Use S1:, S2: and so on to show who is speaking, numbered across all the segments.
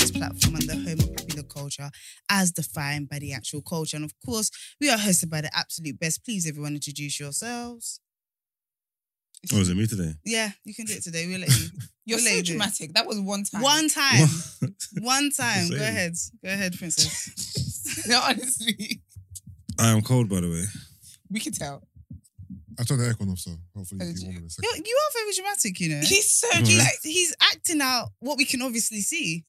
S1: the home of popular culture as defined by the actual culture. And of course, we are hosted by the absolute best. Please, everyone, introduce yourselves.
S2: Oh, is it me today?
S1: Yeah, you can do it today. We'll let you.
S3: You're
S1: We'll let
S3: so
S1: you do it.
S3: dramatic. That was one time.
S1: One time.
S2: What?
S1: One time. Go
S2: Same.
S1: ahead. Go ahead, princess.
S3: no, honestly,
S2: I am cold, by the way.
S3: we could tell.
S4: I turned the aircon off, so hopefully
S3: Oh,
S4: it'll be
S3: gee.
S4: warm in a second.
S1: You're, you are very dramatic, you know.
S3: He's so
S2: Mhm.
S1: He
S3: like
S1: like he's acting out what we can obviously see.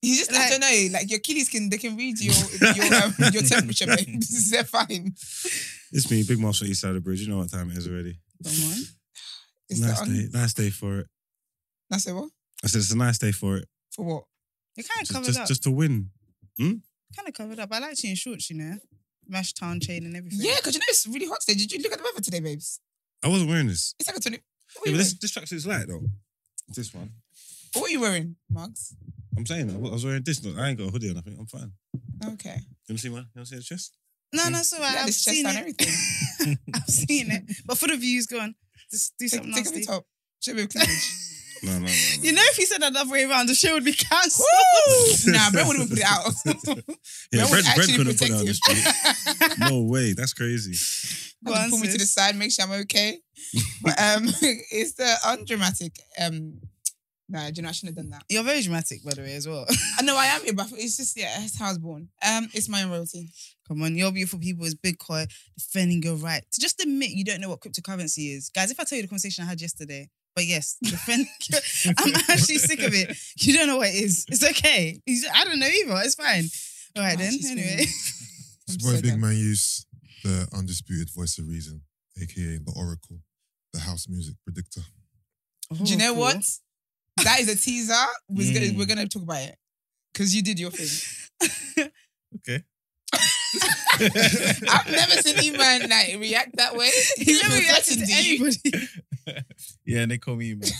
S3: he's just like,
S1: Like-
S3: I don't know. Like your kiddies can they can read your your um, your temperature, babes. They're fine.
S2: It's me, Big Mouth from East Side of the Bridge. You know what time it is already.
S1: Come on.
S3: It's
S2: nice
S3: the un-
S2: day. Nice day for it.
S3: I said what
S2: I said it's a nice day for it.
S3: for what?
S1: You're kind of
S2: Just,
S1: covered
S2: just,
S1: up.
S2: just to win.
S1: Kind of covered up. I like you in shorts, you know. Mash town chain and everything.
S3: Yeah, because you know it's really hot today. Did you look at the weather today, babes?
S2: I wasn't wearing this.
S3: It's like a twenty.
S2: Yeah,
S3: What, are you
S2: but this,
S3: wearing?
S2: this tracksuit's light though. This one.
S3: what are you wearing, Mugs?
S2: I'm saying I was wearing this. No, I ain't got a hoodie on. I think I'm fine.
S3: Okay,
S2: You wanna see my? You wanna see the chest?
S1: No, no, it's all right.
S3: Like
S1: I've
S3: this chest
S1: seen
S3: and
S1: it.
S3: everything.
S1: I've seen it. But for the views, go on. Just do
S3: Take,
S1: something
S3: take off the
S1: nasty.
S3: top. Show me your cleavage.
S2: No, no, no. no.
S1: You know, if you said that the other way around, the show would be cancelled.
S3: Woo! nah, Brent wouldn't even put it
S2: yeah,
S3: out. Brent would
S2: Brent, Brent
S3: actually
S2: couldn't put
S3: protect
S2: it on the
S3: him.
S2: street. No way. That's crazy.
S1: Go
S3: Have
S1: on,
S3: to pull me to the
S1: sis.
S3: side, make sure I'm okay. But um, it's the undramatic. Um, nah, do you know I shouldn't have done that.
S1: You're very dramatic, by the way, as well.
S3: I know I am, yeah, but it's just yeah, that's how I was born. Um, it's my own royalty.
S1: Come on, your beautiful people is Bitcoin defending your right. So just admit you don't know what cryptocurrency is. Guys, if I tell you the conversation I had yesterday, but yes, defend. I'm actually sick of it. You don't know what it is. It's okay. You- I don't know either. It's fine. All right,
S3: I'm
S1: then.
S3: actually
S1: Anyway.
S3: I'm
S4: It's where
S3: so
S4: Big
S3: done.
S4: Man use the undisputed voice of reason, aka the Oracle, the house music predictor.
S3: Do you
S1: Oh,
S3: know
S1: cool.
S3: what? That is a teaser. We're
S2: Mm.
S3: gonna we're gonna talk about it because you did your thing.
S2: Okay.
S3: I've never seen Eman like react that way.
S1: He never
S3: You're
S1: reacted
S3: threatened,
S1: to
S3: do you?
S1: anybody.
S5: Yeah, and they call me man,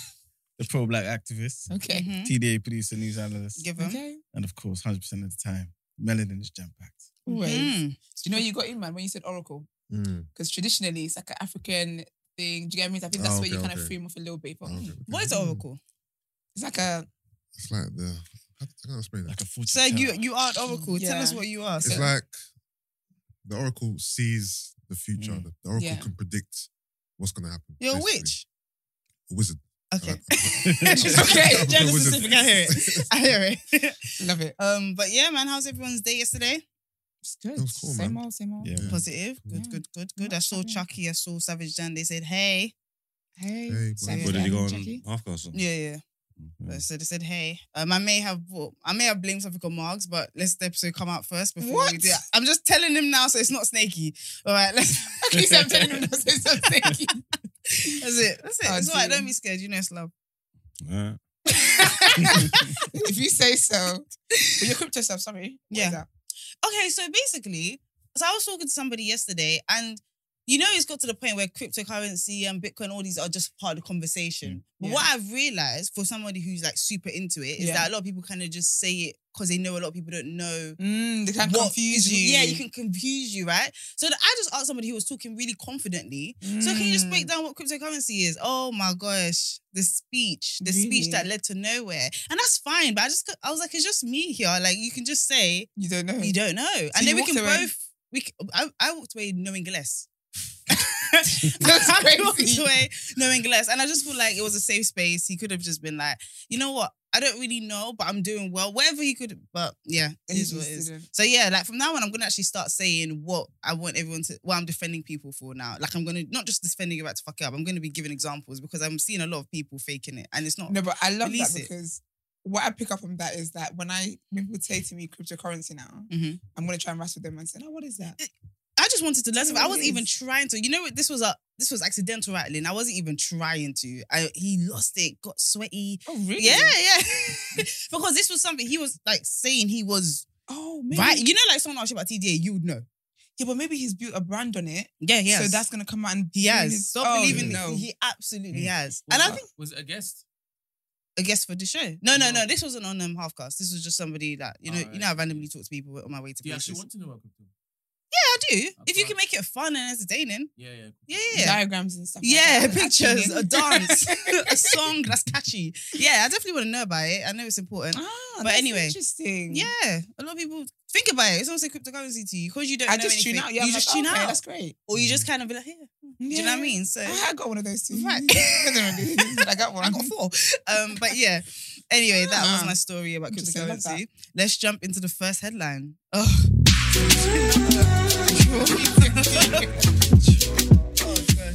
S5: the pro black activist,
S3: Okay.
S1: Mhm.
S5: TDA producer, news analyst,
S1: Give him.
S3: Okay.
S5: and of course, 100% of the time, melanin is jam packed.
S3: Always.
S1: Mm.
S3: Do you know you got Eman when you said Oracle?
S4: Mm,
S3: Because traditionally it's like an African thing. Do you get me? I think that's
S4: Oh,
S3: where you
S4: okay,
S3: kind of
S4: okay.
S3: frame off a little bit. But
S2: Oh.
S4: Okay, okay.
S1: What
S2: Mm-hmm.
S1: is Oracle?
S3: it's like a
S4: It's like the how how can I explain that?
S5: Like a full
S1: So you you are Oracle. Tell
S3: Yeah.
S1: us what you are.
S4: It's
S1: So
S4: like the Oracle sees the future.
S5: Mm.
S4: The, the Oracle
S3: Yeah.
S4: can predict what's gonna happen.
S1: you're a
S4: basically.
S1: witch.
S4: A wizard.
S1: Okay.
S3: It's okay.
S1: Gender
S4: Wizard.
S1: specific. I hear it. I hear it.
S3: love it.
S1: Um, but yeah, man, how's everyone's day yesterday?
S3: It's good.
S4: That was cool,
S3: same
S4: man.
S3: old, same old.
S5: Yeah. man.
S1: Positive. Good,
S3: Yeah.
S1: good, good, good. I
S3: Nice
S1: saw
S3: having you.
S1: Chucky, I saw Savage Dan. They said, hey.
S3: Hey.
S4: Hey,
S3: Same
S4: boy.
S2: What did you go on? Mm-hmm.
S3: Jackie?
S2: Half cast.
S1: Yeah, yeah.
S2: Yeah.
S1: So they said, hey. Um, I may have bought, I may have blamed something on Margs, but let's the episode come out first before
S3: What?
S1: we do it. I'm just telling him now, so it's not snaky. All right, let's,
S3: Okay, so I'm telling him not to say something.
S1: that's it. That's it.
S3: Oh,
S1: it's all right.
S3: dear.
S1: Don't be scared. You know it's love.
S2: Alright.
S3: if you say so. But your crypto stuff, sorry. What
S1: Yeah.
S3: is that?
S1: Okay, so basically, so I was talking to somebody yesterday, and you know, it's got to the point where cryptocurrency and Bitcoin, all these are just part of the conversation. But
S3: Mm, Yeah.
S1: what I've realized for somebody who's like super into it is
S3: Yeah.
S1: that a lot of people kind of just say it because they know a lot of people don't know.
S3: Mm, they can
S1: what
S3: confuse
S1: is-
S3: you.
S1: Yeah, you can confuse you, right? So that I just asked somebody who was talking really confidently. So can you just
S3: Mm.
S1: break down what cryptocurrency is? Oh my gosh, the speech, the speech
S3: Really?
S1: that led to nowhere, and that's fine. But I just, I was like, it's just me here. Like you can just say
S3: You don't know.
S1: you don't know. and
S3: Mm. you
S1: then we
S3: walked
S1: can
S3: away?
S1: both. We c I I I, walked away knowing less.
S3: That's
S1: I walked
S3: crazy.
S1: away knowing less, and I just feel like it was a safe space. He could have just been like, you know what, I don't really know, but I'm doing well. Whatever he could, but yeah, it
S3: You
S1: is what it
S3: just
S1: is.
S3: didn't.
S1: So yeah, like from now on, I'm gonna actually start saying what I want everyone to. What I'm defending people for now. Like I'm gonna not just defending about to fuck it up. I'm gonna be giving examples because I'm seeing a lot of people faking it, and it's not.
S3: No, but I love
S1: Release
S3: that
S1: it.
S3: because what I pick up on that is that when I when people say to me cryptocurrency now,
S1: Mhm.
S3: I'm gonna try and wrestle them and say, "No, what is that?"
S1: I just wanted to learn something. I wasn't even
S3: Yes.
S1: trying to. You know what? This was a this was accidental rattling. I wasn't even trying to. I he lost it, got sweaty.
S3: Oh, really?
S1: Yeah, yeah. because this was something he was like saying he was
S3: Oh, maybe.
S1: right. You know, like someone asked you about TDA, you would know.
S3: Yeah, but maybe he's built a brand on it,
S1: Yeah, yeah.
S3: so that's gonna come out and
S1: he has.
S3: his-
S1: Stop
S3: Oh,
S1: believing
S3: no.
S1: that he absolutely
S5: Mm.
S1: has.
S6: Was
S1: and I
S6: it-
S1: think
S6: was it a guest?
S1: I guess for the show. No, no, no.
S6: No.
S1: This wasn't on um half cast. This was just somebody that you know.
S6: Oh,
S1: you know, I
S6: okay.
S1: randomly talk to people on my way to
S6: Do you
S1: places.
S6: actually want to know about crypto?
S1: I do. If you
S5: Alright.
S1: can make it fun and entertaining,
S5: Yeah, yeah.
S1: yeah, yeah.
S3: Diagrams and stuff. like
S1: Yeah,
S3: that.
S1: pictures,
S3: Actually.
S1: a dance, a song that's catchy. Yeah, I definitely want to know about it. I know it's important.
S3: Ah,
S1: But
S3: that's
S1: anyway.
S3: interesting.
S1: Yeah, a lot of people think about it. It's also cryptocurrency to you because you don't.
S3: I
S1: know
S3: just
S1: anything.
S3: tune out. Yeah,
S1: you
S3: I'm
S1: just
S3: like,
S1: tune
S3: okay,
S1: out,
S3: That's great.
S1: or you just kind of be like, yeah. Do you know what I mean? So
S3: I got one of those two.
S1: Right.
S3: I got one.
S1: I got four. Um, but yeah. Anyway, that was my story about
S3: Ah. Interesting, I love
S1: cryptocurrency. Let's jump into the first headline. Oh.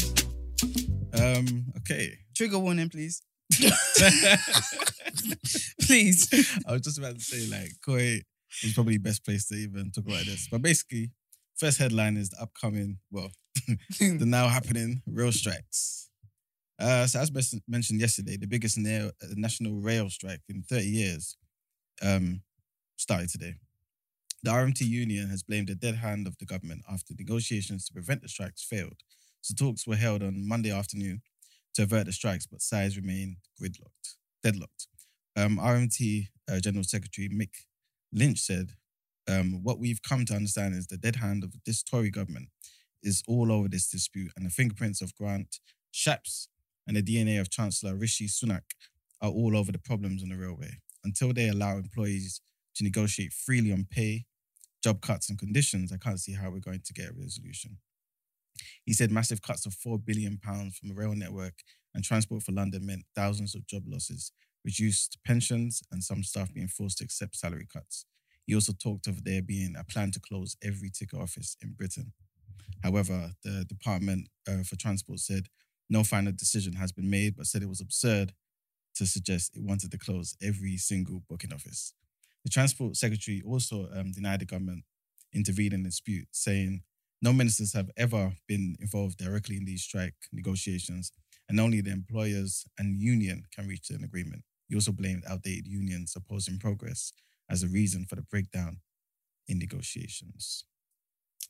S5: Um. Okay.
S1: Oh, Trigger warning, please. Please.
S5: I was just about to say, like, Koi is probably best place to even talk about this. But basically, first headline is the upcoming, well, the now happening rail strikes. Uh, so, as mes- mentioned yesterday, the biggest na- national rail strike in 30 years um, started today. The RMT union has blamed the dead hand of the government after negotiations to prevent the strikes failed. So, talks were held on Monday afternoon to avert the strikes, but sides remain gridlocked, deadlocked um, RMT uh, General Secretary Mick Lynch said, um, What we've come to understand is the dead hand of this Tory government is all over this dispute, and the fingerprints of Grant Shapps and the DNA of Chancellor Rishi Sunak are all over the problems on the railway. Until they allow employees to negotiate freely on pay, job cuts, and conditions, I can't see how we're going to get a resolution. He said massive cuts of £4 billion from the rail network and Transport for London meant thousands of job losses, reduced pensions, and some staff being forced to accept salary cuts. He also talked of there being a plan to close every ticket office in Britain. However, the Department uh, for Transport said no final decision has been made, but said it was absurd to suggest it wanted to close every single booking office. The Transport Secretary also um, denied the government intervened in the dispute, saying no ministers have ever been involved directly in these strike negotiations and only the employers and union can reach an agreement. He also blamed outdated unions opposing progress as a reason for the breakdown in negotiations.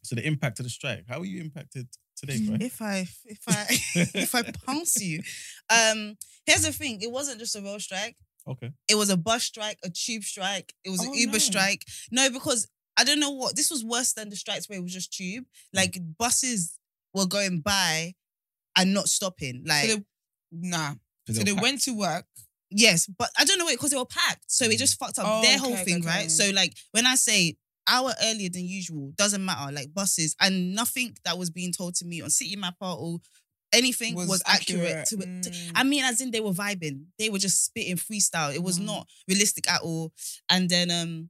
S5: So the impact of the strike. How were you impacted today, right?
S1: If I if I if I pounce you. Um, here's the thing, it wasn't just a rail strike.
S5: Okay.
S1: It was a bus strike, a tube strike, it was
S3: Oh,
S1: an Uber
S3: no.
S1: strike. No, because I don't know what this was worse than the strikes where it was just tube.
S3: Mm.
S1: Like buses were going by and not stopping. Like
S3: So they, nah.
S5: So
S3: So they went to work.
S1: Yes, but I don't know it because they were packed, so it just fucked up
S3: Oh,
S1: their whole
S3: okay,
S1: thing,
S3: okay,
S1: right?
S3: okay.
S1: So like when I say hour earlier than usual, doesn't matter. Like buses and nothing that was being told to me on City Mapper or anything was, accurate. to it. to-
S3: Mm.
S1: I mean, as in they were vibing, they were just spitting freestyle. It was
S3: Mhm.
S1: not realistic at all. And then um,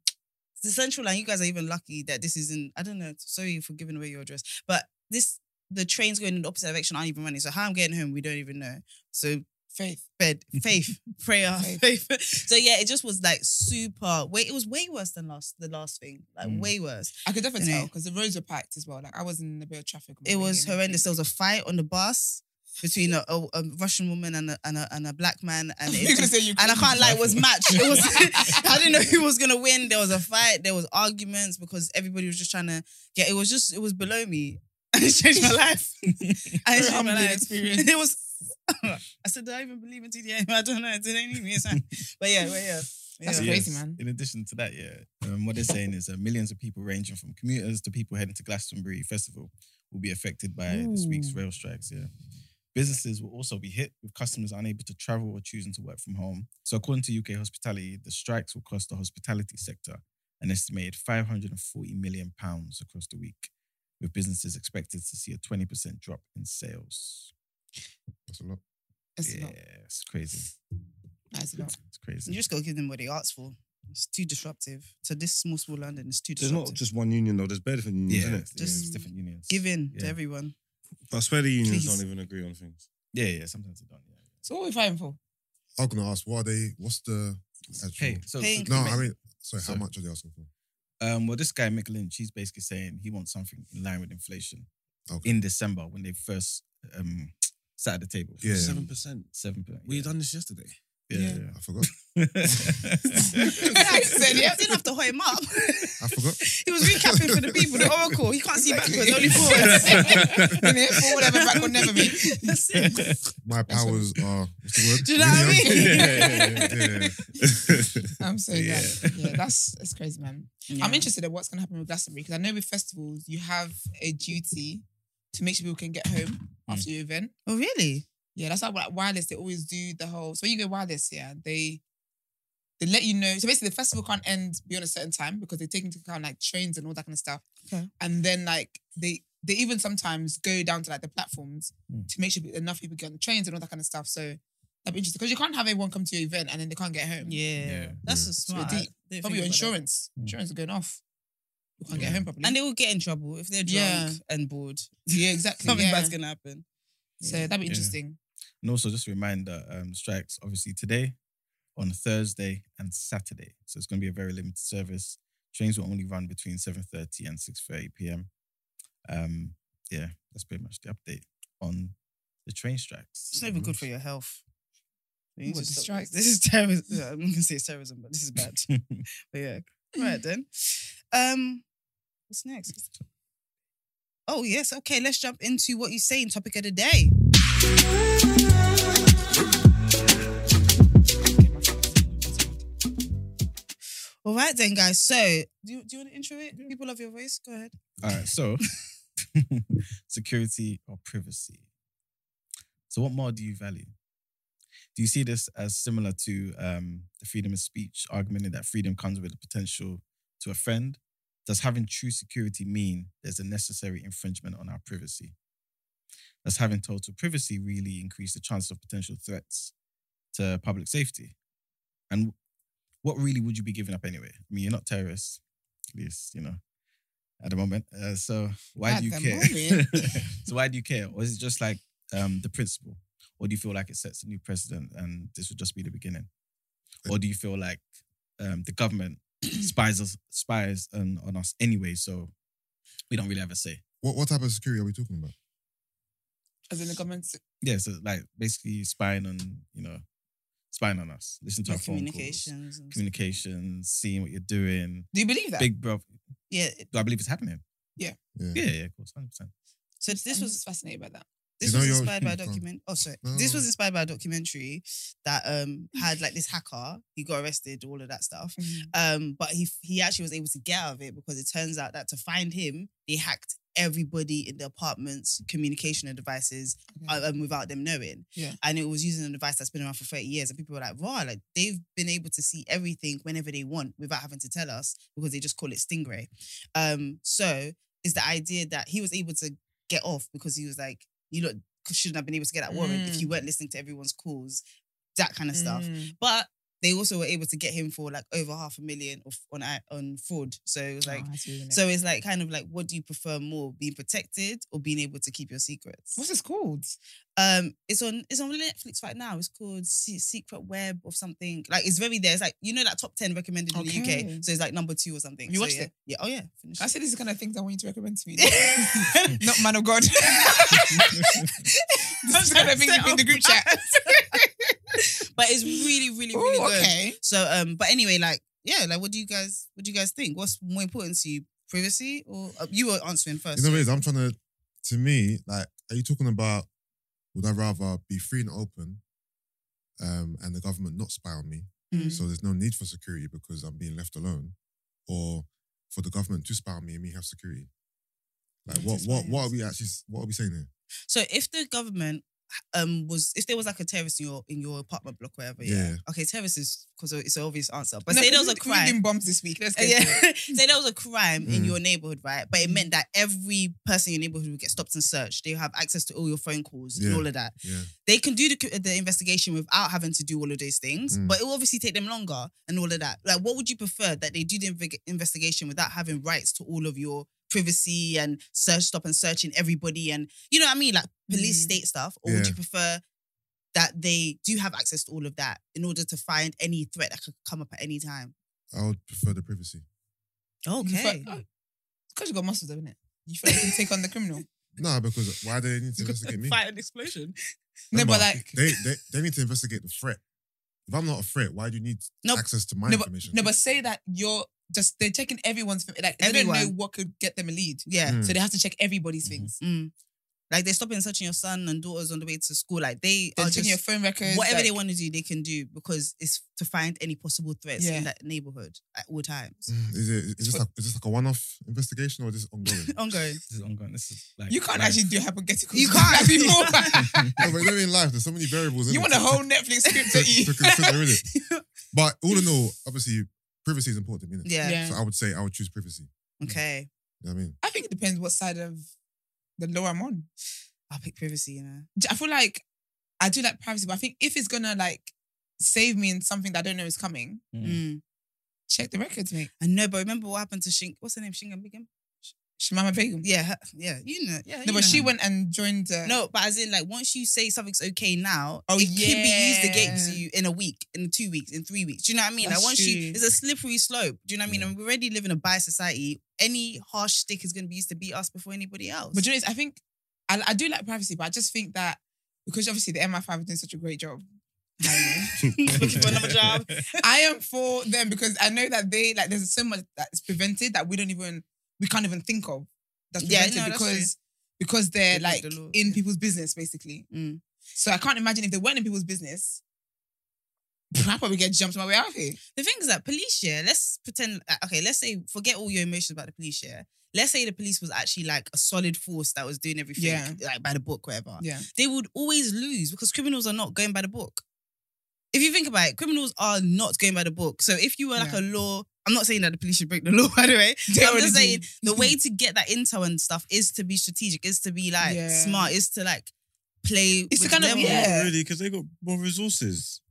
S1: the Central Line, you guys are even lucky that this isn't. I don't know. Sorry for giving away your address, but this the trains going in the opposite direction aren't even running. So how I'm getting home, we don't even know. So
S3: Faith.
S1: bed, faith, prayer, faith.
S3: Faith.
S1: So yeah, it just was like super. Wait, it was way worse than last the last thing. Like
S5: Mm.
S1: way worse.
S3: I could definitely
S1: You know.
S3: tell because the roads were packed as well. Like I was in a bit of traffic. on my
S1: It
S3: way
S1: was
S3: in and
S1: horrendous. There
S3: everything.
S1: was a fight on the bus between a, a, a Russian woman and a, and a and a black man, and it
S3: You're gonna
S1: just-
S3: say you
S1: and I
S3: couldn't-
S1: can't lie, it was matched. It was. I didn't know who was gonna win. There was a fight. There was arguments because everybody was just trying to get. It was just. It was below me. And it changed my life. And it changed my
S3: Humbling
S1: life.
S3: experience.
S1: It was. I said, do I even believe in TDA? I don't know. Did they need me? It's like- But yeah, but yeah.
S3: That's
S1: yeah.
S5: Yes.
S3: crazy, man.
S5: In addition to that, yeah, um, what they're saying is uh, millions of people, ranging from commuters to people heading to Glastonbury Festival, will be affected by this week's rail strikes. Yeah, businesses will also be hit with customers unable to travel or choosing to work from home. So, according to UK Hospitality, the strikes will cost the hospitality sector an estimated 540 million pounds across the week, with businesses expected to see a 20% drop in sales.
S4: That's a lot.
S3: It's
S5: yeah,
S3: not.
S5: it's crazy.
S3: That's a lot.
S5: It's crazy.
S1: You just gotta give them what they asked for. It's too disruptive. So this small, small London is too
S2: There's
S1: disruptive.
S2: not just one union though. There's better than unions,
S5: yeah,
S2: isn't it?
S5: it's
S1: Just
S5: different unions.
S1: Give in to
S5: Yeah.
S1: everyone.
S2: But I swear the unions
S1: Please.
S2: don't even agree on things.
S5: Yeah, yeah. Sometimes they don't. Yeah.
S3: So what are we fighting for?
S4: I'm gonna ask, what are they? What's the actual?
S5: Hey, so, so
S1: Paying
S4: No, I mean, sorry,
S5: Sorry.
S4: how much are they asking for?
S5: um, well, this guy Mick Lynch, he's basically saying he wants something in line with inflation
S4: Okay.
S5: in December when they first um sat at the table.
S4: Yeah.
S2: percent.
S5: seven. per- yeah.
S2: done this yesterday.
S5: Yeah.
S4: I forgot.
S1: I
S3: said, yeah.
S1: didn't have to hold him up.
S4: I forgot.
S1: He was recapping for the people, the oracle. He can't see backwards, only forwards.
S3: In here for whatever back will never be.
S1: That's it.
S4: My powers are what's the word?
S1: Do you know what I
S4: Linear?
S1: mean?
S4: yeah,
S3: I'm so
S5: Yeah.
S3: glad. Yeah, that's that's crazy, man. I'm interested in what's gonna happen with Glastonbury because I know with festivals you have a duty to make sure people can get
S5: Mm.
S3: home after your event.
S1: Oh, really?
S3: Yeah, that's how like wireless they always do the whole. So when you go wireless, yeah, they they let you know. So basically, the festival can't end beyond a certain time because they take into account like trains and all that kind of stuff.
S1: Okay.
S3: And then like they they even sometimes go down to like the platforms
S5: Mm.
S3: to make sure enough people get on the trains and all that kind of stuff. So that'd be interesting because you can't have everyone come to your event and then they can't get home.
S1: Yeah.
S5: Yeah.
S1: That's so
S3: really
S1: smart.
S3: deep.
S1: Didn't
S3: Probably
S1: think about that.
S3: your insurance.
S5: Mm.
S3: Insurance is going off. You can't get
S5: Yeah.
S3: home properly.
S1: And they will get in trouble if they're drunk
S3: Yeah.
S1: and bored.
S3: yeah, exactly.
S1: Something
S3: yeah.
S1: bad's gonna happen.
S3: So that'd be
S5: Yeah.
S3: interesting.
S5: And also just a reminder, um, strikes obviously today, on Thursday and Saturday. So it's going to be a very limited service. Trains will only run between 7.30 and 6.30 p.m. Um, yeah, that's pretty much the update on the train strikes.
S1: It's not even good for your health. You need
S3: What,
S1: to
S3: the
S1: stop
S3: strikes?
S1: This This is terrorism. Yeah, I'm not gonna say it's terrorism, but this is bad. But yeah. Right then. Um, what's next? Oh yes, okay. Let's jump into what you say in topic of the day. All right then, guys. So do you, do you want to intro it? People love your voice. Go ahead.
S5: All right, so security or privacy. So, what more do you value? Do you see this as similar to um, the freedom of speech argument in that freedom comes with the potential to offend? Does having true security mean there's a necessary infringement on our privacy? Does having total privacy really increase the chance of potential threats to public safety? And what really would you be giving up anyway? I mean, you're not terrorists, at least, you know, at the moment. Uh, so why
S3: At
S5: do you
S3: the
S5: care? so why do you care? Or is it just like um, the principle? Or do you feel like it sets a new precedent and this would just be the beginning? Or do you feel like um, the government spies us, spies um, on us anyway, so we don't really have a say?
S4: What what type of security are we talking about?
S3: As in the government,
S5: Yeah, so like basically spying on, you know, spying on us, listen to
S1: Your
S5: our phone calls,
S1: communications. and-
S5: communications, seeing what you're doing.
S3: do you believe that?
S5: Big brother,
S1: Yeah.
S5: do I believe it's happening?
S4: Yeah.
S5: Yeah, yeah, of course, hundred percent.
S1: So this
S3: I'm
S1: was
S3: just fascinated by that.
S1: This
S4: You know
S1: was
S4: your-
S1: inspired by a
S4: Hmm, go on.
S1: document. Oh, sorry.
S4: No,
S1: This
S4: no,
S1: was
S4: no.
S1: inspired by a documentary that um had like this hacker. He got arrested, all of that stuff. Um, but he he actually was able to get out of it because it turns out that to find him, they hacked everybody in the apartment's communication and devices
S3: Okay.
S1: um, without them knowing.
S3: Mm. Yeah.
S1: And it was using a device that's been around for 30 years. And people were like, wow, like they've been able to see everything whenever they want without having to tell us because they just call it Stingray. Um, so is the idea that he was able to get off because he was like, you lot shouldn't have been able to get that warrant if you weren't listening to everyone's calls, that kind of stuff.
S3: Mm.
S1: But they also were able to get him for like over half a million of, on uh, on fraud. So it was like,
S3: Oh, that's really nice.
S1: so it's like kind of like, what do you prefer more, being protected or being able to keep your secrets?
S3: what's this called?
S1: Um, it's on it's on Netflix right now. It's called Se- Secret Web or something. Like it's very there. It's like you know that top ten recommended in the
S3: Okay.
S1: UK. So it's like number two or something.
S3: Have you
S1: So,
S3: watched
S1: yeah.
S3: it?
S1: Yeah. Oh yeah. Finished.
S3: I said these are kind of things I want you to recommend to me.
S1: it.
S3: Not man of God. this is kind of thing in the group chat.
S1: but it's really, really,
S3: Ooh,
S1: really good.
S3: okay.
S1: So um, but anyway, like yeah, like what do you guys what do you guys think? What's more important to you, privacy or uh, you were answering first?
S4: You know what it is? I'm trying to, to me, like, are you talking about would I rather be free and open um, and the government not spy on me?
S3: Mm-hmm.
S1: Mm.
S4: So there's no need for security because I'm being left alone or for the government to spy on me and me have security? Like, what, what, what are we actually, what are we saying here?
S1: So if the government um was if there was like a terrorist in your in your apartment block, whatever, yeah.
S4: Yeah.
S1: Okay, terrorist is because it's an obvious answer. But
S3: No,
S1: say there was
S3: we-
S1: a
S3: We
S1: crime.
S3: doing bombs this week. Let's
S1: Uh,
S3: get
S1: yeah.
S3: to it.
S1: Say there was a crime in
S4: Mm.
S1: your neighborhood, right? But it meant that every person in your neighborhood would get stopped and searched. They have access to all your phone calls and
S4: Yeah.
S1: all of that.
S4: Yeah.
S1: They can do the, the investigation without having to do all of those things,
S4: Mm.
S1: but it will obviously take them longer and all of that. Like, what would you prefer that they do the inve- investigation without having rights to all of your privacy and search, stop and searching everybody and you know what I mean, like police
S3: Mm.
S1: state stuff, or would
S4: Yeah.
S1: you prefer? That they do have access to all of that in order to find any threat that could come up at any time.
S4: I would prefer the privacy.
S1: Okay.
S3: Because you got muscles, haven't it? You feel like you can take on the criminal.
S4: No, because why do they need to investigate me?
S1: an explosion.
S3: No,
S4: Remember,
S3: but like,
S4: they, they, they need to investigate the threat. If I'm not a threat, why do you need
S3: No,
S4: access to my
S3: no,
S4: information?
S3: No, but say that you're just they're checking everyone's like they don't know
S1: Everyone.
S3: what could get them a lead,
S1: Yeah.
S4: Mm.
S3: so they have to check everybody's things.
S1: Mm. Like they're stopping searching your son and daughters on the way to school. Like they
S3: They're
S1: are
S3: checking
S1: just
S3: your phone records,
S1: whatever
S3: like-
S1: they want to do, they can do because it's to find any possible threats
S3: Yeah.
S1: in that neighborhood at all times.
S4: Mm, is it is this like is this like a one-off investigation or is this ongoing?
S3: Oh.
S1: Ongoing.
S5: This is ongoing. This is like
S3: You can't
S5: life.
S3: actually do hypothetical.
S1: You can't.
S4: no, but you know in life, there's so many variables.
S3: you
S4: innit,
S3: want a
S4: to-
S3: whole Netflix script
S4: to,
S3: to
S4: to
S3: eat.
S4: consider, innit? But all in all, obviously, privacy is important to me. innit?
S1: Yeah.
S3: Yeah.
S4: So I would say I would choose privacy.
S1: Okay.
S4: You know what I mean?
S3: I think it depends what side of the law I'm on.
S1: I'll pick privacy, you know.
S3: I feel like I do like privacy, but I think if it's gonna like save me in something that I don't know is coming,
S5: Mm.
S1: Mm.
S3: check the records, mate.
S1: I know, but remember what happened to Shink? What's her name? Shingham Bigham?
S3: Shemama Begum.
S1: Yeah, her- yeah. You know. Yeah.
S3: No,
S1: you
S3: but
S1: know
S3: she
S1: her.
S3: went and joined. Uh,
S1: No, but as in, like, once you say something's okay now,
S3: Oh,
S1: it can be used against
S3: yeah.
S1: you in a week, in two weeks, in three weeks. Do you know what I mean?
S3: That's
S1: like, once
S3: true.
S1: you, it's a slippery slope. Do you know what I mean? And we already live in a biased society. Any harsh stick is going to be used to beat us before anybody else.
S3: but do you know, it's- I think I, I do like privacy, but I just think that because obviously the MI5 are doing such a great job.
S1: looking for another job.
S3: I am for them because I know that they like there's so much that's prevented that we don't even we can't even think of. That's
S1: Yeah,
S3: prevented
S1: no, that's
S3: because because they're
S1: Because
S3: like
S1: the law,
S3: in
S1: yeah.
S3: people's business basically.
S1: Mm.
S3: So I can't imagine if they weren't in people's business, I probably get jumped on my way out of here.
S1: The thing is that police, yeah, let's pretend, uh, okay, let's say, forget all your emotions about the police, yeah. Let's say the police was actually like a solid force that was doing everything,
S3: Yeah.
S1: like by the book, whatever.
S3: Yeah.
S1: They would always lose because criminals are not going by the book. If you think about it, criminals are not going by the book. So if you were like
S3: Yeah.
S1: a law, I'm not saying that the police should break the law, by the way.
S3: They
S1: I'm
S3: already
S1: just saying
S3: do.
S1: the way to get that intel and stuff is to be strategic, is to be like
S3: Yeah.
S1: smart, is to like play.
S3: It's to
S1: with
S3: kind of-
S1: them.
S3: yeah.
S2: Really, because they got more resources.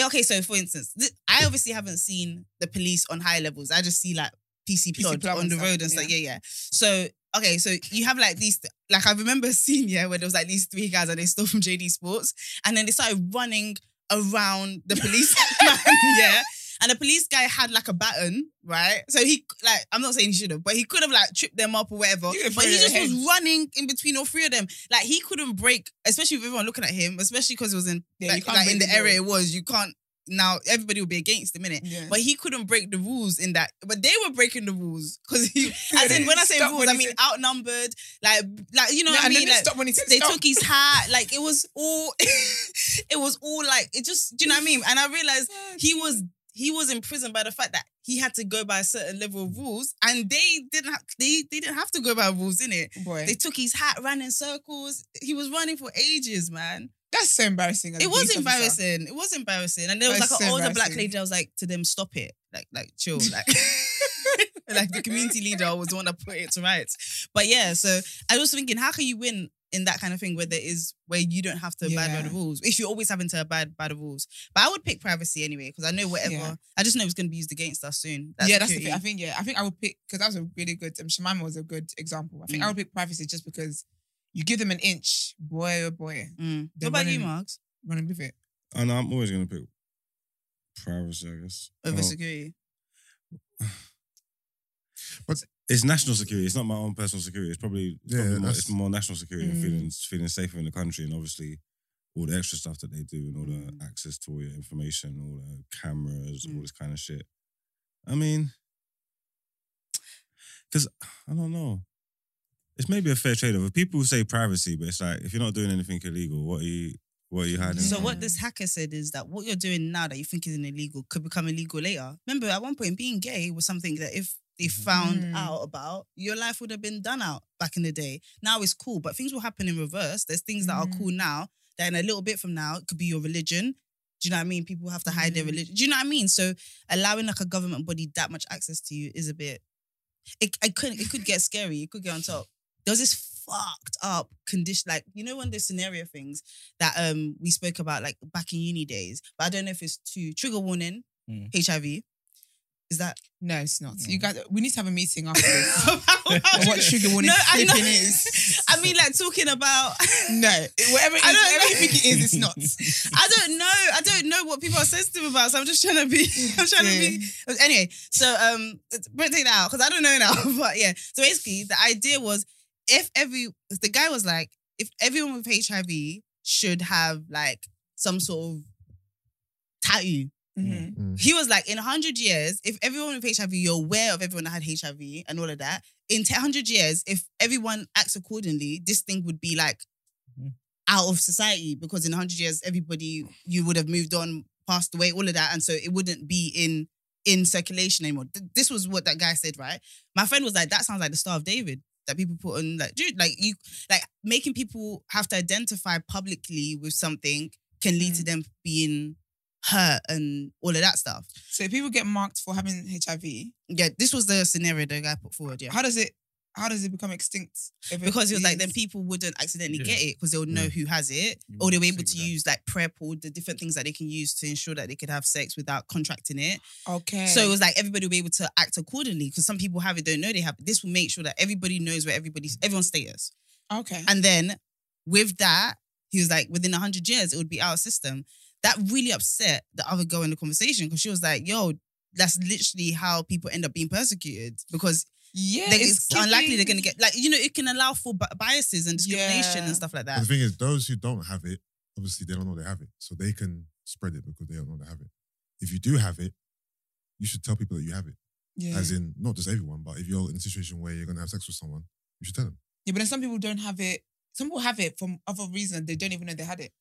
S1: Okay, so for instance, th- I obviously haven't seen the police on high levels. I just see like PC
S3: PC
S1: plod
S3: plod
S1: on
S3: and
S1: the
S3: stuff,
S1: road and stuff. Yeah, yeah. So okay, so you have like these. Like I remember a scene yeah where there was like these three guys and they stole from JD Sports and then they started running around the police man, yeah. And the police guy had like a baton, right? So he like I'm not saying he should have, but he could have like tripped them up or whatever.
S3: You could've
S1: But he
S3: thrown
S1: just
S3: their
S1: was
S3: heads.
S1: running in between all three of them. Like he couldn't break, especially with everyone looking at him, especially because it was in
S3: Yeah, you
S1: like,
S3: can't
S1: like
S3: break
S1: in
S3: the
S1: the area
S3: law.
S1: it was. You can't now everybody will be against him minute.
S3: Yeah.
S1: But he couldn't break the rules in that. But they were breaking the rules because he. As in, when I say
S3: Stop
S1: rules,
S3: when
S1: I
S3: he
S1: mean
S3: said-
S1: outnumbered. Like, like you know
S3: Yeah,
S1: what I mean.
S3: and then they
S1: Like,
S3: stopped when he said
S1: they
S3: stop.
S1: took his hat. Like it was all. it was all like it just. Do you know what I mean? And I realized he was he was imprisoned by the fact that he had to go by a certain level of rules, and they didn't. Ha- they they didn't have to go by rules in it.
S3: boy.
S1: They took his hat, ran in circles. He was running for ages, man.
S3: That's so embarrassing. as a
S1: It was
S3: police officer.
S1: embarrassing. It was embarrassing. And there was
S3: That's
S1: like an
S3: so
S1: older black
S3: embarrassing.
S1: lady. I was like, to them, stop it. Like, like chill. Like, like the community leader was the one that put it to rights. But yeah, so I was thinking, how can you win in that kind of thing where there is where you don't have to abide by
S3: Yeah.
S1: the rules if you're always having to abide by the rules? But I would pick privacy anyway because I know whatever.
S3: Yeah.
S1: I just know it's going to be used against us soon.
S3: yeah, that's the thing. I
S1: security.
S3: think yeah, I think I would pick because that was a really good. Um, Shemima was a good example. I think I
S1: Mm.
S3: would pick privacy just because you give them an inch, boy oh boy,
S1: Mm. What
S3: They're
S1: about you,
S3: running-
S1: Marks?
S3: running with it.
S2: And I'm always gonna pick privacy, I guess. Oh.
S1: Over
S2: Well,
S1: security.
S2: it's national security. It's not my own personal security. It's probably, it's
S4: Yeah,
S2: probably more,
S4: that's-
S2: it's more national security
S3: Mm.
S2: and feeling feeling safer in the country, and obviously all the extra stuff that they do and all
S1: Mm.
S2: the access to all your information, all the cameras,
S1: Mm.
S2: all this kind of shit. I mean, because I don't know. It's maybe a fair trade off. People say privacy, but it's like if you're not doing anything illegal, what are you what are you hiding?
S1: So
S2: from?
S1: what this hacker said is that what you're doing now that you think is illegal could become illegal later. Remember, at one point, being gay was something that if they found
S3: Mm.
S1: out about, your life would have been done out back in the day. Now it's cool, but things will happen in reverse. There's things that
S3: Mm.
S1: are cool now that in a little bit from now it could be your religion. Do you know what I mean? People have to hide their
S3: Mm.
S1: religion. Do you know what I mean? So allowing like a government body that much access to you is a bit. It, I couldn't. It could get scary. It could get on top. There was this fucked up condition, like you know, one of those scenario things that um we spoke about like back in uni days. But I don't know if it's too trigger warning.
S5: Mm.
S1: HIV is that?
S3: No, it's not.
S5: No.
S3: You guys, we need to have a meeting after this.
S1: About
S3: on what trigger warning
S1: No, I know.
S3: flipping is.
S1: I mean, like talking about.
S3: No, it- whatever it is,
S1: I don't
S3: whatever you
S1: know.
S3: think it is, it's not.
S1: I don't know. I don't know what people are sensitive about. So I'm just trying to be. I'm trying to be Anyway, so um, but take that out because I don't know now. But yeah, so basically the idea was if every the guy was like if everyone with HIV should have like some sort of at you.
S3: Mhm.
S1: He was like, in 100 years, if everyone with HIV, you're aware of everyone that had HIV and all of that, in 100 years, if everyone acts accordingly, this thing would be like
S5: Mhm.
S1: out of society because in 100 years, everybody, you would have moved on, passed away, all of that. And so it wouldn't be in in circulation anymore. Th- this was what that guy said, right? My friend was like, that sounds like the Star of David that people put on, like, dude, like you, like making people have to identify publicly with something can lead to them being hurt and all of that stuff.
S3: So if people get marked for having HIV,
S1: Yeah, this was the scenario the guy put forward. Yeah.
S3: how does it how does it become extinct? If it
S1: Because he was like,
S3: is?
S1: then people wouldn't accidentally
S5: Yeah.
S1: get it because they'll know
S5: Yeah.
S1: who has it,
S5: You
S1: or they'll be
S5: wouldn't
S1: able
S5: see
S1: to
S5: with that.
S1: use like PrEP or the different things that they can use to ensure that they could have sex without contracting it.
S3: okay.
S1: So it was like everybody will be able to act accordingly because some people have it, don't know they have it. This will make sure that everybody knows where everybody's everyone's status.
S3: okay.
S1: And then with that, he was like, within 100 years, it would be our system. That really upset the other girl in the conversation because she was like, yo, that's literally how people end up being persecuted because
S3: yeah,
S1: they, it's, unlikely they're going
S3: giving-
S1: to get, like, you know, it can allow for bi- biases and discrimination
S3: Yeah.
S1: and stuff like
S4: But
S1: that.
S4: the thing is, those who don't have it, obviously they don't know they have it, so they can spread it because they don't know they have it. If you do have it, you should tell people that you have it.
S3: Yeah.
S4: As in, not just everyone, but if you're in a situation where you're gonna have sex with someone, you should tell them.
S3: yeah, but then some people don't have it. Some people have it from other reason and they don't even know they had it.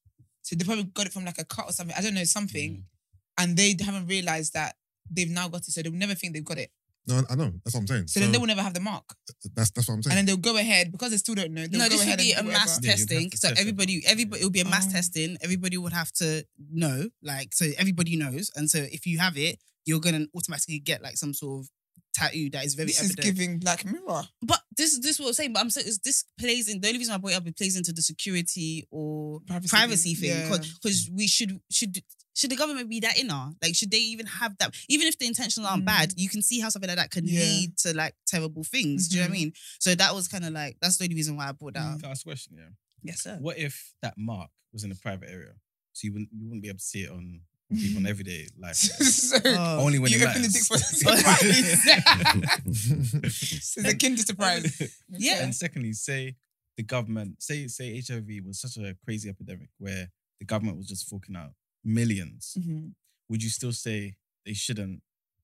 S3: So they probably got it from like a cut or something. I don't know something,
S1: Mm.
S3: and they haven't realized that they've now got it. So they'll never think they've got it.
S4: No, I know. That's what I'm saying.
S3: So, then they will never have the mark,
S4: that's that's what I'm
S3: and
S4: saying.
S3: then they'll go ahead because they still don't know. They'll
S1: Hmm. No,
S3: go
S1: this would
S3: ahead
S1: be a
S3: and do
S1: mass
S3: whatever.
S5: Yeah, you'd have
S1: testing.
S5: to
S1: So
S5: test it.
S1: everybody, everybody, it would be a mass
S3: Oh.
S1: testing. Everybody would have to know, like, so everybody knows. And so if you have it, you're gonna automatically get like some sort of tattoo that is very
S3: This is
S1: evident.
S3: giving Black Mirror.
S1: But this this is what I'm saying. But I'm saying is this plays in the only reason I brought it up it plays into the security or
S3: Privacy
S1: privacy,
S3: thing,
S1: thing
S3: yeah.
S1: because we should should should the government be that inner? Like should they even have that? Even if the intentions aren't
S3: Mm.
S1: bad, you can see how something like that can
S3: Yeah.
S1: lead to like terrible things. Do you know what I
S3: Mhm.
S1: mean? So that was kind of like that's the only reason why I brought that. up.
S5: Can I ask a question? Yeah.
S1: Yes, sir.
S5: What if that mark was in a private area, so you wouldn't you wouldn't be able to see it on people in everyday life?
S3: so
S1: Oh,
S5: Only when
S3: you
S5: it
S3: open the
S5: matters.
S3: dick for surprise. it's a kinder surprise.
S1: Yeah.
S5: And secondly, say the government, say say HIV was such a crazy epidemic where the government was just forking out millions.
S1: Mm.
S3: Mhm.
S5: Would you still say they shouldn't,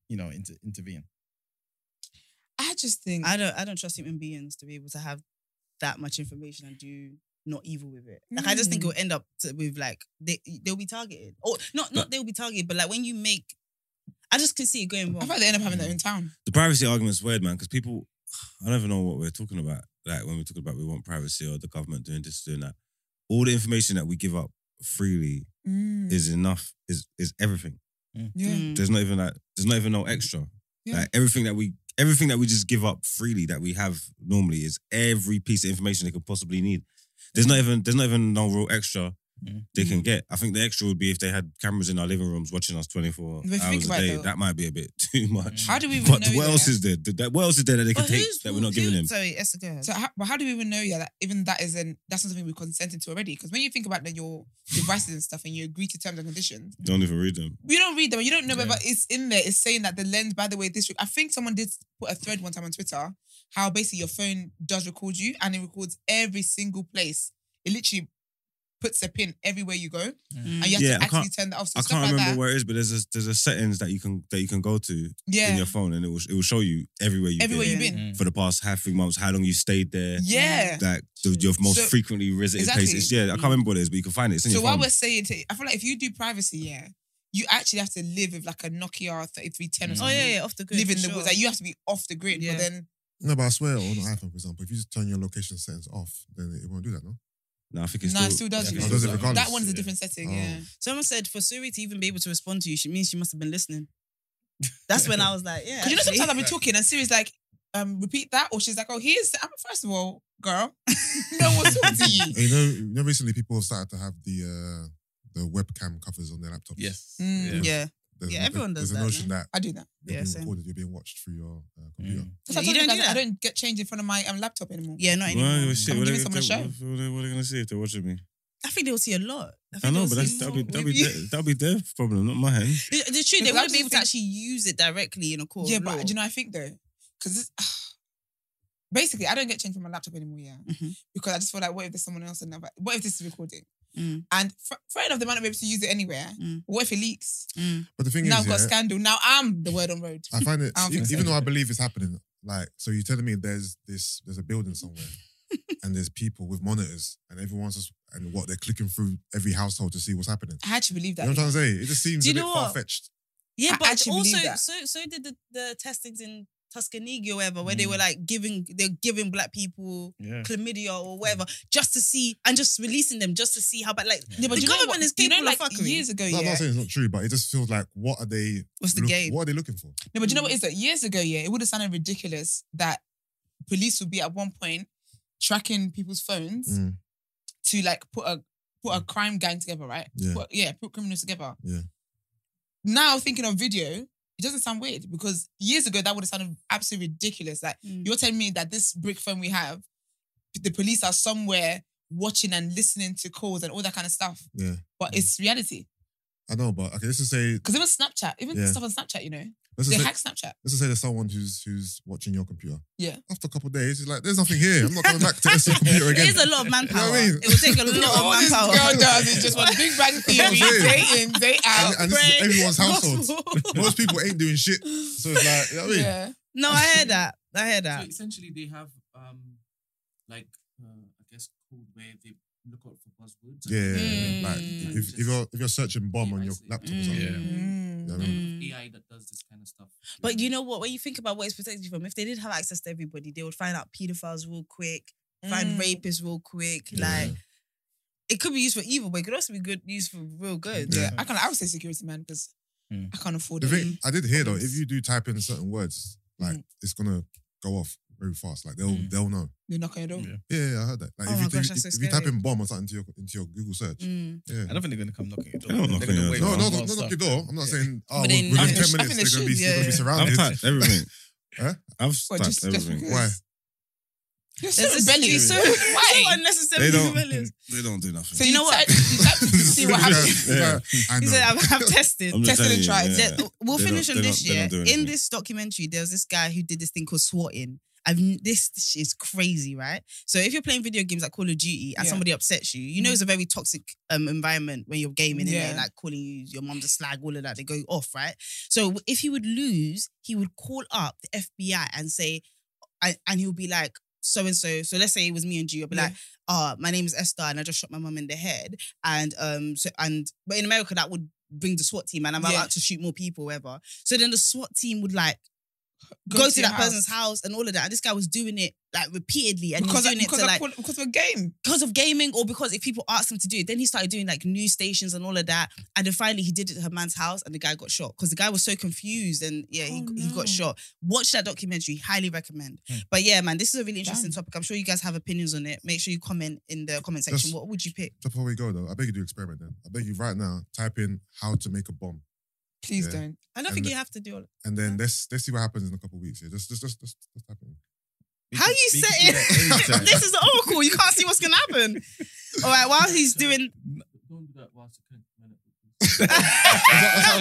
S5: you know, inter- intervene?
S3: I just think
S1: I don't I don't trust human beings to be able to have that much information and do not evil with it. Like I just think
S3: Mm.
S1: it'll end up to, with like they they'll be targeted. Or not not they'll be targeted, but like when you make I just can see it going
S3: I
S1: wrong.
S3: thought they end up having their own town.
S2: The privacy argument's weird, man, because people, I never know what we're talking about. Like when we talk about we want privacy or the government doing this, doing that. All the information that we give up freely
S3: Mm.
S2: is enough. Is is everything.
S3: yeah.
S1: Mm.
S2: There's not even like there's not even no extra.
S3: Yeah.
S2: Like everything that we everything that we just give up freely that we have normally is every piece of information they could possibly need. There's not even there's not even no real extra
S5: Mm.
S2: they can
S3: Mm.
S2: get. I think the extra would be if they had cameras in our living rooms watching us 24
S3: But if you think
S2: hours a
S3: about
S2: day.
S3: it, though-
S2: that might be a bit too much.
S3: How do we even
S2: But
S3: know?
S2: what
S3: yeah?
S2: else is there? Th- That what else is there that they can
S1: But
S2: take
S1: who's-
S2: that we're not
S1: who-
S2: giving them?
S1: Sorry, Esther, go ahead.
S3: So how, but how do we even know? Yeah, that even that is an that's not something we consented to already. Because when you think about that, your devices and stuff, and you agree to terms and conditions,
S2: Don't even read them.
S3: we don't read them. You don't know whether
S5: Yeah.
S3: it's in there. It's saying that the lens. By the way, this I think someone did put a thread one time on Twitter how basically your phone does record you and it records every single place. It literally puts a pin everywhere you go,
S6: Mm.
S1: Mm.
S3: and you have
S2: Yeah,
S3: to
S2: I can't-
S3: actually turn that off. So
S2: I
S3: stuff
S2: can't
S3: like
S2: remember
S3: that,
S2: where it is, but there's a, there's a settings that you can that you can go to
S3: yeah,
S2: in your phone, and it will it will show you Mm. everywhere you've
S3: everywhere
S2: been
S3: you've been.
S5: Mm.
S2: for the past half three months, how long you stayed there,
S3: Yeah.
S2: like the, your most
S3: So-
S2: frequently visited
S3: Exactly.
S2: places. Yeah, I can't remember what it is, but you can find it. It's in
S3: So
S2: your
S3: what
S2: phone.
S3: we're saying to, I feel like if you do privacy, yeah, you actually have to live with like a Nokia 3310 or
S1: oh
S5: Mm.
S3: something.
S1: yeah, yeah, off the grid.
S3: Live in
S1: for
S3: the
S1: sure.
S3: woods. Like you have to be off the grid.
S1: Yeah.
S3: But then
S4: no, but I swear on an iPhone, for example, if you just turn your location settings off, then it won't do that, no?
S2: no, I think it's
S3: nah, it still does. you.
S5: yeah, it still does it
S3: that
S4: regardless.
S3: one's a
S5: Yeah.
S3: different setting,
S4: Oh.
S3: yeah.
S1: Someone said for Suri to even be able to respond to you, she means she must have been listening. That's when I was like, yeah.
S3: Because you know
S1: actually.
S3: sometimes I'll be talking and Siri's like, um, repeat that, or she's like, Oh, here's I'm first of all, girl, no one's talking to you.
S4: You know, you know, recently people have started to have the uh, the webcam covers on their laptops.
S5: Yes.
S3: Mm.
S5: Yeah.
S1: yeah.
S4: There's,
S1: Yeah, everyone does
S4: There's a
S1: that,
S4: notion
S1: no?
S4: that
S3: I do that.
S4: you're
S1: Yeah,
S4: being
S1: same.
S4: recorded, you're being watched through your uh, computer.
S5: Mm.
S3: That's what
S1: Yeah, you
S3: I'm talking
S1: don't
S3: about,
S1: do
S3: I
S1: that.
S3: don't get change in front of my um, laptop anymore.
S1: Yeah, not anymore.
S2: Well, shit,
S3: I'm
S2: what, are
S3: giving
S2: they,
S3: someone a
S2: what,
S3: show.
S2: what are- what are they gonna see if they're watching me?
S1: I think they'll see a lot. I,
S2: I
S1: think
S2: know,
S1: they'll
S2: but
S1: see
S2: that's that'll be
S1: more
S2: that'll
S1: with
S2: be
S1: you.
S2: their, that'll be their problem, not mine.
S1: It- It's true. They
S3: Because I
S1: wouldn't be able to uh,
S3: just think-
S1: actually use it directly in a court.
S3: yeah,
S1: of
S3: but
S1: law.
S3: do you know what I think though? Because basically, I don't get change from my laptop anymore, yeah.
S1: Mhm.
S3: Because I just feel like, what if there's someone else in there? What if this is recording?
S1: Mm.
S3: And fr- fair enough, they might not be able to use it anywhere.
S1: Mm.
S3: What if it leaks?
S1: Mm.
S4: But the thing
S3: now
S4: is,
S3: I've got a
S4: yeah,
S3: scandal. Now I'm the word on road.
S4: I find it
S3: I don't
S4: even,
S3: think so.
S4: even though I believe it's happening. Like, so you're telling me there's this, there's a building somewhere, and there's people with monitors, and everyone's just and what they're clicking through every household to see what's happening.
S3: I actually believe that.
S4: You know what I'm trying to say? It just seems
S1: Do
S4: a
S1: you
S4: bit
S1: know what?
S4: far fetched.
S1: Yeah,
S3: I
S1: but
S3: actually believe
S1: also
S3: that.
S1: so so did the, the testings in Tuskegee or whatever, where they
S2: Mm.
S1: were like giving they're giving black people
S5: Yeah.
S1: chlamydia or whatever, just to see and just releasing them just to see how bad like
S3: Yeah, but
S1: The
S3: you know
S1: government
S3: what-
S1: is
S3: you know,
S1: capable of
S3: like,
S1: fuckery.
S3: Years ago,
S4: No, I'm
S3: yeah.
S4: not saying it's not true, but it just feels like what are they?
S1: what's the
S4: look-
S1: game?
S4: What are they looking for?
S3: No, but you know what is that? Years ago, yeah, it would have sounded ridiculous that police would be at one point tracking people's phones
S4: Mm.
S3: to like put a put a crime gang together, right?
S4: Yeah.
S3: Put, yeah, put criminals together.
S4: Yeah.
S3: Now thinking of video, it doesn't sound weird because years ago that would have sounded absolutely ridiculous. Like
S1: Mm.
S3: you're telling me that this brick phone we have, the police are somewhere watching and listening to calls and all that kind of stuff.
S4: Yeah,
S3: But it's reality.
S4: I know, but okay, let's just say,
S3: Because even Snapchat, even
S4: Yeah.
S3: stuff on Snapchat, you know,
S4: let's
S3: they
S4: just say,
S3: hack Snapchat.
S4: let's just say there's someone who's who's watching your computer.
S3: Yeah.
S4: After a couple of days, it's like there's nothing here. I'm not coming back to this computer again.
S1: It is a lot of manpower.
S4: You know what I mean?
S1: It will take a
S3: All
S1: lot
S3: this
S1: of manpower.
S3: girl does is just want big bag theory,
S4: That's what I'm
S3: day
S4: saying.
S3: in, day out.
S4: and, and this is
S1: Bread.
S4: everyone's household.
S1: Gospel.
S4: Most people ain't doing shit, so it's like, you know what I mean?
S3: yeah.
S1: no, I heard that. I heard
S6: So
S1: that.
S6: essentially, they have um, like uh, I guess code where they look out for buzzwords. and
S4: Yeah,
S3: Mm.
S4: like if, if you're if you're searching bomb on your laptop or something, you
S5: Yeah.
S4: know what I mean?
S1: Mm.
S6: AI that does this kind of stuff.
S1: But you know what? When you think about what it's protecting you from, if they did have access to everybody, they would find out pedophiles real quick,
S3: Mm.
S1: find rapists real quick. Like it could be used for evil, but it could also be good used for real good.
S4: Yeah.
S3: I can't. I would say security man because
S5: Mm.
S3: I can't afford
S4: The
S3: it.
S4: thing I did hear though, if
S3: Obvious.
S4: you do type in certain words, like
S3: Mm.
S4: it's gonna go off very fast. Like they'll
S5: Mm.
S4: they'll know.
S3: You knock on your door.
S5: Yeah.
S4: Yeah, yeah, I heard that. Like
S1: Oh
S4: if
S1: my
S4: you do-
S1: gosh, that's
S4: if,
S1: so
S4: if you type
S1: scary.
S4: in bomb or something into your into your Google search,
S1: Mm.
S4: yeah.
S5: I don't think they're gonna come knocking your door.
S2: They don't knock
S5: They're
S2: on
S5: gonna
S2: your
S5: wait
S2: door.
S4: No, no,
S5: for more
S4: no, not
S5: stuff.
S4: knock your door. I'm not saying oh
S1: But they-
S4: within
S1: I
S4: ten
S1: think-
S3: I
S4: minutes
S3: think they
S4: they're gonna be
S3: should,
S4: they're gonna be
S1: yeah.
S2: I've
S4: surrounded.
S2: typed everything.
S4: Huh?
S2: I've
S3: What,
S2: typed
S3: just, just
S2: everything.
S3: because
S4: Why?
S3: you're so
S1: There's this-
S3: rebellious.
S1: So,
S3: Why?
S1: so
S2: They
S1: unnecessarily
S2: don't.
S1: rebellious.
S2: They don't do nothing.
S3: So
S1: You
S3: you
S1: know
S3: know
S1: what?
S3: what? You type to see what
S4: Yeah.
S3: happens.
S4: Yeah. I
S1: He
S4: know.
S1: said, I've, I've tested.
S2: I'm just
S3: Tested
S2: telling
S3: and
S2: you,
S3: tried.
S2: yeah.
S1: That- we'll
S2: They don't-
S1: finish
S2: they
S1: on
S2: don't-
S1: this
S2: they don't
S1: year.
S2: do
S1: In
S2: anything.
S1: this documentary, there was this guy who did this thing called swatting. I've n- this shit is crazy, right? So if you're playing video games like Call of Duty and
S3: Yeah.
S1: somebody upsets you, you know it's a very toxic um, environment when you're gaming and
S3: Yeah.
S1: they're like calling you your mum's a slag, all of that. They go off, right? So if he would lose, he would call up the FBI and say, and, and he'll be like, so and so. So let's say it was me and you. I'll be like, uh, my name is Esther and I just shot my mum in the head. And um, so and but in America that would bring the SWAT team and I'm
S3: Yeah.
S1: about to shoot more people, whatever. So then the SWAT team would like go, to,
S3: your
S1: that person's house and all of that. And this guy was doing it like repeatedly and
S3: because
S1: he was doing
S3: because
S1: it to
S3: of
S1: like
S3: quali- because of a game.
S1: because of gaming or because if people asked him to do it, then he started doing like news stations and all of that. And then finally he did it at her man's house and the guy got shot because the guy was so confused and yeah, he,
S3: Oh,
S1: he
S3: no.
S1: got shot. Watch that documentary, highly recommend.
S5: Hmm.
S1: But yeah, man, this is a really interesting
S3: Damn.
S1: topic. I'm sure you guys have opinions on it. Make sure you comment in the comment section.
S4: Just-
S1: what would you pick?
S4: Before we go though, I beg you do experiment then. I beg you right now, type in how to make a bomb.
S3: Please
S4: Yeah.
S3: don't.
S1: I don't
S4: And
S1: think
S4: the-
S1: you have to do all
S4: And then let's let's see what happens in a couple of weeks. Yeah, just just just just, just type it in.
S5: We
S1: How
S5: could-
S1: you
S5: we could
S1: set
S5: do
S1: it?
S5: that anytime.
S1: this is the oracle. You can't see what's gonna happen. All right, while he's doing
S6: Don't do that whilst you're currently-
S4: That's, what I'm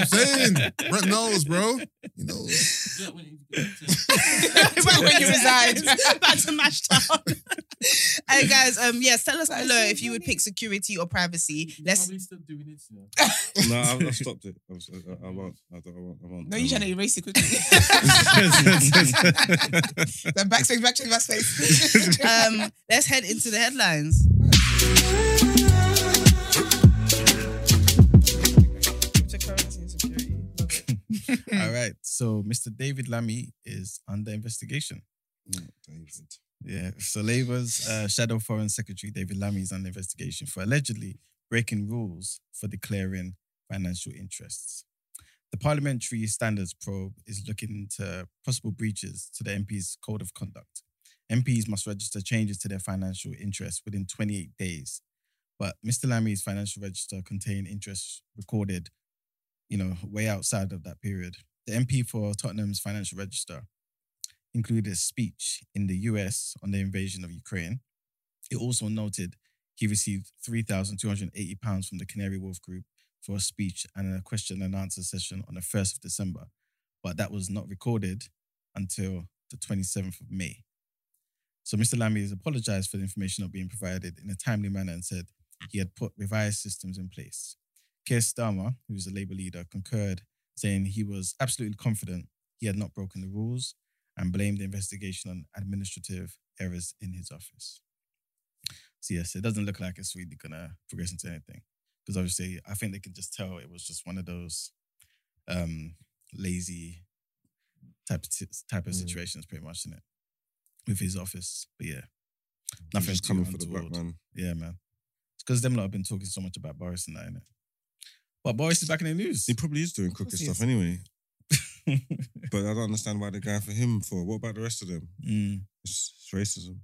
S4: saying. Brent knows, bro. You know.
S6: Do that when you get to-
S3: When you reside.
S1: back to mash down. hey guys, um, yes, tell us
S3: That is
S1: below
S3: so
S1: if you would
S3: funny.
S1: pick security or privacy.
S6: you're
S1: Let's
S6: probably still doing it, you know.
S2: No, I've, I've stopped it. I, was, I, I won't. I, don't, I won't. I won't.
S3: No,
S2: I
S3: you're trying to
S2: won't.
S3: erase it quickly. then backspace, backspace, backspace.
S1: um, let's head into the headlines.
S3: Cryptocurrency and security. Love it.
S5: All right. So Mr. David Lammy is under investigation.
S2: No, David.
S5: Yeah. So Labour's uh, shadow foreign secretary David Lammy is under investigation for allegedly breaking rules for declaring financial interests. The Parliamentary Standards Probe is looking into possible breaches to the MP's code of conduct. MPs must register changes to their financial interests within 28 days. But Mr. Lammy's financial register contained interests recorded, you know, way outside of that period. The MP for Tottenham's financial register included a speech in the US on the invasion of Ukraine. It also noted he received £3,280 from the Canary Wolf Group for a speech and a question and answer session on the 1st of December, but that was not recorded until the 27th of May. So Mr. Lamy has apologized for the information not being provided in a timely manner and said he had put revised systems in place. Keir Starmer, who was the Labour leader, concurred, saying he was absolutely confident he had not broken the rules and blamed the investigation on administrative errors in his office. So, yes, it doesn't look like it's really going to progress into anything because obviously I think they can just tell it was just one of those um, lazy type of, si- type of
S2: Mm.
S5: situations, pretty much, in it with his office. But yeah,
S2: He's
S5: nothing's
S2: coming
S5: coming
S2: for the black
S5: untoward.
S2: man.
S5: Yeah, man. It's because them lot have been talking so much about Boris and that, innit? But Boris is back in the news.
S2: He probably is doing
S1: course
S2: crooked
S1: he
S2: stuff
S1: is.
S2: anyway. But I don't understand why the guy for him for. What about the rest of them?
S5: Mm.
S2: It's, it's racism.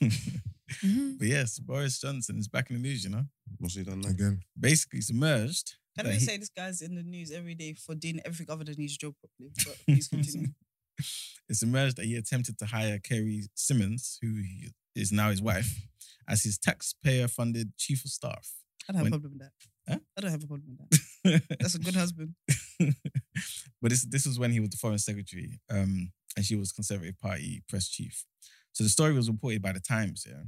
S3: Mm-hmm.
S5: but yes, Boris Johnson is back in the news, you know?
S2: What's he done now?
S4: Again,
S5: Basically submerged.
S1: Can
S5: that
S1: I
S5: he-
S1: just say this guy's in the news every day for doing everything other than his job properly? But please continue.
S5: It's emerged that he attempted to hire Kerry Simmons, who he is now his wife, as his taxpayer funded chief of staff.
S1: I don't have
S5: When-
S1: a problem with that.
S5: Huh?
S1: I don't have a problem with that. That's a good husband.
S5: but this this was when he was the foreign secretary, um, and she was Conservative Party press chief. So the story was reported by the Times, yeah,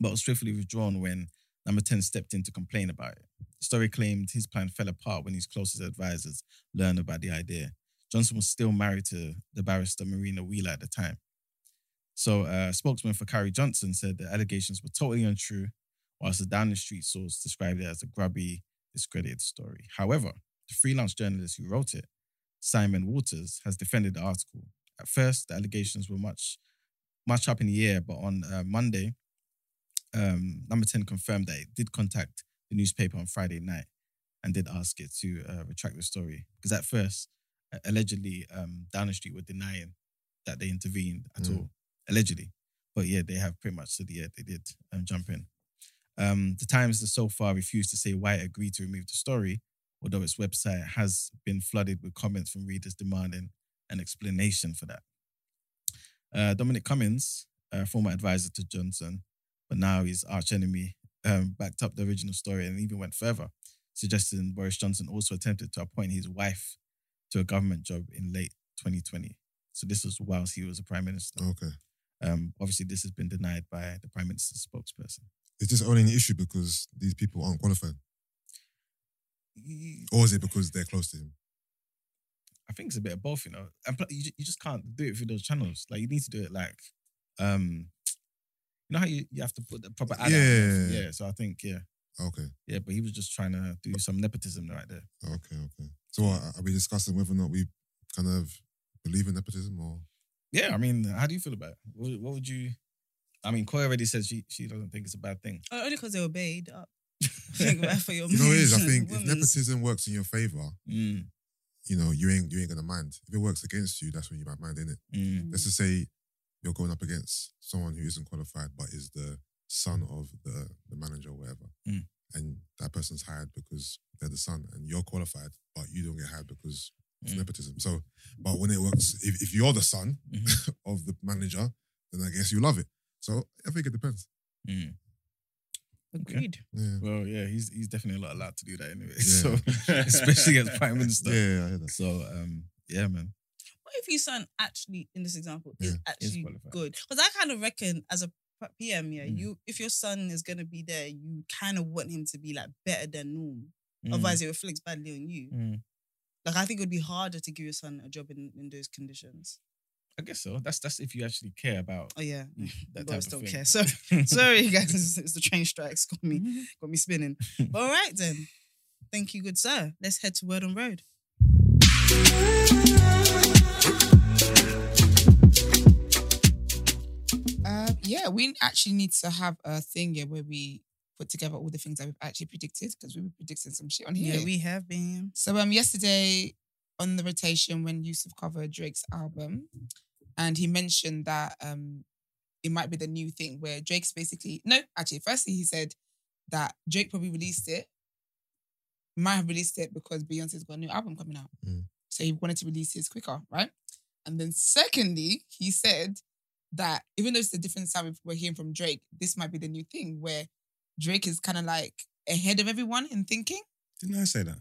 S5: but was swiftly withdrawn when Number Ten stepped in to complain about it. The story claimed his plan fell apart when his closest advisors learned about the idea. Johnson was still married to the barrister Marina Wheeler at the time. So uh, a spokesman for Carrie Johnson said the allegations were totally untrue, whilst a down the street source described it as a grubby, discredited story. However, the freelance journalist who wrote it, Simon Waters, has defended the article. At first, the allegations were much, much up in the air, but on uh, Monday, um, Number 10 confirmed that it did contact the newspaper on Friday night and did ask it to uh, retract the story. Because at first, uh, allegedly, um, Downing Street were denying that they intervened at
S4: Mm.
S5: all, allegedly. But yeah, they have pretty much said, yeah, they did um, jump in. Um, the Times has so far refused to say why it agreed to remove the story, although its website has been flooded with comments from readers demanding an explanation for that. Uh, Dominic Cummings, uh, former advisor to Johnson, but now his archenemy, um, backed up the original story and even went further, suggesting Boris Johnson also attempted to appoint his wife to a government job in late 2020. So this was whilst he was a prime minister.
S4: okay.
S5: Um, obviously, this has been denied by the prime minister's spokesperson.
S4: It's just only an issue because these people aren't qualified,
S5: I
S4: or is it because they're close to him?
S5: think it's a bit of both, you know. And pl- you, ju- you just can't do it through those channels. Like you need to do it like, um, you know how you, you have to put the proper ad out?
S4: Yeah.
S5: yeah. So I think yeah,
S4: Okay,
S5: yeah. But he was just trying to do some nepotism right there.
S4: okay, okay. So what, are we discussing whether or not we kind of believe in nepotism or?
S5: Yeah, I mean, how do you feel about it? What, what would you? I mean, Koi already said she she doesn't think it's a bad thing.
S1: Oh, only because they obeyed. Uh, think about for your
S4: You know, what it is. I
S1: men's
S4: think
S1: and
S4: if
S1: women's.
S4: nepotism works in your favor,
S5: Mm,
S4: you know, you ain't you ain't gonna mind. If it works against you, that's when you might mind, innit?
S5: mm,
S4: Let's just say you're going up against someone who isn't qualified but is the son of the, the manager or whatever.
S5: Mm.
S4: And that person's hired because they're the son and you're qualified, but you don't get hired because it's
S5: Mm.
S4: nepotism. So but when it works, if, if you're the son
S5: Mhm.
S4: of the manager, then I guess you love it. So I think it depends.
S5: mm.
S1: Agreed.
S4: Yeah.
S5: Well, yeah, he's he's definitely not allowed to do that anyway.
S4: Yeah.
S5: So especially as prime minister.
S4: Yeah, yeah, I hear that.
S5: So um, yeah, man.
S1: What if your son actually, in this example, is
S4: Yeah.
S5: Is
S1: actually
S5: qualified.
S1: good? Because I kind of reckon as a p- PM, yeah,
S5: Mm.
S1: you if your son is gonna be there, you kind of want him to be like better than norm.
S5: Mm,
S1: Otherwise, it reflects badly on you.
S5: mm.
S1: Like I think it would be harder to give your son a job in, in those conditions.
S5: I guess so. That's that's if you actually care about
S1: Oh yeah,
S5: mm, that type
S1: boys
S5: of
S1: don't
S5: thing. Oh,
S1: care. So sorry, guys, it's, it's the train strikes got me got me spinning. But all right then, thank you, good sir. Let's head to Word on Road.
S3: Uh, yeah, we actually need to have a thing here where we put together all the things that we've actually predicted because we were predicting some shit on here.
S1: Yeah, we have been.
S3: so um, yesterday on the rotation when Yusuf covered Drake's album, and he mentioned that um, it might be the new thing where Drake's basically no, actually, firstly he said that Drake probably released it, might have released it because Beyonce's got a new album coming out,
S4: Mm.
S3: so he wanted to release his quicker, right? And then secondly, he said that even though it's a different sound we've- we're hearing from Drake, this might be the new thing where Drake is kind of like ahead of everyone in thinking.
S2: Didn't I say that?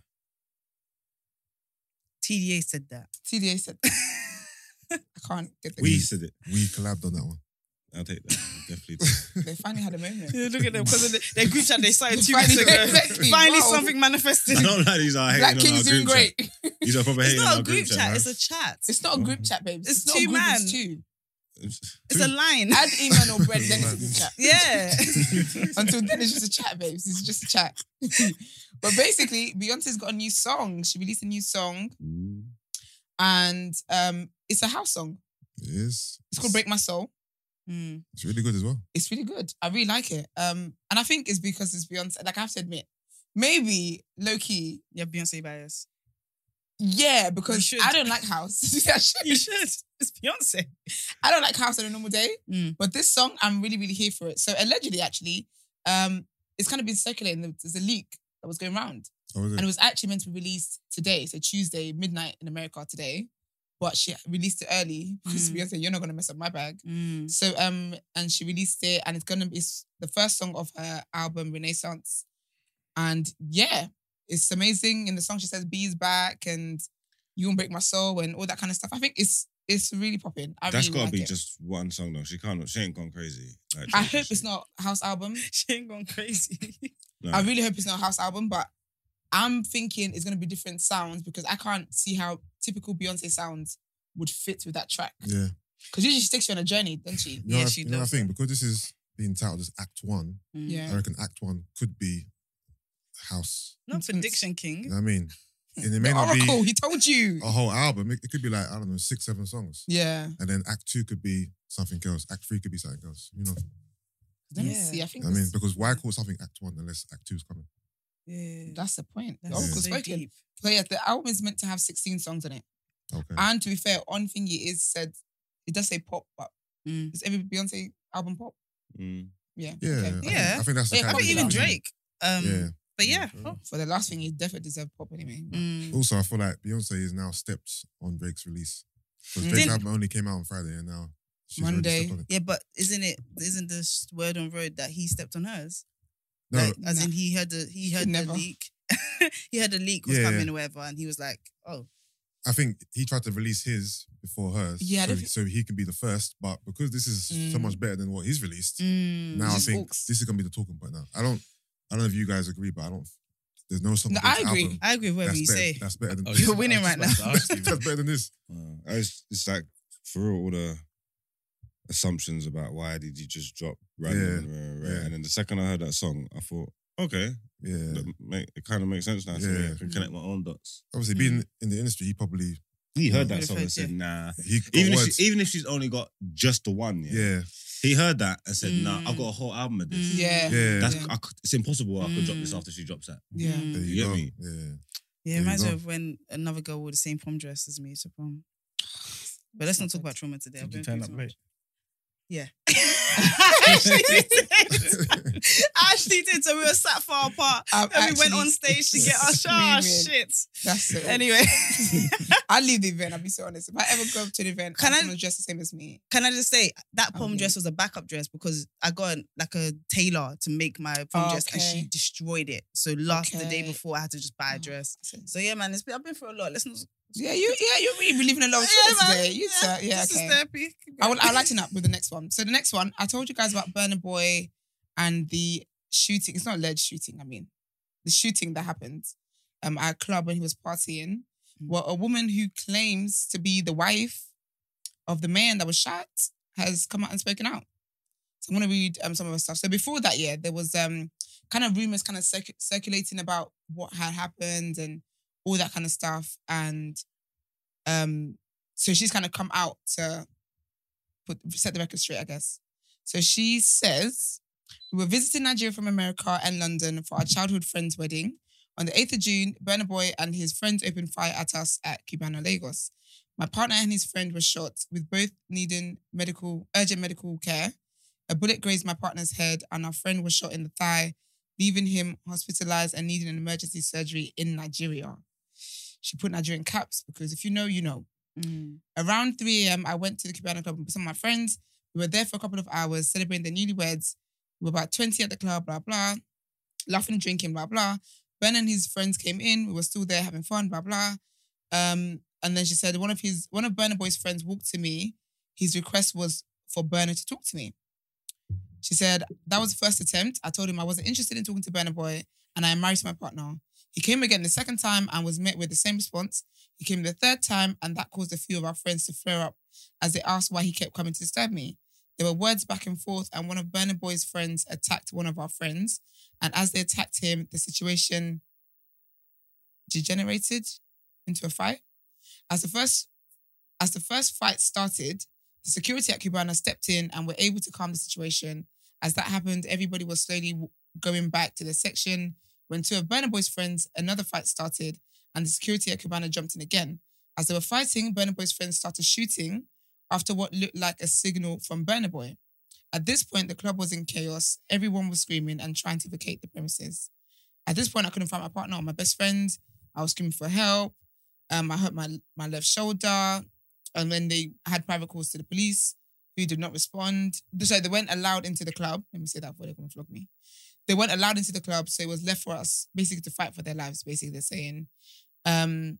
S1: TDA said that.
S3: TDA said, I can't get the
S2: We said it.
S4: We collabed on that one.
S2: I'll take that. Definitely. take that.
S3: They finally had a moment.
S1: Yeah, look at them because their group chat they started two weeks
S3: Finally-
S1: ago.
S3: Exactly.
S1: Finally,
S3: Wow.
S1: something manifested.
S2: I don't like these are hating
S3: Black
S2: on
S3: King's
S2: our
S3: doing
S2: group
S3: great.
S2: chat. These are probably
S1: It's
S2: hating on
S1: not
S2: our
S1: a group chat.
S2: man.
S1: It's a chat. It's,
S3: It's not a group chat, babes.
S1: It's
S3: not
S1: two
S3: a group,
S1: man.
S3: It's two.
S1: a line.
S3: Add email or bread, then it's a group chat.
S1: yeah.
S3: Until then, it's just a chat, babes. It's just a chat. but basically, Beyonce's got a new song. She released a new song,
S2: Mm,
S3: and um, it's a house song.
S4: It is.
S3: It's called Break My Soul.
S1: Mm.
S4: It's really good as well.
S3: It's really good. I really like it. Um, and I think it's because it's Beyonce. Like I have to admit, maybe low key,
S1: Yeah, Beyonce bias.
S3: yeah, because
S1: should.
S3: I don't like house. I should.
S1: You should. It's Beyonce.
S3: I don't like house on a normal day,
S1: Mm.
S3: but this song I'm really, really here for it. So allegedly, actually, um, it's kind of been circulating. There- There's a leak that was going around,
S1: Oh,
S4: How is
S3: and it
S4: it?
S3: was actually meant to be released today, so Tuesday midnight in America today, but she released it early because
S1: Mm.
S3: Beyonce, you're not gonna mess up my bag.
S1: Mm.
S3: So um, and she released it, and it's gonna be it's the first song of her album Renaissance, and yeah, it's amazing. In the song, she says "Bees back" and "You won't break my soul" and all that kind of stuff. I think it's it's really popping. I
S2: That's
S3: really
S2: gotta
S3: like
S2: be
S3: it.
S2: just one song though. She can't. She ain't gone crazy. Like,
S3: I
S2: she-
S3: hope
S2: she-
S3: it's not a house album.
S1: She ain't gone crazy.
S2: no.
S3: I really hope it's not a house album, but I'm thinking it's gonna be different sounds because I can't see how typical Beyonce sounds would fit with that track.
S4: Yeah.
S3: Because usually she takes you on a journey, doesn't she?
S4: You know,
S1: Yeah,
S4: what I-
S1: she
S4: you know what I
S1: does
S4: think? Because this is being titled as Act One,
S1: Mm.
S3: Yeah.
S4: I reckon Act One could be house.
S1: Not for Diction King.
S4: You know what I mean? And it
S3: The
S4: may not
S3: Oracle,
S4: be Oh.
S3: he told you.
S4: a whole album. It, it could be like, I don't know, six, seven songs.
S3: Yeah.
S4: And then Act Two could be something else. Act Three could be something else. You know,
S3: Let me
S1: Yeah.
S3: see. I think
S4: I mean,
S3: this-
S4: because why call something Act One unless Act Two is coming?
S1: Yeah.
S3: that's the point. The
S1: That's
S4: Yeah.
S3: Oracle
S1: so
S3: spoken.
S1: deep.
S3: So yeah, the album is meant to have 16 songs on it.
S4: Okay.
S3: And to be fair, on thing it is said, it does say pop, but
S1: Mm.
S3: is every Beyonce album pop?
S2: Mm.
S3: Yeah.
S4: yeah, I
S3: okay.
S4: think-
S1: Yeah.
S4: I think that's the
S3: Yeah,
S4: kind
S1: Probably
S4: of
S3: Probably
S1: even
S3: not.
S4: thing.
S1: Drake. Um,
S4: Yeah.
S1: But yeah.
S4: Yeah.
S1: Oh.
S3: For the last thing, it definitely deserved pop anyway. but-
S1: Mm.
S4: Also, I feel like Beyonce is now stepped on Drake's release because Drake's
S1: Didn't-
S4: album only came out on Friday, and now she's already
S3: Monday.
S4: stepped on it.
S1: Mm, Yeah, but isn't it isn't this word on road that he stepped on hers?
S4: No,
S1: like, as
S3: Nah.
S1: in he had the he had
S3: Never.
S1: the leak. he had a leak was
S4: Yeah,
S1: coming or whatever, and he was like, "Oh,
S4: I think he tried to release his before hers.
S3: Yeah, I
S4: so,
S3: don't thi-
S4: so he can be the first. But because this is so
S3: Mm.
S4: much better than what he's released,
S1: mm.
S4: now I
S3: Just
S4: think
S3: orcs.
S4: this is gonna be the talking point. Now, I don't, I don't know if you guys agree, but I don't. There's no song.
S3: No,
S4: on this
S3: I agree.
S4: album
S1: I agree with whatever
S4: That's
S1: you
S4: better,
S1: say."
S4: That's better than.
S5: Oh,
S1: You're winning right now.
S4: that's better than this.
S2: Wow. Uh, It's, it's like for real, all the assumptions about why did you just drop random,
S4: Yeah.
S2: rah, rah, rah.
S4: Yeah.
S2: and then the second I heard that song, I thought, okay,
S4: Yeah.
S2: that make, it kind of makes sense now. To me.
S4: Yeah.
S2: I can connect my own dots.
S4: Obviously,
S1: Mm.
S4: being in the industry, he probably
S2: He heard
S1: Would've
S2: that song
S1: heard,
S2: and said, nah.
S4: he got
S2: Even if,
S4: words.
S2: she, even if she's only got just the one, yeah.
S4: yeah,
S2: He heard that and said, "Nah,
S1: Mm.
S2: I've got a whole album of this.
S1: Mm.
S3: Yeah. Yeah.
S4: yeah.
S2: That's
S3: Yeah.
S2: I could- it's impossible. I could drop this
S1: Mm.
S2: after she drops that.
S4: there
S1: Mm.
S4: you,
S2: You get
S4: go.
S2: me?
S4: Yeah.
S1: Yeah,
S4: There you
S1: it reminds me
S4: go.
S1: of when another girl wore the same prom dress as me to prom. But let's not talk about trauma today. I've
S5: Did you
S1: been through
S5: turn up
S1: too
S5: late?
S1: much. Yeah. I actually did. I actually did. So we were sat far apart.
S3: I've
S1: And we went
S3: actually-
S1: on stage to get our shower.
S3: Screaming.
S1: Shit.
S3: That's so
S1: Anyway,
S3: I leave the event. I'll be so honest. If I ever go to the event,
S1: Can
S3: can
S1: I-
S3: I dress the same as me?
S1: can I just say that prom
S3: Okay.
S1: dress was a backup dress because I got like a tailor to make my prom dress and she
S3: Okay.
S1: destroyed it. So last the day
S3: Okay.
S1: before I had to just buy a
S3: Oh.
S1: dress. So yeah, man, it's been, I've been through a lot. Let's not. Oh,
S3: Yeah, you. Yeah, you're really believing a lot of
S1: yeah,
S3: things today. You, yeah, yeah
S1: this
S3: okay.
S1: is therapy.
S3: I will. I'll lighten up with the next one. So the next one, I told you guys about Burner Boy and the shooting. It's not alleged shooting. I mean, the shooting that happened um, at a club when he was partying. Well, a woman who claims to be the wife of the man that was shot has come out and spoken out. So I'm gonna read um, some of her stuff. So before that, yeah, there was um, kind of rumors kind of circ- circulating about what had happened and all that kind of stuff. And um, so she's kind of come out to put set the record straight, I guess. So she says, We were visiting Nigeria from America and London for our childhood friend's wedding. On the 8th of June, Burner Boy and his friends opened fire at us at Cubana, Lagos. My partner and his friend were shot, with both needing medical urgent medical care. A bullet grazed my partner's head, and our friend was shot in the thigh, leaving him hospitalized and needing an emergency surgery in Nigeria. She put Nigerian caps because if you know, you know.
S1: Mm.
S3: Around 3 a.m., I went to the Cubana Club with some of my friends. We were there for a couple of hours celebrating the newlyweds. We were about 20 at the club, blah, blah, laughing, drinking, blah, blah. Ben and his friends came in. We were still there having fun, blah, blah. Um, and then she said one of his one of Burner Boy's friends walked to me. His request was for Burner to talk to me. She said, That was the first attempt. I told him I wasn't interested in talking to Burner Boy and I am married to my partner. He came again the second time and was met with the same response. He came the third time and that caused a few of our friends to flare up as they asked why he kept coming to disturb me. There were words back and forth, and one of Burner Boy's friends attacked one of our friends. And as they attacked him, the situation degenerated into a fight. As the first as the first fight started, the security at Cubana stepped in and were able to calm the situation. As that happened, everybody was slowly w- going back to their section. When two of Burner Boy's friends, another fight started, and the security at Cubana jumped in again. As they were fighting, Burner Boy's friends started shooting after what looked like a signal from Burner Boy. At this point, the club was in chaos. Everyone was screaming and trying to vacate the premises. At this point, I couldn't find my partner or my best friend. I was screaming for help. Um, I hurt my, my left shoulder. And then they had private calls to the police, who did not respond. So they weren't allowed into the club. Let me say that before they come and flog me. They weren't allowed into the club, so it was left for us basically to fight for their lives. Basically, they're saying, um,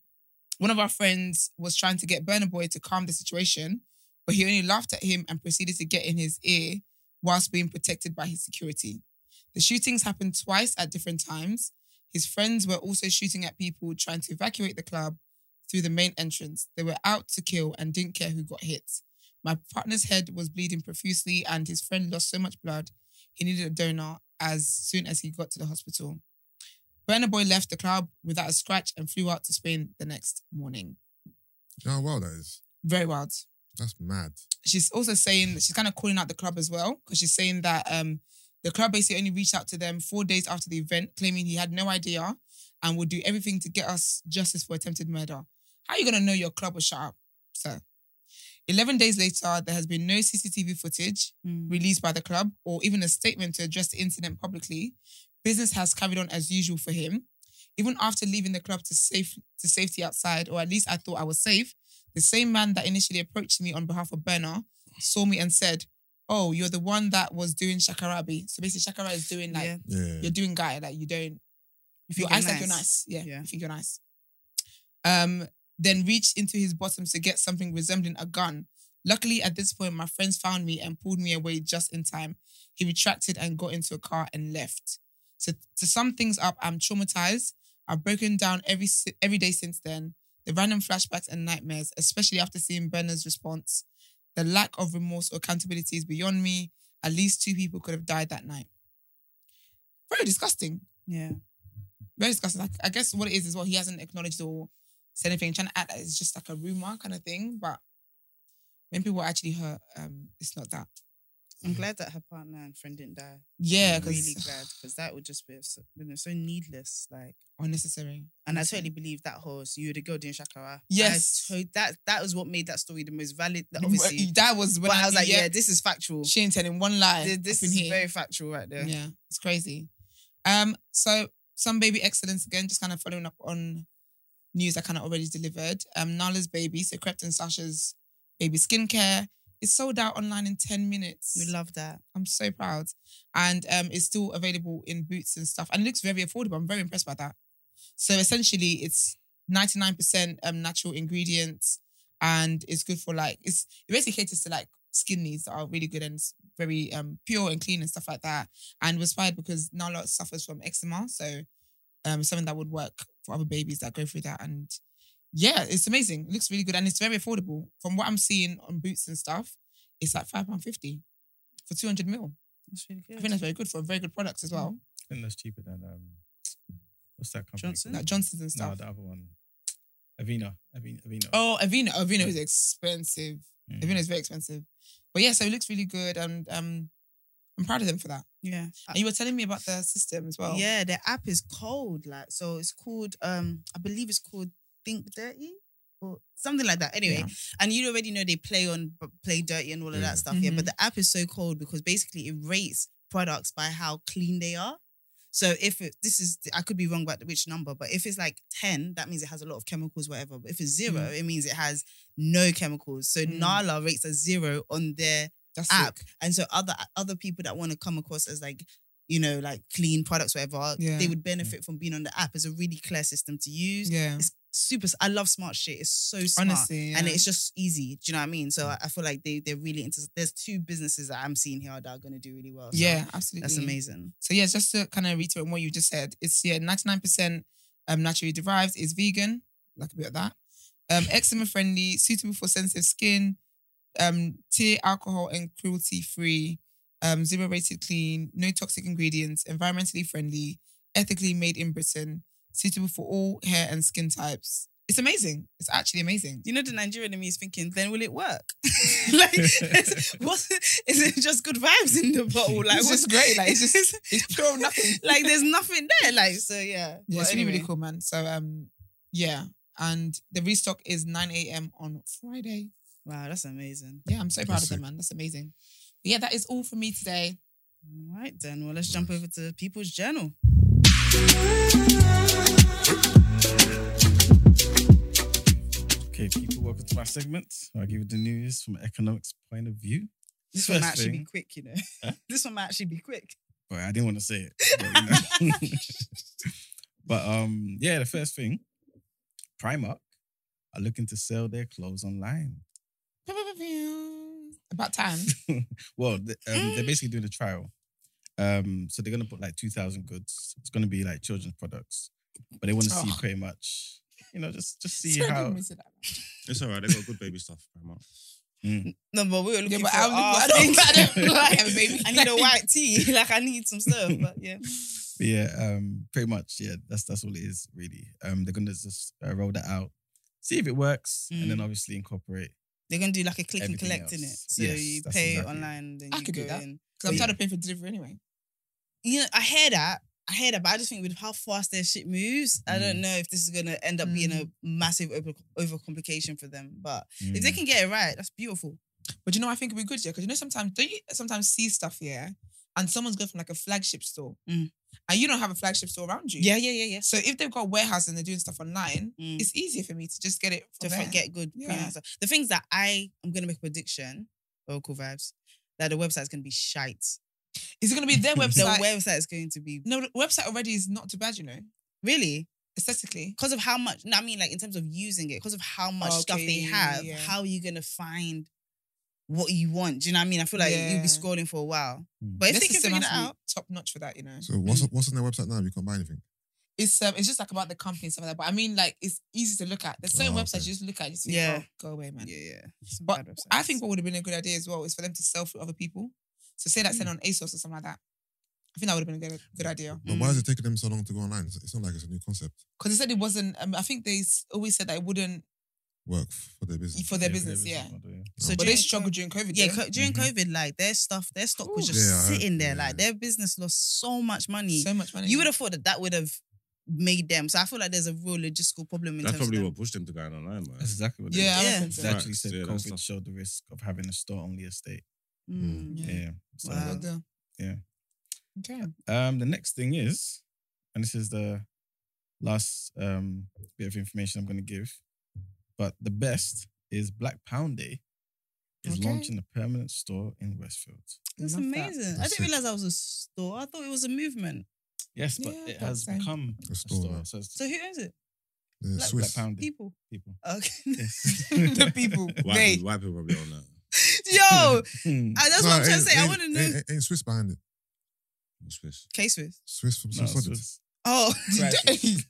S3: one of our friends was trying to get Burner Boy to calm the situation, but he only laughed at him and proceeded to get in his ear whilst being protected by his security. The shootings happened twice at different times. His friends were also shooting at people trying to evacuate the club through the main entrance. They were out to kill and didn't care who got hit. My partner's head was bleeding profusely, and his friend lost so much blood, he needed a donor as soon as he got to the hospital. Burner Boy left the club without a scratch and flew out to Spain the next morning.
S4: You know how wild that is?
S3: Very wild.
S4: That's mad.
S3: She's also saying she's kind of calling out the club as well because she's saying that um, the club basically only reached out to them four days after the event, claiming he had no idea and would do everything to get us justice for attempted murder. How are you going to know your club will shut up, sir? 11 days later, there has been no CCTV footage
S1: mm.
S3: released by the club or even a statement to address the incident publicly. Business has carried on as usual for him. Even after leaving the club to, safe, to safety outside, or at least I thought I was safe, the same man that initially approached me on behalf of Burner saw me and said, Oh, you're the one that was doing Shakarabi. So basically, Shakara is doing like,
S1: yeah.
S4: Yeah.
S3: you're doing guy, like you don't
S1: If you
S3: you your eyes
S1: get
S3: like you're nice. Yeah,
S1: Yeah.
S3: you think you're nice. Um, then reached into his bottoms to get something resembling a gun. Luckily, at this point, my friends found me and pulled me away just in time. He retracted and got into a car and left. So to sum things up, I'm traumatized. I've broken down every si- every day since then. The random flashbacks and nightmares, especially after seeing Bernard's response. The lack of remorse or accountability is beyond me. At least two people could have died that night. Very disgusting
S1: Yeah.
S3: very disgusting. Like, I guess what it is is what he hasn't acknowledged or said anything, trying to act that it's just like a rumor kind of thing. But when people are actually hurt, um, it's not that.
S1: I'm glad that her partner and friend didn't die.
S3: Yeah,
S1: I'm
S3: because
S1: Mm. really glad because that would just be so, been so needless. Like,
S3: unnecessary.
S1: and I totally believe that horse. You were the girl doing Shakara.
S3: Yes.
S1: I to- that that was what made that story the most valid. like, Obviously,
S3: that was when
S1: but I was like, yeah, this is factual.
S3: she ain't telling one lie.
S1: Th- This
S3: up in
S1: is
S3: here.
S1: very factual right there.
S3: Yeah, it's crazy. Um, so some baby excellence again, just kind of following up on news I kind of already delivered. Um, Nala's baby, so Crept and Sasha's baby skincare is sold out online in ten minutes.
S1: We love that.
S3: I'm so proud. And um, it's still available in boots and stuff. And it looks very affordable. I'm very impressed by that. So essentially, it's 99% um, natural ingredients and it's good for like, it's, it basically caters to like skin needs that are really good and it's very um, pure and clean and stuff like that. And was fired because Nala suffers from eczema. So um, something that would work for other babies that go through that. And yeah, it's amazing. It looks really good and it's very affordable. From what I'm seeing on boots and stuff, it's like £5.50 for 200 mil.
S1: That's really
S3: I think
S1: good.
S3: that's very good for a very good products as well.
S5: I think that's cheaper than um, what's that company?
S1: Johnson?
S5: called?
S3: Like Johnson's and
S5: No,
S3: stuff.
S5: the other one, Avena. Avena. Avena.
S3: Oh, Avena. Avena is expensive.
S5: Mm.
S3: Avena is very expensive. But yeah, so it looks really good and um I'm proud of them for that.
S1: Yeah.
S3: And you were telling me about the system as well.
S1: Yeah, the app is cold. Like, so it's called um, I believe it's called Think Dirty or something like that. Anyway,
S3: Yeah.
S1: and you already know they play on play dirty and all of
S4: Yeah.
S1: that stuff. Yeah, but the app is so cold because basically it rates products by how clean they are. So if it, this is, I could be wrong about which number, but if it's like ten, that means it has a lot of chemicals, whatever. But if it's zero, it means it has no chemicals. So
S3: Mm.
S1: Nala rates a zero on their
S3: That's
S1: app.
S3: sick.
S1: And so other other people that want to come across as like, you know, like clean products, whatever,
S3: Yeah.
S1: they would benefit from being on the app. It's a really clear system to use.
S3: Yeah.
S1: It's super. I love smart shit. It's so smart.
S3: Honestly,
S1: And
S3: yeah.
S1: it's just easy. Do you know what I mean? So I, I feel like they they're really into. There's two businesses that I'm seeing here that are going to do really well. So
S3: yeah, absolutely.
S1: that's amazing.
S3: So yeah, just to kind of reiterate what you just said, it's yeah, ninety nine percent um naturally derived, is vegan, like a bit of that, um eczema friendly, suitable for sensitive skin, um tear alcohol and cruelty free, um zero rated clean, no toxic ingredients, environmentally friendly, ethically made in Britain, suitable for all hair and skin types. It's amazing. It's actually amazing.
S1: You know, the Nigerian in me is thinking, then will it work? like, it's, what is it? Just good vibes in the bottle? Like,
S3: It's
S1: what's
S3: just great. Like it's just it's pure nothing.
S1: like there's nothing there. Like, so yeah.
S3: Yeah,
S1: But
S3: it's really, really
S1: anyway.
S3: cool, man. So um, yeah. And the restock is 9 a.m. on Friday.
S1: Wow, that's amazing.
S3: Yeah, I'm so proud
S4: That's
S3: of that,
S4: sick.
S3: man. That's amazing. But yeah, that is all for me today.
S1: All right, then. Well, let's jump over to People's Journal.
S5: Okay, people, welcome to my segment. I'll give you the news from an economics point of view.
S1: This one might
S5: First
S1: actually be
S5: thing-
S1: quick, you know. this one might actually be quick.
S5: But I didn't want to say it. But, you know. But, um, yeah, the first thing, Primark are looking to sell their clothes online.
S3: About time.
S5: well, th- um,
S3: Mm.
S5: they're basically doing a trial. Um, so they're gonna put like two thousand goods. It's gonna be like children's products, but they want to see
S3: Oh.
S5: pretty much, you know, just just see
S3: Sorry, I
S5: how.
S3: didn't mean to say that.
S2: It's all right. They got good baby stuff. Grandma.
S1: No, but we were
S3: Yeah,
S1: looking
S3: but
S1: for.
S3: I, was,
S1: our
S3: I don't, I
S1: things.
S3: don't like a baby.
S1: I need a white tee. Like I need some stuff. But yeah,
S5: But yeah, um, pretty much, yeah, that's that's all it is really. Um, they're gonna just uh, roll that out, see if it works, and
S3: Mm.
S5: then obviously incorporate.
S1: they're gonna do like a click
S5: Everything
S1: and collect in it.
S5: else.
S1: So
S5: Yes,
S1: you
S5: that's
S1: pay
S5: exactly it.
S1: online, then
S3: I
S1: you
S3: could
S1: go
S3: do that.
S1: in.
S3: Because I'm tired of paying for delivery anyway.
S1: You know, I hear that. I hear that, but I just think with how fast their shit moves, I
S3: Mm.
S1: don't know if this is gonna end up being a massive over overcomplication for them. But if they
S5: Mm.
S1: can get it right, that's beautiful.
S3: But you know, I think it'd be good, yeah, because you know, sometimes don't you sometimes see stuff here, and someone's going from like a flagship store,
S1: Mm.
S3: and you don't have a flagship store around you.
S1: Yeah, yeah, yeah, yeah.
S3: So if they've got a warehouse and they're doing stuff online,
S1: Mm.
S3: it's easier for me to just get it
S1: to
S3: from there.
S1: get good premium
S3: Oh, Yeah.
S1: stuff. The things that I am gonna make a prediction, oh cool vibes, that the website's gonna be shite.
S3: Is it going to be their
S1: The
S3: website?
S1: website is going to be
S3: no, the website already is not too bad, you know,
S1: really
S3: aesthetically.
S1: because of how much. No, I mean like in terms of using it, because of how much stuff
S3: Okay,
S1: they have.
S3: yeah.
S1: How are you gonna find what you want? Do you know what I mean? I feel like you'll
S3: Yeah.
S1: be scrolling for a while,
S5: Mm.
S1: but if
S3: Their
S1: they can
S3: system
S1: figure
S3: has
S1: that
S3: to be
S1: out,
S3: top notch for that, you know.
S4: So
S1: Mm.
S4: what's what's on their website now? You can't buy anything.
S3: It's um, it's just like about the company and stuff like that. But I mean, like it's easy to look at. There's certain
S4: Oh,
S3: websites
S4: okay.
S3: you just look at, and just think,
S1: Yeah.
S3: oh, go away, man.
S1: yeah, yeah. Some
S3: But
S1: bad
S3: I
S1: websites.
S3: think what would have been a good idea as well is for them to sell through other people. So say that's sent on ASOS or something like that. I think that would have been a good, good idea.
S4: But
S1: Mm.
S4: why is it taking them so long to go online? It's, it's not like it's a new concept.
S3: Because they said it wasn't. Um, I think they s- always said that it wouldn't
S4: Work f- for their business.
S3: for their business. Yeah,
S5: model,
S1: so
S3: but they
S1: during
S3: struggled
S1: COVID-
S3: during COVID.
S1: Yeah,
S3: though.
S1: co- during
S5: Mhm.
S1: COVID, like their stuff, their stock was
S3: Ooh.
S1: just
S4: Yeah, I heard-
S1: sitting there.
S4: yeah.
S1: Like their business lost so much money.
S3: so much money.
S1: You would have thought that that would have made them. So I feel like there's a real logistical problem in
S2: That's
S1: terms
S2: probably
S1: of
S2: what pushed them to going online, man.
S5: That's exactly what.
S3: Yeah,
S5: Yeah,
S3: I
S1: Yeah.
S3: reckon
S5: they
S3: so.
S5: did. They actually
S2: Facts,
S5: said
S2: yeah, that's
S5: COVID
S2: tough.
S5: showed the risk of having a store-only estate.
S1: what. Mm.
S3: Yeah.
S5: Yeah. So
S1: Wow.
S3: Yeah.
S5: Yeah.
S3: uh, Okay.
S5: Um, the next thing is, and this is the last um, bit of information I'm going to give, but the best is Black Pound Day is
S3: Okay.
S5: launching a permanent store in Westfield.
S1: That's
S3: Love that.
S1: amazing. I
S4: That's
S1: didn't
S4: it.
S1: realize that was a store. I thought it was a movement.
S5: Yes, but
S3: Yeah,
S5: it
S3: that's
S5: has
S3: fine.
S5: become
S4: A
S5: a
S4: store,
S5: store.
S4: right.
S5: So it's
S1: So who owns it?
S4: They're
S1: Black-
S5: Black
S4: Swiss.
S5: Pound Day.
S1: People.
S5: People.
S1: Okay.
S5: Yes.
S3: the people.
S2: White,
S3: they.
S2: people, white people probably don't know.
S1: Yo, I,
S5: Hmm.
S1: that's what I'm trying
S4: No,
S1: to
S4: ain't-
S1: say. I
S4: ain't-
S1: want to know.
S4: Ain't, ain't Swiss behind it.
S2: What's this?
S1: Case with.
S4: Swiss from
S5: No,
S4: Swiss
S5: it's
S4: Sausage.
S5: just-
S1: Oh,
S5: Christ.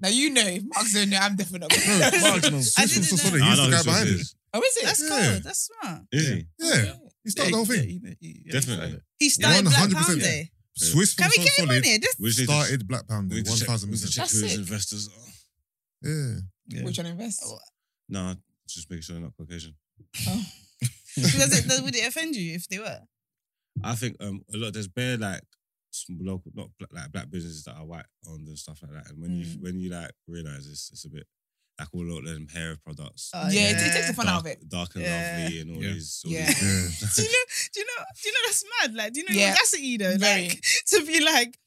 S3: Now you know, if Mark's don't know, I'm definitely not.
S4: No,
S3: gonna-
S1: I
S4: Mark's not. Hmm, Swiss from
S1: didn't
S4: Swiss
S1: know.
S4: Sausage.
S2: Nah, I
S4: He's
S2: know
S4: the guy
S2: who Swiss
S4: behind it.
S2: is.
S3: oh, is it?
S1: that's
S4: Yeah.
S1: cool. That's smart.
S2: Is he?
S4: Yeah, he started the whole
S5: Yeah,
S4: thing.
S5: he- he- yeah,
S2: Definitely.
S5: he-
S1: He started
S4: You're
S1: Black
S4: 100%
S1: Pound
S4: yeah.
S1: Day.
S4: Swiss from
S1: Can we
S4: Swiss
S1: get him on
S4: Solid
S1: here? This
S2: We just need to-
S4: started Black
S2: we
S4: Pound Day.
S2: need to
S4: One
S2: check-
S4: thousand
S2: we need to
S4: percent.
S2: check who
S3: That's
S2: his
S3: it.
S2: investors are.
S4: Yeah.
S5: yeah.
S3: We're trying to invest.
S2: Nah, just make sure they're not Caucasian.
S1: because it, would it offend you if they were?
S2: I think um a lot there's bare like some local not black, like black businesses that are white owned and stuff like that. And when
S3: Mm.
S2: you when you like realize it's it's a bit like all of them hair products,
S1: Oh,
S3: yeah, It,
S1: yeah.
S3: it takes the Uh, fun
S2: dark,
S3: out of it.
S2: dark and
S1: Yeah.
S2: lovely, and all
S5: Yeah.
S2: these. All
S3: Yeah.
S2: these
S4: Yeah.
S1: do you know? Do you know? Do you know that's mad? Like, do you know
S3: Yeah.
S1: yeah. audacity though?
S3: Very.
S1: Like to be like,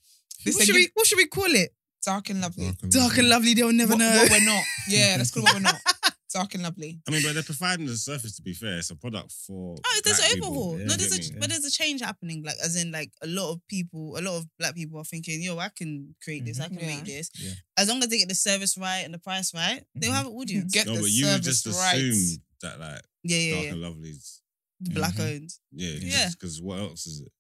S3: They
S1: what
S3: said
S1: should
S3: you-
S1: we? What should we call it?
S3: Dark and lovely.
S4: Dark and Mm.
S1: Dark and lovely. They'll never
S3: what,
S1: know.
S3: what we're not. Yeah, that's cool. What we're not. dark and lovely.
S2: I mean, but they're providing the surface. To be fair, it's a product for.
S1: Oh, there's
S2: black
S1: an
S2: people.
S1: overhaul.
S2: Yeah,
S1: no,
S2: you
S1: there's
S2: get
S1: a
S2: me?
S1: but there's a change happening. Like as in like a lot of people, a lot of black people are thinking, yo, I can create this, I
S2: Mm-hmm.
S1: can
S3: Yeah.
S1: make this.
S5: Yeah.
S1: As long as they get the service right and the price right, they'll
S2: Mm-hmm.
S5: Mhm.
S1: have an audience.
S3: Get
S2: No,
S3: the
S2: but you would
S3: service
S2: just
S3: right.
S2: assume that like
S1: yeah, yeah,
S2: Dark
S1: yeah.
S2: and Lovely's
S1: Black
S5: Mhm.
S2: Mm-hmm.
S1: owned.
S2: yeah,
S1: Yeah.
S2: Because what else is it?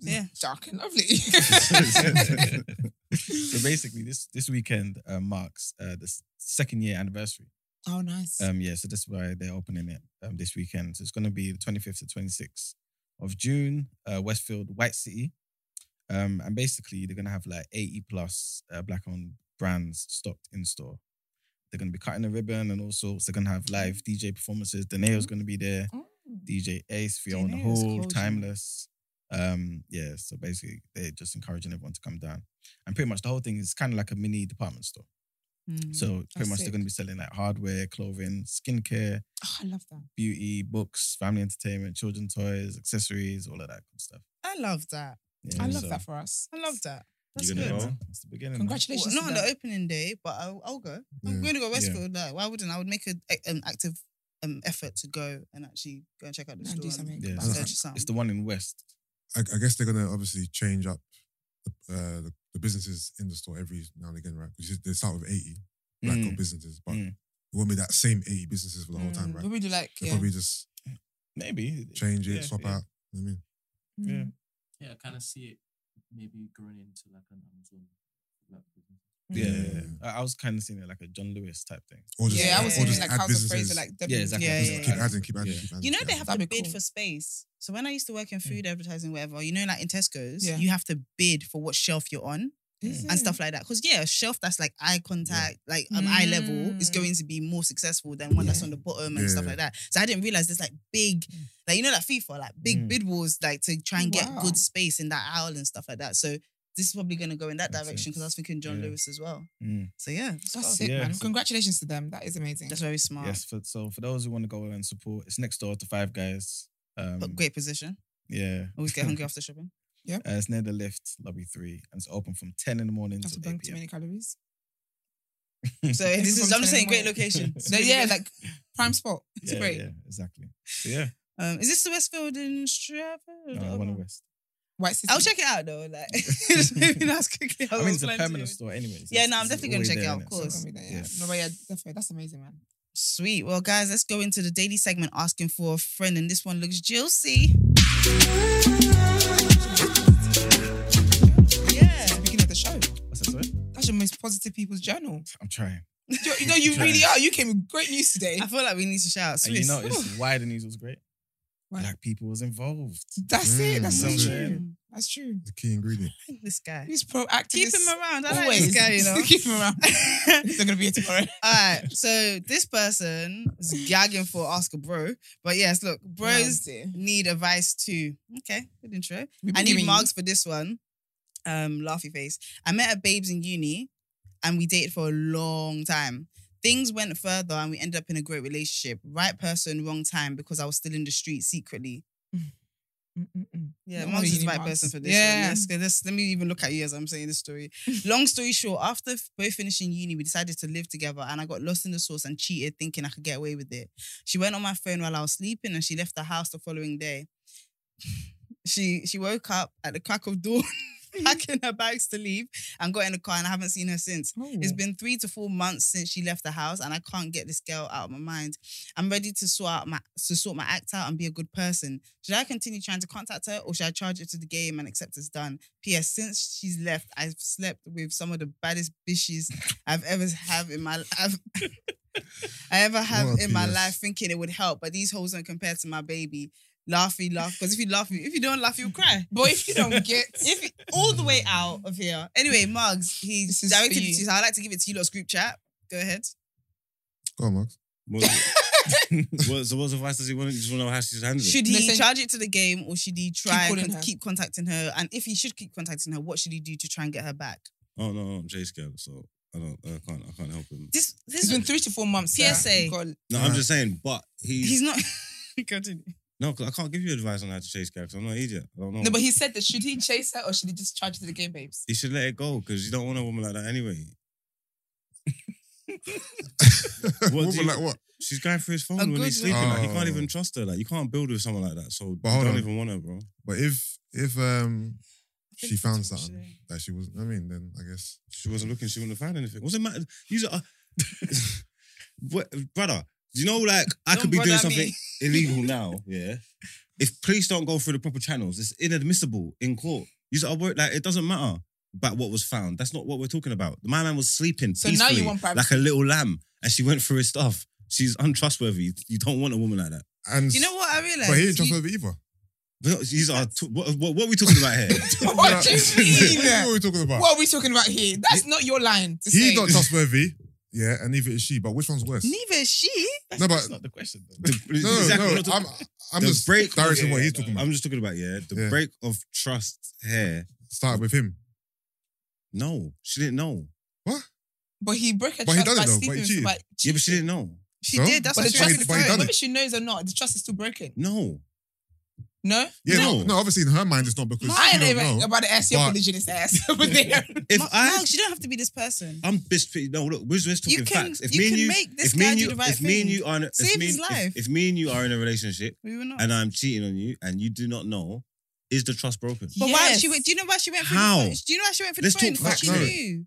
S1: Yeah.
S3: Dark and lovely.
S5: so basically, this this weekend uh, marks uh, the s- second year anniversary.
S3: oh, nice.
S2: Uh,
S5: Um, yeah, so that's why they're opening it um, this weekend. So it's going to be the 25th to 26th of June, uh, Westfield, White City. Um, and basically, they're going to have like 80 plus uh, black owned brands stocked in store. They're going to be cutting the ribbon and all sorts. They're going to
S3: Mm-hmm.
S5: have live DJ performances. Daneo's going to be there.
S3: Mm.
S5: DJ Ace, Fiona
S1: Daneo's
S5: Hall,
S1: gorgeous.
S5: Timeless. Um, yeah, so basically, they're just encouraging everyone to come down. And pretty much the whole thing is kind of like a mini department store.
S1: Mm.
S5: So pretty
S3: Mm-hmm. That's
S5: much they're
S3: sick.
S5: going to be selling like hardware, clothing, skincare,
S3: Oh, I love that.
S5: beauty, books, family entertainment, children toys, accessories, all of that good stuff.
S1: I love that.
S5: Yeah,
S3: I love
S5: so-
S3: that for us.
S1: I love that. That's
S2: You
S1: good.
S2: gonna
S5: Yeah,
S2: go?
S5: man, That's the beginning. man.
S1: Well,
S3: Congratulations.
S1: not
S3: to
S1: on the
S3: them.
S1: opening day, but I'll, I'll go. I'm
S4: Yeah.
S1: going to go Westfield. Like, why wouldn't I? I would make an um, active um, effort to go and actually go and check out the
S3: And
S1: store
S3: do something.
S5: Yeah,
S1: and
S5: so
S1: search something.
S5: It's the one in West.
S4: I, I guess they're gonna obviously change up the, uh, the, the businesses in the store every now and again, right? Because they start with eighty black owned
S5: Mm.
S4: businesses, but
S5: Mm.
S4: it won't be that same eighty businesses for the whole time,
S3: Mm,
S4: right?
S3: What would you like?
S4: They'll
S3: Yeah.
S4: probably just
S5: Maybe.
S4: change it,
S5: Yeah,
S4: swap
S5: yeah.
S4: out. You know what I mean,
S5: Yeah.
S3: Mm.
S6: Yeah, I kind of see it maybe growing into like an Amazon. Like,
S5: Yeah.
S4: Yeah.
S5: yeah. I, I was kind of seeing it like a John Lewis type thing.
S4: or just
S3: Yeah, I was
S4: or
S1: thinking
S4: just
S3: like
S4: add
S3: House of Fraser,
S4: businesses.
S3: like
S5: Yeah, exactly.
S1: Yeah,
S4: Just
S1: yeah,
S4: keep
S1: yeah.
S4: adding, keep adding,
S5: Yeah.
S4: keep adding.
S1: You know
S4: keep
S1: they
S4: adding.
S1: have
S3: That'd
S1: to
S3: be
S1: bid
S3: cool.
S1: for space. So when I used to work in food advertising, whatever, you know, like in Tesco's,
S3: Yeah.
S1: you have to bid for what shelf you're on and stuff like that. Because yeah, a shelf that's like eye contact, like um, eye level, is
S3: Mm.
S1: going to be more successful than one that's on the bottom and stuff
S4: Yeah.
S1: like that. So I didn't realize there's like big, like you know, like FIFA, like big
S5: Mm.
S1: bid wars, like to try and get
S3: Wow.
S1: good space in that aisle and stuff like that. So this is probably going to go in that
S5: Makes
S1: direction because I was thinking John
S5: Yeah.
S1: Lewis as well.
S5: Mm.
S1: So yeah, it's
S3: That's
S1: got-
S3: sick,
S5: Yeah,
S3: man.
S5: so-
S3: Congratulations to them. That is amazing.
S1: That's very smart.
S5: Yes. For, so for those who want to go and support, it's next door to Five Guys. Um,
S1: But great position.
S5: Yeah.
S1: Always get hungry after shopping.
S5: Uh, it's near the lift, lobby three, and it's open from 10 in the morning
S3: That's
S5: to
S3: a
S5: 8
S3: bunk too
S5: p.m.
S3: many calories.
S1: So this is, I'm just saying, great
S3: Anyway.
S1: location. It's
S3: No,
S1: really
S3: yeah,
S1: good.
S3: like prime spot. It's
S5: yeah,
S3: great.
S5: Yeah, exactly. So yeah,
S1: Um, is this the Westfield in Stratford? or the
S5: no,
S1: other
S5: one in
S1: one?
S5: West.
S3: White City.
S1: I'll check it out though. Like, just maybe that's quickly.
S5: I
S1: was
S5: mean, it's a
S1: planning to
S5: permanent
S1: do.
S5: store anyway.
S1: Yeah, no, I'm definitely gonna check it out, of
S3: Don't
S1: course.
S3: come with that, yeah. No, but yeah, definitely. That's amazing, man.
S1: Sweet. Well, guys, let's go into the daily segment asking for a friend, and this one looks juicy. Yeah.
S3: Speaking of the show,
S5: What's that, sorry?
S3: that's your most positive people's journal.
S5: I'm trying.
S3: You, you know, you
S5: Try.
S3: really are. You came with great news today.
S1: I feel like we need to shout out.
S5: And you
S1: Swiss.
S5: notice why the news was great?
S3: Why?
S5: Black people was involved.
S3: That's it. That's so
S5: Mm.
S3: true.
S1: Mm,
S3: That's true.
S4: the key ingredient.
S1: like this guy.
S3: He's proactive.
S1: Keep him around. I like
S3: Always.
S1: this guy, you know.
S3: Keep him around. He's not gonna be here tomorrow.
S1: All right, so this person is gagging for ask a bro, but yes, look, bros
S3: Bros,
S1: need advice too. Okay, good intro.
S3: We've been
S1: I
S3: giving
S1: need
S3: you-
S1: marks for this one. Um, laughy face. I met her babes in uni and we dated for a long time. Things went further and we ended up in a great relationship. Right person, wrong time because I was still in the street secretly.
S3: Mm, mm, mm.
S1: Yeah,
S3: No wonder
S1: Mark's is
S3: you
S1: the
S3: need
S1: right
S3: marks.
S1: person for this.
S3: Yeah.
S1: Yeah. Yes, 'cause this- let me even look at you as I'm saying this story. Long story short, after f- both finishing uni, we decided to live together and I got lost in the sauce and cheated thinking I could get away with it. She went on my phone while I was sleeping and she left the house the following day. She she woke up at the crack of dawn, packing her bags to leave and got in the car and I haven't seen her since.
S3: Oh.
S1: It's
S3: Mm.
S1: been three to four months since she left the house, and I can't get this girl out of my mind. I'm ready to sort out my to sort my act out and be a good person. Should I continue trying to contact her, or should I charge it to the game and accept it's done? P.S. Since she's left, I've slept with some of the baddest bitches I've ever have in my I've, I ever have
S4: What a
S1: in my
S4: PS.
S1: life, thinking it would help, but these hoes don't compare to my baby. Laughy, laugh because if you laugh, you if you don't laugh, you'll cry
S3: But if you don't get
S1: if you- all the way out of here. Anyway, Mugs, he
S3: This is
S1: directed
S3: for
S1: it
S3: you.
S1: to you. So I'd like to give it to you lot's group chat. Go ahead.
S4: Go on, Max.
S2: What, what, so what's the advice does he want? Just want to know how she's handled it.
S1: Should he
S3: Listen-
S1: charge it to the game or should he try
S3: calling
S1: and con-
S3: her.
S1: keep contacting her? And if he should keep contacting her, what should he do to try and get her back?
S2: Oh no, no, I'm Jay scared, so I don't, I can't, I can't help him.
S1: This this
S3: it's been three to four months. sir.
S1: PSA.
S3: You've got-
S2: No, I'm just saying, but he's,
S1: he's not continue.
S2: no, 'cause I can't give you advice on how to chase because I'm not an idiot. I don't know.
S3: No, but he said that should he chase her or should he just charge her to the game, babes?
S2: he should let it go because you don't want a woman like that anyway. What do
S4: Woman
S2: you-
S4: like what?
S2: She's going through his phone
S1: A
S2: when
S1: good
S2: he's sleeping. Like, you can't
S4: Oh.
S2: even trust her. Like you can't build with someone like that. So
S4: But
S2: you
S4: hold
S2: don't
S4: on.
S2: even want her, bro.
S4: But if if um she
S1: think
S4: found
S1: that's what
S4: something that she was, I mean, then I guess
S2: She wasn't looking. She wouldn't have found anything. What's the matter? These are, what, brother. You know, like I
S3: Don't
S2: could be doing
S3: brother
S2: something
S3: me.
S2: illegal now. Yeah. If police don't go through the proper channels, it's inadmissible in court. These are work like it doesn't matter about what was found. That's not what we're talking about. My man was sleeping
S3: So now you
S2: peacefully,
S3: want
S2: like
S3: privacy.
S2: a little lamb, and she went through his stuff. She's untrustworthy. You don't want a woman like that.
S4: and
S1: You know what I realized?
S4: But he didn't trust her either.
S2: But These are t- what, what, what are we talking about here?
S3: What do you
S4: What
S3: mean?
S4: are we talking about?
S3: What are we talking about here? That's not your line to
S4: He's
S3: say.
S4: not trustworthy. Yeah, and neither is she. But which one's worse?
S1: Neither is she.
S5: That's,
S4: No, but-
S5: that's not the question. Though.
S2: The-
S4: No, no,
S2: exactly, we're
S4: no.
S2: not talking-
S4: I'm, I'm
S2: the
S4: just
S2: break-
S4: directing
S5: Yeah,
S4: what he's
S5: yeah,
S4: talking
S5: no.
S4: about.
S2: I'm just talking about yeah, the
S4: Yeah.
S2: break of trust here.
S4: Start with him.
S2: No, she didn't know.
S3: But he broke her
S4: But he
S3: trust by
S4: does it though,
S3: sleeping
S4: but he
S3: with somebody.
S2: Yeah, but she didn't know.
S1: She
S4: No?
S1: did. That's
S3: But
S1: what
S3: the
S1: she was on
S4: But he-
S1: the
S4: but he
S1: phone.
S4: done
S3: Whether she knows or not, the trust is still broken.
S2: No,
S3: No?
S4: Yeah,
S2: No.
S4: no, no. Obviously, in her mind, it's not because
S3: I
S4: she
S3: ain't
S4: don't
S3: even
S4: know.
S3: about the ass, you're
S4: But-
S3: indigenous ass over there.
S2: if
S1: Ma-
S2: I,
S1: Mark, you don't have to be this person.
S2: I'm just no. Look, we're just talking
S1: You can-
S2: facts. If
S1: you
S2: me and
S1: can
S2: you,
S1: make this
S2: if me
S1: guy
S2: and
S1: do
S2: you,
S1: the right
S2: if me and
S1: thing.
S2: you are, in a- if
S1: Save
S2: me,
S1: his
S2: if-
S1: life. Oh.
S2: If, me and you are in a relationship
S1: We were not.
S2: and I'm cheating on you and you do not know, is the trust broken?
S1: But why
S3: Yes.
S1: she went? Do you know why she went? through
S2: How?
S1: The phone? Do you know why she went through
S2: Let's
S1: the
S2: talk
S1: phone? Because
S4: facts,
S1: she
S4: no.
S1: knew.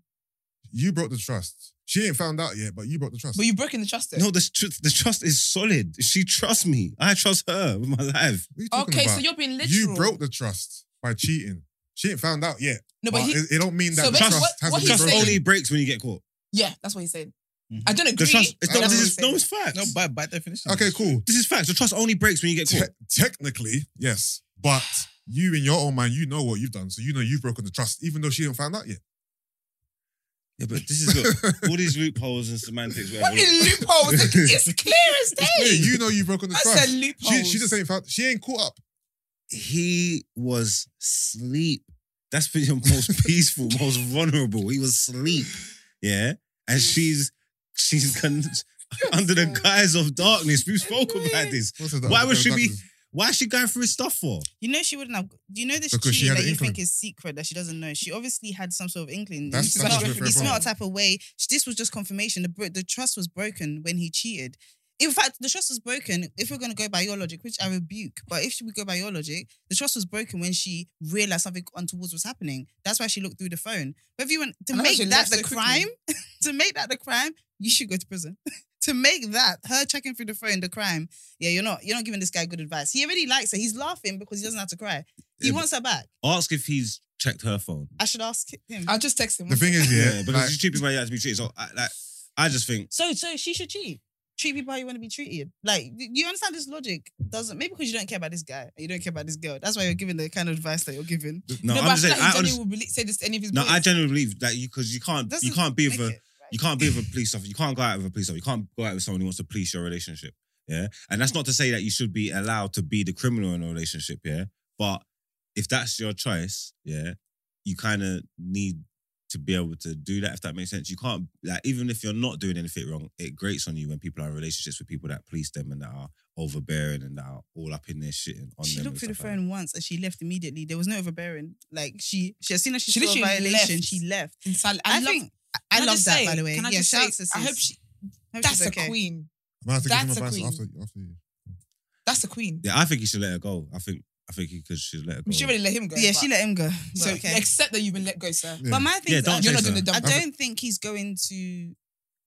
S4: You broke the trust. She ain't found out yet, but you broke the trust.
S3: But you've broken the trust. though.
S2: No, the tr- the trust is solid. She trusts me. I trust her with my life.
S4: What are you talking
S3: okay,
S4: about?
S3: so you're being
S4: you
S3: literal.
S4: broke the trust by cheating. She ain't found out yet.
S3: No,
S4: But,
S3: but he.
S4: it, it don't mean that
S3: So
S4: the
S3: wait,
S4: trust
S3: what-
S4: hasn't
S3: what
S4: been
S3: he's
S2: Trust
S4: broken.
S3: saying-
S2: only breaks when you get caught.
S3: Yeah, that's what he's saying.
S5: Mhm.
S3: I don't
S2: The
S3: agree.
S2: trust. It's
S3: but
S2: not,
S3: that's
S2: this is
S3: what he's
S2: no.
S3: saying.
S2: It's facts.
S5: No, by, by definition.
S4: Okay, cool.
S2: This is facts. The trust only breaks when you get
S4: Te-
S2: caught.
S4: technically, yes, but you in your own mind, you know what you've done, so you know you've broken the trust, even though she ain't found out yet.
S2: Yeah, but this is look, all these loopholes and semantics.
S3: What
S2: Whatever.
S3: are the loopholes? Look, it's clear as
S4: Yeah,
S3: day.
S4: you know you've broken the
S3: That's a
S4: trust.
S3: loophole.
S4: She, she just ain't found. She ain't caught up.
S2: he was sleep. That's been your most peaceful, most vulnerable. He was sleep. Yeah. And she's she's con- under the guise of darkness. We spoke about this.
S4: What's that?
S2: Why would she be- Why is she going through his stuff for?
S1: You know she wouldn't have. You know this
S4: Because she
S1: cheating
S4: had
S1: that
S4: an
S1: you
S4: inkling.
S1: think is secret that she doesn't know. She obviously had some sort of inkling.
S4: That's-
S1: you
S3: that's
S1: smell,
S3: where we're
S1: you smell
S4: wrong.
S1: a type of way. Sh- This was just confirmation. The bro- the trust was broken when he cheated. In fact, the trust was broken. If we're gonna go by your logic, which I rebuke, but if we go by your logic, the trust was broken when she realized something untoward was happening. That's why she looked through the phone. But if you want to
S3: And that's
S1: make
S3: why she
S1: that
S3: left
S1: the
S3: so quickly.
S1: crime, to make that the crime, you should go to prison. to make that her checking through the phone the crime, yeah, you're not you're not giving this guy good advice. He already likes her. He's laughing because he doesn't have to cry. He
S2: Yeah,
S1: wants her back.
S2: Uh, Ask if he's checked her phone.
S1: I should ask him.
S3: I'll just text him.
S4: The thing is, yeah,
S2: but
S4: like,
S2: it's cheap people like that to be treated. So I like I just think
S1: so so she should cheat. Treat people how you want to be treated. Like y- you understand this logic doesn't maybe because you don't care about this guy and you don't care about this girl. That's why you're giving the kind of advice that you're giving.
S2: no,
S3: no,
S2: I'm
S3: but
S2: just
S3: I feel
S2: saying,
S3: like
S2: I
S3: he
S2: honestly,
S3: generally would release say this to any of his
S2: no,
S3: boys.
S2: I generally believe that you because you can't you
S1: Doesn't
S2: can't be with
S1: Make it,
S2: a
S1: right?
S2: You can't be with a police officer. You can't go out with a police officer. You can't go out with someone who wants to police your relationship. Yeah. And that's not to say that you should be allowed to be the criminal in a relationship. Yeah. But if that's your choice, yeah, you kind of need to be able to do that if that makes sense. You can't like even if you're not doing anything wrong, it grates on you when people are in relationships with people that police them and that are overbearing and that are all up in their shit and on
S1: She
S2: them.
S1: looked
S2: and
S1: through the
S2: stuff like that.
S1: phone once and she left immediately. There was no overbearing. Like she, she as soon as she,
S3: She
S1: saw a
S3: literally
S1: violation,
S3: left.
S1: she left.
S3: In silence.
S1: I,
S3: I, love,
S1: think I,
S3: can
S1: love
S3: just
S1: that
S3: say-
S1: by the way.
S3: Can I
S1: yeah,
S3: just
S1: shouts
S3: say,
S1: to
S3: I
S1: sis.
S3: hope she,
S1: Hope she's
S3: that's
S1: okay.
S3: a queen.
S4: I might have to give him
S3: That's a
S4: advice
S3: queen.
S4: after, after you.
S3: That's a queen.
S2: Yeah, I think he should let her go. I think I think he could should let her go.
S3: She already let him go.
S1: Yeah,
S3: but-
S1: she let him go.
S3: So
S1: So okay.
S3: accept that you've been let go, sir.
S4: Yeah.
S1: But my thing
S2: Yeah,
S1: is,
S2: don't
S1: I
S2: chase
S3: You're not doing
S2: her.
S3: the dumb.
S1: I
S3: thing.
S1: don't think he's going to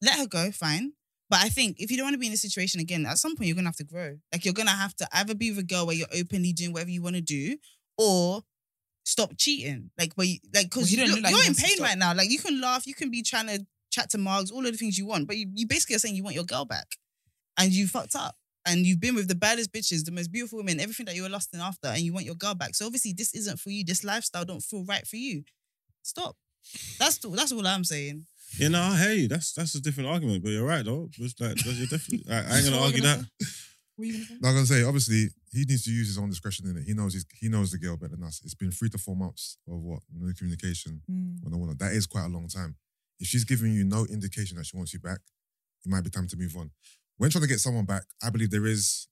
S1: let her go. Fine, but I think if you don't want to be in this situation again, at some point you're gonna have to grow. Like you're gonna have to either be with a girl where you're openly doing whatever you want to do, or stop cheating. Like, but you, like
S3: Well,
S1: because
S3: he don't
S1: you
S3: look like he
S1: are in
S3: wants to
S1: pain
S3: stop.
S1: right now. Like you can laugh, you can be trying to chat to Margs, all of the things you want, but you, you basically are saying you want your girl back, and you fucked up. And you've been with the baddest bitches, the most beautiful women, everything that you were lusting after, and you want your girl back. So obviously, this isn't for you. This lifestyle don't feel right for you. Stop. That's the, that's all I'm saying.
S2: Yeah, no, I hear you. That's that's a different argument, but you're right though. It's like that's- you're definitely. I, I ain't gonna
S3: What
S2: argue
S3: were you
S2: that.
S3: gonna What are you gonna say?
S4: Like I'm gonna say, obviously, he needs to use his own discretion in it. He knows he's, he knows the girl better than us. It's been three to four months of what no communication,
S3: Mm.
S4: one on one. That is quite a long time. If she's giving you no indication that she wants you back, it might be time to move on. When trying to get someone back, I believe there is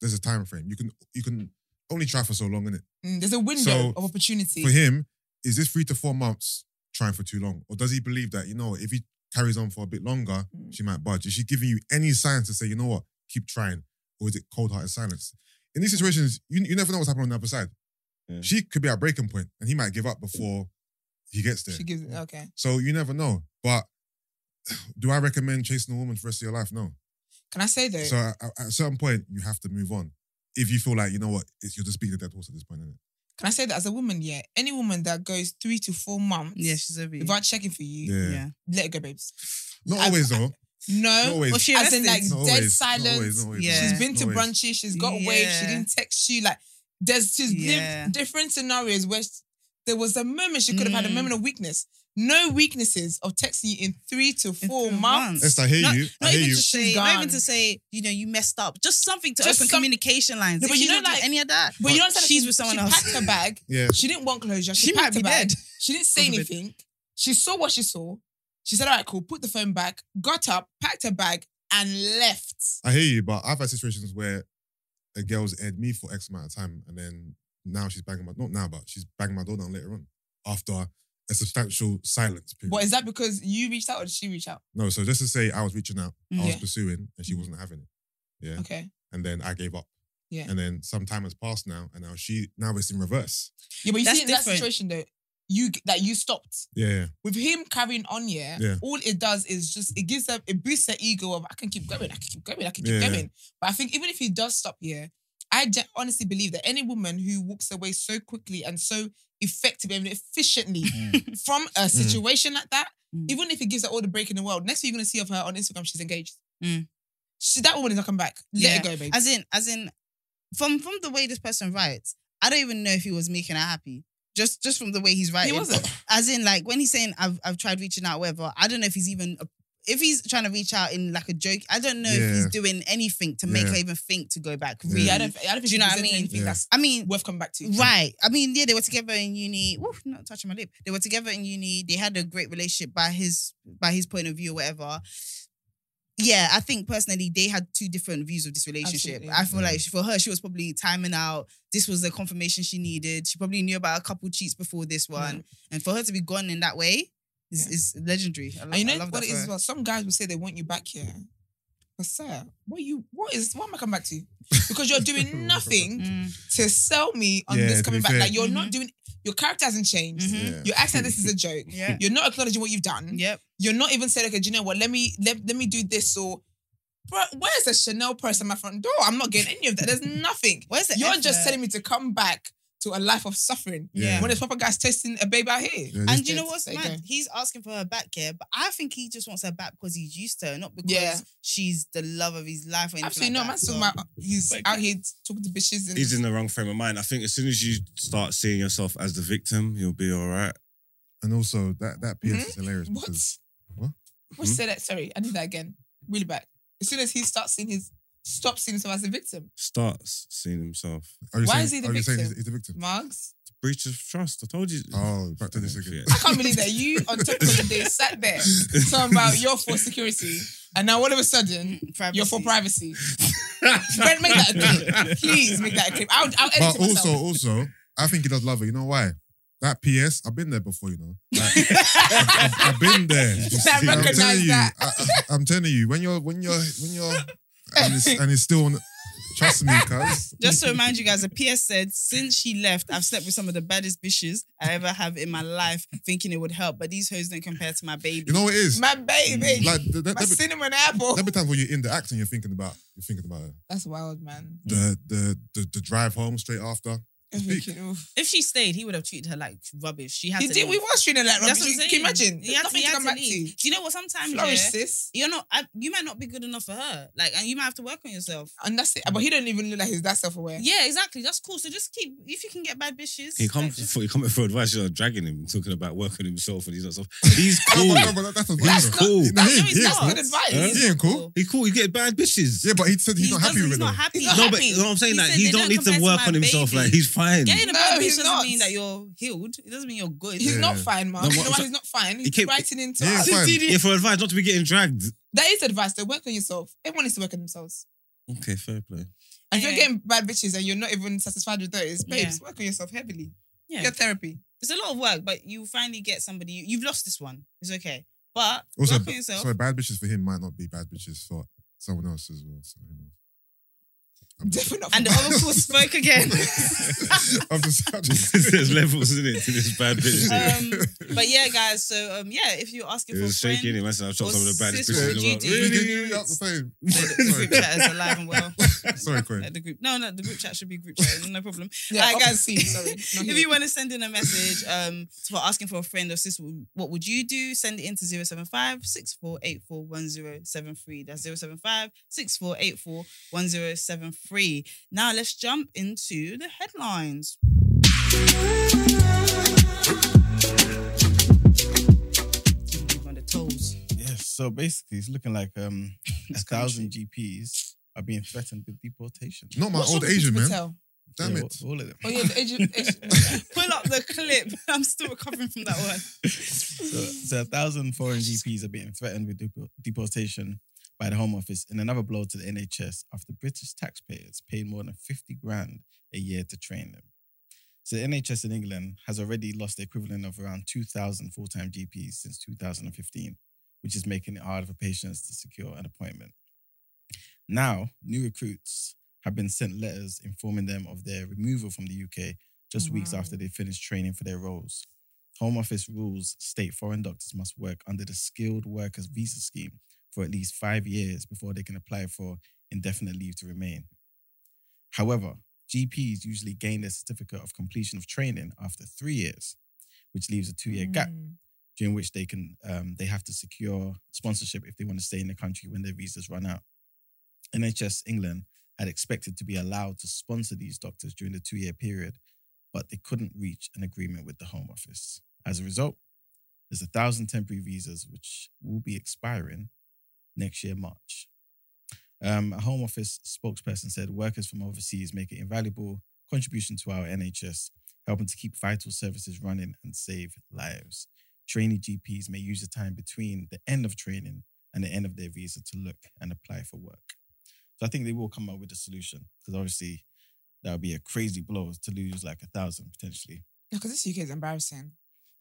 S4: there's a time frame. You can you can only try for so long in it.
S3: Mm, There's a window
S4: So,
S3: of opportunity.
S4: For him, is this three to four months trying for too long, or does he believe that you know if he carries on for a bit longer,
S3: Mm.
S4: she might budge. Is she giving you any signs to say, you know what, keep trying? Or is it cold hearted silence? In these situations, you, you never know what's happening on the other side.
S2: Yeah.
S4: She could be at breaking point and he might give up before he gets there.
S3: She gives it. Okay.
S4: So you never know. But do I recommend chasing a woman for the rest of your life? No.
S3: Can I say though?
S4: So at, at a certain point, you have to move on. If you feel like, you know what, it's, you're just beating a dead horse at this point, is
S3: Can I say that as a woman? Yeah. Any woman that goes three to four months
S1: Yeah, she's over you.
S3: without checking for you,
S4: Yeah.
S1: Yeah.
S3: let it go, babes.
S4: Not
S3: I-
S4: always, though. Not
S3: No.
S4: always.
S1: Was she
S3: As in,
S1: arrested?
S3: like,
S4: Not
S3: dead
S4: always.
S3: silence.
S4: Not always, not always,
S1: Yeah.
S4: not
S3: She's been to
S4: always.
S3: brunches. She's got waves. She
S1: Yeah.
S3: didn't text you. Like there's she's lived
S1: Yeah.
S3: different scenarios where she- there was a moment she could have had a
S1: Mm.
S3: moment of weakness. No weaknesses of texting you in three to
S1: In
S3: four
S1: three
S3: months.
S4: Esther, I hear
S1: Not-
S4: you. I
S1: Not
S4: hear
S1: even
S4: you.
S1: to say,
S3: She's
S1: not
S3: gone.
S1: even to say, you know, you messed up. Just something to
S3: Just
S1: open
S3: some-
S1: communication lines.
S3: No,
S1: If
S3: but you
S1: she's
S3: know,
S1: not doing
S3: like-
S1: any of that.
S3: But you don't
S1: she's with someone
S3: she
S1: else.
S3: packed her bag.
S4: Yeah.
S3: She didn't want closure. She,
S1: She might
S3: packed her
S1: be
S3: bag.
S1: dead.
S3: She didn't say
S1: Doesn't it?
S3: anything. She saw what she saw. She said, "All right, cool." Put the phone back. Got up, packed her bag, and left.
S4: I hear you, but I've had situations where a girl's aired me for X amount of time, and then now she's banging my not now, but she's banging my door down later on after a substantial silence period.
S3: But is that because you reached out or did she reach out?
S4: no, so just to say, I was reaching out, I was
S3: Yeah. Mm.
S4: pursuing, and she wasn't having it. Yeah,
S3: Okay.
S4: and then I gave up.
S3: Yeah.
S4: and then some time has passed now, and now she now it's in reverse.
S3: Yeah, but you
S1: That's
S3: see, in that
S1: different.
S3: situation though, you that you stopped.
S4: Yeah,
S3: with him carrying on, yeah,
S4: Yeah.
S3: all it does is just it gives them it boosts their ego of I can keep going, I can keep going, I can keep
S4: Yeah.
S3: going. But I think even if he does stop here, I gen- honestly believe that any woman who walks away so quickly and so effectively and efficiently from
S4: Mm.
S3: a situation like that,
S1: Mm.
S3: even if it gives her all the break in the world, next thing you're gonna see of her on Instagram, she's engaged.
S1: Mm.
S3: She, that woman is not coming back. Let
S1: Yeah.
S3: it go, baby.
S1: As in, as in, from from the way this person writes, I don't even know if he was making her happy. Just just from the way he's
S3: he
S1: writing.
S3: wasn't.
S1: As in, like when he's saying I've I've tried reaching out, whatever. I don't know if he's even if he's trying to reach out in like a joke. I don't know
S4: Yeah.
S1: if he's doing anything to make
S4: Yeah.
S1: her even think to go back.
S4: Yeah.
S1: Really,
S3: Yeah, I don't. I don't think
S1: Do you know what
S3: she
S1: I
S3: presents
S1: mean?
S3: Anything
S4: Yeah.
S3: that's
S1: I mean,
S3: worth coming back to.
S1: Right. I mean, yeah, they were together in uni. Woo, not touching my lip. They were together in uni. They had a great relationship by his by his point of view or whatever. Yeah, I think personally they had two different views of this relationship.
S3: Absolutely.
S1: I feel
S4: Yeah.
S1: like for her, she was probably timing out. This was the confirmation she needed. She probably knew about a couple cheats before this one, and for her to be gone in that way is,
S3: Yeah.
S1: is legendary. I, lo-
S3: And you
S1: I
S3: know
S1: love
S3: what
S1: that
S3: it
S1: for
S3: is
S1: her.
S3: as well? Some guys will say they want you back here. But sir, what you what is what am I coming back to? Because you're doing nothing
S1: Mm.
S3: to sell me on
S4: Yeah,
S3: this
S4: to
S3: coming
S4: be
S3: back.
S4: fair.
S3: Like you're
S1: Mm-hmm.
S3: not doing your character hasn't changed.
S1: Mhm.
S4: yeah.
S3: You're acting like this is a joke.
S1: Yeah.
S3: You're not acknowledging what you've done.
S1: Yep.
S3: You're not even saying, okay, do you know what? Let me let, let me do this or bro, where's the Chanel purse at my front door? I'm not getting any of that. There's nothing.
S1: Where's the
S3: You're
S1: effort?
S3: just telling me to come back to a life of suffering.
S1: Yeah.
S3: When there's proper guys testing a babe out here.
S4: Yeah,
S1: And you
S3: There-
S1: know what's
S3: there you
S1: mad?
S3: go.
S1: He's asking for her back here, but I think he just wants her back because he's used to her, not because
S3: Yeah.
S1: she's the love of his life or anything. like
S3: Absolutely no,
S1: that.
S3: man's talking
S1: So-
S3: about he's
S6: Like-
S3: out here talking to bitches and
S2: He's in the wrong frame of mind. I think as soon as you start seeing yourself as the victim, you'll be all right.
S4: and also that that piece is hilarious
S3: Hmm? What?
S4: because
S3: What?
S4: What?
S2: Hmm?
S3: Say that. Sorry, I need that again. Really back. As soon as he starts seeing his, stops seeing himself as a victim.
S2: Starts seeing himself.
S4: are you
S3: Why
S4: saying,
S3: is he the
S4: are you saying
S3: victim?
S4: he's, he's the victim?
S3: Margs,
S2: Breach of trust. I told you.
S4: Oh, back to this again.
S3: I can't believe that you on top of the day sat there talking about you're for security, and now all of a sudden
S1: mm, Privacy.
S3: you're for privacy. Brent, make that a clip. Please make that a clip. I'll, I'll edit
S4: But
S3: it myself.
S4: also, also, I think he does love her. You know why? That PS, I've been there before. You know, Like, I've, I've been there.
S3: I
S4: I'm
S3: recognize
S4: telling you,
S3: that.
S4: I, I, am telling you, when you're, when you're, when you're, and it's, and it's still, on, trust me, cuz.
S1: Just to remind you guys, a PS said, since she left, I've slept with some of the baddest bitches I ever have in my life, thinking it would help, but these hoes don't compare to my baby.
S4: You know what it is?
S3: my baby,
S4: Like there, there,
S3: my
S4: there, be-
S3: cinnamon apple.
S4: there be times when you're in the act and you're thinking about, you're thinking about her.
S3: That's wild, man.
S4: the the the, the drive home straight after.
S3: It's
S4: Speak.
S3: wicked. Oof.
S1: If she stayed, he would have treated her like rubbish. She had
S3: He
S1: to
S3: did.
S1: leave.
S3: We was treating like
S1: That's
S3: rubbish.
S1: what I'm
S3: Can
S1: saying.
S3: you imagine?
S1: He had
S3: Nothing
S1: he
S3: to
S1: had
S3: come back
S1: leave.
S3: to.
S1: Do you know what? Sometimes
S3: Flourish,
S1: yeah,
S3: sis.
S1: you're not. I, you might not be good enough for her. Like, and you might have to work on yourself.
S3: And that's it. But he don't even look like he's that self-aware.
S1: Yeah, exactly. That's cool. So just keep if you can get bad bitches.
S2: He
S1: like,
S2: comes
S1: just-
S2: for, he coming for advice. You're dragging him, talking about working himself, and he's not. self- He's cool.
S4: No, but- no, but that's not-
S2: he's
S4: no,
S2: cool.
S4: no, he
S1: No,
S4: ain't-
S1: he's
S4: he ain't
S1: not.
S4: cool.
S3: Good advice.
S2: Huh?
S4: He ain't cool.
S2: He cool. He get bad bitches.
S4: Yeah, but he said he's
S1: He
S4: not happy
S1: doesn't-
S4: with
S1: He's
S4: it.
S1: not
S4: though.
S1: happy.
S3: He's not
S2: No,
S3: happy.
S2: but you know what I'm saying
S1: He
S2: that
S1: said
S2: he
S1: they
S2: don't
S1: don't
S2: need to
S1: compare to
S2: work
S1: my
S2: on himself.
S1: baby.
S2: Like he's fine.
S1: Getting a
S3: No,
S1: bad bitch
S3: he's
S1: doesn't
S3: not.
S1: mean that you're healed. It doesn't mean you're good.
S3: He's
S4: Yeah.
S3: not fine, man.
S2: No,
S3: you
S2: what-
S3: know why he's not fine?
S2: He
S3: He's
S2: came-
S3: writing into
S4: Yeah,
S3: us.
S4: fine.
S2: Yeah, for advice not to be getting dragged.
S3: That is advice. They work on yourself. Everyone needs to work on themselves.
S2: Okay, fair play.
S3: And if
S1: Yeah.
S3: you're getting bad bitches and you're not even satisfied with those, babes, work on yourself heavily.
S1: Yeah.
S3: Get therapy.
S1: It's a lot of work, but you finally get somebody. You, you've lost this one. It's okay. But
S4: Also,
S1: work on yourself.
S4: so bad bitches for him might not be bad bitches for someone else as well. So, you know. I'm just-
S3: Definitely.
S1: And the oracle spoke again.
S4: of the subject.
S2: There's levels in it to this bad bitch.
S4: Yeah.
S1: um, but yeah, guys. So um, yeah, if you're asking
S2: It
S1: for a
S2: was
S1: friend,
S2: shaking it. Man, I've shot
S1: or
S2: some of the baddest
S1: sister,
S2: bitches in the
S1: GD.
S2: world.
S4: You can-
S2: Really?
S4: you out the same.
S1: the, the group
S4: Sorry,
S1: chat is alive and well.
S4: Sorry Quinn.
S1: Let the group. No, no, the group chat should be group chat. No problem.
S3: yeah,
S1: I
S3: I
S1: can
S3: can see. Sorry.
S1: if you want to send in a message um, for asking for a friend or sister, what would you do? Send it in to 075 6484 1073. That's 075 6484 1073. Now let's jump into the headlines. Keep on the toes.
S5: Yes. So basically, it's looking like um, a thousand GPs are being threatened with deportation.
S4: Not my old Asian man. Damn
S5: Yeah,
S4: it.
S5: All, all of them.
S3: Oh yeah, the Asian. Asian.
S1: Pull up the clip. I'm still recovering from that one.
S5: So, so a thousand foreign GPs are being threatened with depo- deportation by the Home Office in another blow to the NHS after British taxpayers paid more than 50 grand a year to train them. So the NHS in England has already lost the equivalent of around 2,000 full-time GPs since 2015, which is making it hard for patients to secure an appointment. Now, new recruits have been sent letters informing them of their removal from the UK just weeks
S1: Wow.
S5: after they finish training for their roles. Home Office rules state foreign doctors must work under the skilled workers visa scheme for at least five years before they can apply for indefinite leave to remain. However, GPs usually gain their certificate of completion of training after three years, which leaves a two-year
S3: Mm.
S5: gap
S3: Hmm.
S5: during which they can um, they have to secure sponsorship if they want to stay in the country when their visas run out. NHS England had expected to be allowed to sponsor these doctors during the two-year period, but they couldn't reach an agreement with the Home Office. As a result, there's a thousand temporary visas which will be expiring next year, March. Um, a Home Office spokesperson said workers from overseas make an invaluable contribution to our NHS, helping to keep vital services running and save lives. Trainee GPs may use the time between the end of training and the end of their visa to look and apply for work. So I think they will come up with a solution because obviously that would be a crazy blow to lose like a thousand potentially.
S3: Because this UK is embarrassing.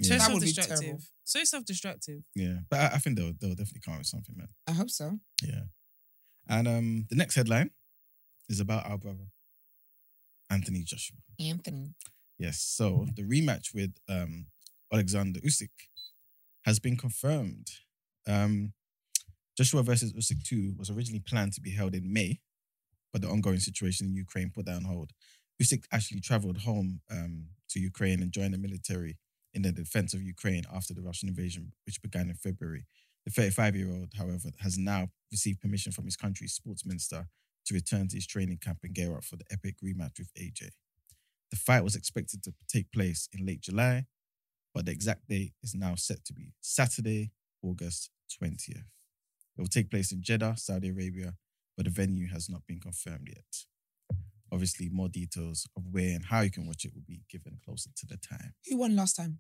S1: So
S5: Yeah,
S3: That would be terrible.
S1: self-destructive. So self-destructive.
S5: yeah. but I, I think they'll they'll definitely come up with something, man.
S3: I hope so.
S5: Yeah. And um, the next headline is about our brother, Anthony Joshua.
S3: Anthony.
S5: Yes. So the rematch with um, Alexander Usyk has been confirmed. Um, Joshua versus Usyk 2 was originally planned to be held in May, but the ongoing situation in Ukraine put that on hold. Usyk actually traveled home um, to Ukraine and joined the military in the defense of Ukraine after the Russian invasion, which began in February. The 35 year old, however, has now received permission from his country's sports minister to return to his training camp and gear up for the epic rematch with AJ. The fight was expected to take place in late July, but the exact date is now set to be Saturday, August 20th. It will take place in Jeddah, Saudi Arabia, but the venue has not been confirmed yet. Obviously, more details of where and how you can watch it will be given closer to the time.
S3: Who won last time?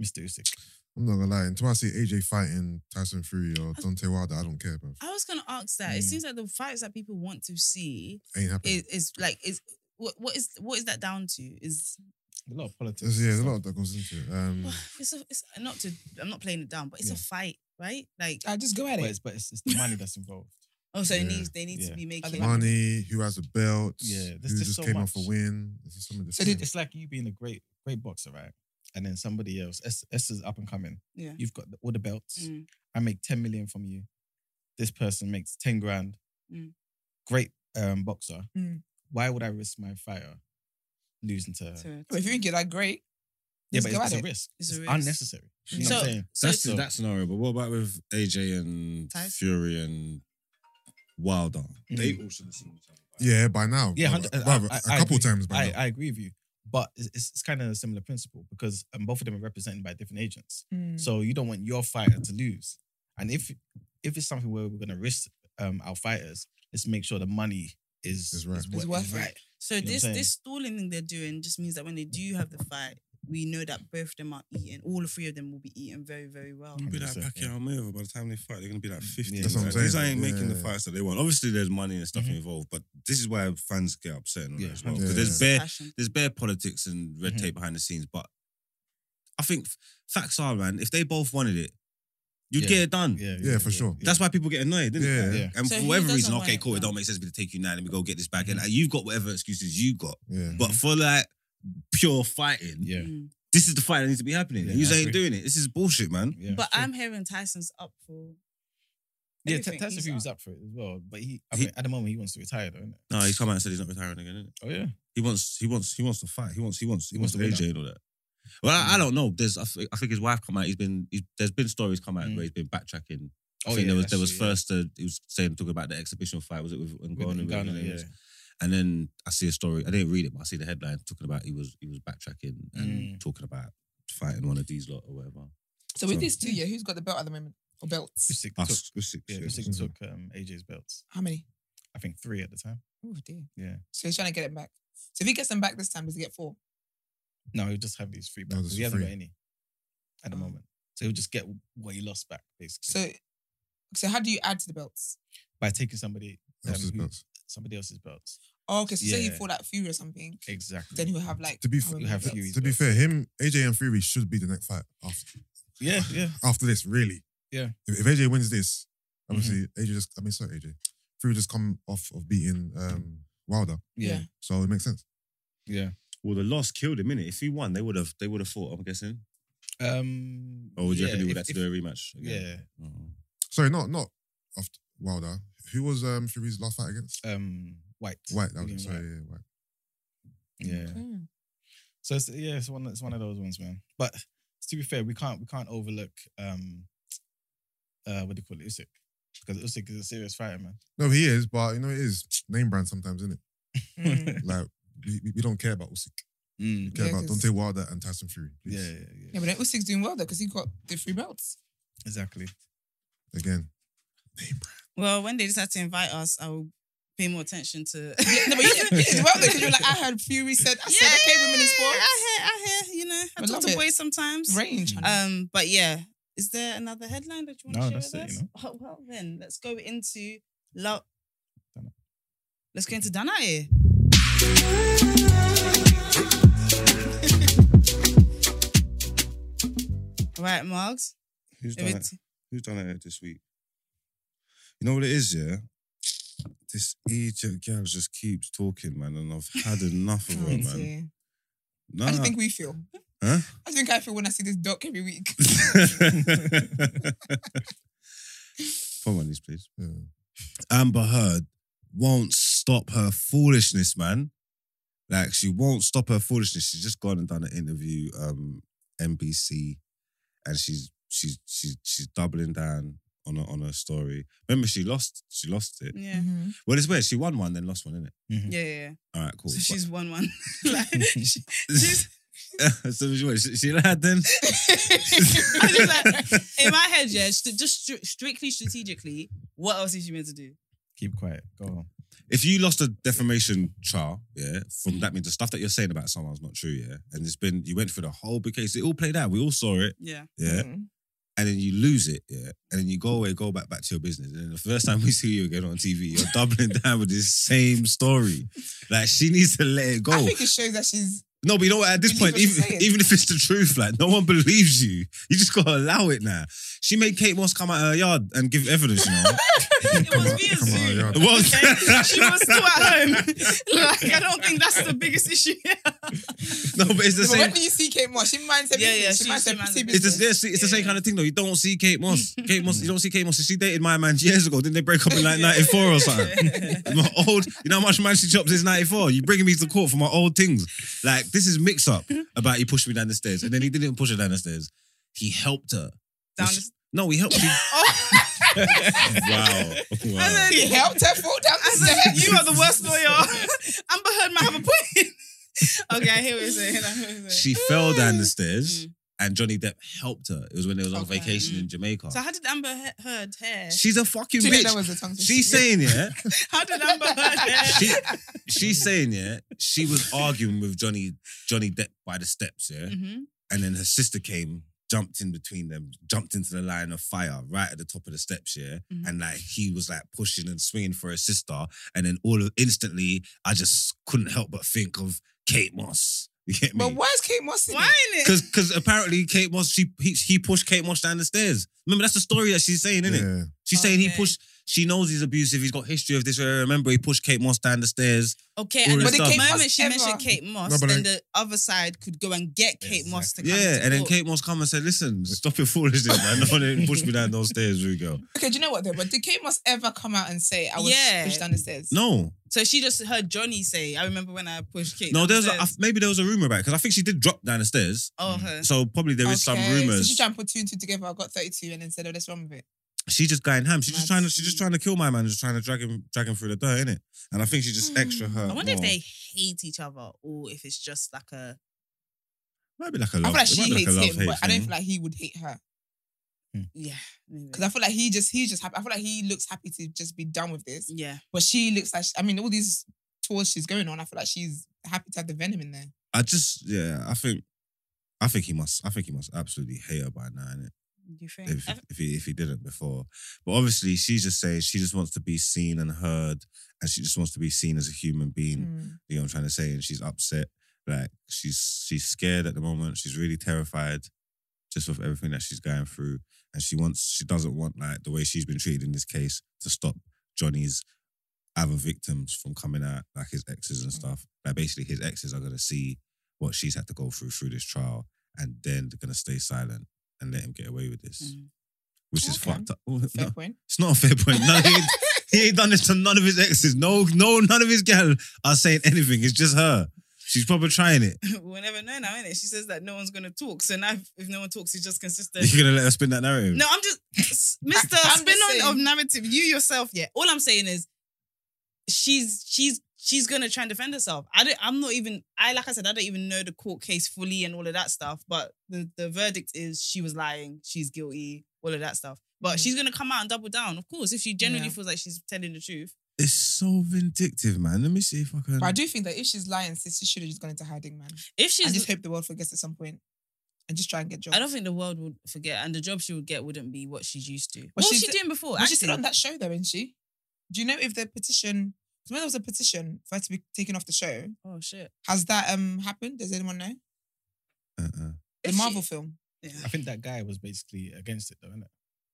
S5: Mr. Usyk.
S4: I'm not gonna lie. Until I see AJ fighting Tyson Fury or Dante Wilder, I don't care, bro.
S1: I was gonna ask that. It
S3: Hmm.
S5: Mm.
S1: seems like the fights that people want to see
S4: Ain't happening.
S1: is, is like is what what is what is that down to? Is
S5: A lot of politics.
S4: There's- yeah, there's a
S5: and
S4: lot that goes into it. Um,
S1: well, it's a, it's not to I'm not playing it down, but it's a
S5: Mm. Yeah.
S1: fight, right? Like
S3: I Uh, just go at
S5: stuff. But
S3: it.
S5: it's, but it's, it's the money that's involved.
S1: oh, so it
S4: Yeah,
S1: needs they need to
S5: yeah.
S1: be
S3: Are they
S1: making.
S4: money, who has a belt,
S5: Yeah, there's
S4: who
S5: just
S4: just
S5: so
S4: came
S5: much.
S4: off a win. This is some of the
S5: So it's like you being a great, great boxer, right? And then somebody else, S, S is up and coming.
S1: Yeah.
S5: You've got the, all the belts.
S1: Mm.
S5: I make 10 million from you. This person makes 10 grand.
S1: Mm.
S5: Great um, boxer.
S3: Mm.
S5: Why would I risk my fire losing to her?
S1: to-
S3: If you think you're that great,
S5: yeah,
S3: let's
S5: but
S3: go at
S5: it's, it's a
S3: it.
S5: risk.
S1: It's
S5: It's,
S1: a risk.
S5: unnecessary. You know
S1: So-
S5: what I'm saying?
S2: That's
S5: So-
S2: that scenario. But what about with AJ and
S1: Tyson?
S2: Fury and Wilder? They
S5: Mm.
S2: all should have seen each other.
S4: yeah, by now.
S5: Yeah,
S4: brother.
S5: hundred- I-
S4: Brother, a
S5: I- I
S4: couple
S5: agree.
S4: times by
S5: I,
S4: now.
S5: I agree with you. But it's, it's, it's kind of a similar principle because um, both of them are represented by different agents.
S3: Mm.
S5: So you don't want your fighter to lose. And if if it's something where we're gonna risk um, our fighters, let's make sure the money is
S4: Is right.
S5: is,
S4: Is
S5: what- is
S3: worth it.
S5: right.
S1: So
S5: You know what I'm
S1: this
S5: saying?
S1: this stalling thing they're doing just means that when they do have the fight, we know that both of them are eating. All three of them will be eating very very well.
S2: Be like
S5: 100%,
S2: Pacquiao Mayweather. By the time they fight, they're gonna be like fifty.
S5: Yeah,
S4: That's what I'm
S2: Like,
S4: saying.
S2: These ain't making the
S4: Yeah.
S2: fights that they want. Obviously, there's money and stuff
S1: Mm-hmm.
S5: Mhm.
S2: involved, but this is why fans get upset and all that
S5: Yeah,
S2: as well.
S4: 100%.
S2: Because there's
S4: It's
S2: bare
S1: Passion.
S2: there's bare politics and red
S5: Mhm.
S2: tape behind the scenes, but I think f- facts are, man. If they both wanted it, You'd
S5: Yeah.
S2: get it done.
S5: Yeah,
S4: Yeah, for sure.
S2: That's why people get annoyed, didn't
S4: Yeah.
S2: it?
S5: Yeah.
S2: And
S1: So
S2: for
S1: he
S2: whatever
S1: doesn't Mm-hmm.
S2: reason,
S1: want
S2: okay,
S1: it
S2: cool, it
S1: done.
S2: don't make sense for me to take you now, let me go get this back. And like, you've got whatever excuses you got.
S4: Yeah.
S1: Mm-hmm.
S2: But for like pure fighting,
S5: yeah,
S1: Mm.
S2: this is the fight that needs to be happening.
S5: Yeah,
S2: and you
S5: I
S2: ain't
S5: agree.
S2: doing it. This is bullshit, man.
S5: yeah.
S1: But I'm hearing Tyson's up for.
S5: yeah,
S1: everything
S5: Tyson
S1: he's
S5: Fury was
S1: up.
S5: up for it as well, but he, I
S2: He-
S5: mean, at the moment he wants to retire, though, isn't it?
S2: No, he's come out and said he's not retiring again, innit?
S5: Oh yeah,
S2: He wants, he wants, he wants to fight. He wants, he wants, he,
S5: He
S2: wants,
S5: wants Mm-hmm. to win
S2: AJ and all that. Well, I, I don't know. There's, I, thi- I think his wife come out. He's been, he's, there's been stories come out
S5: Mm.
S2: where he's been backtracking. I
S5: oh
S2: think
S5: yeah,
S2: there was,
S5: that's
S2: there was
S5: true, yeah.
S2: first, uh, he was saying talking about the exhibition fight. Was it with
S5: With
S2: Ngannou? whatever
S5: Ngannou,
S2: his name
S5: yeah.
S2: is. And then I see a story. I didn't read it, but I see the headline talking about he was, he was backtracking and
S5: Mm.
S2: talking about fighting one of these lot or whatever.
S3: So with these two, yeah, who's got the belt at the moment? Or belts?
S5: Usyk took,
S2: Us, us six,
S5: yeah,
S2: yeah.
S5: Usyk took um, AJ's belts.
S3: How many?
S5: I think three at the time.
S3: Oh dear.
S5: Yeah.
S3: So he's trying to get it back. So if he gets them back this time, does he get four?
S5: No, he'll just have these three
S4: No,
S5: belts.
S4: there's
S5: he hasn't got
S4: three.
S5: any at the
S3: Oh.
S5: moment, so he'll just get what he lost back basically
S3: So, so how do you add to the belts?
S5: by taking somebody um,
S4: That's his
S5: who-
S4: belts.
S5: somebody else's belts.
S3: Oh, okay. So say he
S5: Yeah.
S3: fought out Fury or something,
S5: Exactly.
S3: then he'll have like
S4: To be f-
S3: however
S5: You
S3: many
S5: have
S3: belts.
S5: Fury's
S4: To be
S5: belts.
S4: fair, him, AJ, and Fury should be the next fight after,
S5: Yeah, yeah.
S4: after this, really.
S5: Yeah. Mm-hmm.
S4: If, if AJ wins this, obviously AJ just, I mean, sorry, AJ. Fury just come off of beating um, Wilder.
S5: Yeah.
S3: Yeah.
S4: So it makes sense.
S5: Yeah.
S2: Well, the loss killed him, innit? If he won, they would have they would have fought. I'm guessing.
S5: Um.
S2: Or would you
S5: yeah,
S2: reckon he would have
S5: if-
S2: to do a rematch? Oh.
S5: if- Yeah.
S4: Sorry, not not after Wilder. Who was um, Fury's last fight against?
S5: Um. White.
S4: White. That
S5: William
S4: was, sorry,
S5: White.
S4: yeah, White.
S5: Yeah.
S3: Mm.
S5: So it's, yeah, it's one. It's one of those ones, man. But to be fair, we can't we can't overlook um, uh, what do you call it, Usyk, because Usyk is a serious fighter, man.
S4: No, he is, but you know, it is name brand sometimes, isn't it?
S3: Mm.
S4: Like, we, we- we don't care about Usyk.
S5: Mm.
S4: We care
S3: Yeah,
S4: about
S3: 'cause-
S4: Dante Wilder and Tyson Fury. please.
S5: Yeah, yeah, yeah.
S3: Yeah, but then Usyk's doing well though because he got the three belts.
S5: Exactly.
S4: Again.
S1: Well, when they decide to invite us, I will pay more attention to.
S3: Yeah, no, but you did it's well though because you're like, I heard Fury said, I said, okay, women in sports.
S1: I hear, I hear. You know, I
S3: I
S1: talk
S3: love
S1: to
S3: it.
S1: boys sometimes.
S5: Mm,
S3: Range.
S1: Um, but yeah, is there another headline that you want
S5: No,
S1: to
S5: that's
S1: share
S5: it,
S1: with
S5: you
S1: us? Oh, well, then let's go into love.
S5: Dana.
S1: Let's go into Danae. right, Margs.
S2: Who's
S1: If
S2: done it?
S1: it's-
S2: Who's done it this week? You know what it is, yeah. This Egypt gal just keeps talking, man, and I've had enough of her, man.
S3: Oh, dear.
S2: Nah.
S5: Uh-huh.
S3: How do you think we feel?
S2: huh?
S3: I think I feel when I see this doc every week.
S2: Come on, these, please.
S4: Yeah.
S2: Amber Heard won't stop her foolishness, man. Like she won't stop her foolishness. She's just gone and done an interview, um, NBC, and she's she's she's she's doubling down on her, on her story. Remember, she lost she lost it.
S1: Yeah.
S2: Well, it's weird. She won one, then lost one, innit?
S1: Yeah, yeah, yeah.
S2: All right, cool.
S1: So she's won one. like, she, she's,
S2: But- so she, what, she, she lied then.
S1: I'm just like, in my head, yeah, st- just stri- strictly strategically, what else is she meant to do?
S5: Keep quiet. Go on.
S2: if you lost a defamation trial, yeah, from that means the stuff that you're saying about someone's not true, yeah, and it's been you went through the whole big case. It all played out. We all saw it,
S1: Yeah.
S2: yeah.
S3: Mm. Mm-hmm.
S2: and then you lose it, yeah, and then you go away, go back back to your business. And then the first time we see you again on TV, you're doubling down with this same story. Like she needs to let it go.
S3: I think it shows that she's
S2: no, but you know what? At this point,
S3: Believe what
S2: even
S3: she's saying.
S2: even if it's the truth, like no one believes you. You just gotta allow it now. She made Kate Moss come out her yard and give evidence. You know,
S1: It was via
S4: on, come on,
S1: Zoom.
S4: you're-
S2: It was-
S1: okay? She was still at home. like, I don't think that's the biggest issue.
S2: no, but it's the
S3: Yeah, but
S2: same.
S3: when do you see Kate Moss? She minds everything.
S1: Yeah, yeah,
S3: she,
S1: she-
S3: minds
S1: she
S3: her
S1: minds
S3: pretty
S1: her
S2: It's
S3: business.
S2: the, yeah, it's, the- it's the same
S1: Yeah.
S2: kind of thing though. You don't see Kate Moss. Kate Moss. You don't see Kate Moss. She dated my man years ago. Didn't they break up in like '94 or something? My old, you know how much man she chopped since '94. You bringing me to court for my old things. Like this is mix up about he pushed me down the stairs and then he didn't push her down the stairs. He helped her.
S1: Down
S2: Which-
S1: the s-
S2: no, he helped. You.
S1: Oh,
S2: wow. wow.
S3: He helped her fall down the
S1: I said,
S3: stairs.
S1: you are the worst lawyer. Amber Heard might have a point. okay, I hear what you're saying. I hear what you're saying.
S2: She fell down
S1: Mm.
S2: the stairs and Johnny Depp helped her. It was when they was on
S3: Okay.
S2: vacation in Jamaica.
S1: So how did Amber He- Heard hair?
S2: She's a fucking
S3: Do you know that
S2: bitch.
S3: was a tongue twister?
S2: She's saying yeah.
S1: How did Amber Heard hair?
S2: she she's saying yeah she was arguing with Johnny Johnny Depp by the steps yeah
S1: Mhm.
S2: and then her sister came jumped in between them jumped into the line of fire right at the top of the steps yeah
S1: Mhm.
S2: and like he was like pushing and swinging for his sister and then all of instantly I just couldn't help but think of Kate Moss. You get
S3: But
S2: me?
S3: why is Kate Moss in
S1: Why
S3: it?
S1: in it?
S2: Because because apparently Kate Moss she he, he pushed Kate Moss down the stairs. Remember that's the story that she's saying, isn't it?
S4: Yeah.
S2: She's saying he
S1: Okay.
S2: pushed. She knows he's abusive. He's got history of this. Remember he pushed Kate Moss down the stairs.
S1: Okay,
S2: All
S1: and
S2: this
S1: the
S2: stuff.
S1: moment
S3: Moss
S1: she
S3: ever-
S1: mentioned Kate Moss,
S4: No, but
S1: then
S4: then-
S1: the other side could go and get Kate Moss to come.
S2: Yeah,
S1: to
S2: and then
S1: court.
S2: Kate Moss come and said, "Listen, stop your foolishness, man. No, they didn't push me down those stairs, we go.
S3: Okay, do you know what though? But did Kate Moss ever come out and say I was
S1: Yeah.
S3: pushed down the stairs?
S2: No,
S1: So she just heard Johnny say, "I remember when I pushed Kate."
S2: no. There's a,
S1: downstairs."
S2: maybe there was a rumor about it because I think she did drop down the stairs.
S1: oh her.
S2: So probably there is
S3: Okay,
S2: some rumors.
S3: So she
S2: she,
S3: tried and put two and two together. I got 32 and then said, oh, let's run with it.
S2: just going ham. She's just
S1: Mad
S2: trying to. She's just trying to kill my man. Just trying to drag him, drag him through the dirt, innit? And I think she just extra
S3: Hmm.
S2: hurt.
S1: I wonder if
S2: more.
S1: they hate each other or if it's just like a.
S2: might be like a
S3: I
S2: love.
S3: feel
S2: it
S3: like
S2: might
S3: she
S2: be like
S3: hates
S2: a
S3: him,
S2: love-hate
S3: but I don't
S2: thing.
S3: feel like he would hate her.
S1: Yeah. maybe.
S3: Because I feel like he just he's just happy. I feel like he looks happy to just be done with this.
S1: yeah.
S3: But she looks like she- I mean, all these tours she's going on, I feel like she's happy to have the venom in there.
S2: I just yeah, I think I think he must I think he must absolutely hate her by now, innit?
S1: You think?
S2: If,
S1: I th-
S2: if he if he didn't before. But obviously she's just saying she just wants to be seen and heard and she just wants to be seen as a human being.
S3: Mm.
S1: Mm.
S2: You know what I'm trying to say? And she's upset. Like she's she's scared at the moment. She's really terrified just with everything that she's going through. And she wants she doesn't want like the way she's been treated in this case to stop Johnny's other victims from coming out, like his exes and stuff. Like basically his exes are gonna see what she's had to go through through this trial and then they're gonna stay silent and let him get away with this.
S1: Mm.
S2: Which is
S3: Okay.
S2: fucked up. Oh,
S3: Fair
S2: no,
S3: point.
S2: it's not a fair point. None of it- he ain't done this to none of his exes. No, no, none of his gal are saying anything. It's just her. She's probably trying it.
S1: we'll never know now, innit? She says that no one's gonna talk. So now, if, if no one talks, it's just consistent.
S2: You're gonna let her spin that narrative.
S1: No, I'm just Mr.
S3: I'm just
S1: spin on
S3: saying-
S1: of narrative. You yourself, yeah. All I'm saying is she's she's she's gonna try and defend herself. I don't I'm not even I like I said, I don't even know the court case fully and all of that stuff, but the, the verdict is she was lying, she's guilty, all of that stuff. But
S3: Mm.
S1: she's gonna come out and double down, of course, if she genuinely
S3: Yeah.
S1: feels like she's telling the truth.
S2: It's so vindictive, man. Let me see if I can.
S3: But I do think that if she's lying, sis, she should have just gone into hiding, man.
S1: If
S3: I
S1: she's
S3: just hope the world forgets at some point and just try and get jobs.
S1: I don't think the world would forget, and the job she would get wouldn't be what she's used to.
S3: But
S1: what was
S3: she's-
S1: she doing before?
S3: But she's still on
S1: acting?
S3: that show though, isn't she? Do you know if the petition? Because when there was a petition for her to be taken off the show,
S1: Oh shit!
S3: has that um happened? Does anyone know?
S2: Uh-uh.
S3: The
S1: If she-
S3: Marvel film
S1: Yeah.
S5: I think that guy was basically against it, though, isn't it?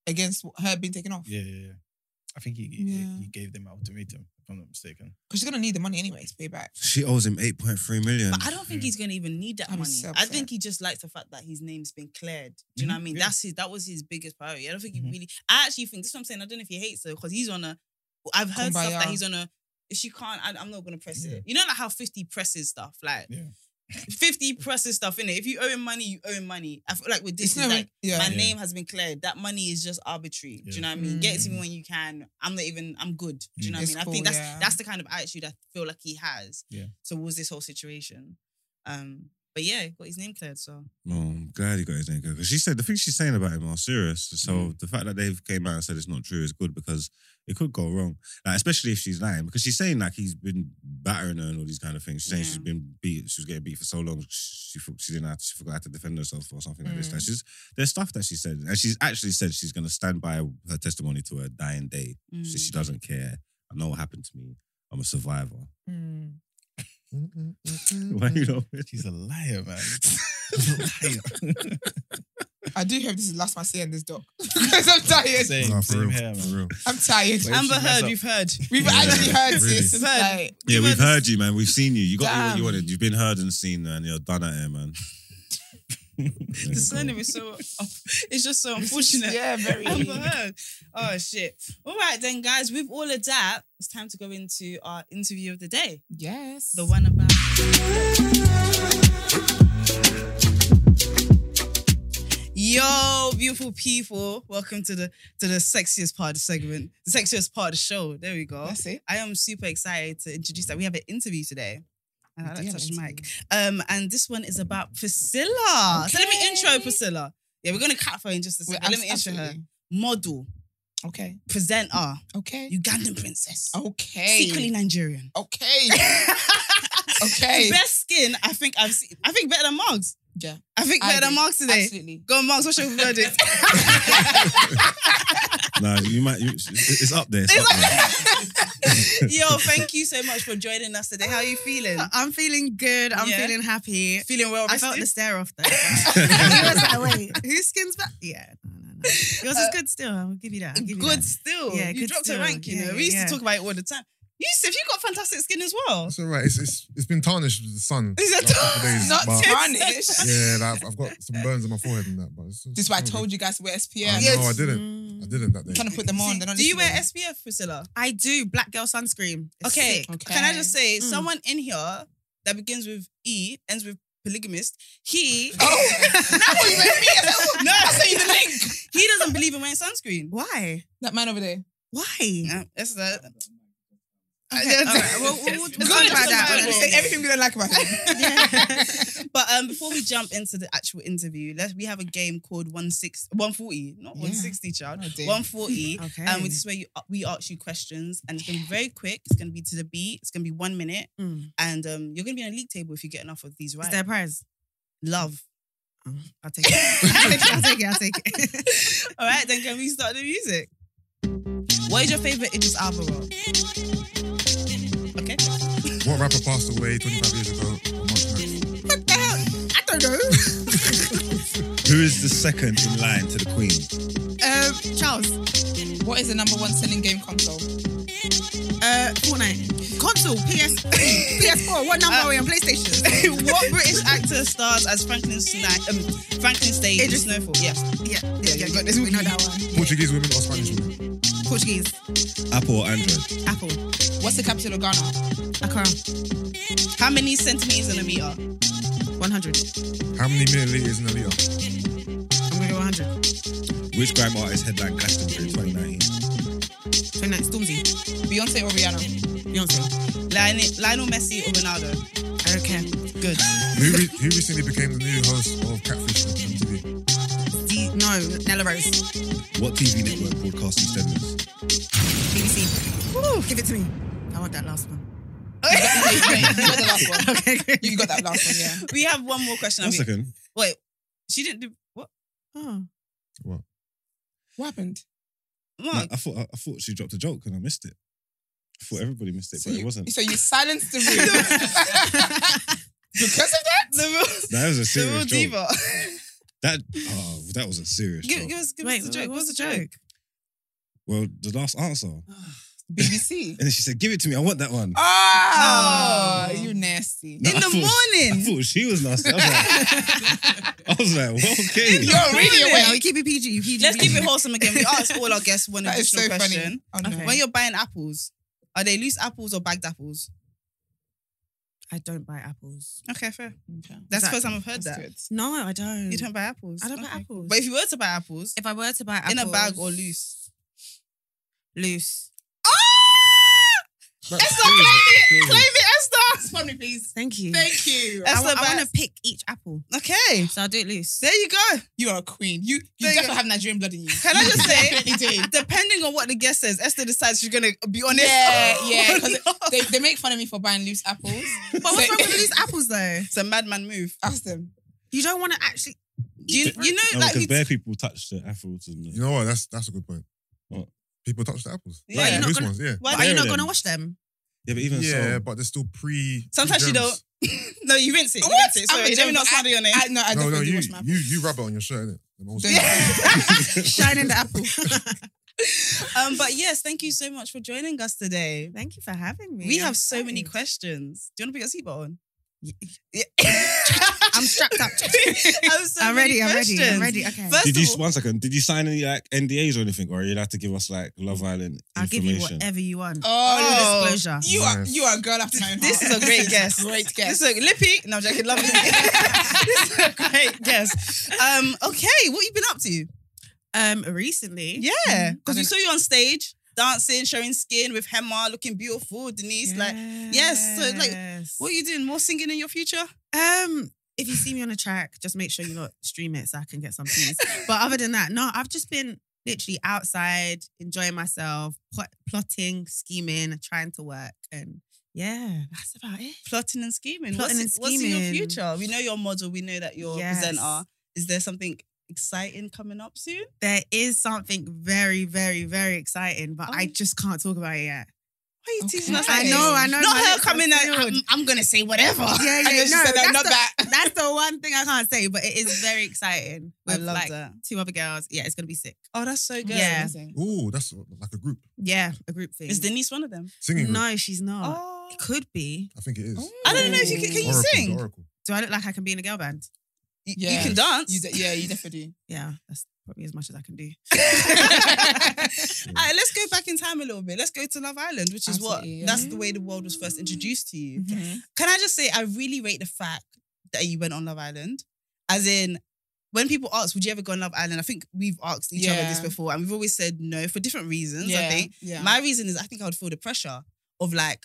S3: against her being taken off.
S5: Yeah, yeah, yeah. I think he, he-
S3: Yeah.
S5: he gave them ultimatum, if I'm not mistaken.
S3: Because she's gonna need the money anyway to pay back.
S2: She owes him eight point three million.
S1: But I don't think he's going to even need that
S3: I'm
S1: money.
S3: so
S1: I think
S3: upset. Mm-hmm.
S1: he just likes the fact that his name's been cleared. Do you know what I
S5: Mhm,
S1: mean?
S5: yeah.
S1: That's his. That was his biggest priority. I don't think
S5: Mhm.
S1: he really. I actually think this. Is what I'm saying. I don't know if he hates her because he's on a. I've heard stuff that
S3: Kumbaya.
S1: he's on a. If she can't, I, I'm not gonna press
S5: Yeah.
S1: it. You know, like how Fifty presses stuff. Like
S5: Yeah.
S1: Fifty presses stuff in it. If you owe him money, you owe him money. I feel like with this,
S3: It's
S1: it's
S3: not
S1: like.
S3: like yeah.
S1: My
S5: Yeah.
S1: name has been cleared. That money is just arbitrary. Do you
S5: Yeah. Mm.
S1: know what I mean? Get it to me
S3: Mm.
S1: when you can. I'm not even. I'm good. Do you know what
S3: It's
S1: I mean? I
S3: cool,
S1: think that's
S3: yeah.
S1: that's the kind of attitude I feel like he has
S5: Yeah.
S1: towards this whole situation. Um, but yeah, he got his name cleared. So
S2: Well, I'm glad he got his name because she said the things she's saying about him are serious. So the fact that they've came out and said it's not true is good because it could go wrong, like, especially if she's lying. Because she's saying like he's been battering her and all these kind of things. She's saying she's
S1: Yeah.
S2: been beat. She was getting beat for so long. She fo- she didn't have to, she forgot how to defend herself or something like this.
S3: Mm.
S2: Like she's, there's stuff that she said, and she's actually said she's gonna stand by her testimony to her dying day.
S1: mm.
S2: She, said she doesn't care. I know what happened to me. I'm a survivor.
S3: Mm.
S2: Why you know?
S5: She's a liar, man. She's a liar.
S3: I do hope this is the last time I see her in this doc. Because I'm tired.
S5: same,
S4: Nah, for
S5: same
S4: real.
S5: hair,
S4: For
S5: man.
S4: real.
S3: I'm tired.
S5: Wait.
S1: Amber
S5: she
S1: Heard,
S5: messed up.
S1: we've heard.
S3: We've
S2: Yeah,
S3: actually heard
S2: really.
S3: this.
S1: We've heard.
S3: Like,
S2: Yeah,
S1: Give
S2: we've
S1: her this-
S2: heard you, man. We've seen you. You got you what you
S3: Damn.
S2: wanted. You've been heard and seen, man. You're done at it, man. There you
S1: The
S2: go.
S1: surname is so it's just so unfortunate.
S3: yeah, very.
S1: Amber Heard. Oh shit. All right then, guys, with all of that, it's time to go into our interview of the day.
S3: yes.
S1: The one about Yo, beautiful people. Welcome to the to the sexiest part of the segment. The sexiest part of the show. There we go.
S3: That's it.
S1: I am super excited to introduce that. We have an interview today. And I
S3: Do
S1: like
S3: you
S1: to
S3: have
S1: touch
S3: an
S1: the mic.
S3: interview?
S1: Um, and this one is about Priscilla. So let me
S3: Okay.
S1: intro Priscilla. Yeah, we're gonna cut for her in just a
S3: Wait,
S1: second. let me intro her.
S3: absolutely.
S1: Model,
S3: Okay.
S1: presenter,
S3: Okay. Oh.
S1: Ugandan princess,
S3: Okay.
S1: secretly Nigerian.
S3: Okay.
S1: The
S3: Okay.
S1: Best skin I think I've seen. I think better than Marks.
S3: Yeah.
S1: I think
S3: I
S1: better than
S3: agree.
S1: Marks today.
S3: Absolutely.
S1: Go on, Marks, what's your verdict?
S2: Nah, you might. You, it's it's up there. It's, up there.
S1: Yo, thank you so much for joining us today. How are you feeling?
S7: I'm feeling good. I'm
S1: Yeah.
S7: feeling happy.
S1: Feeling well
S7: I felt the
S1: rested?
S7: stare off though. I was like, wait, whose skin's back? Yeah, no, no, no. Yours
S1: Uh,
S7: is good still. I'll give you that. I'll give you
S1: good
S7: that.
S1: still.
S7: Yeah,
S1: you
S7: good
S1: dropped a
S7: still.
S1: rank, you
S7: Yeah,
S1: know.
S7: yeah,
S1: We used
S7: yeah.
S1: to talk about it all the time. Yusuf, you got fantastic skin as well.
S4: It's all right. It's, it's, it's been tarnished with the sun.
S1: Is that-
S4: last couple of days,
S3: Not
S4: but-
S3: tarnished.
S4: Yeah, like, I've got some burns on my forehead and that. But it's,
S3: This is why I told you guys to wear SPF.
S4: Yeah.
S1: Yeah.
S4: No, I didn't. I didn't that day.
S3: I'm trying to put them on. They're not
S1: Do you wear
S3: listening.
S1: SPF, Priscilla?
S7: I do black girl sunscreen. It's
S1: Okay.
S7: sick.
S3: Okay.
S1: Can I just say,
S7: Mm.
S1: someone in here that begins with E, ends with polygamist, he
S3: Oh, now what you made me? I said, oh,
S1: No.
S3: I sent you the link.
S1: he doesn't believe in wearing sunscreen.
S7: Why?
S3: That man over there.
S7: Why?
S1: Yeah, that's that.
S3: Uh,
S7: Okay, all right. Well, we'll- we'll
S1: Good
S7: talk about that.
S1: justifiable.
S3: Say everything we don't like about him.
S1: But um, before we jump into the actual interview, let's we have a game called 160, 140, not
S3: Yeah.
S1: 160, child.
S3: Oh, dear.
S1: 140.
S7: Okay.
S1: And this is where you, we ask you questions, and it's gonna be very quick. It's gonna be to the beat. It's gonna be one minute,
S7: Mm.
S1: and um, you're gonna be on a league table if you get enough of these right.
S7: Is there a prize?
S1: Love.
S7: I'll take it. I'll take it. I'll take it.
S1: All right, then can we start the music? What is your favorite Idris Alba role? Okay.
S4: What rapper passed away 25 years ago? A month ago?
S7: what the hell? I don't know.
S2: Who is the second in line to the Queen?
S7: Um, Charles,
S3: What is the number one selling game console?
S7: uh, Fortnite, console, PS, PS4. What number
S1: Uh,
S7: are we on? PlayStation.
S1: what British actor stars as Franklin Sna- um, Franklin Stage in
S7: Idris-
S1: Snowfall? Yes.
S7: Yeah, yeah, yeah.
S1: you
S7: yeah.
S1: got this.
S7: We know that one.
S4: Portuguese women or Spanish women?
S7: Portuguese,
S2: Apple or Android?
S7: Apple,
S3: What's the capital of Ghana?
S7: Accra,
S1: How many centimeters in a meter?
S7: 100.
S4: How many milliliters in a liter?
S7: I'm gonna go 100.
S2: Which grime artist headlined Glastonbury 2019?
S7: 29. Stormzy,
S3: Beyonce or Rihanna?
S7: Beyonce.
S1: Lionel, Lionel Messi or Ronaldo?
S7: I don't care.
S1: Good.
S4: Who, re- who recently became the new host of Catfish on MTV?
S7: D- no, Nella Rose,
S2: What TV network broadcasts Eastenders?
S7: BBC. Woo, give it to me. I want that last one.
S3: you got the last one.
S7: Okay, good.
S3: You got that last one, yeah.
S1: We have one more question.
S2: One
S1: haven't we?
S2: second.
S1: Wait, she didn't do what?
S7: Oh.
S3: What happened?
S2: No,
S1: Mark,
S2: I thought I thought she dropped a joke and I missed it. I thought everybody missed it,
S3: So
S2: but
S3: you-
S2: it wasn't.
S3: So you silenced the room. because of that?
S1: the real,
S2: That was a
S1: the real
S2: serious joke.
S1: diva.
S2: That oh, that was a serious
S1: give,
S2: joke.
S1: give us, give
S7: Wait,
S1: us the
S7: what
S1: joke.
S7: was
S1: What's
S7: the
S1: the joke?
S7: joke?
S2: Well, the last answer, and
S3: BBC.
S2: then she said, "Give it to me. I want that one."
S3: Oh,
S1: Oh.
S3: you nasty.
S2: No,
S1: In
S2: I
S1: the
S2: thought- I
S1: morning.
S2: thought she was nasty. I was like, I was like well, okay.
S3: You're really
S1: Yeah.
S7: Yeah,
S3: awake.
S7: we keep it PG. PG.
S1: Let's keep it wholesome again. We ask all our guests one
S3: That is
S1: additional
S3: so
S1: question.
S3: funny. Oh, no.
S7: Okay.
S1: When you're buying apples, are they loose apples or bagged apples?
S7: I don't buy apples.
S1: Okay, fair.
S3: Okay.
S1: That's the
S7: Exactly.
S1: first time I've heard that.
S7: No, I don't.
S1: You don't buy apples.
S7: I don't buy
S1: Okay.
S7: apples.
S1: But if you were to buy apples,
S7: if I were to buy apples,
S1: in a bag or loose,
S7: loose.
S4: That's
S1: Esther, claim it, claim it, Esther.
S3: That's funny, please.
S7: Thank you.
S3: Thank you.
S7: I,
S1: That's the
S7: want to
S1: best.
S7: pick each apple,
S1: Okay,
S7: so I'll do it loose.
S1: there you go.
S3: You are a queen. You, you
S1: There you
S3: definitely
S1: go.
S3: have Nigerian blood in you.
S1: Can I just
S3: Definitely
S1: say,
S3: do.
S1: depending on what the guest says, Esther decides she's gonna be honest.
S3: Yeah, yeah, 'cause
S1: Oh, no.
S3: They, they make fun of me for buying loose apples.
S7: But what's
S3: So-
S7: wrong with loose apples though?
S1: it's a madman move.
S3: Ask them.
S7: You don't want to actually.
S1: Do you, you know,
S2: No,
S1: like
S2: because
S1: you-
S2: bare people touch the afros and
S4: You
S2: the,
S4: know what? That's that's a good point.
S2: What?
S4: People touch the apples.
S1: Yeah.
S4: Like,
S1: You're
S7: not
S4: loose
S7: gonna-
S4: ones, yeah.
S1: why
S7: But are you
S2: Bare
S7: not
S2: them.
S7: going to wash them?
S2: yeah, but even
S4: yeah,
S2: so,
S4: but they're still pre.
S1: sometimes you
S4: pre-germs.
S1: don't. no, you rinse it. You
S3: What?
S1: rinse it. So
S3: I'm a
S1: let me
S3: germ,
S1: not
S3: but
S1: slander your name.
S3: I, no, I
S4: No,
S3: definitely
S4: no, you
S3: wash my
S4: you
S3: apples.
S4: you rub it on your shirt, innit? The most-
S7: Shining the apple.
S1: um, but yes, thank you so much for joining us today.
S7: Thank you for having me.
S1: We
S7: I'm
S1: have so many
S7: excited.
S1: questions. Do you want to put your seatbelt on?
S7: Ye-
S1: Yeah.
S7: I'm strapped up.
S1: I'm so
S7: I'm ready.
S1: many
S7: I'm ready. I'm
S1: questions.
S7: ready. Okay.
S1: First
S2: did you
S1: of all,
S2: one second? Did you sign any like NDAs or anything, or are you allowed to give us like Love Island
S7: I'll give you
S2: information?
S7: whatever you want.
S3: Oh,
S1: Oh.
S7: Disclosure.
S3: you are
S4: Nice.
S3: you are a girl after my own
S1: this
S3: heart.
S1: is a great guest.
S3: Great
S1: This
S3: guest.
S1: is a lippy. No, I'm joking. Love it. this is a great guest. Um, okay, what you been up to?
S7: Um, recently.
S1: Yeah,
S7: I
S1: because we
S7: don't-
S1: saw you on stage dancing, showing skin with Hema, looking beautiful. Denise, like, yes, so, like,
S7: Yes.
S1: what are you doing? More singing in your future?
S7: Um, if you see me on a track, just make sure you not stream it so I can get some views. but other than that, no, I've just been literally outside enjoying myself, plot- plotting, scheming, trying to work, and yeah, that's about it.
S1: Plotting and scheming.
S7: Plotting
S1: what's,
S7: and
S1: what's in your
S7: scheming.
S1: future? We know you're a model. We know that you're a
S7: Yes.
S1: presenter. Is there something exciting coming up soon?
S7: There is something very, very, very exciting, but I
S1: Oh.
S7: just can't talk about it yet.
S1: Why are you teasing
S3: Okay.
S1: us?
S7: I
S1: like
S7: know,
S1: this?
S7: I know.
S1: Not
S7: man,
S1: her
S7: it's
S1: coming
S7: so
S1: out.
S7: good.
S1: I'm, I'm gonna say whatever.
S7: Yeah,
S3: I
S7: yeah,
S3: guess
S7: no,
S3: you said that,
S7: that's
S3: not
S7: the-
S3: that.
S7: That's the one thing I can't say, but it is very exciting.
S1: I
S7: With
S1: love
S7: like
S1: that.
S7: two other girls. Yeah, it's gonna be sick.
S1: Oh, that's so good.
S7: Yeah.
S1: Amazing.
S4: Oh, that's like a group
S7: Yeah, a group thing.
S1: Is Denise one of them?
S4: singing. Group.
S7: no, she's not.
S1: Oh.
S7: It could be.
S4: I think it is.
S1: I don't know if Oh, you can. Can you
S4: Oracle, the
S1: sing?
S4: Oracle.
S7: Do I look like I can be in a girl band?
S1: You-
S3: Yeah.
S1: You can dance.
S3: You de- yeah, you definitely
S7: Yeah, that's probably as much as I can do.
S1: All right, let's go back in time a little bit. Let's go to Love Island, which is what
S3: Absolutely, yeah.
S1: that's the way the world was first introduced to you.
S7: Mm-hmm.
S3: do.
S1: Can I just say I really rate the fact that you went on Love Island, as in. When people ask, would you ever go on Love Island? I think we've asked each other this
S3: Yeah.
S1: before, and we've always said no for different reasons. I
S3: Yeah,
S1: think
S3: yeah.
S1: my reason is I think I would feel the pressure of like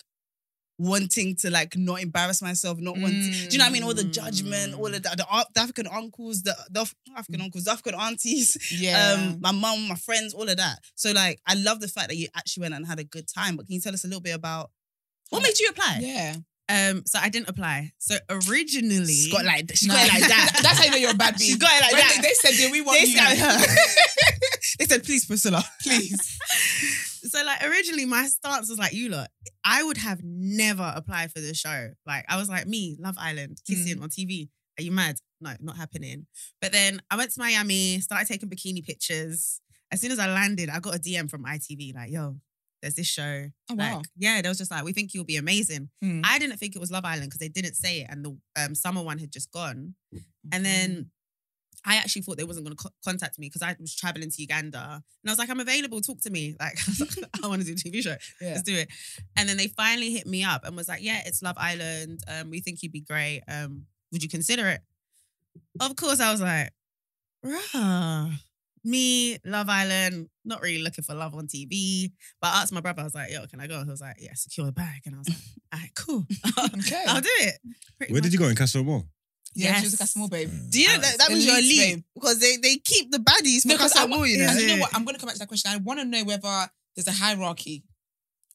S1: wanting to like not embarrass myself, not want.
S3: Mm.
S1: do you know what I mean? All the judgment, all of that, the, Af- the African uncles, the, the Af- not African uncles, the African aunties,
S3: Mm. yeah.
S1: um, my mum, my friends, all of that. So like, I love the fact that you actually went and had a good time. But can you tell us a little bit about what made you apply?
S3: yeah.
S7: Um, so I didn't apply. So originally,
S1: She's got like she
S3: No.
S1: got it like that.
S3: That's how you know you're a bad
S1: She's
S3: bitch.
S1: got it like
S3: When
S1: that.
S3: They, they said, "Did we want
S1: They
S3: you?"
S1: said her. they said, please, Priscilla, please.
S7: so like originally my stance was like you lot. I would have never applied for the show. Like I was like me, Love Island,
S1: Mm.
S7: kissing on TV. Are you mad? No, not happening. But then I went to Miami, started taking bikini pictures. As soon as I landed, I got a DM from ITV like, "Yo, there's this show."
S3: Oh, wow.
S7: Like, yeah, they was just like, "We think you'll be amazing."
S3: Mm.
S7: I didn't think it was Love Island because they didn't say it, and the um, summer one had just gone.
S3: Mm-hmm.
S7: And then I actually thought they wasn't going to co- contact me because I was traveling to Uganda, and I was like, "I'm available. Talk to me. Like, I want to do a TV show.
S3: Yeah.
S7: Let's do it." And then they finally hit me up and was like, "Yeah, it's Love Island. Um, we think you'd be great. Um, would you consider it?" Of course, I was like, "Bruh." Me, Love Island, not really looking for love on TV. But I asked my brother, I was like, yo, can I go? He was like, yeah, secure the bag. And I was like, all right, cool.
S3: okay.
S7: I'll do it. Pretty
S2: Where
S7: much.
S2: did you go in Castle Mall?
S3: yeah, she was
S7: Yes.
S3: like a small babe.
S1: Do you know that, that was your
S3: Elite,
S1: lead?
S3: babe.
S1: Because they, they keep the baddies
S3: No,
S1: because
S3: because I
S1: I know
S3: want,
S1: you
S3: you,
S1: know.
S3: you know what? I'm going to come back to that question. I want to know whether there's a hierarchy.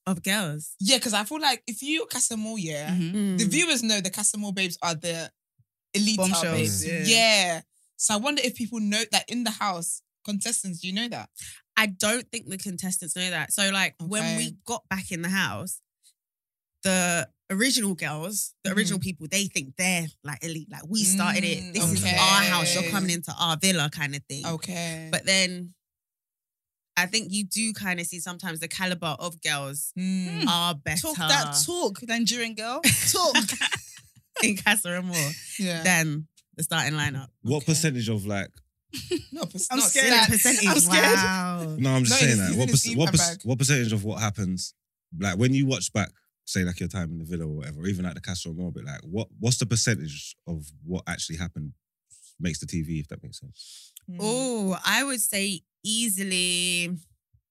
S7: Of girls.
S3: Yeah, because I feel like if you Casamore, yeah,
S1: Mhm.
S7: Mm.
S3: the viewers know the Casamore babes are the elite
S1: Bombshells,
S3: babes.
S1: yeah.
S3: Yeah. So I wonder if people know that in the house, contestants, do you know that?
S7: I don't think the contestants know that. So, like, when
S3: Okay.
S7: we got back in the house, the original girls, the
S1: Mm-hmm.
S7: original people, they think they're like elite. Like, we started
S3: Mm,
S7: it. This is
S3: okay.
S7: our house. You're coming into our villa kind of thing.
S3: Okay.
S7: But then I think you do kind of see sometimes the caliber of girls
S3: Mm.
S7: are better
S1: Talk that talk, Nigerian girl. Talk.
S7: in Casa Amor
S3: yeah.
S7: than the starting lineup.
S2: What
S3: Okay.
S2: percentage of like?
S3: no, it's
S1: I'm
S3: not
S1: scared.
S3: that.
S7: Percentage.
S3: I'm scared.
S7: Wow.
S2: No, I'm just
S3: No,
S2: saying
S3: it's-
S2: that.
S3: it's
S2: What,
S3: in
S2: perc-
S3: his
S2: what, perc-
S3: feedback.
S2: what percentage of what happens, like when you watch back, say like your time in the villa or whatever, or even like the Castle Mall, but like what what's the percentage of what actually happened makes the TV, if that makes sense?
S3: Mm.
S7: Oh, I would say easily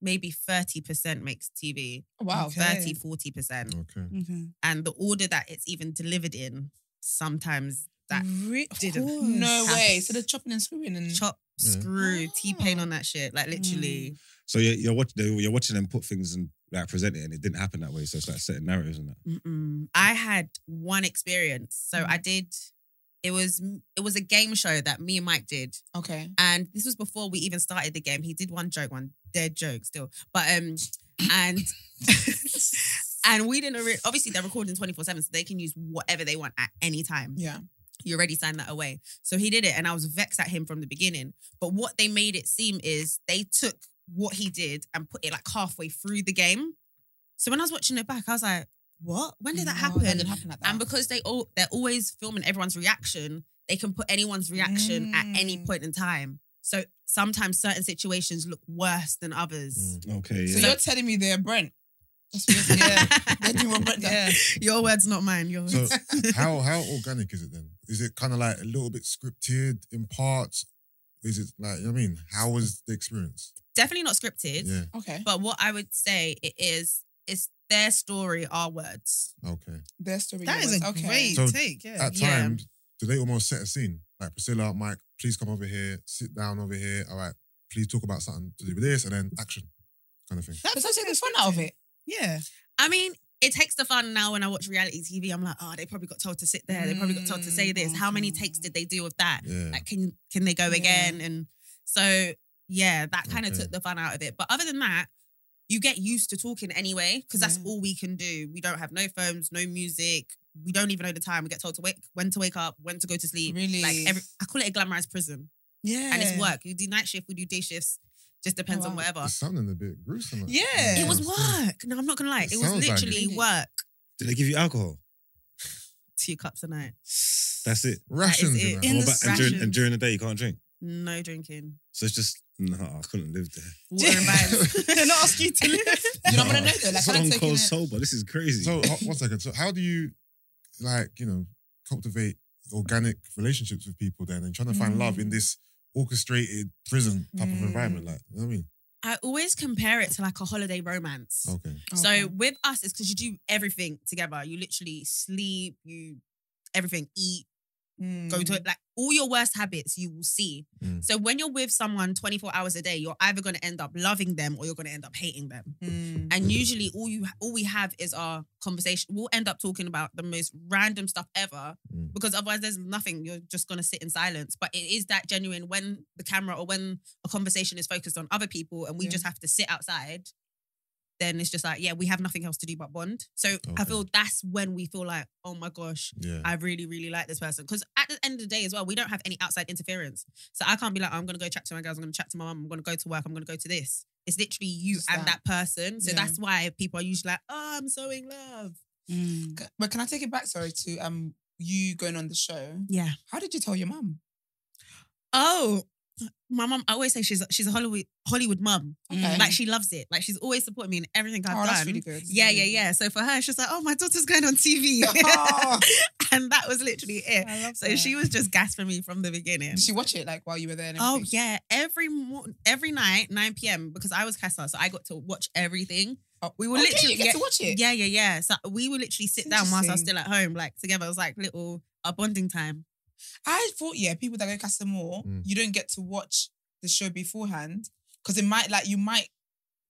S7: maybe 30% makes TV.
S3: wow.
S1: Okay.
S7: 30, 40%.
S4: Okay.
S3: Mm-hmm.
S7: And the order that it's even delivered in, sometimes that
S1: Re-
S7: didn't.
S1: course.
S3: No
S7: Yes.
S3: way. So they're chopping and screwing and
S7: chop,
S4: Yeah.
S7: screw,
S3: Ah. Mm.
S7: T-Pain on that shit. Like literally.
S2: So you're, you're, watch, they- you're watching them put things and like present it, and it didn't happen that way. So it's like setting narratives and that.
S3: Mm.
S7: Mm-mm. I had one experience. So I did, it was, it was a game show that me and Mike did.
S3: Okay.
S7: And this was before we even started the game. He did one joke, one dead joke still. But um and and we didn't re- obviously they're recording 24/7 so they can use whatever they want at any time.
S3: Yeah.
S7: You already signed that away. So he did it and I was vexed at him from the beginning. But what they made it seem is they took what he did and put it like halfway through the game. So when I was watching it back I was like, "What? When did that
S3: No,
S7: happen?"
S3: didn't happen like that.
S7: And because they all they're always filming everyone's reaction, they can put anyone's reaction at any
S3: Mm.
S7: point in time. So sometimes certain situations look worse than others.
S4: Mm.
S2: Okay.
S3: so
S2: Yeah.
S3: you're telling me they're Brent. That's what you're saying. They're doing what Brent does.
S1: Yeah.
S7: Your words, not mine. Your
S4: So
S7: words.
S4: how how organic is it then? Is it kind of like a little bit scripted in parts? Is it like you know what I mean? How was the experience?
S7: Definitely not scripted.
S4: Yeah.
S3: Okay.
S7: But what I would say it is, it's their story, our words.
S4: Okay.
S3: Their story.
S1: That is a
S3: okay.
S1: great
S4: So
S1: take. Yeah.
S4: At
S7: yeah.
S4: times, do they almost set a scene? Like Priscilla, Mike, please come over here, sit down over here. All right, please talk about something to do with this, and then action, kind of thing.
S1: That's
S3: Because I'm taking the fun out of it.
S1: Yeah.
S7: I mean, it takes the fun now when I watch reality TV. I'm like, oh, they probably got told to sit there. They probably got told to say this. How many
S3: Mm.
S7: takes did they do with that?
S4: Yeah.
S7: like can can they go
S3: Yeah.
S7: again and so yeah that kind of
S4: Okay.
S7: took the fun out of it but other than that
S1: you get used to talking anyway because that's
S3: Yeah.
S1: all we can do. We don't have no phones, no music. We don't even know the time. We get told to wake when to wake up, when to go to sleep.
S3: Really?
S1: Like every, I call it a glamorized prison,
S3: yeah.
S1: and it's work. You do night shift, we do day shifts. Just depends
S3: Oh,
S1: on
S3: wow.
S1: whatever.
S4: It's sounding a bit gruesome.
S3: Yeah.
S1: It was
S4: Yeah.
S1: work. No, I'm not gonna lie. It,
S4: It
S1: was
S4: sounds like it.
S1: literally
S3: Really?
S1: work.
S2: Did they give you alcohol?
S1: Two cups a night.
S2: That's it.
S4: Rations.
S1: it.
S4: you know.
S7: In
S2: What
S7: the
S2: about- and, during, and
S1: rations.
S2: during the day, you can't drink.
S1: No drinking.
S2: So it's just, no, I couldn't live there.
S1: Water and vibes.
S7: They're not asking you to live.
S3: You know what I know though? Like,
S2: Stone
S3: I don't take
S2: cold
S3: it.
S2: sober. This is crazy.
S4: So ho- one second. So how do you like you know cultivate organic relationships with people then and trying to find love in this orchestrated prison type of
S3: Mm.
S4: environment? Like you know what I mean?
S1: I always compare it to like a holiday romance.
S4: Okay.
S1: So with us, it's because you do everything together. You literally sleep, you everything, eat, go to it. Like all your worst habits, you will see.
S4: Mm.
S1: So when you're with someone 24 hours a day, you're either going to end up loving them or you're going to end up hating them.
S3: Mm.
S1: And usually, all you all we have is our conversation. We'll end up talking about the most random stuff ever
S4: Mm.
S1: because otherwise, there's nothing. You're just going to sit in silence. But it is that genuine when the camera or when a conversation is focused on other people, and we
S3: Yeah.
S1: just have to sit outside. Then it's just like, yeah, we have nothing else to do but bond. So I
S4: Okay.
S1: feel that's when we feel like, oh my gosh,
S4: Yeah.
S1: I really, really like this person. Because at the end of the day, as well, we don't have any outside interference. So I can't be like, oh, I'm going to go chat to my girls, I'm going to chat to my mum, I'm going to go to work, I'm going to go to this. It's literally you
S3: Just
S1: and
S3: that.
S1: that, person. So
S3: Yeah.
S1: that's why people are usually like, oh, I'm so in love.
S3: C- mm. But can I take it back? Sorry to um you going on the show.
S1: Yeah.
S3: How did you tell your mum?
S1: Oh, my mum, I always say she's she's a Hollywood Hollywood mum.
S7: Mm.
S1: Like she loves it. Like she's always supporting me in everything I've
S3: oh,
S1: done.
S3: that's really good.
S1: yeah, yeah, yeah. So for her, she's like, oh, my daughter's going on TV.
S3: Oh.
S1: and that was literally it.
S3: I love
S1: So she was just gasping me from the beginning.
S3: Did she watch it like while you were there? And
S1: Oh
S3: everything?
S1: yeah, every mor- every night, nine p.m. because I was Casa, so I got to watch everything.
S3: Oh,
S1: We were
S3: okay,
S1: literally
S3: you get to watch it.
S1: Yeah, yeah, yeah. So we would literally sit down whilst I was
S3: Interesting.
S1: still at home, like together. It was like little a bonding time.
S3: I thought yeah, people that go Castle Moore,
S4: Mm.
S3: you don't get to watch the show beforehand because it might like you might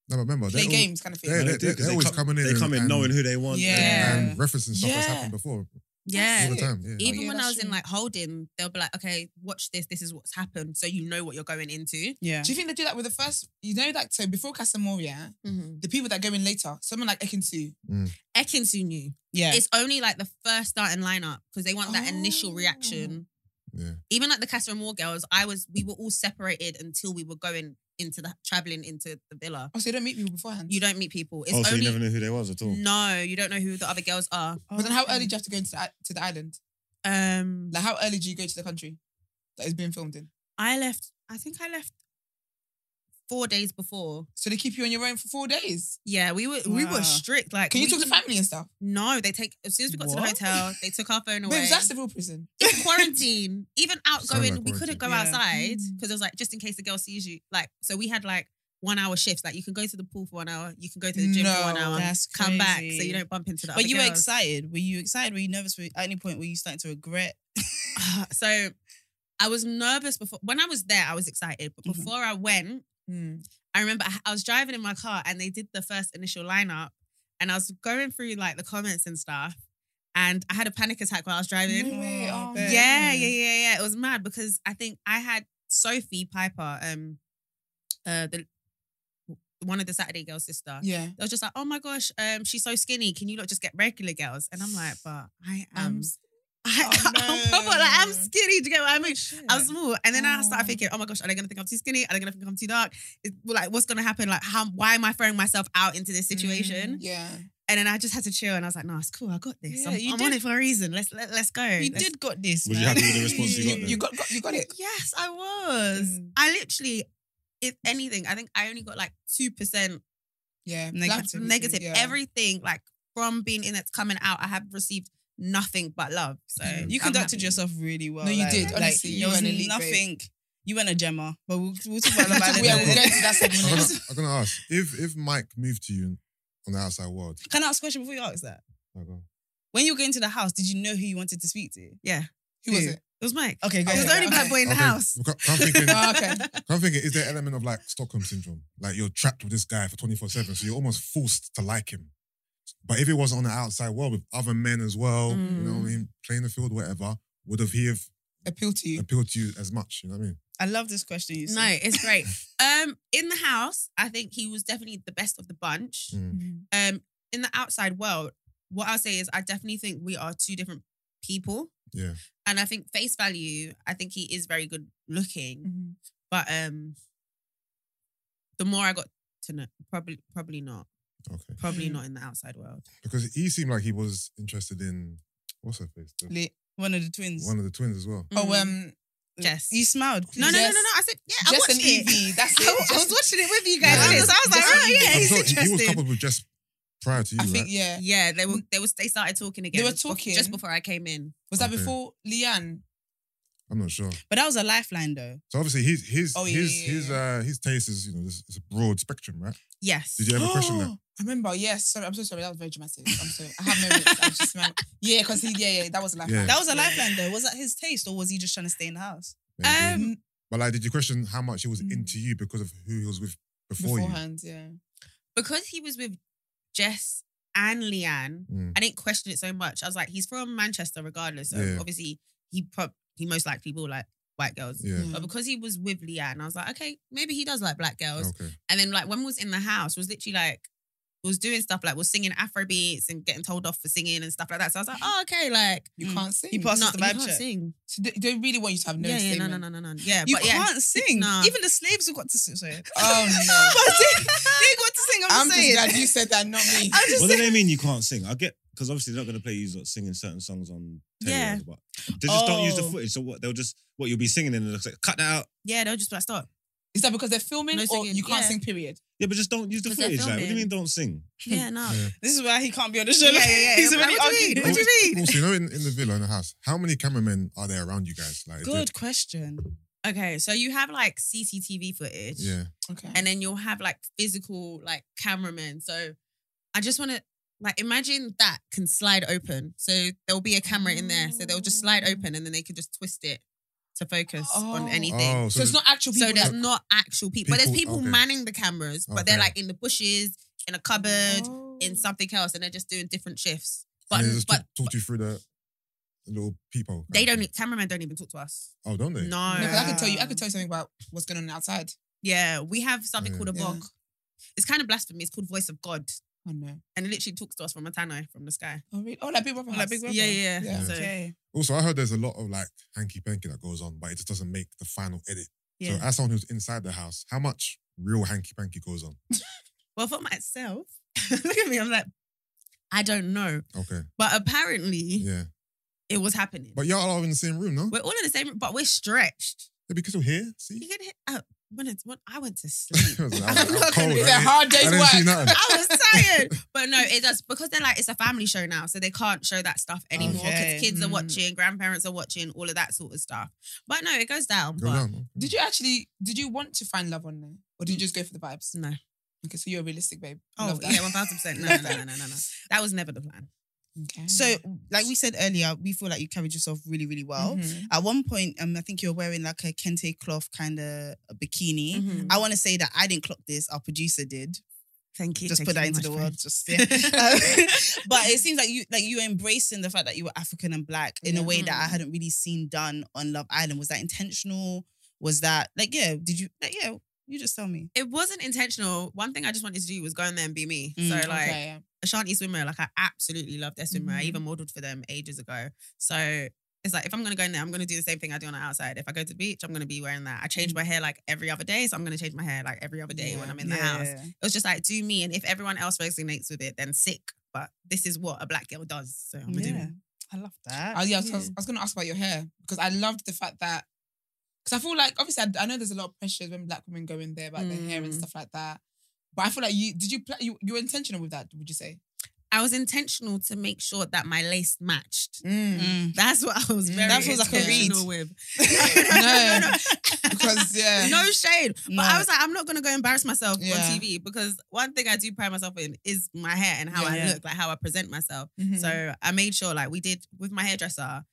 S4: No, but remember
S3: play
S4: they're all-
S3: games kind of thing.
S4: Yeah,
S2: No,
S4: they-
S2: they do, 'cause
S4: they're always
S2: come-
S4: coming in
S2: They come in
S4: and-
S2: knowing who they want.
S3: Yeah.
S4: And referencing stuff that's
S3: Yeah.
S4: happened before
S1: Yeah.
S4: all the
S3: That's it.
S4: time. Yeah.
S1: Even
S3: yeah,
S1: when I
S3: that's
S1: was in
S3: true.
S1: like holding, they'll be like, "Okay, watch this. This is what's happened," so you know what you're going into.
S7: Yeah.
S3: Do you think they do that with the first? You know, like so before Castle Moore, yeah,
S1: Mm-hmm.
S3: the people that go in later, someone like Ekinsu.
S1: Ekinsu knew.
S7: Yeah.
S1: It's only like the first starting lineup because they want that initial
S3: Oh.
S1: reaction.
S4: yeah.
S1: even like the Casa Moore girls, I was we were all separated until we were going into the traveling into the villa.
S3: Oh, so you don't meet people beforehand.
S1: You don't meet people. It's
S2: Oh, so you
S1: only
S2: never knew who they was at all.
S1: no, you don't know who the other girls are.
S7: Oh,
S3: But then, how early do you have to go into the, i- to the island?
S1: Um,
S3: Like, how early do you go to the country that it's being filmed in?
S1: I left. I think I left four days before.
S3: So they keep you on your own for four days.
S1: Yeah, we were we
S7: Wow.
S1: were strict. Like,
S3: Can you
S1: we-
S3: talk to family and stuff?
S1: No, they take as soon as we got to the
S7: What?
S1: hotel, they took our phone away.
S3: Babes, that's the real prison.
S1: It's quarantine. Even outgoing,
S4: like
S1: we couldn't
S4: quarantine.
S1: go
S7: Yeah.
S1: outside
S3: Mm.
S1: because it was like just in case the girl sees you. Like, so we had like one hour shifts. Like, you can go to the pool for one hour, you can go to the gym for one
S3: No,
S1: hour,
S7: that's
S1: come back, so
S7: crazy.
S1: you don't bump into the.
S7: But
S1: other
S7: you were
S1: girls.
S7: excited. Were you excited? Were you nervous? Were at any point were you starting to regret?
S1: so I was nervous before. When I was there, I was excited, but
S7: Mhm.
S1: before I went,
S7: Hmm.
S1: I remember I, I was driving in my car and they did the first initial lineup, and I was going through like the comments and stuff, and I had a panic attack while I was driving.
S7: No way, oh,
S3: man.
S1: Yeah, yeah, yeah, yeah. It was mad because I think I had Sophie Piper, um, uh, the one of the Saturday Girl sister.
S3: Yeah.
S1: They was just like, "Oh my gosh, um, she's so skinny. Can you not just get regular girls?" And I'm like, "But I am,
S3: Um,
S1: I,
S3: oh,
S1: am proper, like I'm
S3: no.
S1: skinny. Do you get what I mean? I'm small." And then I
S3: Oh.
S1: started thinking, "Oh my gosh, are they gonna think I'm too skinny? Are they gonna think I'm too dark? It, like, what's gonna happen? Like, how? Why am I throwing myself out into this situation?"
S3: Mm, yeah.
S1: And then I just had to chill, and I was like, "No, it's cool. I got this.
S7: Yeah,
S1: I'm,
S7: you
S1: I'm on
S7: did-
S1: it for a reason. Let's let, let's go."
S7: You
S1: Let's-
S7: did got this.
S2: Was you
S7: man.
S2: happy with the response you got then?
S3: You got, got- you got it.
S1: Yes, I was.
S3: Mm.
S1: I literally, if anything, I think I only got like two percent
S3: Yeah.
S7: Negative.
S3: Black-
S1: negative.
S3: yeah.
S1: Everything like from being in it's coming out, I have received nothing but love. So
S4: Mm-hmm.
S7: You
S1: I'm
S7: conducted
S1: happy.
S7: yourself really well.
S3: No, you
S7: like-
S3: did,
S7: Like,
S3: honestly. You
S7: there was
S3: were an elite, babe.
S7: nothing. You weren't a gemmer, but we'll, we'll talk about that
S3: Yeah,
S7: later.
S3: we'll go into that
S4: I'm gonna,
S3: segment.
S4: I'm gonna ask if if Mike moved to you on the outside world.
S7: Can I ask a question before you ask that?
S4: Oh, go on.
S7: When you were going to the house, did you know who you wanted to speak to?
S1: Yeah,
S3: Who was it?
S1: it was Mike.
S7: Okay, go.
S1: It was the
S7: ahead.
S1: only black boy in the
S4: Okay,
S1: house.
S4: because I'm thinking,
S3: Oh, okay.
S4: I'm thinking, is there element of like Stockholm syndrome? Like you're trapped with this guy for 24 7, so you're almost forced to like him. But if it was on the outside world with other men as well, you
S2: Mm.
S4: know what I mean, playing the field, whatever, would have he have
S3: Appeal to you.
S4: appealed to you as much? You know what I mean?
S7: I love this question. You
S1: No, it's great. um,
S7: Um, in the house, I think he was definitely the best of the bunch.
S4: Mm.
S7: Um, in the outside world, what I'll say is I definitely think we are two different people.
S4: Yeah.
S7: And I think face value, I think he is very good looking. But um the more I got to know, probably probably not.
S4: Okay.
S7: Probably not in the outside world.
S4: Because he seemed like he was interested in what's her face, The-
S3: Lit.
S1: One of the twins.
S4: one of the twins as well.
S3: Oh, um,
S7: Mm-hmm. Jess.
S1: You smiled.
S7: No, no, no, no,
S3: Jess-
S7: no. I said, yeah, I
S3: Jess
S7: watched
S3: and
S7: it.
S3: Evie. That's it.
S7: I, was- I
S3: Jess-
S7: was watching it with you guys.
S3: Yeah.
S7: innit? So I was like,
S3: Jess and
S7: right, yeah,
S4: I'm
S7: he's
S4: sure he, he was
S7: interested.
S4: coupled with Jess prior to you,
S3: I think
S4: right?
S3: yeah.
S7: Yeah, they
S4: Mm.
S7: were. They was. They started talking again.
S3: were
S7: just before-
S3: talking.
S7: just before I came in.
S3: Was that
S4: Okay.
S3: before Leanne?
S4: I'm not sure.
S1: But that was a lifeline though.
S4: So obviously his his
S3: Oh, yeah,
S4: his
S3: yeah, yeah,
S4: his uh his taste is you know this it's a broad spectrum, right?
S7: Yes.
S4: Did you ever question that?
S3: I remember. Yes. Sorry, I'm so sorry. That was very dramatic. I'm sorry. I have no. notes. I was just remember. Yeah, because he. Yeah, yeah. That was a lifeline.
S4: Yeah.
S1: That was a lifeline though. Was that his taste or was he just trying to stay in the house?
S4: Maybe.
S7: Um,
S4: but like, did you question how much he was
S3: Mm.
S4: into you because of who he was with before
S3: Beforehand, yeah.
S7: because he was with Jess and Leanne.
S4: you? Mm.
S7: I didn't question it so much. I was like, he's from Manchester, regardless. So
S4: Yeah.
S7: obviously, he prob- he most likely will like white girls.
S4: Yeah.
S1: Mm.
S7: But because he was with Leanne, I was like, okay, maybe he does like black girls.
S4: Okay.
S7: And then like when we was in the house, was literally like was doing stuff like was singing Afro beats and getting told off for singing and stuff like that. So I was like, oh okay, like
S3: You
S1: Mm.
S3: can't sing.
S1: He passed
S7: no,
S1: the
S7: you
S1: vibe
S7: can't
S1: check.
S7: sing.
S3: So they, they really want you to have no
S7: yeah, yeah, no,
S3: statement.
S7: no, no, no, no, no. Yeah,
S1: You
S7: but yeah,
S1: can't sing.
S7: Nah.
S1: Even the slaves have got to sing. Sorry.
S3: Oh no!
S1: But they, they got to sing. I'm,
S3: I'm
S1: saying.
S3: just glad you said that, not me.
S1: I'm just
S2: What do
S1: saying.
S2: they mean you can't sing? I get because obviously they're not going to play you lot singing certain songs on.
S7: Yeah.
S2: Yeah. But they just don't use the
S1: Oh.
S2: footage. So what they'll just what you'll be singing and they'll just like, cut that out.
S7: yeah, they'll just be like stop.
S3: Is that because they're filming,
S7: No
S3: or
S7: singing,
S3: you can't
S7: yeah.
S3: sing? Period.
S2: Yeah, but just don't use the
S7: 'Cause they're
S2: footage. Like, what do you
S7: filming.
S2: mean don't sing?
S7: Yeah, no.
S4: Yeah.
S1: This is why he can't be on the show.
S7: Yeah, yeah, yeah.
S1: He's
S7: Like,
S1: already
S7: what do you
S1: arguing.
S7: mean? What do you mean?
S4: Also, you know, in, in the villa in the house, how many cameramen are there around you guys? Like, is
S1: Good question.
S7: Okay, so you have like CCTV
S4: it-
S7: footage.
S4: yeah,
S3: Okay.
S7: and then you'll have like physical like cameramen. So I just want to like imagine that can slide open. So there'll be a camera in there, so they'll just slide open, and then they can just twist it to focus on
S3: Oh.
S7: anything.
S4: Oh,
S3: so, it's
S4: the-
S3: not actual
S7: So
S3: people.
S7: there's
S3: that-
S7: not actual people, but there's
S4: People-
S7: people
S4: okay.
S7: manning the cameras, but they're
S4: Okay.
S7: like in the bushes, in a cupboard,
S3: Oh.
S7: in something else, and they're just doing different shifts.
S4: and
S7: But
S4: they just
S7: but
S4: talk, talk you through the the little people.
S7: they don't. e- Cameramen don't even talk to us.
S4: Oh, don't they?
S7: No.
S3: No, 'cause I could tell you. I
S1: Wow.
S3: could tell you something about what's going on outside.
S7: Yeah, we have something
S4: Yeah.
S7: called a
S3: Yeah.
S7: VOG. It's kind of blasphemy. It's called Voice of God.
S3: Oh no!
S7: and it literally talks to us from a tannoy from the sky.
S3: Oh really? Oh, like Big Brother.
S1: Like
S3: House.
S1: Big Brother.
S7: Yeah, yeah.
S3: Yeah.
S7: So,
S1: Okay.
S4: Also, I heard there's a lot of like hanky panky that goes on, but it just doesn't make the final edit.
S7: yeah.
S4: So, as someone who's inside the house, how much real hanky panky goes on?
S7: Well, for myself, look at me. I'm like, I don't know,
S4: Okay,
S7: but apparently
S4: yeah,
S7: it was happening.
S4: but y'all are in the same room, no?
S7: we're all in the same, but we're stretched.
S4: Yeah, because you're here.
S7: You
S4: See,
S7: can hit. Oh, when it's when I went to sleep,
S4: I was like, I
S7: I'm
S4: was- I was
S7: not
S4: cold. I
S7: gonna do
S3: It's a
S4: didn't-
S3: hard
S4: I
S3: day's
S4: didn't see
S3: work.
S4: nothing.
S7: I was tired. But no, it does because they're like it's a family show now, so they can't show that stuff anymore because
S1: Okay.
S7: kids are
S3: Mm.
S7: watching, grandparents are watching, all of that sort of stuff. But no, it goes down.
S4: Go
S7: but
S4: down.
S3: Did you actually? Did you want to find love on there, or did you just go for the vibes?
S7: No.
S3: Okay, so you're a realistic babe.
S7: Oh
S3: Love that.
S7: yeah, one thousand percent. No, no, no, no, no, no. That was never the plan.
S3: Okay.
S1: So, like we said earlier, we feel like you carried yourself really, really well.
S7: Mm-hmm.
S3: Mhm.
S1: At one point, um, I think you're wearing like a kente cloth kind of bikini.
S7: Mhm.
S1: I want to say that I didn't clock this; our producer did.
S7: Thank you.
S1: Just
S7: Thank
S1: put
S7: you
S1: that
S7: very
S1: into
S7: much,
S1: the
S7: friend.
S1: world. Just yeah. Um, but it seems like you like you were embracing the fact that you were African and black in a way that I
S7: Mhm.
S1: hadn't really seen done on Love Island. Was that intentional? Was that like yeah? Did you like yeah? You just tell me.
S7: it wasn't intentional. One thing I just wanted to do was go in there and be me.
S1: Mm,
S7: so like
S3: okay, yeah.
S7: Ashanti swimmer, like I absolutely love their swimmer. I
S3: Mhm.
S1: Mm-hmm.
S7: even modeled for them ages ago. So it's like if I'm gonna go in there, I'm gonna do the same thing I do on the outside. If I go to the beach, I'm gonna be wearing that. I change my
S1: Mm-hmm.
S7: hair like every other day, so I'm gonna change my hair like every other day when
S3: Yeah.
S7: I'm in the house. It was just like do me, and if everyone else resonates with it, then sick. But this is what a black girl does, so I'm gonna do
S1: Yeah.
S7: it.
S1: I love that.
S3: I, Uh, yeah, I was, I was- I was going to ask about your hair because I loved the fact that because I feel like obviously I, I know there's a lot of pressures when black women go in there about their hair and
S7: Mm.
S3: stuff like that, but I feel like you did you pla- you you were intentional with that? Would you say?
S7: I was intentional to make sure that my lace matched.
S1: Mm.
S7: That's what I was
S3: Mm.
S7: very
S3: That
S1: feels like a read.
S7: intentional with.
S3: no, because yeah,
S7: no shade.
S1: No.
S7: But I was like, I'm not gonna go embarrass myself on
S3: Yeah.
S7: TV because one thing I do pride myself in is my hair and how
S1: Yeah.
S7: I
S1: Yeah.
S7: look, like how I present myself.
S3: Mhm.
S7: So I made sure, like we did with my hairdresser,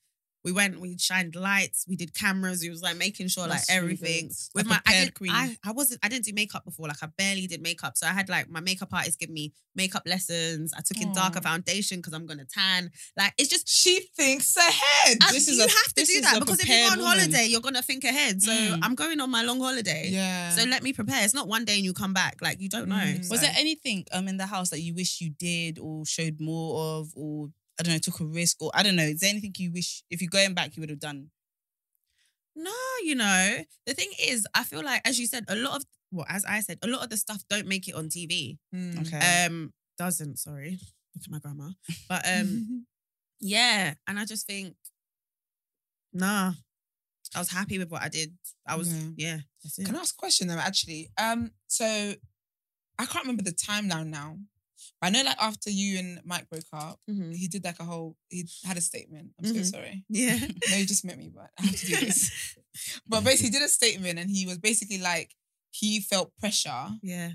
S7: We went, we shined lights, we did cameras. We was like making sure
S3: That's
S7: like
S3: really
S7: everything.
S3: good.
S7: With
S3: A
S7: my, I,
S3: prepared
S7: didn't, I, I wasn't, I didn't do makeup before. Like I barely did makeup. So I had like my makeup artist give me makeup lessons. I took in darker
S3: Aw.
S7: foundation because I'm gonna tan. Like it's just
S3: She thinks ahead.
S7: and
S3: this
S7: Uh, you
S3: is a,
S7: have to
S3: this
S7: do
S3: is
S7: that
S3: a
S7: because if you're
S3: prepared
S7: on
S3: woman.
S7: holiday, you're gonna think ahead. So
S3: Mm.
S7: I'm going on my long holiday.
S3: yeah.
S7: So let me prepare. It's not one day and you come back. Like you don't know.
S3: Mm.
S1: Was
S7: So-
S1: there anything um in the house that you wish you did or showed more of or I don't know, took a risk or I don't know, is there anything you wish if you're going back you would have done?
S7: No, you know, the thing is, I feel like, as you said, a lot of, well, as I said, a lot of the stuff don't make it on TV.
S3: Mm.
S1: Okay.
S7: Um, doesn't, sorry. Look at my grandma. But um, yeah, and I just think, nah, I was happy with what I did. I was,
S3: Yeah.
S7: yeah, that's it.
S3: Can I ask a question though, actually? Um, so I can't remember the timeline now. But I know like after you and Mike broke up,
S7: Mhm.
S3: he did like a whole he had a statement. I'm
S7: Mhm.
S3: so sorry.
S7: Yeah.
S3: No, you just met me, but I have to do this. but basically he did a statement and he was basically like he felt pressure. I
S7: yeah.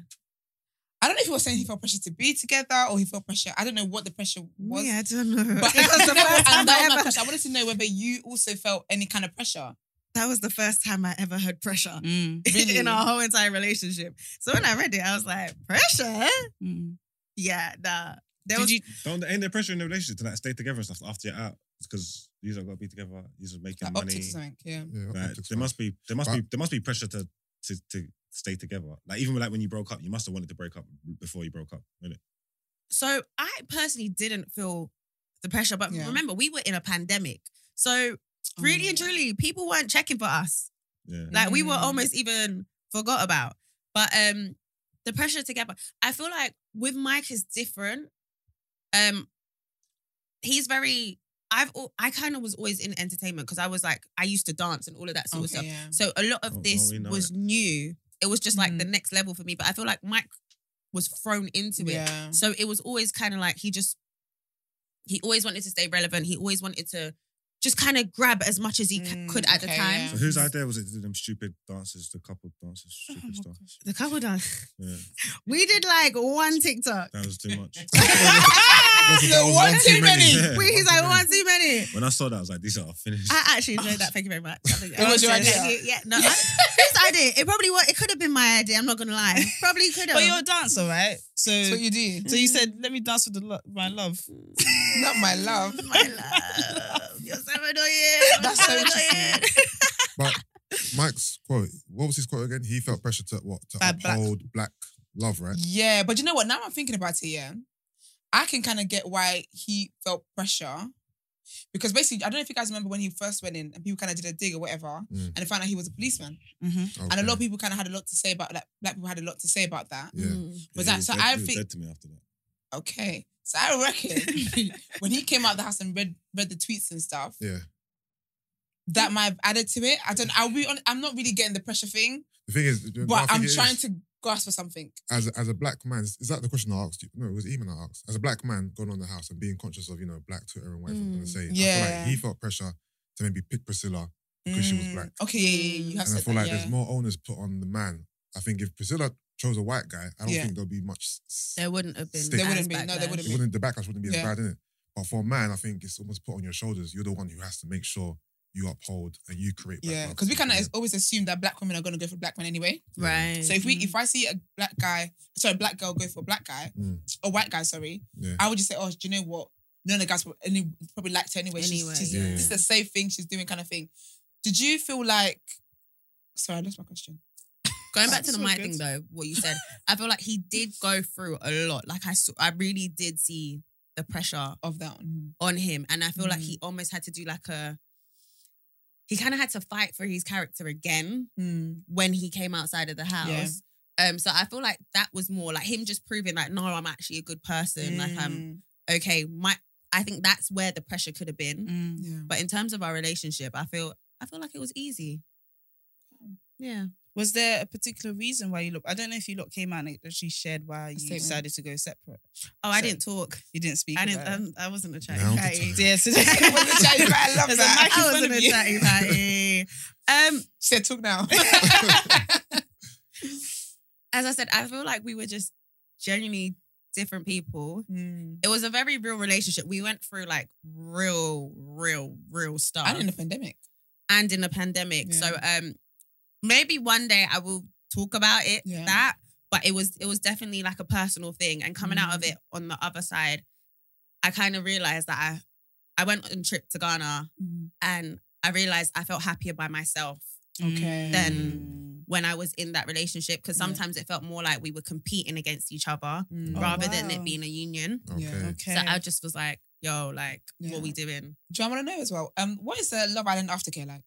S3: don't know if he was saying he felt pressure to be together or he felt pressure. I don't know what the pressure was.
S7: yeah, I don't know.
S3: But it was the first time that was my question. I wanted to know whether you also felt any kind of pressure.
S7: that was the first time I ever heard pressure.
S1: Mm.
S3: Really?
S7: in our whole entire relationship. So when I read it, I was like, pressure?
S1: Mm.
S7: Yeah, nah. There
S1: Did
S7: was
S1: you
S2: Don't ain't there pressure in the relationship to like stay together and stuff after you're out because you don't got to be together. You're making
S3: Like
S2: money.
S3: optics or something. Yeah.
S4: Yeah,
S2: Like,
S4: optics
S2: there
S4: wise.
S2: must be there must be
S4: But-
S2: there must be pressure to to to stay together. Like even like when you broke up, you must have wanted to break up before you broke up, really.
S7: so I personally didn't feel the pressure, but
S3: Yeah.
S7: remember we were in a pandemic, so really and truly, people weren't checking for us.
S2: Yeah.
S7: Like we were
S3: Mm.
S7: almost even forgot about. But um, the pressure together, I feel like with Mike is different. Um, he's very. I've al- I kind of was always in entertainment because I was like I used to dance and all of that sort of stuff.
S3: Okay, yeah.
S7: So a lot
S2: Oh,
S7: of
S2: oh,
S7: this
S2: we know
S7: was
S2: it.
S7: new. It was just like the
S3: Mm.
S7: next level for me. But I feel like Mike was thrown into it.
S3: Yeah.
S7: So it was always kind of like he just he always wanted to stay relevant. He always wanted to just kind of grab as much as he c-
S3: Mm,
S7: could at the
S3: okay,
S7: time.
S3: yeah.
S2: So whose idea was it to do them stupid dances, the couple dances, stupid stuff?
S7: The couple dance.
S2: Yeah,
S7: We did like one TikTok.
S2: that was too much.
S4: That was
S3: one too many.
S2: Yeah,
S7: We,
S2: one
S7: he's like
S2: too
S7: one
S2: many.
S7: too many.
S2: When I saw that, I was like, these are finished.
S7: I actually enjoyed that. Thank you very much. I think-
S3: It was your
S7: Thank
S3: idea.
S7: you. Yeah, no, I, his idea. It probably was. It could have been my idea. I'm not gonna lie. Probably could
S1: But you're a
S7: have.
S1: dancer, right? So
S3: That's what you do.
S1: so you said, let me dance with the lo- my love.
S3: Not my love.
S7: My love, you're so annoying.
S3: That's so interesting.
S4: But Mike's quote, what was his quote again? He felt pressure to what? To
S1: By black-
S4: uphold black. love, right?
S3: Yeah, but you know what? Now I'm thinking about it, yeah. I can kind of get why he felt pressure. Because basically, I don't know if you guys remember when he first went in and people kind of did a dig or whatever,
S4: Mm.
S3: and they found out he was a policeman. Mm-hmm. And
S4: Okay.
S3: a lot of people kind of had a lot to say about that. Black people had a lot to say about that.
S4: Yeah.
S3: Was
S2: Yeah,
S3: that
S2: he
S3: so?
S2: dead-
S3: I
S2: he was
S3: think
S2: dead to me after that.
S3: okay. So I reckon when he came out the house and read read the tweets and stuff,
S4: Yeah.
S3: that might have added to it. I don't. I'll be on. I'm not really getting the pressure thing,
S4: The thing is,
S3: but I'm trying to grasp for something.
S4: as a, as a black man, is that the question I asked you? No, it was even I asked. As a black man going on the house and being conscious of, you know, black Twitter and whatever I'm going
S7: Mm,
S4: to say, I feel
S3: yeah.
S4: like he felt pressure to maybe pick Priscilla. Because she was
S3: Mm.
S4: black.
S3: Okay, yeah, yeah, yeah, you have
S4: and I
S3: said
S4: feel
S3: that,
S4: like
S3: yeah.
S4: there's more onus put on the man. I think if Priscilla chose a white guy, I don't
S3: Yeah.
S4: think there'll be much. s-
S7: There wouldn't have been.
S4: There
S7: as
S3: wouldn't be. No, there
S7: backlash.
S3: wouldn't
S4: it wouldn't, the backlash wouldn't be as
S3: Yeah.
S4: bad, innit? But for a man, I think it's almost put on your shoulders. You're the one who has to make sure you uphold and you create. black
S3: Yeah,
S4: love.
S3: because we kind of
S4: Yeah.
S3: always assume that black women are gonna go for black men anyway.
S7: Right.
S3: So if we,
S4: Mm-hmm.
S3: if I see a black guy, sorry, black girl go for a black guy,
S4: Mm.
S3: a white guy, sorry,
S4: Yeah.
S3: I would just say, oh, do you know what? None of the guys prob- any, probably liked her anyway.
S7: Anyway,
S3: she's, she's
S4: yeah.
S3: this is a safe thing she's doing, kind of thing. Did you feel like? Sorry, I lost my question.
S7: Going back to
S3: That's
S7: the
S3: so
S7: mic
S3: good.
S7: thing though, what you said, I feel like he did go through a lot. Like I saw, I really did see the pressure
S3: Of that on him.
S7: on him, and I feel like
S3: Mhm.
S7: he almost had to do like a. He kind of had to fight for his character again
S1: hmm.
S7: when he came outside of the house. Um, so I feel like that was more like him just proving like, no, I'm actually a good
S3: Hmm.
S7: person. Like I'm okay. My, I think that's where the pressure could have been.
S1: Mm.
S3: Yeah.
S7: But in terms of our relationship, I feel, I feel like it was easy. Yeah.
S1: Was there a particular reason why you look? I don't know if you lot came out and actually shared why you
S3: statement.
S1: decided to go separate.
S7: Oh, I
S1: So-
S7: didn't talk.
S1: You didn't speak.
S7: I didn't.
S1: about it.
S7: Um, I wasn't a chatty
S4: Now the
S7: patty.
S4: time.
S1: yeah, so
S3: Wasn't chatty, but I love
S1: There's a
S3: that.
S1: mic in
S7: I
S1: front
S7: wasn't
S1: of
S7: a
S1: you.
S7: chatty patty. Um,
S3: She said, "Talk now."
S7: as I said, I feel like we were just genuinely different people.
S3: Mm.
S7: It was a very real relationship. We went through like real, real, real stuff.
S3: And in the pandemic.
S7: and in a pandemic. So um maybe one day I will talk about it
S3: Yeah.
S7: that, but it was it was definitely like a personal thing. And coming out of
S3: Mm.
S7: it on the other side, I kind of realized that I I went on a trip to Ghana
S3: Mm.
S7: and I realized I felt happier by myself
S1: Mm.
S3: Okay.
S7: Then- when I was in that relationship because
S3: Mm. Yeah.
S7: sometimes it felt more like we were competing against each other
S3: Mm.
S2: Oh,
S7: rather than
S1: wow.
S7: it being a union.
S4: Okay.
S3: Yeah.
S1: Okay.
S7: So I just was like, yo, like
S3: Yeah.
S7: what we doing?
S3: Do you want to know as well? Um, what is the Love Island aftercare like?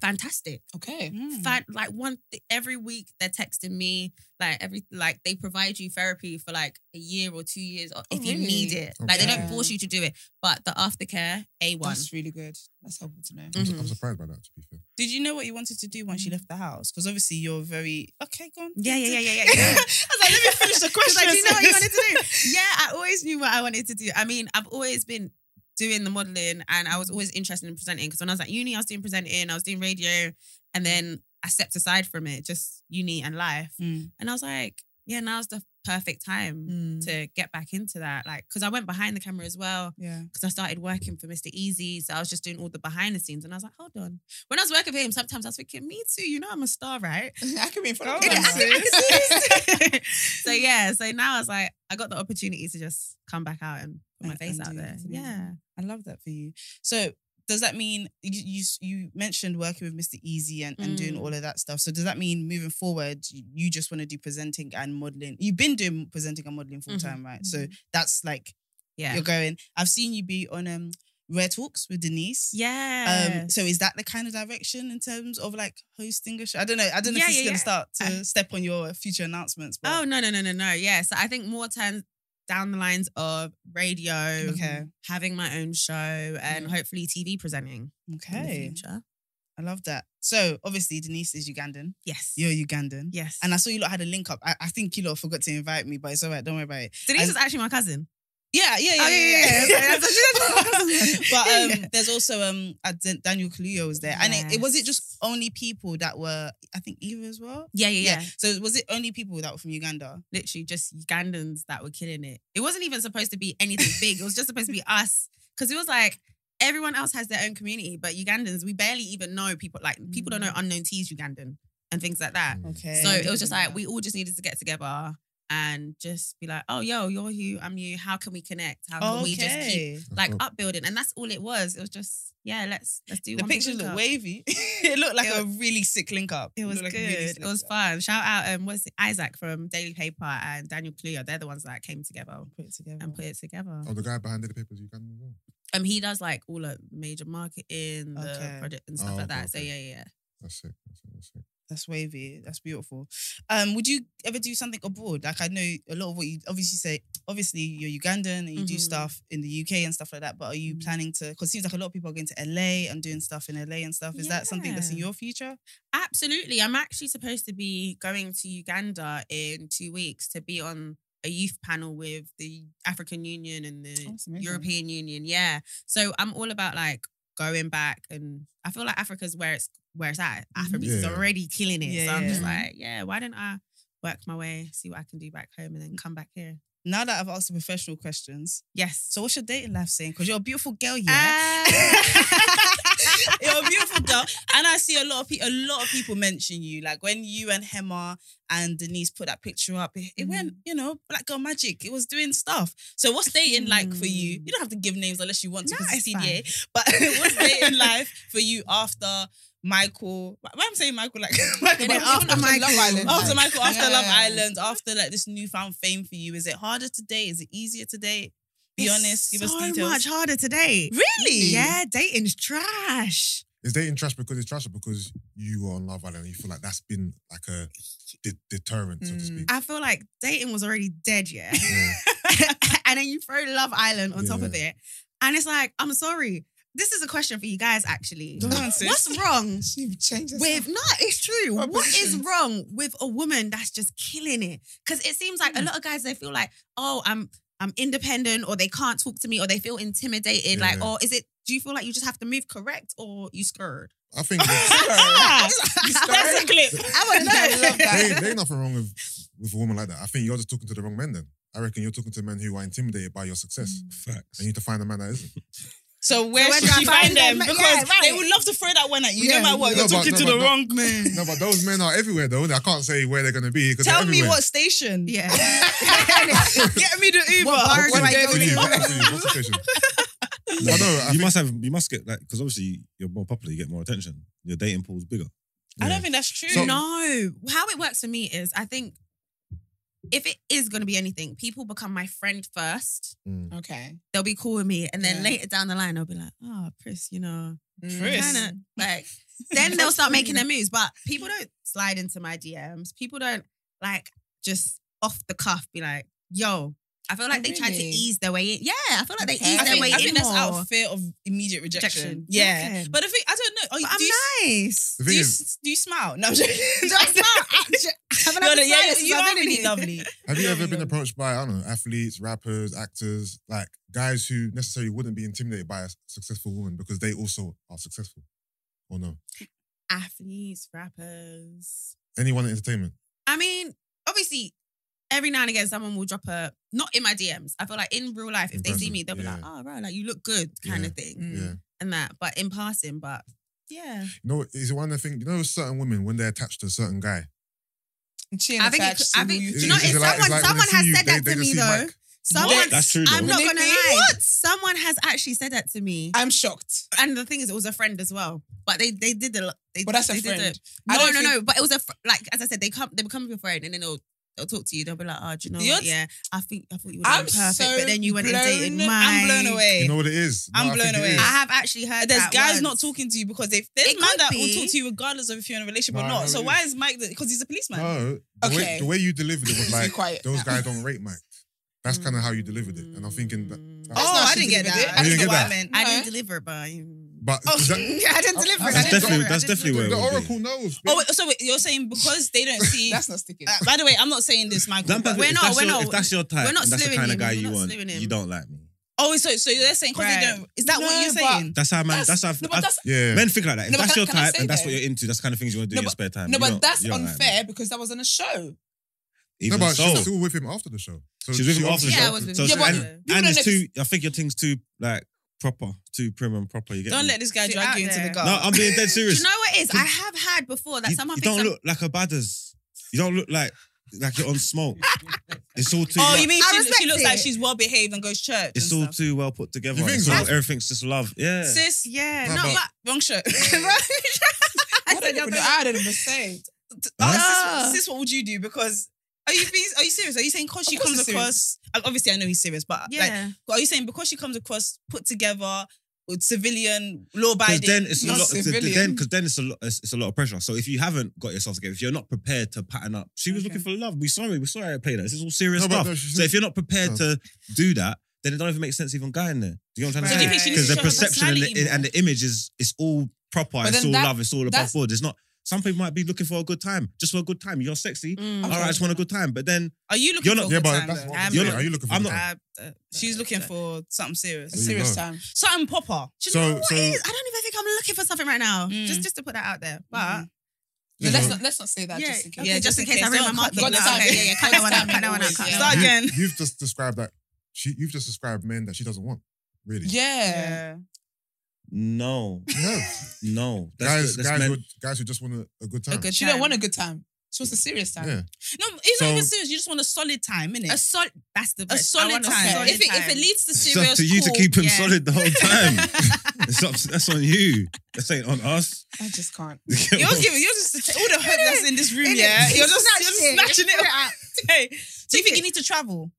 S7: Fantastic.
S3: Okay.
S1: Mm.
S7: Fi- like one th- every week they're texting me like every like they provide you therapy for like a year or two years or if you
S3: Oh, really?
S7: need it like they don't
S3: Okay.
S7: force you to do it but the aftercare a1
S3: That's really good. That's helpful to know.
S4: I'm, su-
S7: Mhm.
S4: I'm surprised by that, to be fair.
S1: Did you know what you wanted to do once you left the house? Because obviously you're very okay. Go on.
S7: Mm. yeah yeah yeah yeah yeah,
S1: I
S7: yeah.
S1: was like, let me finish the
S7: She's
S1: question.
S7: like, do you know what you wanted to do? Yeah, I always knew what I wanted to do. I mean, I've always been doing the modeling and I was always interested in presenting because when I was at uni, I was doing presenting, I was doing radio, and then I stepped aside from it, just uni and life.
S1: Mm.
S7: And I was like, yeah, now's the perfect time to get back into that. Like, because I went behind the camera as well.
S1: Yeah.
S7: Because I started working for Mr. Easy. So I was just doing all the behind the scenes. And I was like, hold on. When I was working for him, sometimes I was thinking, me too, you know, I'm a star, right?
S3: I can be in front
S1: Go
S3: of
S1: on,
S3: you.
S1: sis.
S7: so yeah, so now I was like, I got the opportunity to just come back out and put my
S1: And-
S7: face
S1: and
S7: out
S1: do it.
S7: there.
S1: That's amazing.
S7: Yeah.
S1: I love that for you. So does that mean you you, you mentioned working with Mr. Easy and, and doing
S7: Mm.
S1: all of that stuff? So does that mean moving forward, you, you just want to do presenting and modeling? You've been doing presenting and modeling full time, right? So that's like
S7: Mm-hmm, Yeah.
S1: you're Um, going. I've seen you be on um Rare Talks with Denise.
S7: yeah.
S1: Um, so is that the kind of direction in terms of like hosting a show? I don't know. I don't know
S7: Yeah,
S1: if it's
S7: yeah,
S1: gonna
S7: yeah.
S1: start to
S7: Uh,
S1: step on your future announcements. But
S7: oh no, no, no, no, no. Yeah. So I think more turns down the lines of radio,
S1: Okay. Mm-hmm.
S7: having my own show, and hopefully TV presenting in the
S1: okay,
S7: future.
S1: I love that. So obviously Denise is Ugandan.
S7: Yes.
S1: You're Ugandan.
S7: Yes.
S1: And I saw you lot had a link up. I, I think you lot forgot to invite me, but it's all right. Don't worry about it.
S7: Denise
S1: and-
S7: is actually my cousin.
S1: Yeah, yeah, yeah,
S7: Oh,
S1: yeah. yeah,
S7: yeah, yeah.
S1: but um,
S7: Yeah.
S1: there's also um, uh, Dan- Daniel Kaluuya was there, and it, it was it just only people that were I think Eva as well.
S7: Yeah, yeah, yeah.
S1: So was it only people that were from Uganda?
S7: Literally just Ugandans that were killing it. It wasn't even supposed to be anything big. It was just supposed to be us. Cause it was like everyone else has their own community, but Ugandans, we barely even know people like people don't know
S1: Mm.
S7: unknown teas Ugandan and things like that.
S1: Okay.
S7: So it was just like we all just needed to get together and just be like, oh yo, you're you, I'm you. How can we connect? How can we just
S1: okay.
S7: keep
S1: Oh.
S7: like upbuilding? And that's all it was. It was just, yeah, let's let's do
S1: The
S7: one big
S1: pictures look
S7: hookup.
S1: wavy. it looked like
S7: It
S1: a really sick link up.
S7: It was
S1: looked like
S7: good.
S1: a really sick
S7: it was
S1: link up.
S7: fun. Shout out um what's it? Isaac from Daily Paper and Daniel Kluger. They're the ones that came together
S1: Put it together.
S7: and put it together.
S3: uh,
S4: Oh, the guy behind the papers, you can as well.
S7: Um he does like all of major marketing, the
S1: Okay.
S7: project and stuff
S4: Oh,
S7: like
S4: okay,
S7: that. So
S4: okay.
S7: yeah, yeah. yeah.
S4: That's it. That's it. That's it.
S1: That's wavy. That's beautiful. Um, would you ever do something abroad? Like I know a lot of what you obviously say. Obviously, you're Ugandan and you do
S7: Mhm.
S1: stuff in the UK and stuff like that. But are you
S7: Mhm.
S1: planning to? Because it seems like a lot of people are going to LA and doing stuff in LA and stuff. Is that something that's in
S7: Yeah.
S1: your future?
S7: Absolutely. I'm actually supposed to be going to Uganda in two weeks to be on a youth panel with the African Union and the
S3: Oh, that's amazing.
S7: European Union. Yeah. So I'm all about like going back and I feel like Africa's where it's where it's at. Afrobeats is
S4: Yeah.
S7: already killing it.
S1: Yeah,
S7: so I'm just
S1: Mm-hmm. yeah.
S7: like, yeah, why don't I work my way, see what I can do back home and then come back here?
S1: Now that I've asked the professional questions,
S7: Yes.
S1: so what's your dating life saying? Because you're a beautiful girl, yeah.
S7: Ah.
S1: you're a beautiful girl, and I see a lot of pe- a lot of people mention you. Like when you and Hema and Denise put that picture up, it, it
S7: Mm.
S1: went, you know, black girl magic. It was doing stuff. So what's dating like for you? You don't have to give names unless you want to
S7: No,
S1: because it's
S7: Mm. it's
S1: CDA. But what's dating life for you after Michael? Why am I saying Michael? Like Michael,
S7: then
S1: but
S7: after Michael.
S3: Love Island.
S1: after Michael, after Love
S3: Yeah.
S1: Island, after like this newfound fame for you, is it harder today? Is it easier today? Be
S7: It's
S1: honest. Give us
S7: so
S1: details.
S7: much harder today.
S1: Really?
S7: Yeah, dating's trash.
S4: Is dating trash because it's trash or because you were on Love Island and you feel like that's been like a de- deterrent, so to
S3: Mm.
S4: speak?
S7: I feel like dating was already dead, yeah.
S4: Yeah.
S7: and then you throw Love Island on top of
S4: Yeah.
S7: it. And it's like, I'm sorry. This is a question for you guys, actually.
S1: Go on, sis.
S7: What's wrong
S3: You've changed herself.
S7: with, no, it's true.
S3: Our
S7: What is
S3: positions.
S7: wrong with a woman that's just killing it? Because it seems like a lot of guys, they feel like, oh, I'm I'm independent or they can't talk to me or they feel intimidated. Like,
S4: Yeah.
S7: oh, is it, do you feel like you just have to move correct or you screwed?
S4: I think
S1: That's a clip.
S7: I want
S3: I love that.
S4: there, there ain't nothing wrong with with a woman like that. I think you're just talking to the wrong men then. I reckon you're talking to men who are intimidated by your
S3: Mm.
S4: success.
S2: Facts.
S4: And you need to find a man that isn't.
S1: So where
S7: where
S1: should
S7: do I
S1: you
S7: find
S1: find them?
S7: them?
S1: Because
S7: Yeah, right.
S1: they would love to throw that one at you, no
S7: Yeah.
S1: matter what.
S4: No,
S1: You're
S4: but-
S1: talking
S4: no,
S1: to
S4: but
S1: the
S4: no-
S1: wrong man.
S4: No, but those men are everywhere though. innit? I can't say where they're going to be because
S1: Tell
S4: they're
S1: me
S4: everywhere.
S1: what station.
S7: Yeah.
S1: Get me the Uber.
S7: What bar
S1: One
S7: do I
S1: day
S7: go
S1: we
S7: to?
S1: can-
S4: What do you mean? What's the station?
S2: No,
S4: I know, I
S2: you
S4: think-
S2: must have. You must get like because obviously you're more popular. You get more attention. Your dating pool's bigger.
S1: I don't think that's true.
S7: no, how it works for me is I think if it is going to be anything, people become my friend first.
S4: Mm.
S3: Okay.
S7: They'll be calling me, and then
S3: Yeah.
S7: later down the line, they'll be like, "Oh, Chris, you know,
S1: Chris.
S7: kind of like." Then they'll start making their moves, but people don't slide into my DMs. People don't like just off the cuff be like, "Yo." I feel like
S3: Oh,
S7: they tried to
S3: really?
S7: ease their way in. Yeah, I feel like they
S3: Okay.
S7: ease
S1: I
S7: their
S1: think,
S7: way
S1: I
S7: in
S1: think that's
S7: more.
S1: out of fear of immediate rejection.
S7: Rejection.
S1: Yeah.
S7: Okay.
S1: But I think, I don't know. Oh,
S7: But
S1: do, you,
S7: I'm nice.
S4: The
S1: do,
S4: thing
S1: you,
S4: is,
S1: s- do you smile? No, I'm joking.
S7: Do I smile? Haven't I
S1: No, no,
S7: been
S1: yeah,
S7: silent since
S1: you
S7: I've
S1: are
S7: been in
S1: really
S7: here?
S1: lovely.
S4: have you ever been approached by, I don't know, athletes, rappers, actors, like guys who necessarily wouldn't be intimidated by a successful woman because they also are successful? Or no?
S7: athletes, rappers.
S4: Anyone in entertainment?
S7: I mean, obviously, every now and again, someone will drop a not in my DMs. I feel like in real life, if
S4: In
S7: they see
S4: person,
S7: me, they'll be like,
S4: yeah.
S7: "Oh, right, like you look good," kind of thing,
S3: Mm.
S4: Yeah.
S7: and that. But in passing, but yeah,
S4: You know, is it one of the things, you know, certain women, when they're attached to a certain guy,
S3: She ain't
S7: I think it
S3: attached
S7: could- I
S3: to
S7: think-
S3: who
S7: do
S4: is-
S7: you know,
S4: is
S7: if
S4: it like-
S7: someone-
S4: it's like when
S7: someone
S4: they see
S7: has
S4: you,
S7: said
S4: they-
S7: that
S4: they
S7: to
S4: just
S7: me,
S4: see
S7: though.
S4: Mike.
S7: someone.
S2: That's true, though.
S7: I'm not
S3: Really?
S7: gonna lie. Someone has actually said that to me,
S3: I'm shocked.
S7: and the thing is, it was a friend as well. But they they did a lot. They,
S3: But that's a
S7: they did
S3: friend. I
S7: No, no,
S3: don't think-
S7: no. But it was a fr- like as I said, they come, they become your friend, and then they'll they'll talk to you. They'll be like, "Oh, do you know
S3: You're-
S7: what? Yeah, I think I thought you were
S3: I'm
S7: perfect,
S3: so
S7: but then you went and dated
S3: blown-
S7: mine.
S1: I'm blown away.
S4: you know what it is?
S1: I'm
S4: I
S1: blown
S4: think it
S1: away.
S4: is.
S7: I have actually heard
S1: Uh, There's
S7: that
S1: guys
S7: once.
S1: not talking to you because they there's
S7: It
S1: man
S7: could
S1: that
S7: be.
S1: will talk to you regardless of if you're in a relationship
S4: No,
S1: or
S4: I know
S1: not. So
S4: it
S1: why is Mike because he's a policeman?
S4: No, the, way,
S3: Okay.
S4: the way you delivered it was
S3: Be
S4: like,
S3: quiet
S4: those
S3: now.
S4: guys don't rate Mike. That's kind of how you delivered it. And I'm thinking,
S7: Mm.
S4: that,
S1: Oh,
S4: that's-
S3: not
S1: I
S3: actually
S1: didn't get
S3: delivered
S1: that.
S3: it.
S1: I
S4: You
S1: don't
S4: didn't
S1: know
S4: get
S1: what I
S4: that?
S1: meant.
S7: I
S1: No.
S7: didn't deliver it, but I-
S4: but
S1: Oh,
S4: is that-
S1: I didn't deliver it. I
S4: That's
S1: didn't
S2: definitely-
S1: deliver it. I
S2: that's
S1: didn't
S2: definitely
S1: deliver
S2: where
S1: it.
S2: it
S4: the
S2: would be.
S4: Oracle knows.
S1: Oh, wait, so wait, you're saying because they don't see.
S3: That's not sticking.
S1: Uh, by the way, I'm not saying this, Michael.
S2: That
S1: but-
S2: perfect-
S7: We're
S2: if
S7: not-
S2: that's
S7: we're
S2: your-
S7: not-
S2: If that's your type,
S7: we're not
S2: and that's the
S7: slewing
S2: kind of
S7: him,
S2: guy
S7: we're
S2: you
S7: not
S2: want.
S7: slewing him.
S2: You don't like me.
S1: oh, so so they're saying because
S3: Right.
S1: they don't. Is that what
S3: No,
S1: you're
S3: but-
S1: saying?
S2: That's how man. That's,
S1: That's-
S2: how.
S1: no, but
S2: I-
S1: that's-
S4: yeah.
S2: men think like that. If
S3: No, but
S2: that's
S3: can-
S2: your
S3: can I
S2: type
S3: say
S2: and that's
S3: though?
S2: what you're into, that's the kind of things you want to do
S3: No,
S2: in your spare
S3: but-
S2: time.
S3: No,
S2: You
S3: but
S2: don't-
S3: that's
S2: you don't like me.
S3: unfair because that was on a show.
S4: no,
S2: Even
S4: but
S2: so,
S4: she was still with him after the show. So
S2: She's with him after the
S7: Yeah,
S2: show.
S7: I was with
S2: so
S3: him. Yeah, but
S2: and,
S7: people
S2: and
S3: don't
S2: it's too. I think your thing's too like proper, too prim and proper. You get
S1: Don't
S2: me?
S1: let this guy
S7: Sit
S1: drag
S7: out
S1: you into the
S7: there.
S1: gutter.
S2: No, I'm being dead
S7: Do
S2: serious.
S7: you know what it is? I have had before that
S2: you,
S7: someone
S2: you
S7: thinks
S2: don't
S7: I'm,
S2: look like a badders. You don't look like like you're on smoke. It's all too.
S1: Oh,
S2: much.
S1: you mean
S7: I
S1: she,
S7: respect
S1: she looks like
S7: it.
S1: she's well behaved and goes to church?
S2: it's all
S1: and stuff.
S2: too well put together.
S4: You think
S2: It's all-
S4: so?
S2: everything's just love. Yeah.
S1: sis.
S7: yeah,
S4: No,
S7: no,
S4: but-
S7: but
S1: Wrong shirt.
S7: I
S3: I
S7: said
S3: don't
S7: you're
S3: even know.
S7: better.
S3: I don't even say.
S1: Oh,
S7: Huh?
S1: sis, sis, what would you do? Because are you being, are you serious? Are you saying because she
S3: course
S1: comes
S3: he's serious.
S1: across? Obviously, I know he's serious, but like,
S7: yeah.
S1: are you saying because she comes across put together, with civilian, law
S2: Because
S1: abiding?
S2: then it's a
S3: not
S2: lot. th- th- Then
S3: civilian.
S2: because then it's a lot. It's, it's a lot of pressure. So if you haven't got yourself together, if you're not prepared to pattern up, she was
S3: Okay.
S2: looking for love. We sorry, we sorry. I played that. This is all serious
S4: No, but
S2: stuff.
S4: no, she's-
S2: so if you're not prepared
S4: No.
S2: to do that, then it don't even make sense even guy in there. Do you know what I'm
S7: So
S2: trying
S7: do
S2: to
S7: you think she
S2: say?
S7: needs
S2: Because the
S7: to show her
S2: perception and the,
S1: personality
S2: and the image is it's all proper. it's
S3: then
S2: all
S3: that-
S2: love. It's all above
S3: that's-
S2: board. It's not. Some people might be looking for a good time, just for a good time. You're sexy.
S7: Mm.
S1: Mm-hmm.
S2: All right, I just want a good time. But then
S1: Are you looking
S2: You're not-
S1: for a
S4: Yeah,
S1: good
S4: but
S1: time?
S4: that's
S1: though?
S4: what
S7: I'm
S2: you're
S4: yeah,
S2: not-
S4: Are you looking for
S2: I'm
S4: that?
S2: not-
S7: I- uh,
S1: She's looking for something
S3: A
S1: serious,
S4: you
S3: serious
S4: go.
S3: time.
S1: something proper.
S7: Do you
S4: So-
S7: know what
S4: so-
S7: it is? I don't even think I'm looking for something right now.
S1: Mm.
S7: Just just to put that out there, but
S3: No,
S4: You
S3: let's
S4: know,
S3: not let's not say that
S7: yeah,
S3: just in case.
S7: yeah, just in case I
S1: Don't
S7: read my
S1: cut-
S7: market.
S3: got the
S7: now. Okay,
S3: timing.
S7: yeah, yeah, cut that one out, cut that one out,
S3: Always,
S7: cut
S3: yeah.
S7: that
S1: Start
S7: one out.
S1: again.
S4: You, have just described that. She, you've just described men that she doesn't want. Really?
S3: Yeah.
S2: no,
S4: No.
S2: no,
S4: guys,
S2: that's
S4: guys,
S2: men-
S4: who, guys who just want a, a good time.
S7: A good
S3: She
S7: time.
S3: don't want a good time. She wants a serious time.
S4: yeah.
S1: No, it's
S4: So-
S1: not even serious. You just want a solid time, innit?
S7: A solid. That's the
S1: A
S7: word. I
S1: solid
S7: want a
S1: time.
S7: solid
S1: if, it, if it
S7: time.
S1: leads to
S2: It's
S1: serious,
S2: up to you
S1: cool,
S2: to keep him
S7: yeah.
S2: solid the whole time. it's up, that's on you. That's ain't on us.
S3: I just can't.
S1: You're giving, you're just all the hope that's in this room,
S7: Innit?
S1: yeah. You're just,
S7: Snatch
S1: you're
S7: it.
S1: just snatching it.
S7: Snatch
S1: up.
S7: out.
S1: Hey, do you
S7: Take
S1: think you
S7: it.
S1: need to travel?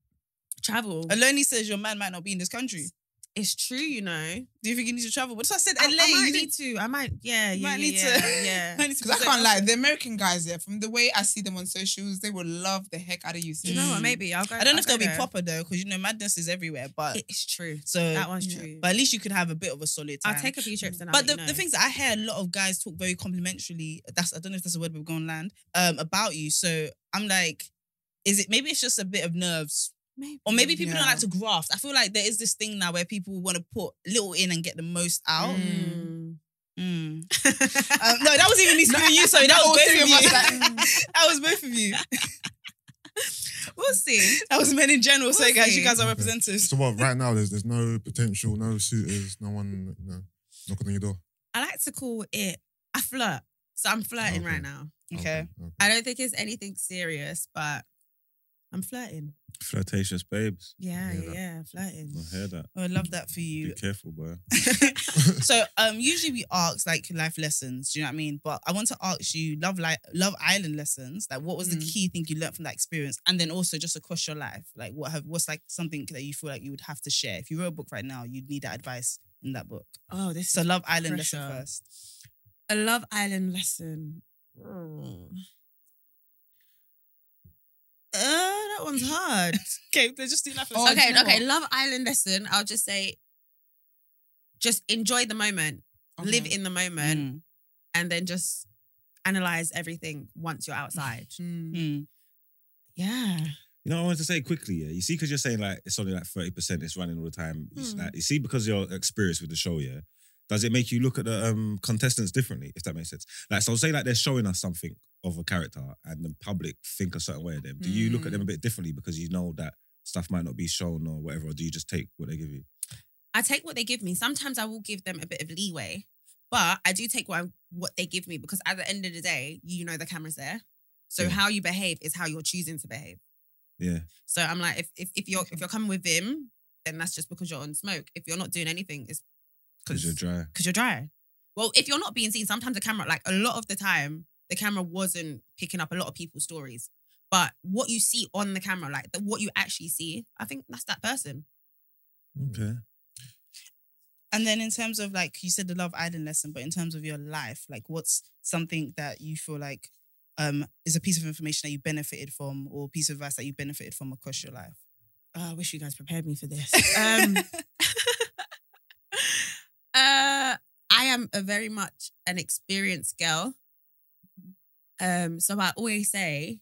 S7: Travel.
S1: Aloni says your man might not be in this country.
S7: It's true, you know.
S1: Do you think you need to travel? But so I said
S7: I,
S1: LA.
S7: I might
S1: you
S7: need to. I might. Yeah, yeah,
S1: might
S7: yeah,
S1: need
S7: yeah,
S1: to-
S7: yeah.
S1: might need to
S3: Because I
S1: present
S3: can't
S1: yourself.
S3: lie, the American guys, yeah, from the way I see them on socials, they will love the heck out of you.
S7: Do you know what?
S1: Mm.
S7: Maybe I'll go.
S1: I don't know if they'll
S7: I'll go
S1: be
S7: there.
S1: proper though, because you know madness is everywhere. But
S7: It's true.
S1: so,
S7: That one's
S3: yeah.
S7: true.
S1: but at least you could have a bit of a solid time.
S7: I'll take a few trips and I'll
S1: But
S7: let
S1: the,
S7: you
S1: the
S7: know.
S1: things that I hear a lot of guys talk very complimentarily, that's I don't know if that's a word we're going to land, um, about you. So I'm like, is it maybe it's just a bit of nerves? Or maybe people don't
S3: Yeah.
S1: like to graft. I feel like there is this thing now where people want to put little in and get the most out.
S7: Mm.
S1: Mm. Um, no, that was even me screwing you. Sorry, that was
S3: All
S1: both
S3: three
S1: of
S3: of us
S1: you.
S3: like, mm.
S1: that was both of you.
S7: What was We'll see.
S1: That was men in general. So,
S7: We'll
S1: guys,
S7: see.
S1: you guys are
S4: Okay.
S1: representatives.
S4: So what? Right now, there's there's no potential, no suitors, no one, you know, knocking on your door.
S7: I like to call it I flirt. So I'm flirting
S4: Okay.
S7: right now.
S1: Okay.
S4: okay.
S7: I don't think it's anything serious, but I'm flirting.
S2: Flirtatious babes.
S7: Yeah,
S2: I hear
S7: yeah,
S2: that.
S7: yeah, flirting.
S2: I hear that.
S1: Oh, I would love that for
S2: Be
S1: you.
S2: careful, boy.
S1: so um usually we ask like life lessons, do you know what I mean? But I want to ask you love like love island lessons. Like what was the
S3: Mm.
S1: key thing you learned from that experience? And then also just across your life. Like what have what's like something that you feel like you would have to share? If you wrote a book right now, you'd need that advice in that book.
S7: Oh, this
S1: So
S7: is
S1: love island lesson
S7: Pressure.
S1: first.
S7: a Love Island lesson. Oh. Uh, that one's hard.
S1: Okay, let's just do life
S3: Oh,
S1: lessons.
S7: okay,
S3: you know
S7: okay.
S3: what?
S7: Love Island lesson. I'll just say, just enjoy the moment, live in the moment,
S1: Mm,
S7: and then just analyze everything once you're outside.
S1: mm.
S7: Yeah.
S2: You know, what I wanted to say quickly, yeah. You see, because you're saying like it's only like 30%, it's running all the time. It's
S7: Hmm.
S2: like- you see, because of your experience with the show, yeah, does it make you look at the um, contestants differently, if that makes sense? Like, so say like they're showing us something of a character and the public think a certain way of them. Do you look at them a bit differently because you know that stuff might not be shown or whatever, or do you just take what they give you?
S7: I take what they give me. Sometimes I will give them a bit of leeway, but I do take what I, what they give me because at the end of the day, you know the camera's there. So
S2: Yeah.
S7: how you behave is how you're choosing to behave.
S2: Yeah.
S7: So I'm like, if if, if you're if you're coming with him, then that's just because you're on smoke. If you're not doing anything, it's
S2: Because you're dry.
S7: because you're dry. Well, if you're not being seen, sometimes the camera, like a lot of the time, the camera wasn't picking up a lot of people's stories. But what you see on the camera, like the, what you actually see, I think that's that person.
S2: Okay.
S1: And then in terms of like you said the love island lesson, but in terms of your life, like what's something that you feel like um is a piece of information that you benefited from or piece of advice that you benefited from across your life?
S7: Oh, I wish you guys prepared me for this. Um, uh, I am a very much an experienced girl. Um, so I always say,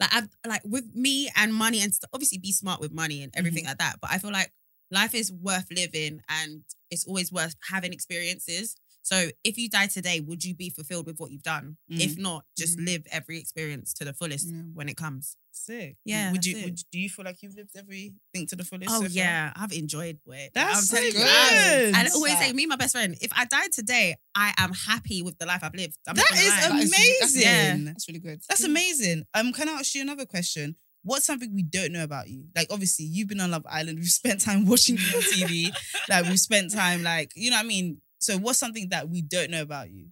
S7: like, I've like with me and money and stuff. Obviously, be smart with money and everything like that. But I feel like life is worth living, and it's always worth having experiences. So if you die today, would you be fulfilled with what you've done? If not, just
S3: Mhm.
S7: live every experience to the fullest
S3: Yeah.
S7: when it comes.
S1: Sick.
S7: Yeah,
S1: Would
S7: that's
S1: you
S7: it.
S1: would, do you feel like you've lived everything to the fullest? so
S7: Oh
S1: far?
S7: yeah, I've enjoyed it.
S1: That's
S7: I'm
S1: so
S7: telling you, I-
S1: good.
S7: I always
S3: That-
S7: say, me and my best friend, if I died today, I am happy with the life I've lived. I'm not
S1: That
S7: gonna
S1: is
S7: lie.
S1: amazing.
S3: That's, yeah.
S1: amazing.
S3: that's really good.
S7: Mm.
S1: That's amazing. Um, can I ask you another question? What's something we don't know about you? Like, obviously, you've been on Love Island. We've spent time watching you on TV. like, we've spent time, like, you know what I mean. So, what's something that we don't know about you?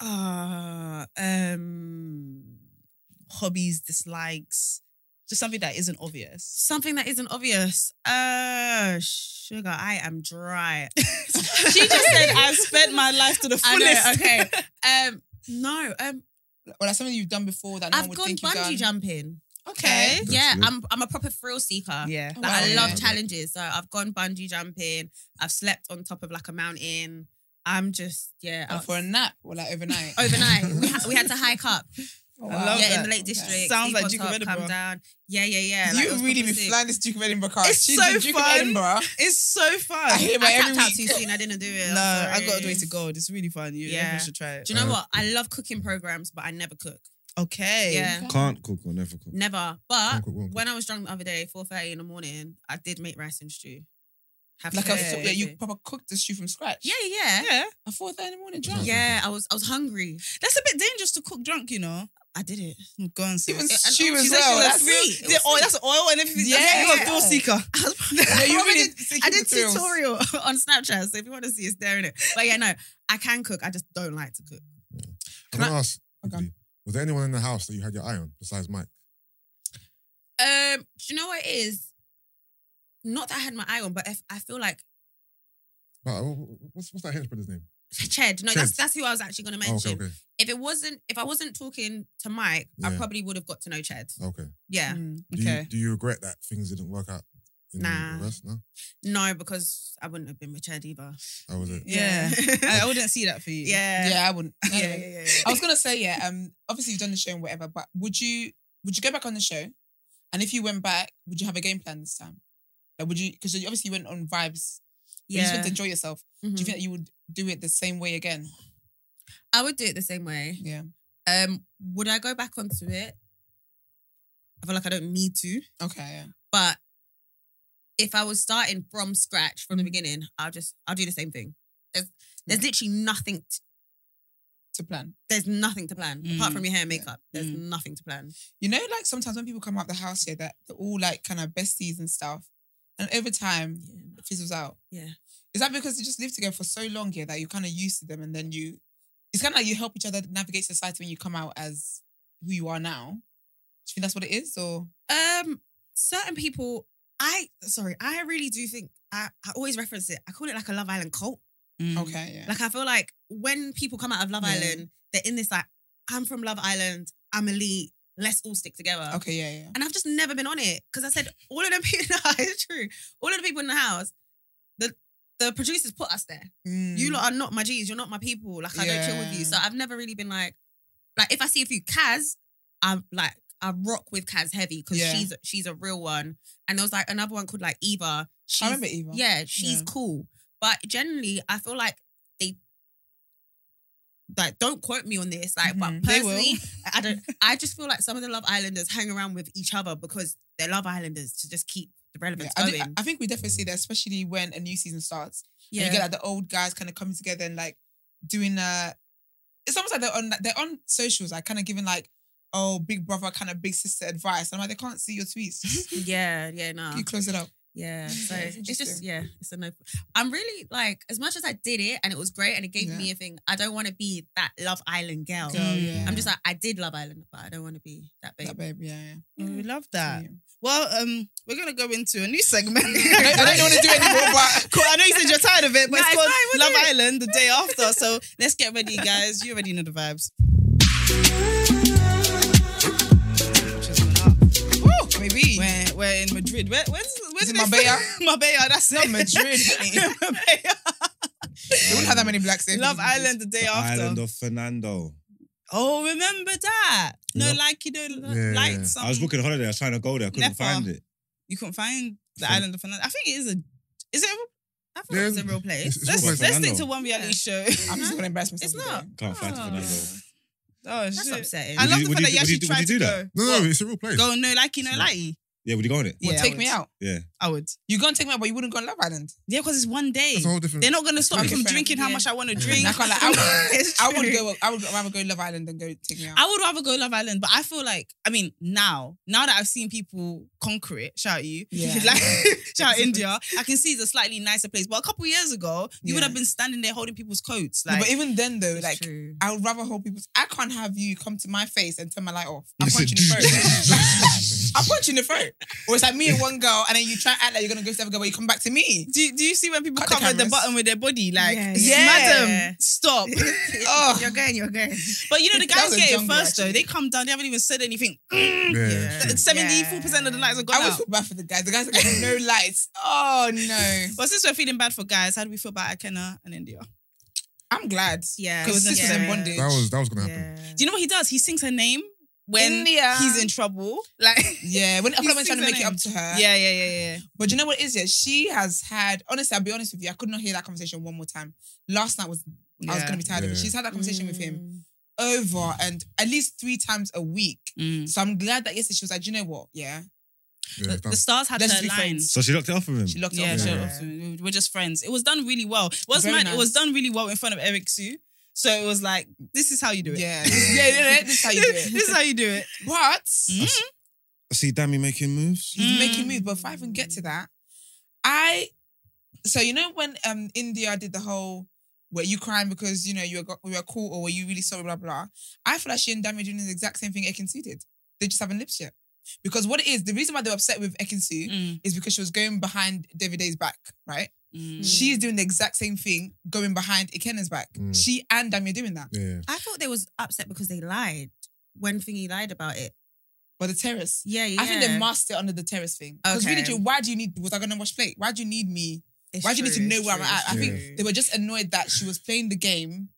S7: Ah, um,
S1: Hobbies, dislikes, just something that isn't obvious.
S7: something that isn't obvious. Uh, sugar, I am dry. she just said, "I've spent my life to the
S1: fullest."
S7: okay. Um, no, um,
S3: Well, that's something you've done before that no one
S7: I've
S3: would
S7: gone
S3: think you've done.
S7: bungee jumping.
S1: Okay.
S2: That's
S7: yeah,
S2: good.
S7: I'm I'm a proper thrill seeker.
S1: Yeah.
S3: Oh,
S7: Like, I
S3: wow.
S7: love
S3: Yeah.
S7: challenges. So I've gone bungee jumping. I've slept on top of like a mountain. I'm just yeah.
S3: And
S7: out-
S3: for a nap or like overnight.
S7: overnight, we, ha- we had to hike up.
S3: Oh,
S1: I love
S7: yeah,
S1: that.
S7: in the Lake
S3: Okay.
S7: District.
S1: Sounds
S7: sleep
S1: like
S7: on
S1: Duke of
S7: top,
S1: Edinburgh.
S7: Come down. Yeah, yeah, yeah. like, it
S3: you
S7: was
S3: would really
S7: proper
S3: be
S7: sick.
S3: flying this Duke of Edinburgh car.
S1: It's
S3: She's
S1: so
S3: the Duke
S1: fun.
S3: of Edinburgh.
S1: It's so fun.
S3: I hear my
S7: I
S3: every
S7: tapped out
S3: week.
S7: too soon. I didn't do it. I'm
S1: no, I've got a
S7: sorry.
S1: way to go. It's really fun. You, yeah.
S7: Yeah.
S1: should try it.
S7: Do you know what? I love cooking programs, but I never cook.
S1: Okay.
S7: Yeah,
S2: Can't cook or never cook.
S7: never. But
S4: Won't cook, won't cook.
S7: when I was drunk the other day, four thirty in the morning, I did make rice and stew. Have
S3: Like
S7: to
S3: I
S7: say.
S3: thought that you proper cooked the shoe from scratch.
S7: Yeah, yeah, yeah.
S3: I thought that in the morning drunk.
S7: Yeah, I was I was hungry.
S1: That's a bit dangerous to cook drunk, you know.
S7: I did it.
S1: Oh, Go on, sis.
S3: Even
S7: Yeah, and oh,
S3: stew
S7: also
S3: as
S7: she said she
S3: well.
S7: was
S3: That's
S7: free.
S3: real.
S7: It
S1: The
S7: was
S1: oil, that's oil and everything.
S3: Yeah.
S1: Yeah, you're a thrill seeker.
S3: Yeah, you
S7: I
S3: really
S7: did-
S3: seeking
S7: I
S3: the
S7: did
S3: thrills.
S7: tutorial on Snapchat, so if you want to see, it's there in it. But yeah, no, I can cook. I just don't like to cook.
S4: I'm gonna ask.
S3: Okay.
S4: quickly, Was there anyone in the house that you had your eye on besides Mike?
S7: Um, do you know what it is? Not that I had my eye on, but if, I feel like
S4: But uh, what's what's that Hinge brother's name?
S7: Ched. No, that's
S4: Ched.
S7: that's who I was actually going to
S4: Oh,
S7: mention.
S4: okay, okay,
S7: If it wasn't, if I wasn't talking to Mike, I
S4: Yeah.
S7: probably would have got to know Ched.
S4: okay.
S7: Yeah,
S3: Mm.
S4: Do
S1: Okay.
S4: you do you regret that things didn't work out? In
S7: Nah.
S4: The rest? No.
S7: no, because I wouldn't have been with Ched either.
S4: How was it?
S1: Yeah. I, I wouldn't see that for you.
S7: yeah,
S3: Yeah, I wouldn't.
S7: yeah, yeah, yeah, yeah.
S3: I was gonna say, yeah, um, obviously you've done the show and whatever, but would you would you go back on the show? And if you went back, would you have a game plan this time? Like would you because you obviously went on vibes. You just went to enjoy yourself. Do
S1: Hmm.
S3: you
S7: Mhm.
S3: think that you would do it the same way again?
S7: I would do it the same way.
S3: Yeah.
S7: Um, would I go back onto it? I feel like I don't need to.
S3: Okay, yeah.
S7: But if I was starting from scratch from the beginning, I'll just I'll do the same thing. There's there's literally nothing. t-
S3: To plan.
S7: there's nothing to plan apart
S1: Mm.
S7: from your hair and makeup. There's
S3: Mm.
S7: nothing to plan.
S3: You know, like sometimes when people come out the house here, that they're all like kind of besties and stuff, and over time it fizzles out.
S7: Yeah.
S3: Is that because you just live together for so long here that you're kind of used to them, and then you, it's kind of like you help each other navigate society when you come out as who you are now. Do you think that's what it is, or
S7: Um, certain people, I sorry, I really do think I, I always reference it. I call it like a Love Island cult.
S1: Mm.
S7: Mm.
S3: okay, yeah,
S7: Like I feel like when people come out of Love
S3: Yeah.
S7: Island, they're in this like, I'm from Love Island, I'm elite, let's all stick together.
S3: okay, yeah, yeah,
S7: And I've just never been on it. Cause I said all of them people no, it's true. All of the people in the house, the the producers put us there. You
S3: Mm.
S7: lot are not my G's, you're not my people. Like I don't chill with you.
S3: Yeah.
S7: So I've never really been like, like if I see a few Kaz, I'm like I rock with Kaz heavy because
S3: Yeah.
S7: she's she's a real one. And there was like another one called like Eva. She's,
S3: I remember Eva.
S7: Yeah, she's
S3: Yeah.
S7: cool. But generally, I feel like they like don't quote me on this. Like,
S3: Mhm.
S7: but
S3: They will.
S7: personally, I don't. I just feel like some of the Love Islanders hang around with each other because they're Love Islanders to just keep the
S3: Yeah,
S7: relevance
S3: I,
S7: going.
S3: thi- I think we definitely see that, especially when a new season starts. Yeah, you get like the old guys kind of coming together and like doing uh It's almost like they're on they're on socials, like kind of giving like oh big brother kind of big sister advice. I'm like they can't see your tweets.
S7: yeah, yeah, no.
S3: you close it up.
S7: Yeah, so
S3: Yeah, it's
S7: it's just
S3: interesting.
S7: yeah, it's a no. I'm really like as much as I did it and it was great and it gave
S3: Yeah.
S7: me a thing. I don't want to be that Love Island girl.
S1: Girl, Mm.
S3: yeah.
S7: I'm just like I did Love Island, but I don't want to be that babe.
S3: that babe. Yeah, yeah.
S1: Mm, We love
S3: Yeah.
S1: that. Well, um, we're gonna go into a new segment.
S3: I don't- I don't want to do it anymore, but
S1: Cool, I know you said you're tired of it, but
S7: No,
S1: it's
S7: it's
S1: called
S7: fine, we'll
S1: Love
S7: do it.
S1: Island the day after. So let's get ready, guys. You already know the vibes.
S3: Woo, baby.
S1: We're, we're in Madrid. Where, where's where's
S3: Is it Marbella?
S1: Marbella, that's it.
S3: Madrid. they
S1: Marbella.
S3: wouldn't have that many blacks here.
S1: Love Island the day
S2: The
S1: after.
S2: Island of Fernando.
S1: Oh, remember that? No,
S2: Love-
S1: like you don't
S4: Yeah.
S1: like something.
S2: I was booking holiday. I was trying to go there. I couldn't
S1: Never.
S2: find it.
S1: You couldn't find the
S2: Fin-
S1: Island of Fernando. I think it is a. Is it? A, I thought it
S4: Yeah,
S1: was a real place.
S4: it's- it's
S1: let's
S4: real place.
S1: let's stick
S2: Fernando.
S1: to one reality show.
S3: I'm just gonna embarrass myself.
S7: It's not.
S3: today.
S2: Can't find
S1: Ah.
S7: Oh.
S2: Fernando.
S1: oh
S7: That's
S1: shit!
S7: upsetting.
S1: I
S2: Would
S1: love
S2: you-
S1: the
S2: would
S1: fact that you
S2: you do- would you
S1: actually
S2: do- would
S1: tried
S2: you
S1: to
S2: do
S1: go.
S2: that?
S4: No, no,
S1: What?
S4: it's a real place.
S1: Go no likey no likey.
S2: Yeah, would you go on it?
S1: Yeah, I
S3: take
S1: would.
S3: me out.
S2: Yeah.
S1: I would.
S3: You're gonna take me out, but you wouldn't go on Love Island.
S1: Yeah, because it's one day.
S4: It's a whole different.
S1: They're not gonna stop me from
S3: Different.
S1: drinking how
S7: Yeah.
S1: much I want to drink.
S3: I can't like, I would,
S1: It's
S3: I would
S1: true.
S3: go. I would rather go Love Island than go take me out.
S1: I would rather go Love Island, but I feel like I mean now, now that I've seen people conquer it, shout you,
S3: Yeah.
S1: like shout India, I can see it's a slightly nicer place. But a couple years ago, you would
S3: Yeah.
S1: have been standing there holding people's coats,
S3: No,
S1: like
S3: but even then, though,
S7: It's
S3: like
S7: true.
S3: I would rather hold people's. I can't have you come to my face and turn my light off. I
S4: You
S3: punch
S4: said,
S3: you in the throat. I punch you in the throat. Or it's like me and one girl, and then you try to act like you're gonna go to the other girl, but you come back to me.
S1: Do, do you see when people
S3: Cut the
S1: cover the,
S3: cameras.
S1: button with their body? Like,
S7: Yeah,
S3: yeah.
S1: madam,
S7: Yeah.
S1: stop.
S3: Oh.
S7: You're going, you're going.
S1: But you know, the
S3: That
S1: guys
S3: was a
S1: get it
S3: jungle,
S1: first, though.
S3: actually.
S1: They come down, they haven't even said anything.
S4: Yeah.
S7: Yeah.
S4: true.
S1: 74% of the lights are gone.
S3: I
S1: out.
S3: always feel bad for the guys. The guys are getting no lights. Oh no,
S1: But since we're feeling bad for guys, how do we feel about Akena and India?
S3: I'm glad.
S7: Yeah,
S3: Because sisters
S7: yeah.
S3: in bondage.
S4: That was that was gonna happen.
S7: Yeah.
S1: Do you know what he does? He sings her name when
S3: India.
S1: he's in trouble. Like,
S3: Yeah, when
S1: You
S3: Apollo
S1: see
S3: trying to
S1: the
S3: make it
S1: name?
S3: up to her.
S1: yeah, yeah, yeah, yeah.
S3: But you know what it is? Yeah, she has had. Honestly, I'll be honest with you. I could not hear that conversation one more time. Last night was. I was
S1: Yeah.
S3: gonna be tired of it.
S4: Yeah.
S3: She's had that conversation with him
S7: Mm.
S3: over and at least three times a week.
S1: Mm.
S3: So I'm glad that yesterday she was like, Do you know what? Yeah.
S4: Yeah,
S1: The,
S4: that-
S1: the stars had
S3: Let's
S1: their
S3: be
S1: line.
S3: friends.
S2: So she locked it off of him.
S3: She locked
S1: Yeah,
S3: it off.
S1: sure.
S4: Yeah.
S1: obviously, We're just friends. It was done really well. What's
S3: Very
S1: mad? It was
S3: nice.
S1: done really well in front of Eric Sue. So it was like, this is how you do it.
S3: Yeah. yeah, yeah, yeah, This is how you do it.
S1: this is how you do it.
S3: But
S1: Mm.
S2: I see Dammy making moves.
S3: she's
S1: Mm.
S3: making moves. But if I even get to that, I so you know when um India did the whole were you crying because you know you were got, we were caught or were you really sorry, blah blah. I feel like she and Dami are doing the exact same thing Ekinsu did. They just haven't lived yet. Because what it is, the reason why they were upset with Ekinsu
S1: Mm.
S3: is because she was going behind Davide's back, right?
S1: Mm.
S3: She's doing the exact same thing going behind Ikena's back.
S4: Mm.
S3: She and Dami are doing that.
S4: yeah.
S7: I thought they was upset because they lied when Thingy lied about it.
S3: But the terrace.
S7: Yeah, yeah.
S3: I think they masked it under the terrace thing. Because really,
S7: Okay.
S3: Joe, why do you need, was I going to wash plate? Why do you need me? Why do you need to know where I'm at? I
S4: true.
S3: think they were just annoyed that she was playing the game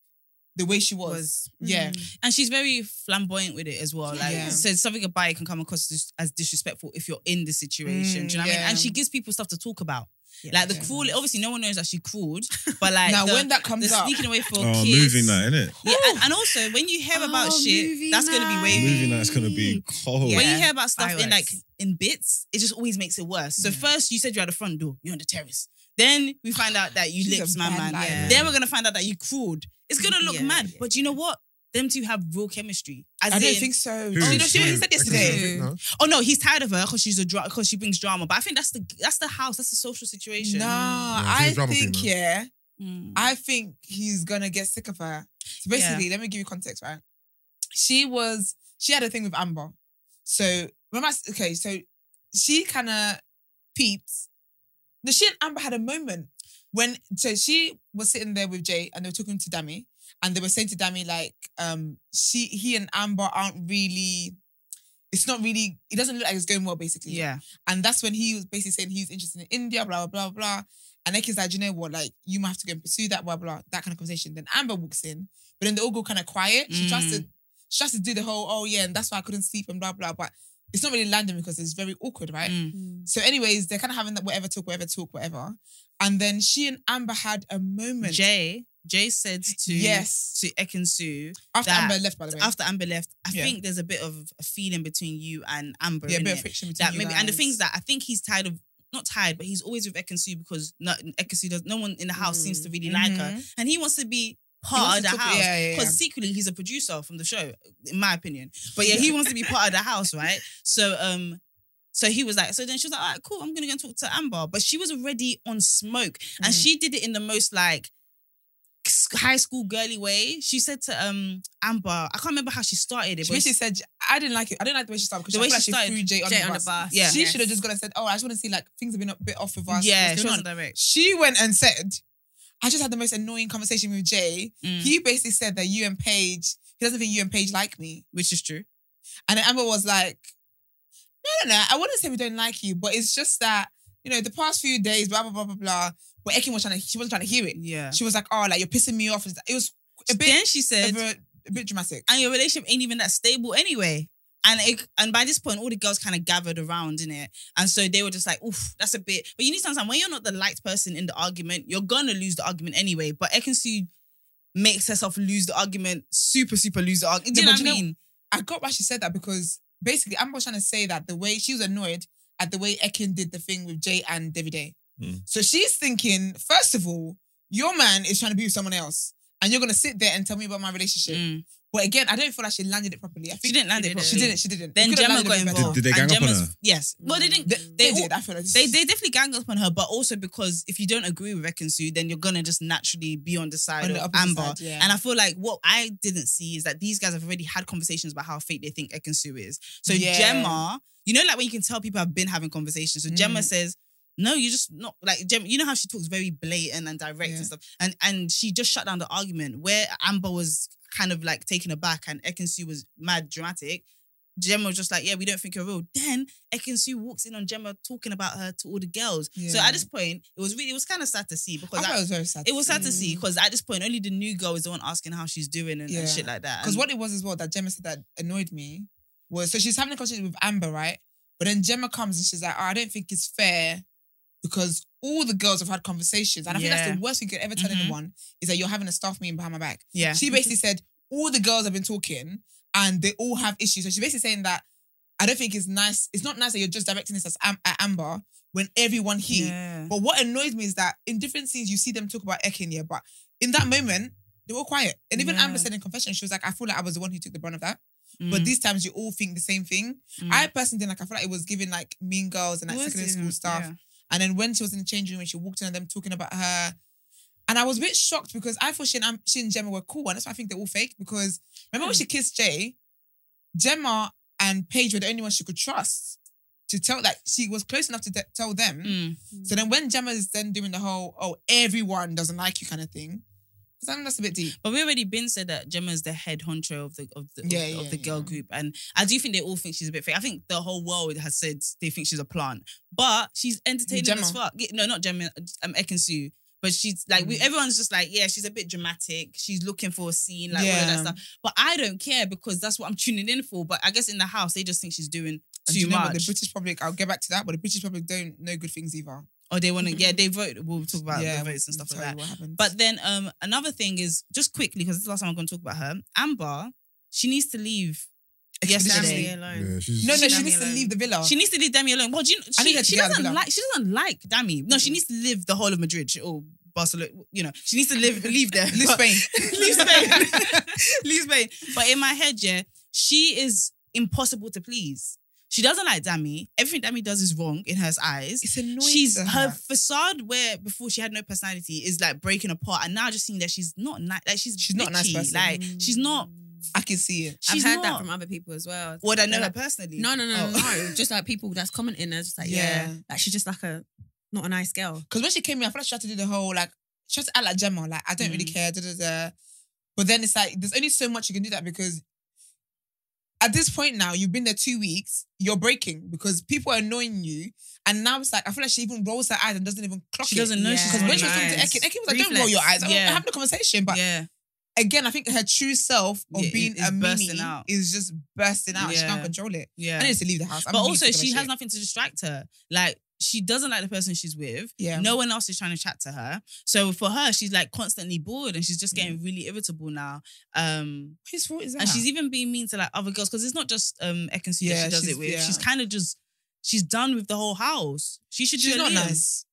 S3: the way she was.
S7: was
S3: Yeah.
S7: Mm.
S1: And she's very flamboyant with it as well. Like,
S3: Yeah.
S1: so something about it can come across as- as disrespectful if you're in the situation.
S3: Mm,
S1: do you know what I mean?
S3: yeah.
S1: And she gives people stuff to talk about.
S7: Yeah.
S1: Like the
S3: Yeah.
S1: cruel, obviously, no one knows that she crawled, but like
S3: now
S1: the,
S3: when that
S1: the
S3: comes up,
S1: sneaking away for
S2: Oh,
S1: kids.
S2: movie night, innit?
S1: Yeah,
S3: Oh.
S1: and, and also when you hear about
S7: Oh,
S1: shit,
S7: movie
S1: that's going to be wavy.
S2: Movie night's gonna be cold.
S1: When you
S7: Yeah.
S1: hear about stuff in like
S7: Fireworks.
S1: in bits, it just always makes it worse. So
S3: Yeah.
S1: first you said you're at the front door, you're on the terrace. Then we find out that you
S3: She's a
S1: lips, my
S3: bad
S1: man.
S3: liar.
S1: Yeah. Then we're gonna find out that you crawled. It's gonna look
S7: Yeah,
S1: mad.
S7: yeah,
S1: But you know what? Them two have real chemistry. As
S3: I don't
S1: in-
S3: think so.
S4: Who?
S1: Oh, you know, she already
S4: Who?
S1: said this
S4: Ex-convict?
S1: today.
S4: No?
S1: Oh no, he's tired of her because she's a drama because she brings drama. But I think that's the that's the house. That's the social situation.
S3: No,
S4: she's
S3: I
S4: a drama queen,
S3: think
S4: man.
S3: yeah,
S1: Mm.
S3: I think he's gonna get sick of her. So basically, let me give you context, right? She was she had a thing with Amber. So when I s- okay, so she kind of peeps. No, she and Amber had a moment when so she was sitting there with Jay and they were talking to Dami and they were saying to Dami like um she he and Amber aren't really. It's not really. It doesn't look like it's going well, basically.
S1: yeah.
S3: And that's when he was basically saying he's interested in India, blah, blah, blah, blah. And Eki's like, "Do you know what? Like, you might have to go and pursue that, blah, blah, that kind of conversation. Then Amber walks in, but then they all go kind of quiet. She tries
S1: Mm.
S3: to she tries to do the whole, oh yeah, and that's why I couldn't sleep and blah, blah. But it's not really landing because it's very awkward, right?
S1: Mm.
S3: So, anyways, they're kind of having that whatever talk, whatever talk, whatever. And then she and Amber had a moment.
S1: Jay Jay said to
S3: Yes.
S1: to Ekinsu
S3: after
S1: that-
S3: Amber left, by the way.
S1: after Amber left. I
S3: Yeah.
S1: think there's a bit of a feeling between you and Amber.
S3: yeah, a bit
S1: innit?
S3: of friction between
S1: that
S3: you
S1: maybe and the
S3: guys.
S1: things that I think he's tired of not tired, but he's always with Ekansu because no Ekansu does no one in the house seems to really like her.
S3: Mhm.
S1: And he wants to be
S3: He wants
S1: part of the
S3: to talk-
S1: house.
S3: Yeah, yeah, yeah.
S1: Because secretly he's a producer from the show, in my opinion. But yeah, he wants to be part of the house, right? So um so he was like, so then she was like, all right, cool, I'm gonna go and talk to Amber. But she was already on smoke. And
S3: Mm.
S1: she did it in the most like s- high school girly way. She said to um Amber, I can't remember how she started it,
S3: She
S1: but
S3: basically said, I didn't like it. I didn't like the way she started because
S1: The
S3: I
S1: way
S3: feel like
S1: she
S3: she
S1: started,
S3: threw Jay on,
S7: Jay
S3: the,
S7: on the
S3: bus.
S7: bus.
S1: Yeah.
S3: She should have just gone and said, Oh, I just want to see like things have been a bit off of us.
S1: yeah,
S3: What's
S1: she
S3: going
S1: wasn't
S3: on?"
S1: direct.
S3: she went and said, I just had the most annoying conversation with Jay.
S1: Mm.
S3: He basically said that you and Paige, he doesn't think you and Paige like me.
S1: which is true.
S3: And then Amber was like, No, no, no. I wouldn't say we don't like you, but it's just that, you know, the past few days, blah, blah, blah, blah, blah. But Ekin was trying to, she wasn't trying to hear it.
S1: Yeah.
S3: She was like, Oh, like you're pissing me off. It was a bit,
S1: then she
S3: a
S1: said,
S3: bit, a bit dramatic.
S1: and your relationship ain't even that stable anyway. And it, and by this point, all the girls kind of gathered around in it, and so they were just like, "Oof, that's a bit." But you need to understand when you're not the light person in the argument, you're gonna lose the argument anyway. But Ekansu makes herself lose the argument, super, super lose the argument. Do you
S3: Yeah,
S1: know
S3: but
S1: what I
S3: you know-
S1: mean?
S3: I got why she said that because basically Amber was trying to say that the way she was annoyed at the way Ekin did the thing with Jay and Davide.
S2: Mm.
S3: So she's thinking, first of all, your man is trying to be with someone else. And you're gonna sit there and tell me about my relationship.
S1: Mm.
S3: But again, I don't feel like she landed it properly. I think
S1: She didn't land it.
S7: didn't.
S3: She
S1: properly.
S3: didn't. She didn't.
S1: Then
S3: She could have
S1: Gemma
S3: landed
S1: got
S3: it a bit better.
S1: involved.
S2: Did- did they
S1: and
S2: gang up on
S1: Gemma's-
S2: her?
S1: Yes. Well, they didn't.
S3: They, they
S1: all-
S3: did. I feel like this.
S1: They, they definitely gang up on her, but also because if you don't agree with Ekansu, then you're gonna just naturally be on the side
S3: On the
S1: of
S3: opposite
S1: Amber.
S3: side, yeah.
S1: And I feel like what I didn't see is that these guys have already had conversations about how fake they think Ekansu is. So
S3: Yeah.
S1: Gemma, you know, like when you can tell people have been having conversations. So Gemma
S3: Mm.
S1: says, "No, you're just not like Gemma. You know how she talks very blatant and direct
S3: Yeah.
S1: and stuff, and and she just shut down the argument where Amber was kind of like taken aback and Ekansu was mad dramatic. Gemma was just like, yeah, we don't think you're real. Then Ekinsu walks in on Gemma talking about her to all the girls. So
S3: Yeah.
S1: at this point, it was really, it was kind of sad to see
S3: I
S1: because
S3: thought
S1: I-
S3: it was very sad.
S1: it was sad to see
S7: Mm.
S1: because at this point, only the new girl is the one asking how she's doing and,
S3: Yeah.
S1: and shit like that.
S3: Because
S1: And-
S3: what it was as well that Gemma said that annoyed me was so she's having a conversation with Amber, right? But then Gemma comes and she's like, oh, I don't think it's fair because all the girls have had conversations. And I think
S1: Yeah.
S3: that's the worst thing you could ever tell
S1: Mhm.
S3: anyone is that you're having a staff meeting behind my back.
S1: yeah,
S3: She basically said, all the girls have been talking and they all have issues. So she's basically saying that I don't think it's nice. It's not nice that you're just directing this as Am- at Amber when everyone here.
S1: yeah.
S3: But what annoys me is that in different scenes, you see them talk about Ekin, yeah, but in that moment, they were quiet. And even
S1: Yeah.
S3: Amber said in confession, she was like, I feel like I was the one who took the brunt of that.
S1: Mm.
S3: But these times, you all think the same thing.
S1: Mm.
S3: I personally didn't like, I feel like it was giving like mean girls and like
S1: Was
S3: secondary
S1: it?
S3: school stuff.
S1: Yeah.
S3: And then when she was in the change room and she walked in and them talking about her, and I was a bit shocked because I thought she and, Am- she and Gemma were cool. And that's why I think they're all fake because remember when she
S1: Hmm.
S3: kissed Jay, Gemma and Paige were the only ones she could trust to tell that she was close enough to te- tell them.
S1: Mm.
S3: So then when Gemma is then doing the whole, oh, everyone doesn't like you kind of thing, because I think that's a bit deep.
S1: But we already been said that Gemma's the head honcho of the of the of,
S3: Yeah,
S1: the- of
S3: yeah,
S1: the girl
S3: yeah.
S1: group, and I do think they all think she's a bit fake. I think the whole world has said they think she's a plant, but she's entertaining
S3: Gemma.
S1: as fuck. Yeah, No, not Gemma, um, Ekansu. But she's like,
S3: Mm.
S1: we, everyone's just like, yeah, she's a bit dramatic. She's looking for a scene, like all of that
S3: Yeah.
S1: stuff. But I don't care because that's what I'm tuning in for. But I guess in the house, they just think she's doing
S3: And do
S1: too
S3: you know what?
S1: much.
S3: The British public, I'll get back to that, but the British public don't know good things either.
S1: or they want to, yeah, they vote. We'll talk about the votes and
S3: we'll
S1: stuff like
S3: tell
S1: that.
S3: you what happened.
S1: But then um another thing is just quickly, because this is the last time I'm gonna talk about her, Amber, she needs to leave
S7: Damn me
S1: yesterday.
S7: alone.
S4: Yeah, she's.
S3: no, no, she
S7: Dami
S3: needs to
S7: alone.
S3: leave the villa.
S1: She needs to leave Dami alone. Well, do you,
S3: Oh. I
S1: she,
S3: need her to
S1: she
S3: get out of
S1: doesn't
S3: the villa.
S1: like she doesn't like Dami. No, she needs to live the whole of Madrid or Barcelona. You know, she needs to live leave there.
S3: leave
S1: But-
S3: Spain.
S1: leave Spain. leave Spain. But in my head, yeah, she is impossible to please. She doesn't like Dami. Everything Dami does is wrong in her eyes.
S3: It's annoying.
S1: She's
S3: to
S1: her facade where before she had no personality is like breaking apart, and now I just seeing that she's not nice. Like she's
S3: She's not a nice
S1: bitchy.
S3: person.
S1: Like she's not.
S3: I can see it.
S1: She's
S7: Mm. I've heard that
S1: not-
S7: from other people as well.
S1: Well, I know
S7: They're
S1: her
S7: like,
S1: personally.
S7: No, no, no,
S1: Oh.
S7: no. Just like people that's commenting, they're just like, yeah.
S3: Yeah.
S7: like she's just like a not a nice girl.
S3: Because when she came in, I feel like she had to do the whole like she had to act like Gemma, like I don't
S1: Mm.
S3: really care, da da da. But then it's like there's only so much you can do that because at this point now you've been there two weeks, you're breaking because people are annoying you, and now it's like I feel like she even rolls her eyes and doesn't even clock
S1: She
S3: it.
S1: doesn't know
S7: Yeah.
S1: she's
S3: because
S1: not
S3: when she was talking to
S1: nice.
S3: Ekin, Ekin was like, "Don't roll your eyes."
S1: Reflex.
S3: I'm
S1: Yeah.
S3: having a conversation, but
S1: yeah,
S3: again, I think her true self of
S1: Yeah, it-
S3: being
S1: it's
S3: a
S1: bursting
S3: meme
S1: out.
S3: is just bursting out. and She
S1: Yeah.
S3: can't control it.
S1: yeah.
S3: I need to leave the house. I'm
S1: but
S3: really
S1: also,
S3: sick of
S1: she
S3: her
S1: has
S3: shit.
S1: nothing to distract her. Like she doesn't like the person she's with.
S3: Yeah.
S1: No one else is trying to chat to her. So for her, she's like constantly bored, and she's just
S7: Mm.
S1: getting really irritable now. Um,
S3: Whose fault is that?
S1: and she's even being mean to like other girls because it's not just um Ekansu
S3: Yeah,
S1: that she does
S3: she's-
S1: it with.
S3: yeah.
S1: She's kind of just she's done with the whole house. She should.
S3: she's
S1: do
S3: not
S1: Aaliyah.
S3: nice.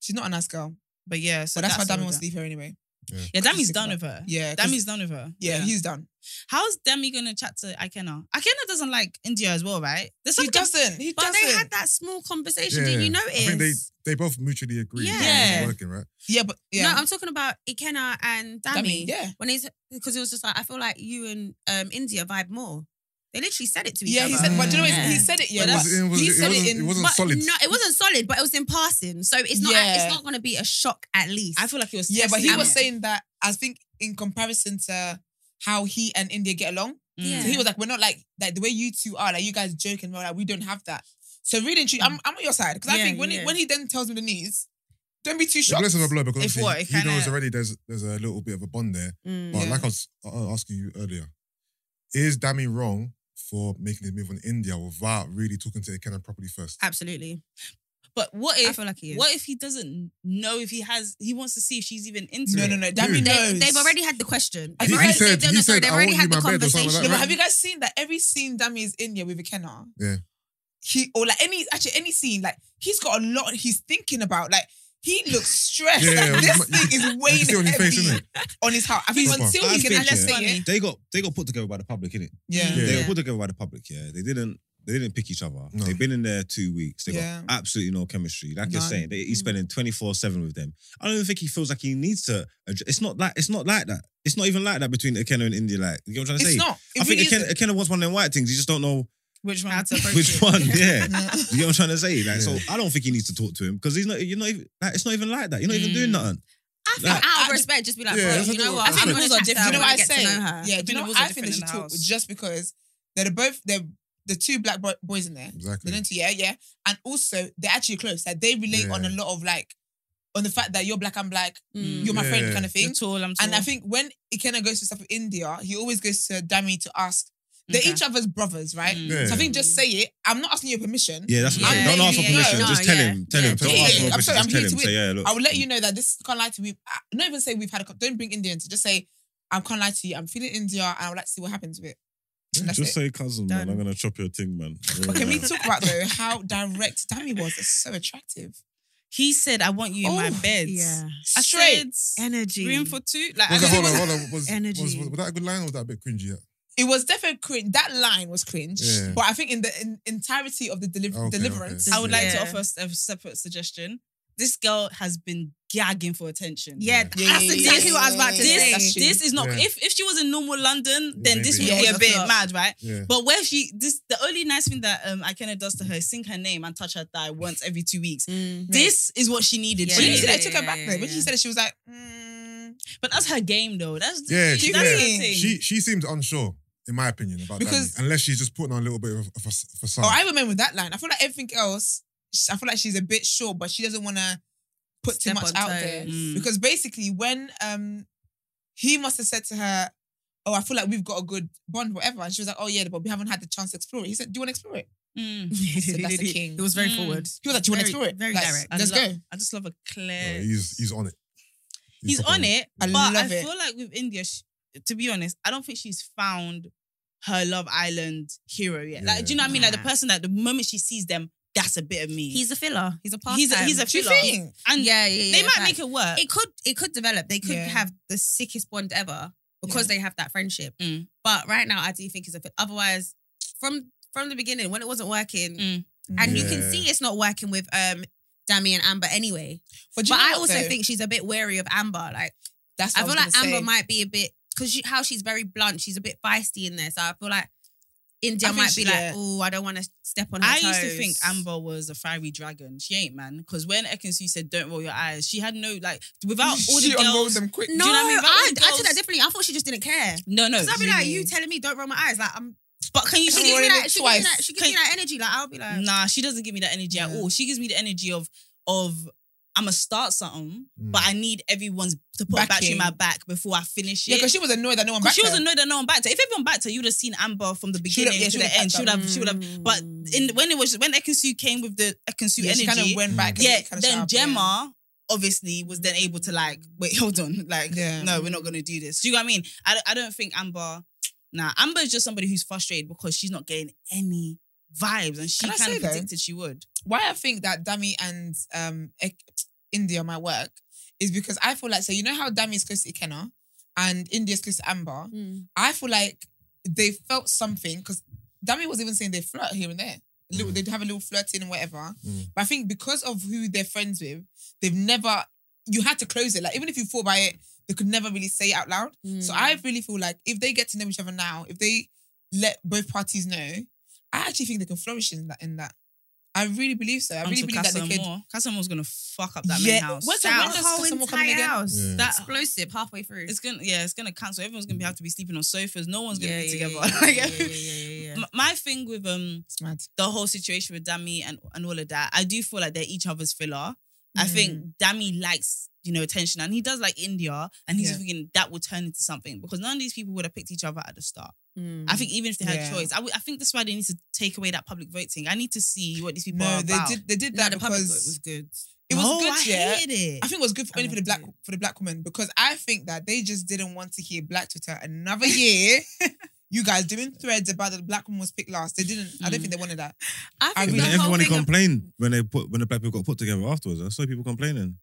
S3: She's not a nice girl.
S1: But yeah, so
S3: But that's, why
S1: all
S3: Dami wants
S1: that.
S3: to leave her anyway.
S1: Yeah,
S3: She's
S1: Dami's
S3: sick
S1: done
S3: of
S1: with her.
S3: Yeah, 'cause-
S1: Dami's done with her.
S3: yeah, he's done.
S1: How's Dami gonna chat to Akena? Akena doesn't like India as well, right? There's
S3: He
S1: something-
S3: doesn't. He
S7: But
S3: doesn't.
S7: they had that small conversation.
S4: Yeah.
S7: Did you
S4: I think they,
S7: notice?
S4: they both mutually agree. that
S7: Yeah.
S4: It's working, right?
S3: yeah, but yeah,
S7: No, I'm talking about Ikenna and Dami.
S3: Dami, yeah.
S7: when he's because it was just like I feel like you and um, India vibe more. They literally said it to each
S3: yeah.
S7: other.
S3: He said, but do you know what?
S7: Yeah.
S3: He said it. Yeah,
S4: It
S3: but
S4: was- it was-
S3: he
S4: it
S3: said
S4: wasn't-
S3: it in.
S4: it wasn't-
S7: But
S4: solid.
S7: No, it wasn't solid, but it was in passing. So it's not.
S3: Yeah.
S7: It's not going to be a shock. At least.
S1: I feel like he was.
S3: yeah, but he
S1: testing
S3: was
S1: it.
S3: saying that I think in comparison to how he and India get along,
S1: Mm.
S3: so he was like, "We're not like like the way you two are. Like you guys joke and we're like we don't have that." So really, and truly, I'm I'm on your side because I
S7: Mm. Yeah,
S3: think when
S7: yeah.
S3: he, when he then tells me the news, don't be too
S4: It's a
S3: shocked.
S4: blessing and a blow because
S1: If
S4: obviously
S1: what, it
S4: he knows
S1: kinda-
S4: already there's there's a little bit of a bond there.
S7: Mm.
S4: But
S3: Yeah.
S4: like I was uh, uh, asking you earlier, is Dami wrong for making his move on India without really talking to Ikenna properly first?
S1: Uh,
S7: Absolutely.
S1: But what
S7: I
S1: if?
S7: feel like he is.
S1: What if he doesn't know if he has? He wants to see if she's even into
S3: No,
S1: it.
S3: no, no. Dami
S4: Dude.
S3: knows.
S7: They, have already had the question.
S3: He-
S7: They've already,
S3: he
S4: said-
S7: they've,
S4: he
S7: no, sorry,
S4: said,
S7: they've
S4: "I
S7: already
S4: want
S7: had
S4: you
S7: the
S4: in my bed," or something
S3: No,
S4: like
S7: conversation.
S4: that,
S3: but
S4: right?
S3: have you guys seen that every scene Dami is in there with Ikenna?
S4: Yeah.
S3: He or like any actually any scene, like he's got a lot he's thinking about. Like he looks stressed.
S4: Yeah,
S3: Like,
S4: yeah,
S3: this
S4: you
S3: thing is
S4: You can see it
S3: weighing
S4: on his
S3: heavy
S4: face, isn't it?
S3: on his heart. I think
S4: Proper.
S3: until
S2: I
S3: he can
S2: think,
S3: actually
S2: yeah.
S3: say it.
S2: They got they got put together by the public, innit?
S3: Yeah.
S4: Yeah.
S2: They
S7: Yeah.
S2: got put together by the public, yeah. They didn't they didn't pick each other.
S4: No.
S2: They've been in there two weeks. They
S3: Yeah.
S2: got absolutely no chemistry. Like you're
S3: None.
S2: saying, they, he's spending
S7: Mm.
S2: 24-7 with them. I don't even think he feels like he needs to address, it's not like it's not like that. It's not even like that between Akena and India. Like, you know what I'm trying to
S3: It's
S2: say?
S3: not. It
S2: I
S3: really
S2: think Akena,
S3: isn't.
S2: Akena wants one of them white things. You just don't know
S1: Which one?
S7: How to approach
S2: which
S7: it.
S2: one. Yeah. you know what I'm trying to say? Like, so
S4: Yeah.
S2: I don't think he needs to talk to him because he's not you're not even like it's not even like that. You're not even
S1: Mm.
S2: doing nothing.
S7: I think
S2: Like,
S7: out
S3: I-
S7: of respect, just be like,
S4: Yeah,
S7: bro,
S4: that's
S7: you know
S4: what-
S7: what?
S3: I
S4: I
S3: think
S4: think
S7: I'm gonna
S3: rules are
S7: chat to her,
S3: different. You know
S7: I
S3: what I
S7: wanna get to
S3: say?
S7: know her.
S3: Yeah, do you know
S1: Opinion
S3: what
S1: rules are
S3: I think they
S1: different in
S3: should
S1: the
S3: talk
S1: house.
S3: just because they're both they're the two black boy- boys in there.
S4: Exactly.
S3: They don't yeah, yeah. And also they're actually close. Like they relate on a
S4: Yeah.
S3: lot of like on the fact that you're black, I'm black,
S7: Mm.
S3: you're my friend
S4: Yeah.
S3: kind of
S1: You're
S3: thing.
S1: tall. I'm tall.
S3: And I think when Ikenna goes to stuff with India, he always goes to Dami to ask. They're
S1: Okay.
S3: each other's brothers, right?
S1: Mm.
S4: Yeah.
S3: So I think just say it. I'm not asking your permission.
S2: Yeah, that's what I'm
S3: Yeah.
S2: saying. Don't ask for
S3: Yeah, yeah,
S2: permission.
S3: yeah.
S2: Just
S7: No,
S2: tell him.
S7: yeah.
S2: Tell him.
S4: Yeah,
S2: Don't
S4: yeah,
S2: ask
S4: yeah.
S2: for permission.
S4: I'm
S3: sorry,
S2: Just
S3: I'm
S2: tell
S3: here
S2: him.
S3: to
S2: Say, yeah, look.
S3: I will let
S4: Mm.
S3: you know that this can't lie to me. I- Not even say we've had a. co- Don't bring India into. Just say I'm can't lie to you. I'm feeling India, and I would like to see what happens with it. And that's
S2: Just
S3: it.
S2: say cousin, man. I'm gonna chop your thing, man.
S3: But can we talk about though how direct Dami was? It's so attractive.
S1: he said, "I want you in my
S3: Oh,
S1: bed."
S7: Yeah.
S1: I
S3: Straight.
S1: said,
S7: Energy.
S1: room for two. Like, I
S4: Was that,
S1: don't
S4: hold
S1: know what-
S4: on, hold on. Was,
S7: Energy.
S4: Was, was, was that a good line or was that a bit cringy? Yeah.
S3: It was definitely cringe. That line was cringe.
S4: Yeah.
S3: But I think in the in, entirety of the deliver-
S4: Okay,
S3: deliverance,
S4: okay.
S1: I would like to
S7: Yeah.
S1: offer a separate suggestion. This girl has been gagging for attention.
S7: Yeah,
S3: Yeah,
S7: that's
S3: yeah,
S7: exactly
S3: yeah,
S7: what I was about
S3: yeah,
S7: to
S3: yeah.
S7: say.
S1: This,
S3: That's true.
S1: this is not.
S4: Yeah.
S1: If if she was in normal London, then this would
S4: Maybe.
S3: Yeah,
S1: be a
S3: that's
S1: bit
S7: not-
S1: mad, right?
S4: Yeah.
S1: But where she this the only nice thing that um Akena does to her is sing her name and touch her thigh once every two weeks.
S4: Mm.
S1: This is what she needed.
S7: Mm. Yeah.
S3: When
S1: She
S3: you
S1: needed
S3: see that,
S1: that-
S3: I took her
S7: yeah,
S3: back
S7: yeah,
S3: there. When
S7: yeah.
S3: she said it, she was like, mm,
S1: But that's her game though. That's
S4: Yeah,
S1: that's
S4: she-
S1: her
S4: yeah.
S1: thing.
S4: She she seems unsure, in my opinion, about
S3: Because-
S4: Dami, unless she's just putting on a little bit of a fac- facade.
S3: "Oh, I remember that line." I feel like everything else. I feel like she's a bit short, but she doesn't want to put too
S7: Step
S3: much
S7: on
S3: out
S7: toes.
S3: there.
S1: Mm.
S3: Because basically, when um he must have said to her, Oh, I feel like we've got a good bond, whatever. And she was like, Oh, yeah, but we haven't had the chance to explore it. He said, Do you want to explore it?
S1: Mm.
S3: He said, That's the king.
S7: It was very
S1: Mm.
S7: forward.
S3: He was like, Do you want to
S7: Very-
S3: explore it?
S7: very
S3: Like,
S7: direct.
S1: I
S3: Let's
S1: love-
S3: go.
S1: I just love a
S4: No,
S1: clear.
S4: Oh, he's he's on it.
S1: he's on
S4: proper
S1: it,
S3: I
S1: but
S3: love
S1: I
S3: it.
S1: feel like with India, sh to be honest, I don't think she's found her Love Island hero yet.
S4: Yeah.
S1: Like, do you know what I mean? Like the
S7: Nah.
S1: person that the moment she sees them, that's a bit of me.
S7: He's a filler. He's a part.
S1: he's a, he's a
S3: Do you
S1: filler.
S3: think?
S1: and
S7: yeah, yeah, yeah.
S1: they might
S7: facts.
S1: make it work.
S7: it could it could develop. They could
S3: Uh, Yeah.
S7: have the sickest bond ever because they have that friendship.
S1: Mm.
S7: But right now, I do think it's a fit. Otherwise, from from the beginning, when it wasn't working,
S1: Mm.
S7: and you can
S4: Yeah.
S7: see it's not working with um Dami and Amber anyway.
S3: But, do you
S7: But
S3: know
S7: I
S3: what,
S7: also
S3: though?
S7: think she's a bit wary of Amber. Like
S3: that's
S7: I
S3: what was
S7: feel like
S3: gonna
S7: Amber
S3: say.
S7: might be a bit because she, how she's very blunt. She's a bit feisty in there. So I feel like India
S3: I think
S7: might
S3: she-
S7: be like,
S3: yeah.
S7: oh, I don't want to step on her
S1: I used to
S7: toes."
S1: think Amber was a fiery dragon. She ain't, man. Because when Ekansu said, don't roll your eyes, she had no, like, without all the
S3: she unrolled
S1: girls.
S3: them quick.
S7: No,
S1: you know what I mean? But all
S7: I,
S1: the
S7: I took
S1: girls-
S7: that differently. I thought she just didn't care.
S1: No, no.
S7: Because I'd be like,
S3: really.
S7: you telling me don't roll my eyes? Like I'm
S1: But can you
S7: she
S1: see
S7: gives me
S3: already
S7: that. She gives me
S3: twice.
S7: that. She gives me
S1: Can-
S7: that energy. Like I'll be like,
S1: Nah, she doesn't give me that energy at
S7: Yeah.
S1: all. She gives me the energy of of I'ma start something,
S4: Mm.
S1: but I need everyone's to put a battery
S3: Backing.
S1: in my back before I finish
S3: Yeah,
S1: it.
S3: because she was annoyed that no one
S1: Because
S3: backed
S1: she was
S3: her.
S1: annoyed that no one backed her. If everyone backed her, you would have seen Amber from the
S3: She would've-
S1: beginning
S3: yeah, she
S1: to
S3: would've
S1: the end.
S3: backed
S1: She Mm. would have. She would have. But in when it was when Ekansu came with the Ekansu
S3: Yeah,
S1: energy,
S3: she kind of went back. and
S1: yeah.
S3: kinda shut
S1: Then
S3: up, yeah.
S1: Gemma obviously was then able to like wait, hold on, like
S3: Yeah.
S1: no, we're not gonna do this. Do you know what I mean? I don't- I don't think Amber. Nah, Amber is just somebody who's frustrated because she's not getting any vibes, and she
S3: Can I
S1: kind
S3: say
S1: of
S3: though?
S1: predicted she would.
S3: why I think that Dami and um Ek- India might work is because I feel like so you know how Dami is close to Ikenna and India is close to Amber. I feel like they felt something because Dami was even saying they flirt here and there. Little,
S4: Mm.
S3: They'd have a little flirting and whatever.
S4: Mm.
S3: But I think because of who they're friends with, they've never. You had to close it. Like even if you fall by it, they could never really say it out loud. So
S7: Mm.
S3: I really feel like if they get to know each other now, if they let both parties know, I actually think they can flourish in that. In that, I really believe so. I really
S1: Until
S3: believe that they
S1: Casamore.
S3: could.
S1: Casamore's gonna fuck up that
S3: Yeah,
S1: main house. What's
S3: what's So
S7: that
S3: when does
S7: whole
S3: Casamore come in
S7: entire
S3: again?
S7: house,
S4: Yeah.
S7: that explosive halfway through.
S1: It's gonna yeah, it's gonna cancel. Everyone's gonna be have to be sleeping on sofas. No one's gonna be together.
S7: Yeah,
S1: Like,
S7: yeah, yeah, yeah, yeah, yeah.
S1: m- My thing with um
S3: It's mad.
S1: the whole situation with Dami and, and all of that, I do feel like they're each other's filler. I
S7: Mm,
S1: think
S3: Mm.
S1: Dami likes, you know, attention and he does like India and he's
S3: Yeah.
S1: thinking that will turn into something because none of these people would have picked each other at the start.
S7: mm.
S1: I think even if they had
S3: Mm. Yeah.
S1: choice, I would- I think that's why they need to take away that public voting. I need to see what these people
S3: no,
S1: are
S3: they
S1: about.
S3: did. They did
S7: that
S3: that
S7: the public
S3: because
S7: was good.
S3: it was
S1: No,
S3: good.
S1: I
S3: yeah,
S1: hated it.
S3: I think it was good for,
S7: I
S3: only for the black
S7: loved it.
S3: for the black woman because I think that they just didn't want to hear black Twitter another year. you guys doing threads about that the black woman was picked last. They didn't. I don't
S1: Mm.
S3: think they wanted that. I
S7: I
S2: And
S7: think
S3: mean,
S2: then
S7: the whole
S2: everyone
S7: thing. of-
S2: complained when they put when the black people got put together afterwards. I saw people complaining.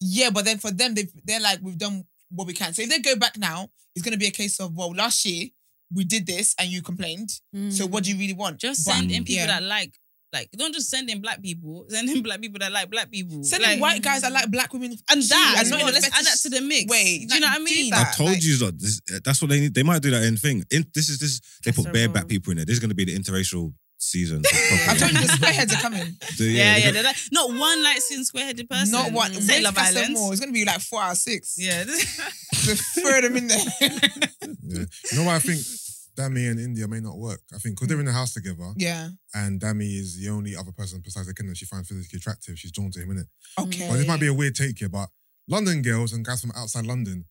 S3: Yeah, but then for them, they they're like, we've done what we can. So if they go back now, it's gonna be a case of well, last year we did this and you complained. So what do you really want?
S1: Just
S3: But-
S1: send in people
S3: yeah.
S1: that like, like, don't just send in black people. Send in black people that like black people.
S3: Send
S1: like,
S3: in white guys that like black women
S1: and that.
S3: Gee,
S1: as
S3: and not
S1: well.
S3: in a
S1: Let's add that
S3: fetish
S1: to the mix.
S3: way.
S1: Do you know
S3: Like,
S1: what I
S3: do
S1: mean?
S3: that.
S2: I told
S3: like-
S2: you lot. This, that's what they need. They might do that in thing. In, this is this. They put
S7: That's so
S2: bare
S7: wrong.
S2: black people in there. This is going to be the interracial season.
S3: I told you the squareheads are coming.
S2: The-
S1: Yeah,
S2: they
S1: yeah.
S2: got-
S1: they're like, not one like thin square headed person.
S3: Not one.
S7: Mm.
S1: Say
S3: Wait,
S1: Love
S3: for some
S1: Island.
S3: more. It's gonna be like four out of six.
S1: Yeah.
S3: The third them in there.
S4: Yeah. You know why I think Dami and India may not work? I think because they're in the house together
S3: Hmm. yeah.
S4: and Dami is the only other person besides Akinna she finds physically attractive. She's drawn to him, innit?
S3: Okay.
S4: Well, this might be a weird take here, but London girls and guys from outside London,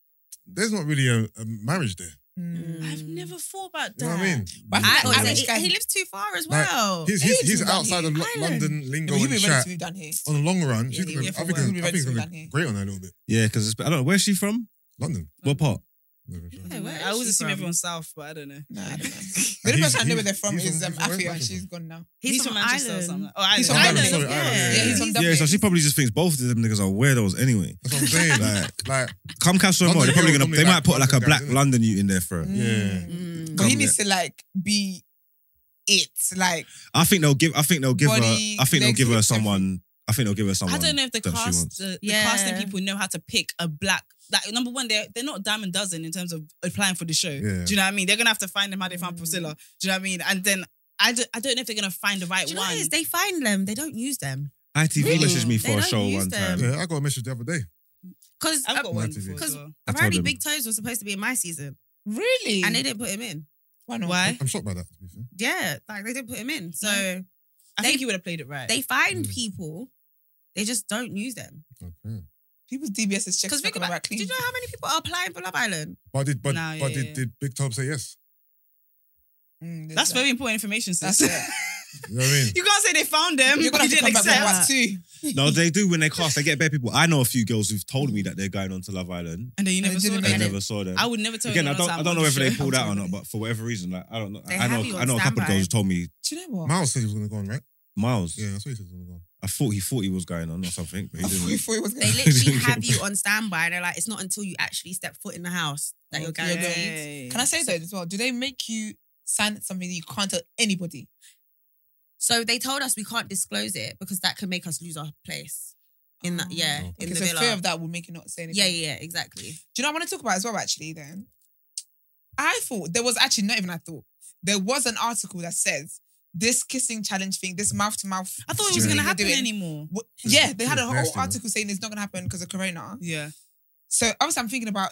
S4: there's not really a, a marriage there.
S3: Mm.
S1: I've never thought about that.
S4: You know what I mean?
S3: But
S7: I,
S3: I
S7: also,
S3: wish
S7: he,
S3: I-
S7: he lives too far as
S4: Like,
S7: well.
S4: He's,
S3: Hey,
S4: he's,
S3: it's
S4: he's
S3: London,
S4: outside of Lo-
S7: Ireland.
S4: London lingo
S3: You'll
S4: and
S3: be ready
S4: chat.
S3: to move down here.
S4: On the long run,
S1: Yeah,
S4: she's
S1: you'll
S4: gonna, I
S1: be
S4: think,
S1: ready
S3: to
S4: I think it's
S3: move
S4: gonna
S3: down here.
S4: be great on her a little bit.
S2: yeah. Because I don't know where's she from.
S4: London.
S2: What part?
S7: Hey, where
S1: I always
S7: is she
S1: assume
S7: from?
S1: everyone's south, but I don't know.
S3: Nah, I don't know. The
S4: And
S3: only
S4: he's-
S3: person I know where
S4: he's-
S3: they're from
S4: he's
S3: is um,
S4: from- where's
S3: Afia, and
S4: Africa
S3: she's gone now.
S7: He's, from,
S1: Manchester or
S7: Ireland.
S1: something. Oh, Ireland.
S3: He's from
S1: Ireland.
S3: Dublin.
S4: Sorry, Ireland,
S7: Yeah,
S4: yeah.
S3: Yeah, he's from
S2: Yeah,
S3: Dublin.
S2: so she probably just thinks both of them niggas are weirdos anyway.
S4: That's what I'm saying. like, like,
S2: Come catch some more. They're probably gonna. They might put like a black London you in there for.
S3: Mm-hmm.
S2: her.
S4: yeah.
S7: Mm.
S3: But he
S2: Come
S3: needs to like be it. Like
S2: I think they'll give. I think they'll give
S3: Body,
S2: her. I think they'll
S3: legs,
S2: give her
S3: hips,
S2: someone. I think they'll give her someone.
S1: I don't know if the
S2: that she
S1: cast
S2: wants.
S1: the, the
S7: Yeah.
S1: casting people know how to pick a black. Like number one, they're they're not a dime and dozen in terms of applying for the show.
S4: Yeah.
S1: Do you know what I mean? They're gonna have to find them how they found
S3: Mm.
S1: Priscilla. Do you know what I mean? And then I don't, I don't know if they're gonna find the right
S7: Do you know
S1: one.
S7: what it is? They find them. They don't use them
S2: ITV
S7: Really?
S2: messaged me
S7: They
S2: for a
S7: don't
S2: show
S7: use
S2: one
S7: them.
S2: time.
S4: Yeah, I got a message the other day.
S7: because
S1: I've got one
S4: Might
S1: before
S4: be.
S1: as well.
S2: I told
S7: apparently
S2: them.
S7: Big Toes was supposed to be in my season,
S3: really?
S7: and they didn't put him in.
S3: why not?
S1: Why?
S4: I'm shocked by that. To be fair.
S7: Yeah, like they didn't put him in. So
S1: No. I
S7: They-
S1: think you would have played it right.
S7: they find
S4: Mm.
S7: people, they just don't use them.
S4: Okay.
S3: People's DBS checks
S7: Because think
S3: not come
S7: about
S3: back
S7: do you
S3: clean.
S7: know how many people are applying for Love Island?
S4: But did but,
S1: No, yeah,
S4: but did,
S1: yeah.
S4: did Big Tom say yes?
S3: Mm, there's
S1: That's
S3: that.
S1: very important information, sis.
S3: That's it.
S4: You know what I mean?
S1: you can't say they found them.
S3: You're
S1: but
S3: gonna
S1: you
S3: have to
S1: didn't
S3: come back with
S1: accept.
S3: part two.
S2: No, they do when they cast. They get better people. I know a few girls who've told me that they're going on to Love Island.
S1: And then you
S3: And
S1: never
S3: they
S1: saw
S3: didn't
S1: them.
S2: I
S3: Yeah, they-
S2: never saw them.
S1: I would never tell
S2: Again,
S1: you.
S2: I don't. I don't know whether they pulled out or
S1: not.
S2: not, but for whatever reason, like I don't know.
S7: They
S2: I
S7: have you
S2: know.
S7: on
S2: I know a couple of
S7: standby.
S2: girls who told me
S3: Do you know what?
S4: Miles said he was gonna go on, right?
S2: Miles.
S4: Yeah, that's what he said he was gonna go on.
S2: I thought he thought he was going on or something, but
S3: I
S2: he
S3: thought you
S2: didn't.
S3: thought it was
S7: They
S3: going
S7: literally have you on standby. They're like, it's not until you actually step foot in the house that you're
S3: Okay,
S7: guaranteed.
S3: okay. Can I say that as well? Do they make you sign something that you can't tell anybody?
S7: So they told us we can't disclose it because that could make us lose our place in the
S3: Oh.
S7: yeah
S4: Okay.
S7: in the
S3: Because the
S7: villa.
S3: fear of that will make you not say anything.
S7: yeah, yeah, yeah, exactly.
S3: Do you know what I want to talk about as well, actually, then? I thought there was actually not even I thought. There was an article that says this kissing challenge thing, this mouth to mouth.
S1: I thought it was going to happen
S3: anyway.
S1: anymore.
S3: Yeah, they had a
S4: It's
S3: whole
S4: nasty, man.
S3: article saying it's not going to happen because of Corona.
S1: Yeah.
S3: So obviously, I'm thinking about.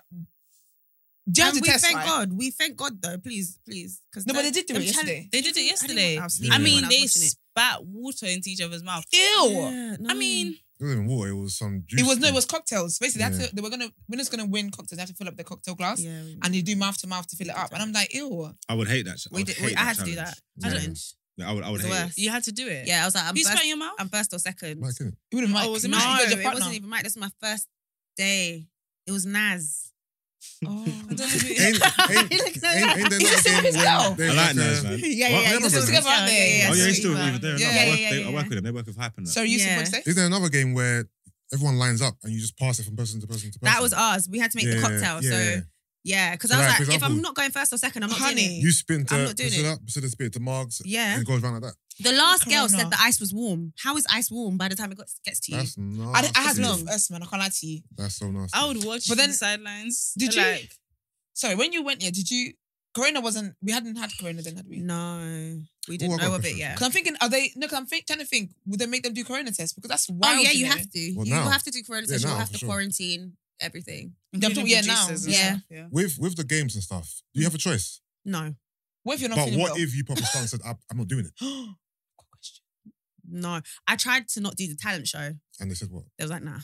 S3: Do you have
S7: and
S3: to
S7: we
S3: test,
S7: thank
S3: right?
S7: God. We thank God though. Please, please. Because
S3: No, but they did do it yesterday.
S1: They did it yesterday.
S7: I,
S2: Yeah.
S1: I mean, they spat water into each other's mouth.
S3: Ew.
S1: I mean,
S4: It wasn't even water, it was some juice.
S3: It was no, it
S4: thing.
S3: was cocktails. Basically, they,
S4: Yeah.
S3: had to, they were gonna winners gonna win cocktails. They have to fill up their cocktail glass,
S7: yeah,
S3: and you do mouth to mouth to fill it up. And I'm like, ew.
S2: I would hate that. sh- I,
S7: we
S2: would
S7: did,
S2: hate
S7: we, I
S2: that
S7: had to do
S2: challenge.
S7: that. I
S4: Yeah.
S7: don't.
S2: Yeah, I would. I would
S7: It's the
S2: hate it.
S7: worst.
S1: you had to do it.
S7: Yeah, I was like, I'm
S1: You
S7: first,
S1: spat in your mouth?
S7: I'm first or second.
S4: Mike, innit?
S3: It wouldn't
S1: Oh, was it
S7: no,
S1: Mike?
S3: your
S7: it
S3: partner.
S7: wasn't even Mike. This is my first day. It was Naz.
S3: Oh.
S1: I don't know who it
S4: Ain't,
S1: is.
S4: ain't,
S7: He looks so
S4: ain't, ain't there
S3: He's
S4: not a
S3: so
S4: game when
S3: pissed
S4: there's
S2: I like
S4: a-
S2: Nas, man.
S7: Yeah,
S2: What?
S7: yeah,
S2: They're
S7: yeah.
S2: still
S3: together, aren't they?
S2: Oh yeah,
S3: sweet
S2: he's still
S7: man.
S2: even there.
S3: Yeah,
S2: Yeah,
S3: yeah,
S2: I work,
S7: yeah,
S2: they, I
S7: yeah,
S2: work
S7: yeah.
S2: with them. They work with Hype and that.
S3: So are you
S7: Yeah.
S3: supposed to
S4: Is
S3: say?
S4: there another game where everyone lines up and you just pass it from person to person to person?
S7: That was ours. We had to make the cocktail. So yeah, because I
S4: So
S7: was
S4: like,
S7: like,
S4: for
S7: if I'm
S4: example-
S7: not going first or second, I'm not
S3: Honey.
S7: doing it.
S4: You spin
S7: I'm
S4: to
S7: not doing it.
S4: Priscilla, Priscilla spit to Margs,
S7: Yeah.
S4: and it goes around like that.
S7: The last girl
S3: Corona.
S7: said the ice was warm. How is ice warm by the time it got, gets to you?
S4: Oh, That's
S3: I,
S4: nasty.
S3: I had
S7: Long.
S3: long us, man. I can't lie to you.
S4: That's so nasty.
S1: I would watch but
S3: But then-
S1: then, the sidelines.
S3: Did you?
S1: Like,
S3: Sorry, when you went there, did you? Corona wasn't. We hadn't had Corona then, had we? Oh,
S7: No, we didn't
S4: I got
S7: know
S4: a
S7: of it
S4: question.
S7: yet.
S3: Because I'm thinking, are they? No, i I'm think, trying to think. Would they make them do Corona tests? Because that's
S7: Oh
S3: wild.
S7: yeah, you
S3: know?
S7: have to.
S4: Well,
S7: you
S4: now.
S7: will have to do quarantine.
S4: Yeah, now,
S7: You'll have
S4: for
S7: to
S4: sure.
S7: quarantine everything.
S1: including
S3: yeah, now.
S1: producers and
S7: Yeah.
S1: stuff, yeah.
S4: With with the games and stuff, do you have a choice?
S7: No,
S3: What if you're not
S4: But
S3: feeling
S4: what
S3: well?
S4: if you pop a star and said, "I- "I'm not doing it,"
S3: Good question.
S7: no. I tried to not do the talent show.
S4: and they said, "What?"
S7: They was like, nah.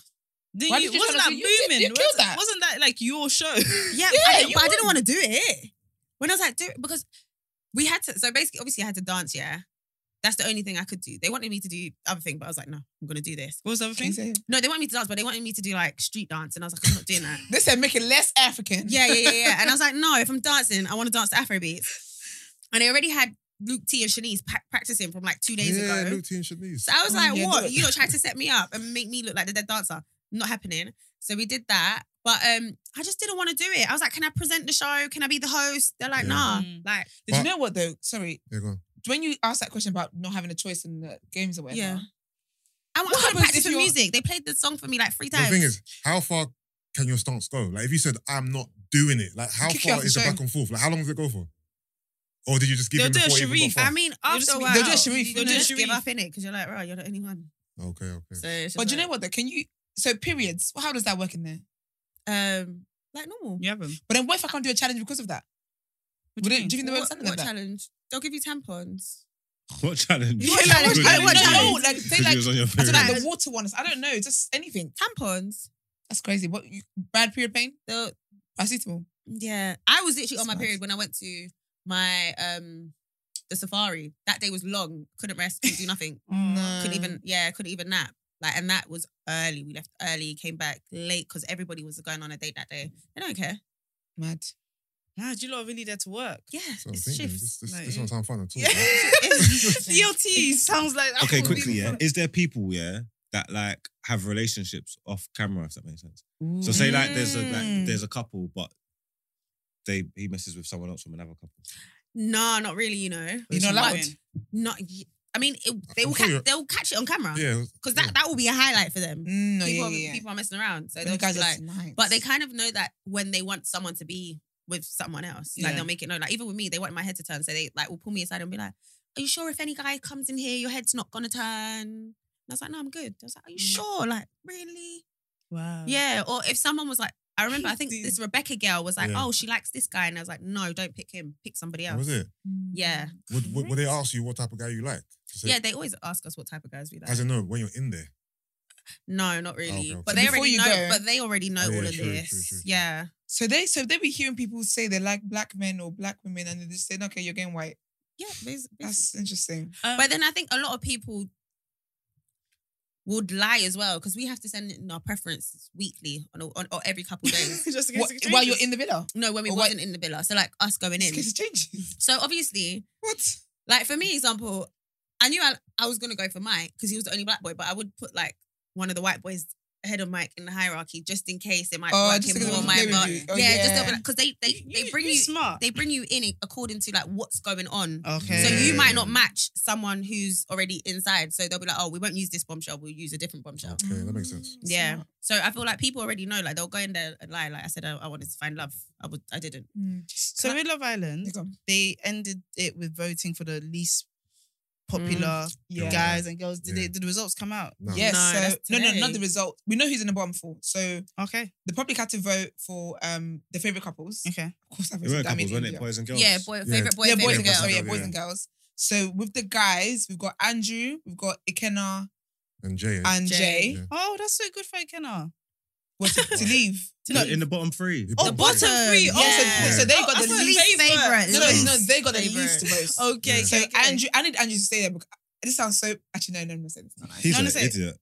S1: Did
S3: Why
S1: you,
S3: did you
S1: wasn't
S3: tell us
S1: that
S3: you- you did-
S1: booming?
S3: you killed
S1: wasn't,
S3: that.
S1: wasn't that like your show?
S7: Yeah, but I
S3: Yeah,
S7: didn't,
S3: you
S7: but I didn't want to do it. When I was like, do it because we had to. So basically, obviously, I had to dance. Yeah, that's the only thing I could do. They wanted me to do other thing, but I was like, no, I'm gonna do this.
S1: What was the other thing?
S7: No, they wanted me to dance, but they wanted me to do like street dance, and I was like, I'm not doing that.
S3: They said make it less African.
S7: Yeah, yeah, yeah, yeah. And I was like, no, if I'm dancing, I want to dance to Afrobeats. And they already had Luke T and Shanice pa- practicing from like two days
S4: yeah,
S7: ago.
S4: Luke T and Shanice.
S7: So I was
S3: Oh,
S7: like,
S3: yeah, do
S7: what?
S3: it.
S7: You lot tried to set me up and make me look like the dead dancer. Not happening. So we did that. But um, I just didn't want to do it. I was like, can I present the show? Can I be the host? They're like,
S4: Yeah.
S7: nah.
S1: Mm.
S7: Like,
S3: Did you
S4: But-
S3: know what though? Sorry,
S4: Yeah, go on.
S3: when you asked that question about not having a choice in the games or whatever.
S7: Yeah. I
S3: What
S7: want to
S3: happens
S7: practice
S3: if
S7: for
S3: you're-
S7: music. They played the song for me like three
S4: The
S7: times.
S4: thing is, how far can your stance go? Like, if you said, "I'm not doing it," like how
S3: Kick you out
S4: far
S3: the
S4: is the
S3: show.
S4: back and forth? Like, how long does it go for? Or did you just give
S1: They'll
S4: him
S1: do a
S4: before it even got
S1: Sharif.
S4: far?
S7: I mean, after
S1: just-
S7: a
S1: they'll
S7: while,
S3: do a Sharif.
S7: you're
S1: They'll
S7: gonna
S1: do a
S7: just give
S1: Sharif.
S7: up in it because you're like, right, you're the only one.
S4: Okay, okay.
S7: So, it's just
S3: But do you know
S7: like,
S3: what though? Can you? So periods. How does that work in there?
S7: Um, like normal.
S1: You have them.
S3: But then what if I can't do a challenge because of that?
S1: What do you
S3: Would it-
S1: mean?
S3: do you think they won't
S7: What,
S3: send them
S7: what
S3: that?
S7: challenge? They'll give you tampons.
S2: What challenge?
S7: Yeah, like,
S2: Could
S7: what challenge-
S2: you-
S7: what
S2: could you-
S7: challenge?
S3: No, like say
S2: could you
S3: like
S2: was on your
S3: I don't know,
S2: period?
S3: like the water ones. I don't know, just anything.
S7: Tampons.
S3: That's crazy. What you, bad period pain?
S7: They'll
S3: Paracetamol.
S7: Yeah, I was literally on my
S3: Smart.
S7: period when I went to my um the safari. That day was long. Couldn't rest. Couldn't do nothing. Mm, couldn't even. Yeah, couldn't even nap. Like, and that was early. We left early. Came back late because everybody was going on a date that day. They don't care.
S3: Mad.
S1: Nah, you lot are really there to work.
S7: Yeah,
S4: So I'm
S7: it's
S4: thinking,
S7: shifts.
S4: this, this,
S1: like-
S4: this don't sound fun at all.
S1: DLT sounds like that
S2: Okay,
S1: would be
S2: quickly, yeah.
S1: fun.
S2: Is there people, yeah, that like have relationships off camera, if that makes sense? So say like there's a like,
S3: Mm.
S2: there's a couple, but they he messes with someone else from another couple.
S7: No, not really. You know,
S3: You're not
S1: But-
S3: allowed.
S7: not. y- I mean, it, they
S4: I'm
S7: will.
S4: sure
S7: Ca-
S4: you're-
S7: they will catch it on camera because
S4: Yeah,
S7: that that will be a highlight for them.
S3: Mm, no,
S7: people,
S3: yeah,
S7: are,
S3: yeah, yeah.
S7: people are messing around, so
S3: When
S7: they'll
S3: you guys
S7: just be
S3: are
S7: like,
S3: tonight.
S7: But they kind of know that when they want someone to be with someone else, like
S1: Yeah.
S7: they'll make it known. Like even with me, they want my head to turn, so they like will pull me aside and be like, "Are you sure if any guy comes in here, your head's not gonna turn?" And I was like, "No, I'm good." I was like, "Are you
S1: Mm.
S7: sure? Like really?
S4: Uh.
S1: Wow.
S7: Yeah." Or if someone was like, "I remember, I think
S1: Dude.
S7: this Rebecca girl was like,
S4: Yeah.
S7: oh, she likes this guy," and I was like, "No, don't pick him. Pick somebody
S4: That
S7: else."
S4: was it?
S3: Mm.
S7: Yeah,
S4: Would, would, would they ask you what type of guy you like? To say-
S7: yeah. They always ask us what type of guys we like.
S4: As in, no, when you're in there.
S7: No, not really.
S4: Oh, okay, okay.
S7: But
S3: So
S7: they
S3: before
S7: already
S3: you
S7: know.
S3: go-
S7: but they already know
S4: Oh, yeah,
S7: all of
S4: true, true,
S7: this.
S4: true, true.
S7: Yeah.
S3: So they so they be hearing people say they like black men or black women, and they just saying, okay, you're getting white.
S7: Yeah. bas-
S3: That's interesting.
S7: bas- but then I think a lot of people would lie as well because we have to send in our preferences weekly on, a- on or every couple of days.
S1: just in case
S3: What,
S1: it changes.
S3: while you're in the villa,
S7: no, when we
S3: Or what-
S7: wasn't in the villa, so like us going
S3: in
S7: in.
S3: case it changes.
S7: So obviously,
S3: What?
S7: like for me, example, I knew I, I was gonna go for Mike because he was the only black boy, but I would put like one of the white boys ahead of Mike in the hierarchy just in case it might
S3: Oh,
S7: work
S3: just
S7: him
S3: because
S1: it
S7: or
S1: would
S7: my
S1: play with
S7: butt.
S1: you.
S3: Oh,
S7: yeah, just
S3: yeah.
S7: just because they they they bring
S1: you
S7: you
S1: smart.
S7: they bring you in it according to like what's going on.
S1: Okay.
S7: So you
S4: Yeah.
S7: might not match someone who's already inside. So they'll be like, oh, we won't use this bombshell. We'll use a different bombshell.
S4: Okay, that makes sense.
S7: Yeah. So I feel like people already know. Like they'll go in there and lie. Like I said, I, I wanted to find love. I would. I didn't.
S3: Mm.
S1: So in Love Island, they ended it with voting for the least popular
S3: Mm, Yeah.
S1: guys and girls. Did,
S4: Yeah.
S1: they, did the results come out?
S4: No.
S3: Yes.
S7: No,
S3: so-
S7: that's
S3: No, no,
S7: today.
S3: not the result. We know who's in the bottom four. So
S1: Okay.
S3: the public had to vote for um the favorite couples.
S1: Okay.
S3: Of course, I
S2: It weren't
S3: voted. I mean,
S2: couples, weren't it?
S3: India.
S2: Boys and girls.
S7: Yeah. Boy, favorite boy,
S3: yeah,
S7: favorite
S3: boys and girls.
S7: girl.
S3: Sorry, yeah,
S4: Yeah.
S3: boys and girls. So with the guys, we've got Andrew, we've got Ikenna
S4: And Jay. eh?
S3: and
S7: Jay.
S3: Jay.
S4: Yeah.
S1: Oh, that's so good for Ikenna.
S3: What to, to leave.
S2: In the- in the bottom three.
S4: You
S1: Oh,
S4: probably-
S1: bottom three.
S3: Oh, so-
S1: Yeah.
S3: so, they got
S1: Oh,
S3: the
S1: I thought
S3: least
S1: least favourite.
S3: No, no,
S4: Least
S3: no, they got the
S7: favourite.
S3: least votes.
S1: Okay.
S3: so Andrew, I need Andrew to stay there because this sounds so. Actually, no, no, I'm not saying this.
S2: He's
S1: No,
S2: an
S1: no, say it.
S2: idiot.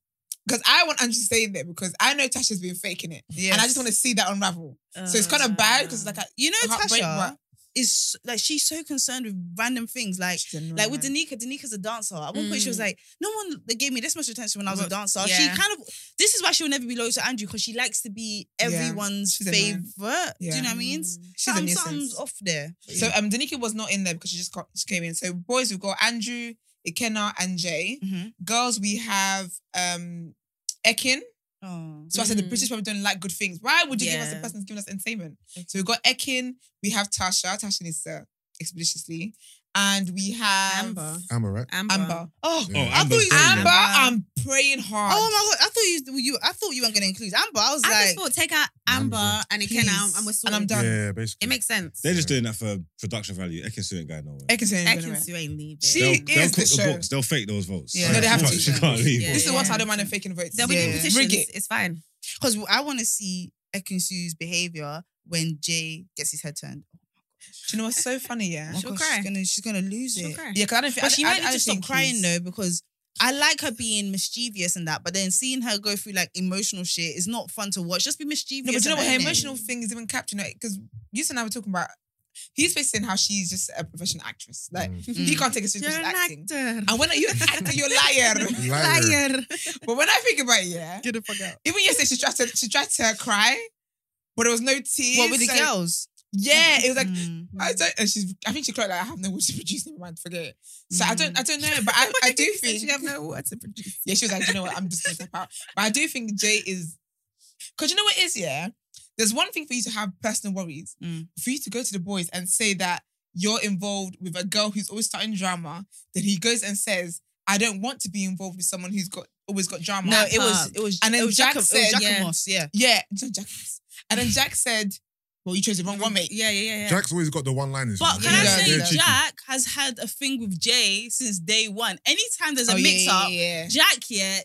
S3: Because I want Andrew to stay in there because I know Tasha's been faking it,
S1: Yeah.
S3: and I just want to see that unravel. So it's
S7: Uh,
S3: kind of bad because like I,
S1: You know,
S3: Heartbreak,
S1: Tasha
S3: right?
S1: is like she's so concerned with random things, like like with
S3: Mm-hmm.
S1: Danica. Danica's a dancer. At one point, she was
S7: Mm.
S1: like, "No one gave me this much attention when I was a
S7: Well,
S1: dancer." She
S7: yeah.
S1: kind of this is why she will never be loyal to Andrew because she likes to be
S3: Yeah.
S1: everyone's
S3: She's annoying.
S1: favorite. Do
S3: Yeah.
S1: you know what I mean?
S3: she's a
S1: Some-
S3: nuisance.
S1: something's off there.
S3: So um, Danika was not in there because she just got, she came in. So boys, we've got Andrew, Ikenna, and Jay.
S1: Mhm.
S3: Girls, we have um Ekin.
S1: Oh.
S3: So I said the
S7: Mhm.
S3: British people don't like good things. Why would you give us the
S7: Yeah.
S3: person who's giving us entertainment? So we've got Ekin, we have Tasha. Tasha needs to expeditiously, and we have
S7: Amber.
S4: Amber, right?
S7: Amber.
S3: Amber.
S1: Oh,
S4: Yeah.
S1: I thought you. Amber.
S3: Amber, I'm praying hard.
S1: Oh my god! I thought you. You. I thought you weren't going to include Amber. I was
S7: I
S1: like,
S7: just thought take out Amber
S4: Amber.
S7: and Ikenna
S3: Please.
S7: and we're
S3: And
S7: sorted.
S3: I'm done.
S4: Yeah, basically.
S7: It makes sense.
S2: They're just doing that for production value. Ekin Sue ain't going nowhere.
S3: Ekin's in
S7: Ekin
S3: anyway.
S7: Sue ain't leaving.
S3: She-
S2: They'll,
S3: is
S2: they'll
S3: the
S2: cook the
S3: show.
S2: books. They'll fake those votes.
S1: Yeah. No, they have
S2: she
S1: to.
S2: Can't, she can't leave.
S7: Yeah.
S3: This is the one I don't mind them faking votes.
S7: There'll be
S1: Yeah.
S7: no
S3: Rig
S7: competitions.
S3: it.
S7: It's fine.
S1: because I want to see Ekinsu's behavior when Jay gets his head turned.
S3: Do you know what's so funny? Yeah,
S1: Oh my
S7: She'll
S1: gosh,
S7: cry.
S1: She's gonna, she's gonna lose
S7: She'll
S1: it.
S7: cry.
S3: yeah, because I don't think.
S1: But she
S3: I,
S1: might
S3: I, I
S1: need to
S3: don't
S1: stop
S3: think
S1: crying
S3: he's-
S1: though because I like her being mischievous and that. But then seeing her go through like emotional shit is not fun to watch. Just be mischievous.
S3: No, but you know
S1: and
S3: what? Her
S1: own it.
S3: emotional thing is even captured, you know, because you and I were talking about. He's basically saying how she's just a professional actress. Like
S4: Mm.
S3: he can't take it seriously. because she's acting. And when you're an actor, you're a liar.
S4: Liar.
S3: but when I think about it, yeah,
S1: Get the fuck out.
S3: even yesterday she tried to she tried to cry, but there was no tears.
S1: What with the
S3: so-
S1: girls?
S3: Yeah, it was like
S1: Mm.
S3: I don't. And she's I think she cried like I have no water to produce. Never mind, forget it. So I
S1: Mm.
S3: don't I don't know, but I, I do think
S7: you have no water to produce.
S3: Yeah, she was like, you know what, I'm just gonna step out. But I do think Jay is because you know what it is, yeah? There's one thing for you to have personal worries,
S1: Mm.
S3: for you to go to the boys and say that you're involved with a girl who's always starting drama, then he goes and says, I don't want to be involved with someone who's got always got drama.
S1: No,
S7: That
S1: it was
S7: part.
S1: it was
S3: And then
S1: it was
S3: Jack
S1: Jacob-
S3: said-
S1: it was
S7: yeah.
S1: Jacamos, yeah.
S3: yeah, no, Jack. And then Jack said, Well, you chose the wrong one, mate. Oh,
S7: Yeah, yeah, yeah. yeah.
S4: Jack's always got the one liners.
S1: But can I
S3: Yeah,
S1: say
S3: they're cheeky.
S1: Jack has had a thing with Jay since day one. Anytime there's a
S3: Oh, yeah,
S1: mix up,
S3: yeah, yeah.
S1: Jack, yeah,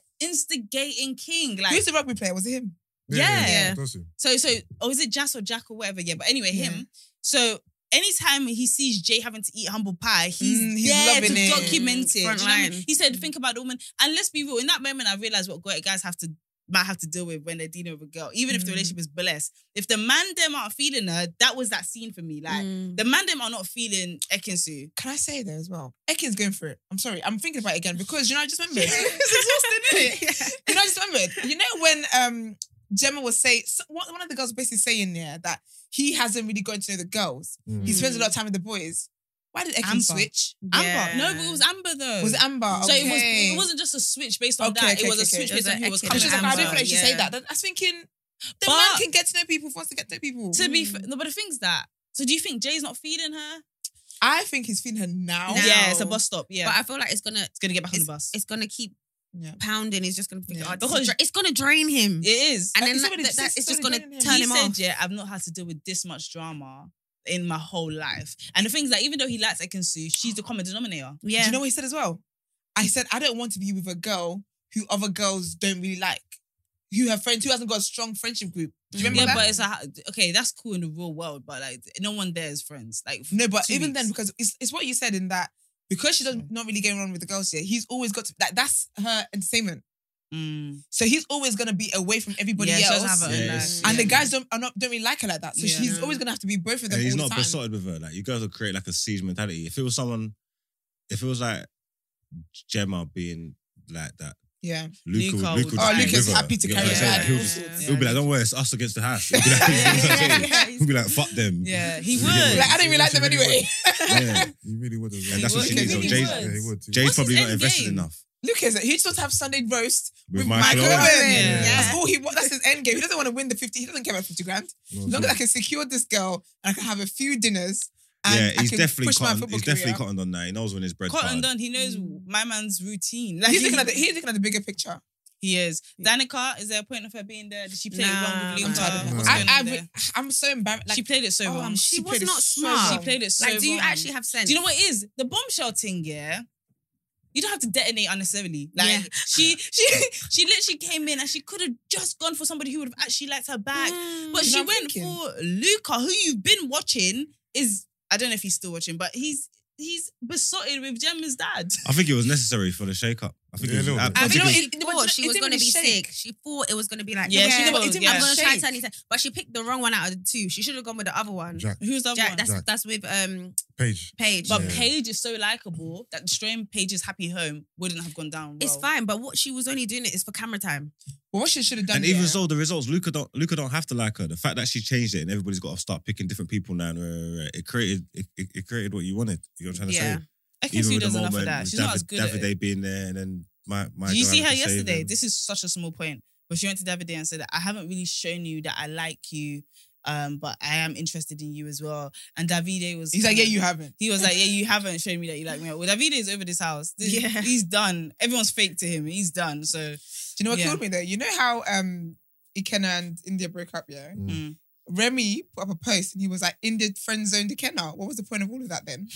S1: instigating king. Like
S3: Who's the rugby player? Was it him?
S1: Yeah.
S4: Does he?
S1: So so or is it Jas or Jack or whatever? Yeah, but anyway,
S3: Yeah.
S1: him. So anytime he sees Jay having to eat humble pie, he's,
S3: Mm, he's
S1: there
S3: loving
S1: to
S3: it.
S1: document it. Do you know
S7: Front
S1: what I mean?
S7: line.
S1: He said, think about the woman. And let's be real, in that moment I realized what great guys have to might have to deal with when they're dealing with a girl, even if the
S3: Mm.
S1: relationship is blessed. If the man them aren't feeling her, that was that scene for me. Like
S7: Mm.
S1: the man them are not feeling Ekinsu.
S3: Can I say there as well? Ekin's going for it. I'm sorry. I'm thinking about it again because you know I just remembered.
S1: it's exhausting, isn't it?
S3: you know, I just remembered. You know when um Gemma was saying so- one one of the girls was basically saying there that he hasn't really gotten to know the girls. He
S4: Mm.
S3: spends a lot of time with the boys. Why did Ekin
S1: Amber.
S3: switch?
S1: Amber. No, but it was Amber though.
S3: Was it Amber?
S1: so it was
S3: Okay.
S1: it wasn't just a switch based on
S3: Okay,
S1: that.
S3: okay,
S1: it was
S3: okay,
S1: a switch based
S3: okay.
S7: It was
S1: on who
S7: an
S1: was
S7: Ekin
S3: I
S1: coming
S3: was just like, I don't
S1: Amber.
S3: feel like she
S7: Amber,
S3: said
S7: yeah.
S3: that. That- I was thinking
S1: But-
S3: the man can get to know people wants to get to know people.
S1: To be
S7: Mm.
S1: f- no, but the thing's that. So do you think Jay's not feeding her?
S3: I think he's feeling her now.
S7: Now.
S1: Yeah, it's a bus stop. Yeah,
S7: But I feel like it's gonna
S1: it's gonna get back on the bus.
S7: it's gonna keep
S3: Yeah.
S7: pounding. He's just gonna figure
S3: Yeah.
S7: out this is
S1: Because-
S7: dra- it's gonna drain him.
S1: it is.
S7: And then
S3: It's
S7: that,
S3: already-
S7: that, that,
S3: it's
S7: it's just
S3: already draining
S7: gonna
S3: him.
S7: turn
S1: he
S7: him
S1: said,
S7: off.
S1: "Yeah, I've not had to deal with this much drama in my whole life." And the things that even though he likes Ekansu, she's the common denominator.
S3: Do
S7: Yeah.
S3: you know what he said as well? I said, I don't want to be with a girl who other girls don't really like. Who have friends who hasn't got a strong friendship group. Do you remember
S1: yeah,
S3: that?
S1: but it's a, okay. That's cool in the real world, but like no one there is friends. Like
S3: No, but
S1: two
S3: even
S1: weeks.
S3: then, because it's, it's what you said in that because she's not- not really getting on with the girls here, he's always got to that that's her entertainment.
S1: Mm.
S3: So he's always gonna be away from everybody
S1: yeah, she
S3: else.
S1: doesn't have her own
S2: Yeah,
S1: life.
S2: it's-
S3: and the guys don't are not don't really like her like that. So
S1: Yeah.
S3: she's always gonna have to be both of them
S2: And he's
S3: all
S2: not
S3: the time.
S2: besotted with her. Like you guys will create like a siege mentality. If it was someone, if it was like Gemma being like that,
S3: Yeah.
S1: Luca
S2: Luca, Luca,
S1: would-
S2: would just
S1: Oh,
S2: be
S1: Luca's
S2: with her.
S3: happy to
S2: You know what
S3: carry
S2: I'm
S3: her
S2: saying?
S3: out.
S2: He'll just-
S1: Yeah.
S2: he'll be like, don't worry, it's us against the house. He'll be like, you know what I'm saying? He'll be like, fuck them.
S1: Yeah, he
S2: Yeah.
S1: would.
S3: Like I don't really like them
S4: Really
S3: anyway.
S2: Yeah.
S4: You really would as well.
S2: And that's what
S1: would,
S2: she needs.
S1: he
S2: though.
S1: would.
S2: Jay's,
S4: Yeah, he would. he
S2: Jay's
S1: What's
S2: probably
S1: his
S2: not
S1: end
S2: invested
S1: game?
S2: enough
S3: Look, is it? He just wants to have Sunday roast
S2: with,
S3: with
S2: Michael.
S3: Michael Owen.
S1: Yeah.
S3: That's all he wants. That's his end game. He doesn't want to win the fifty. He doesn't care about fifty grand.
S4: would.
S3: As long as I can secure this girl and I can have a few dinners. And
S2: yeah, he's
S3: I can
S2: definitely
S3: push my
S2: cotton,
S3: football
S2: he's definitely
S3: career.
S2: cottoned on that. He knows when his bread
S1: Cotton
S2: cotton
S1: done. He knows my man's routine. Like
S3: He's looking at the he's looking at the bigger picture.
S1: he is. Danica, is there a point of her being there? Did she play it wrong
S7: Nah.
S1: with Luca?
S3: I'm tired of
S4: her.
S1: What's
S4: I-
S1: going
S3: I,
S1: on
S3: I,
S1: there?
S3: would- I'm so embarrassed. Like,
S1: she played it so
S3: oh,
S1: wrong.
S3: I'm
S7: She
S3: She
S7: was
S3: played it
S7: not
S3: so
S7: smart.
S1: She played it so
S7: like, do you
S1: wrong.
S7: actually have sense?
S1: Do you know what it is? The bombshell thing, yeah. You don't have to detonate unnecessarily. Like
S7: Yeah.
S1: she, she, she literally came in and she could have just gone for somebody who would have actually liked her back,
S7: Mm,
S1: but
S3: you
S1: she
S3: know what I'm
S1: went
S3: thinking?
S1: for Luca, who you've been watching. Is I don't know if he's still watching, but he's he's besotted with Gemma's dad.
S2: I think it was necessary for the shake up. I think it
S4: Yeah, a
S2: was.
S4: little
S2: I,
S4: bit.
S2: I
S3: And
S2: think
S3: you
S2: it
S3: know what
S2: was
S7: she
S3: It- it
S7: thought
S3: wasn't-
S7: she
S3: it
S7: was
S3: didn't
S7: going to be
S3: really shake.
S7: sick. She thought it was going to be like,
S1: Yeah,
S7: yeah,
S1: she didn't- it didn't
S7: I'm going to try
S3: shake.
S7: turn but she picked the wrong one out of the two. She should have gone with the other one.
S4: Jack,
S1: Who's the other
S7: Jack,
S1: one?
S7: that's
S4: Jack.
S7: that's with um
S4: Page.
S7: Paige.
S1: But
S4: Yeah.
S1: Paige is so likable that destroying Paige's happy home wouldn't have gone down. Well.
S7: It's fine, but what she was only doing it is for camera time.
S3: Well, what she should have done.
S2: and even
S3: yeah.
S2: so, the results, Luca don't Luca don't have to like her. The fact that she changed it and everybody's got to start picking different people now, and, uh, it created it, it, it created what you wanted. You know what I'm trying to
S7: Yeah.
S2: say?
S1: I can see
S2: with the
S1: does enough of
S2: moment
S1: that.
S2: with
S1: She's not as good at
S2: Davide
S1: it.
S2: being there, and then my my.
S1: Did you
S2: girl
S1: see her
S2: having to save
S1: yesterday?
S2: him.
S1: This is such a small point, but she went to Davide and said, "I haven't really shown you that I like you, um, but I am interested in you as well." And Davide was,
S3: He's like,
S1: kinda-
S3: yeah, you haven't.
S1: He was like, yeah, you haven't shown me that you like me. Well, Davide is over this house. This-
S7: Yeah.
S1: he's done. Everyone's fake to him. He's done. So
S3: Do you know what
S1: Yeah.
S3: killed me though? You know how um Ikenna and India broke up, yeah?
S4: Mm.
S1: Mm.
S3: Remy put up a post and he was like, India friend zoned Ikenna. What was the point of all of that then?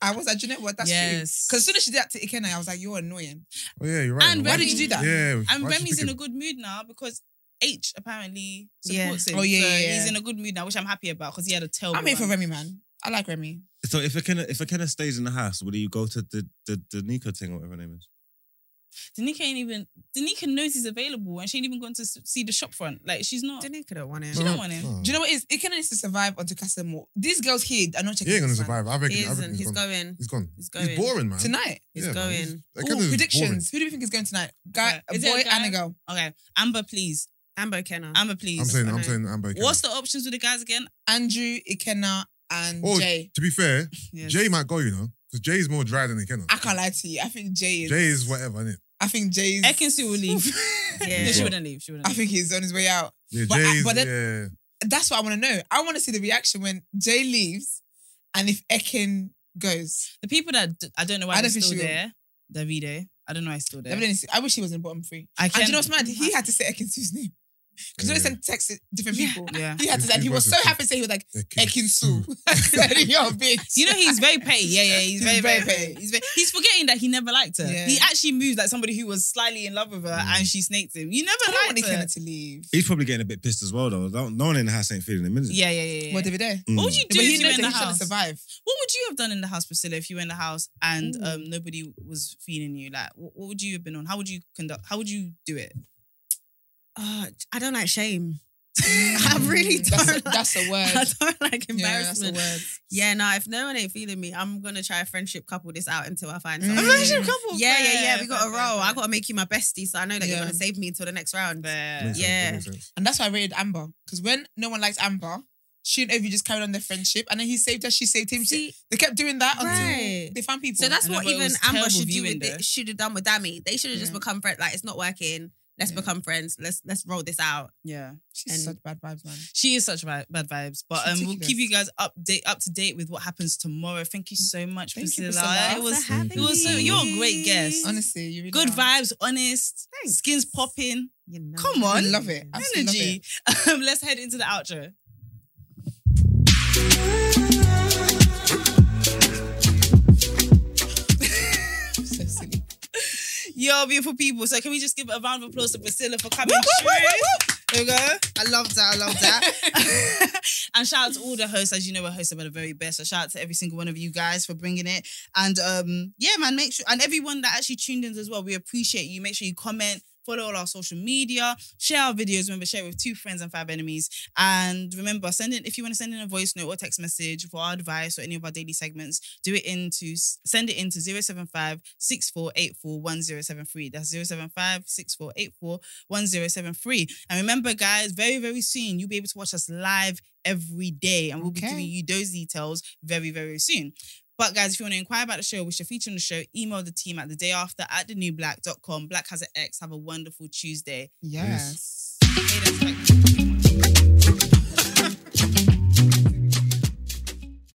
S3: I was like, do you know what? That's true.
S1: yes,
S3: Because as soon as she did that to Ikenna, I was like, you're annoying.
S4: Oh yeah, you're right.
S1: And
S3: Why
S1: Remy-
S3: did you do that?
S4: Yeah.
S1: and
S4: why'd you
S1: Remy's
S4: pick
S1: in
S4: him?
S1: a good mood now because. H apparently
S7: Yeah.
S1: supports him.
S3: Oh, yeah,
S1: So
S3: yeah, yeah.
S1: he's in a good mood now, which I'm happy about because he had a terrible.
S3: I'm here for
S1: run.
S3: Remy, man. I like Remy.
S2: So if Akena if Akena stays in the house, will you go to the the, the Nico thing or whatever her name is?
S1: Danica ain't even. Danica knows he's available, and she ain't even going to s- see the shop front. Like she's not.
S7: Didn't could have won it.
S1: She don't want him.
S4: Oh.
S3: Do you know what it is? Ikenna needs to survive on Casa more. These girls here are not checking.
S4: He ain't gonna
S3: this, man.
S4: survive. I reckon.
S7: He
S4: I
S7: isn't.
S4: reckon
S7: He's
S4: he's gone.
S7: going.
S4: He's gone.
S7: He's going.
S4: He's boring, man.
S3: Tonight.
S7: He's
S4: Yeah, man,
S7: going.
S4: That
S3: Ooh,
S4: kind of is
S3: predictions. Who do we think is going tonight? Guy,
S1: Yeah.
S3: a
S1: Is it a
S3: boy,
S1: guy?
S3: and a girl.
S1: Okay, Amber, please.
S7: Amber Kenner.
S1: Amber,
S4: boring.
S1: please.
S4: I'm saying. I'm
S7: Okay.
S4: saying Amber. Ikenna.
S1: What's the options with the guys again?
S3: Andrew, Ikenna, and
S4: Oh,
S3: Jay.
S4: to be fair,
S1: Yes.
S4: Jay might go. You know, because Jay is more dry than Ikenna.
S3: I can't lie to you. I think Jay is.
S4: Jay is whatever, innit?
S3: I think Jay's.
S1: Ekinsu will leave.
S7: Yeah.
S1: No, she
S2: Well,
S1: wouldn't leave. She wouldn't.
S3: I
S1: Leave.
S3: think he's on his way out.
S4: Yeah,
S3: But I-
S4: Jay's.
S3: but
S4: yeah.
S3: That's what I want to know. I want to see the reaction when Jay leaves and if Ekin goes.
S1: The people that d- I don't know
S3: I
S1: why they're
S3: don't think
S1: still
S3: she will.
S1: there. Davide, I don't know why he's still there.
S3: Evidently, I wish he was in bottom three.
S1: I
S3: And
S1: can.
S3: do you know what's mad? He had to say Ekinsu's name. Because
S4: Yeah.
S3: they sent texts to different
S7: Yeah.
S3: people.
S1: Yeah.
S3: He had to
S4: His-
S3: say, and he
S4: his
S3: was
S4: voice
S3: so
S4: is-
S3: happy to say he was like,
S4: Ikenna.
S3: Ekinsu. I said, You're a bitch.
S1: You know he's very petty. Yeah, yeah, he's,
S3: He's
S1: very,
S3: very
S1: very, petty.
S3: petty.
S1: He's, very, he's forgetting that he never liked her.
S3: Yeah.
S1: He actually moves like somebody who was slyly in love with her, and she snaked him. You
S3: I
S1: never
S3: don't want
S1: liked her.
S3: Ikenna to leave.
S2: He's probably getting a bit pissed as well though. Don't, no one in the house ain't feeling him, is it?
S1: Yeah, yeah, yeah. yeah.
S3: What did we do?
S2: Mm.
S1: What would you
S3: But
S1: do
S3: he
S1: if you were
S3: knows
S1: in
S3: that
S1: the
S3: he's trying to
S1: house?
S3: survive.
S1: What would you have done in the house, Priscilla, if you were in the house and
S3: Ooh.
S1: um, nobody was feeding you? Like, what, what would you have been on? How would you conduct? How would you do it?
S7: Oh, I don't like shame. I really don't.
S3: That's a,
S7: like-
S3: that's a
S7: I
S3: word.
S7: don't like
S3: Yeah, that's a
S7: embarrassment.
S3: word.
S7: Yeah, no, if no one ain't feeling me, I'm gonna try a friendship couple this out until I find
S3: Mm.
S7: something.
S3: A friendship
S1: couple?
S7: Yeah, yeah,
S1: Fair,
S7: yeah. We got
S1: fair,
S7: a
S1: fair,
S7: roll.
S1: fair.
S7: I gotta make you my bestie, so I know that
S3: Yeah.
S7: you're gonna save me until the next round.
S1: But
S4: Makes sense,
S7: Yeah.
S4: that makes sense.
S3: And that's why I rated Amber. Because when no one likes Amber, she and Ovi just carried on their friendship. And then he saved her, she saved him. She-
S7: See,
S3: they kept doing that until
S7: Right.
S3: they found people.
S7: so that's
S1: And
S7: what
S1: then it
S7: even
S1: was
S7: Amber
S1: terrible
S7: should do
S1: viewing
S7: with
S1: though.
S7: it. Should have done with Dami. They should have just
S3: Yeah.
S7: become friends. Like it's not working. Let's
S3: Yeah.
S7: become friends. Let's let's roll this out.
S1: yeah,
S3: She's
S7: and-
S3: such bad vibes, man.
S1: she is such vi- bad vibes. But um, we'll
S3: Ridiculous.
S1: keep you guys update up to date with what happens tomorrow. Thank you so much,
S3: Thank you,
S1: Priscilla.
S3: Priscilla.
S1: It
S7: Thanks
S1: was
S7: for having
S1: it was so-
S7: me.
S1: you're a great guest.
S3: Honestly, you really
S1: good
S3: are.
S1: vibes, honest,
S7: Thanks.
S1: skins popping,
S7: You know.
S1: Come on.
S3: I love it. I absolutely love
S1: energy.
S3: it.
S1: Um, let's head into the outro.
S3: So silly.
S1: Yo, beautiful people. So can we just give a round of applause to Priscilla for coming
S7: Woo, woo,
S1: through?
S7: woo,
S1: There we go. I love that. I love that. and shout out to all the hosts. As you know, we're hosted by the very best. So shout out to every single one of you guys for bringing it. And um, yeah, man, make sure and everyone that actually tuned in as well. We appreciate you. Make sure you comment. Follow all our social media, share our videos. Remember, share with two friends and five enemies. And remember, send in if you want to send in a voice note or text message for our advice or any of our daily segments, do it into send it into 075 6484 1073. That's 075 6484 1073. And remember, guys, very, very soon you'll be able to watch us live every day, and we'll be
S3: Okay.
S1: giving you those details very, very soon. But guys, if you want to inquire about the show, wish to feature on the show, email the team at the day after at the new black.com. Black has an X. Have a wonderful Tuesday.
S3: Yes.
S1: Hey, that's like-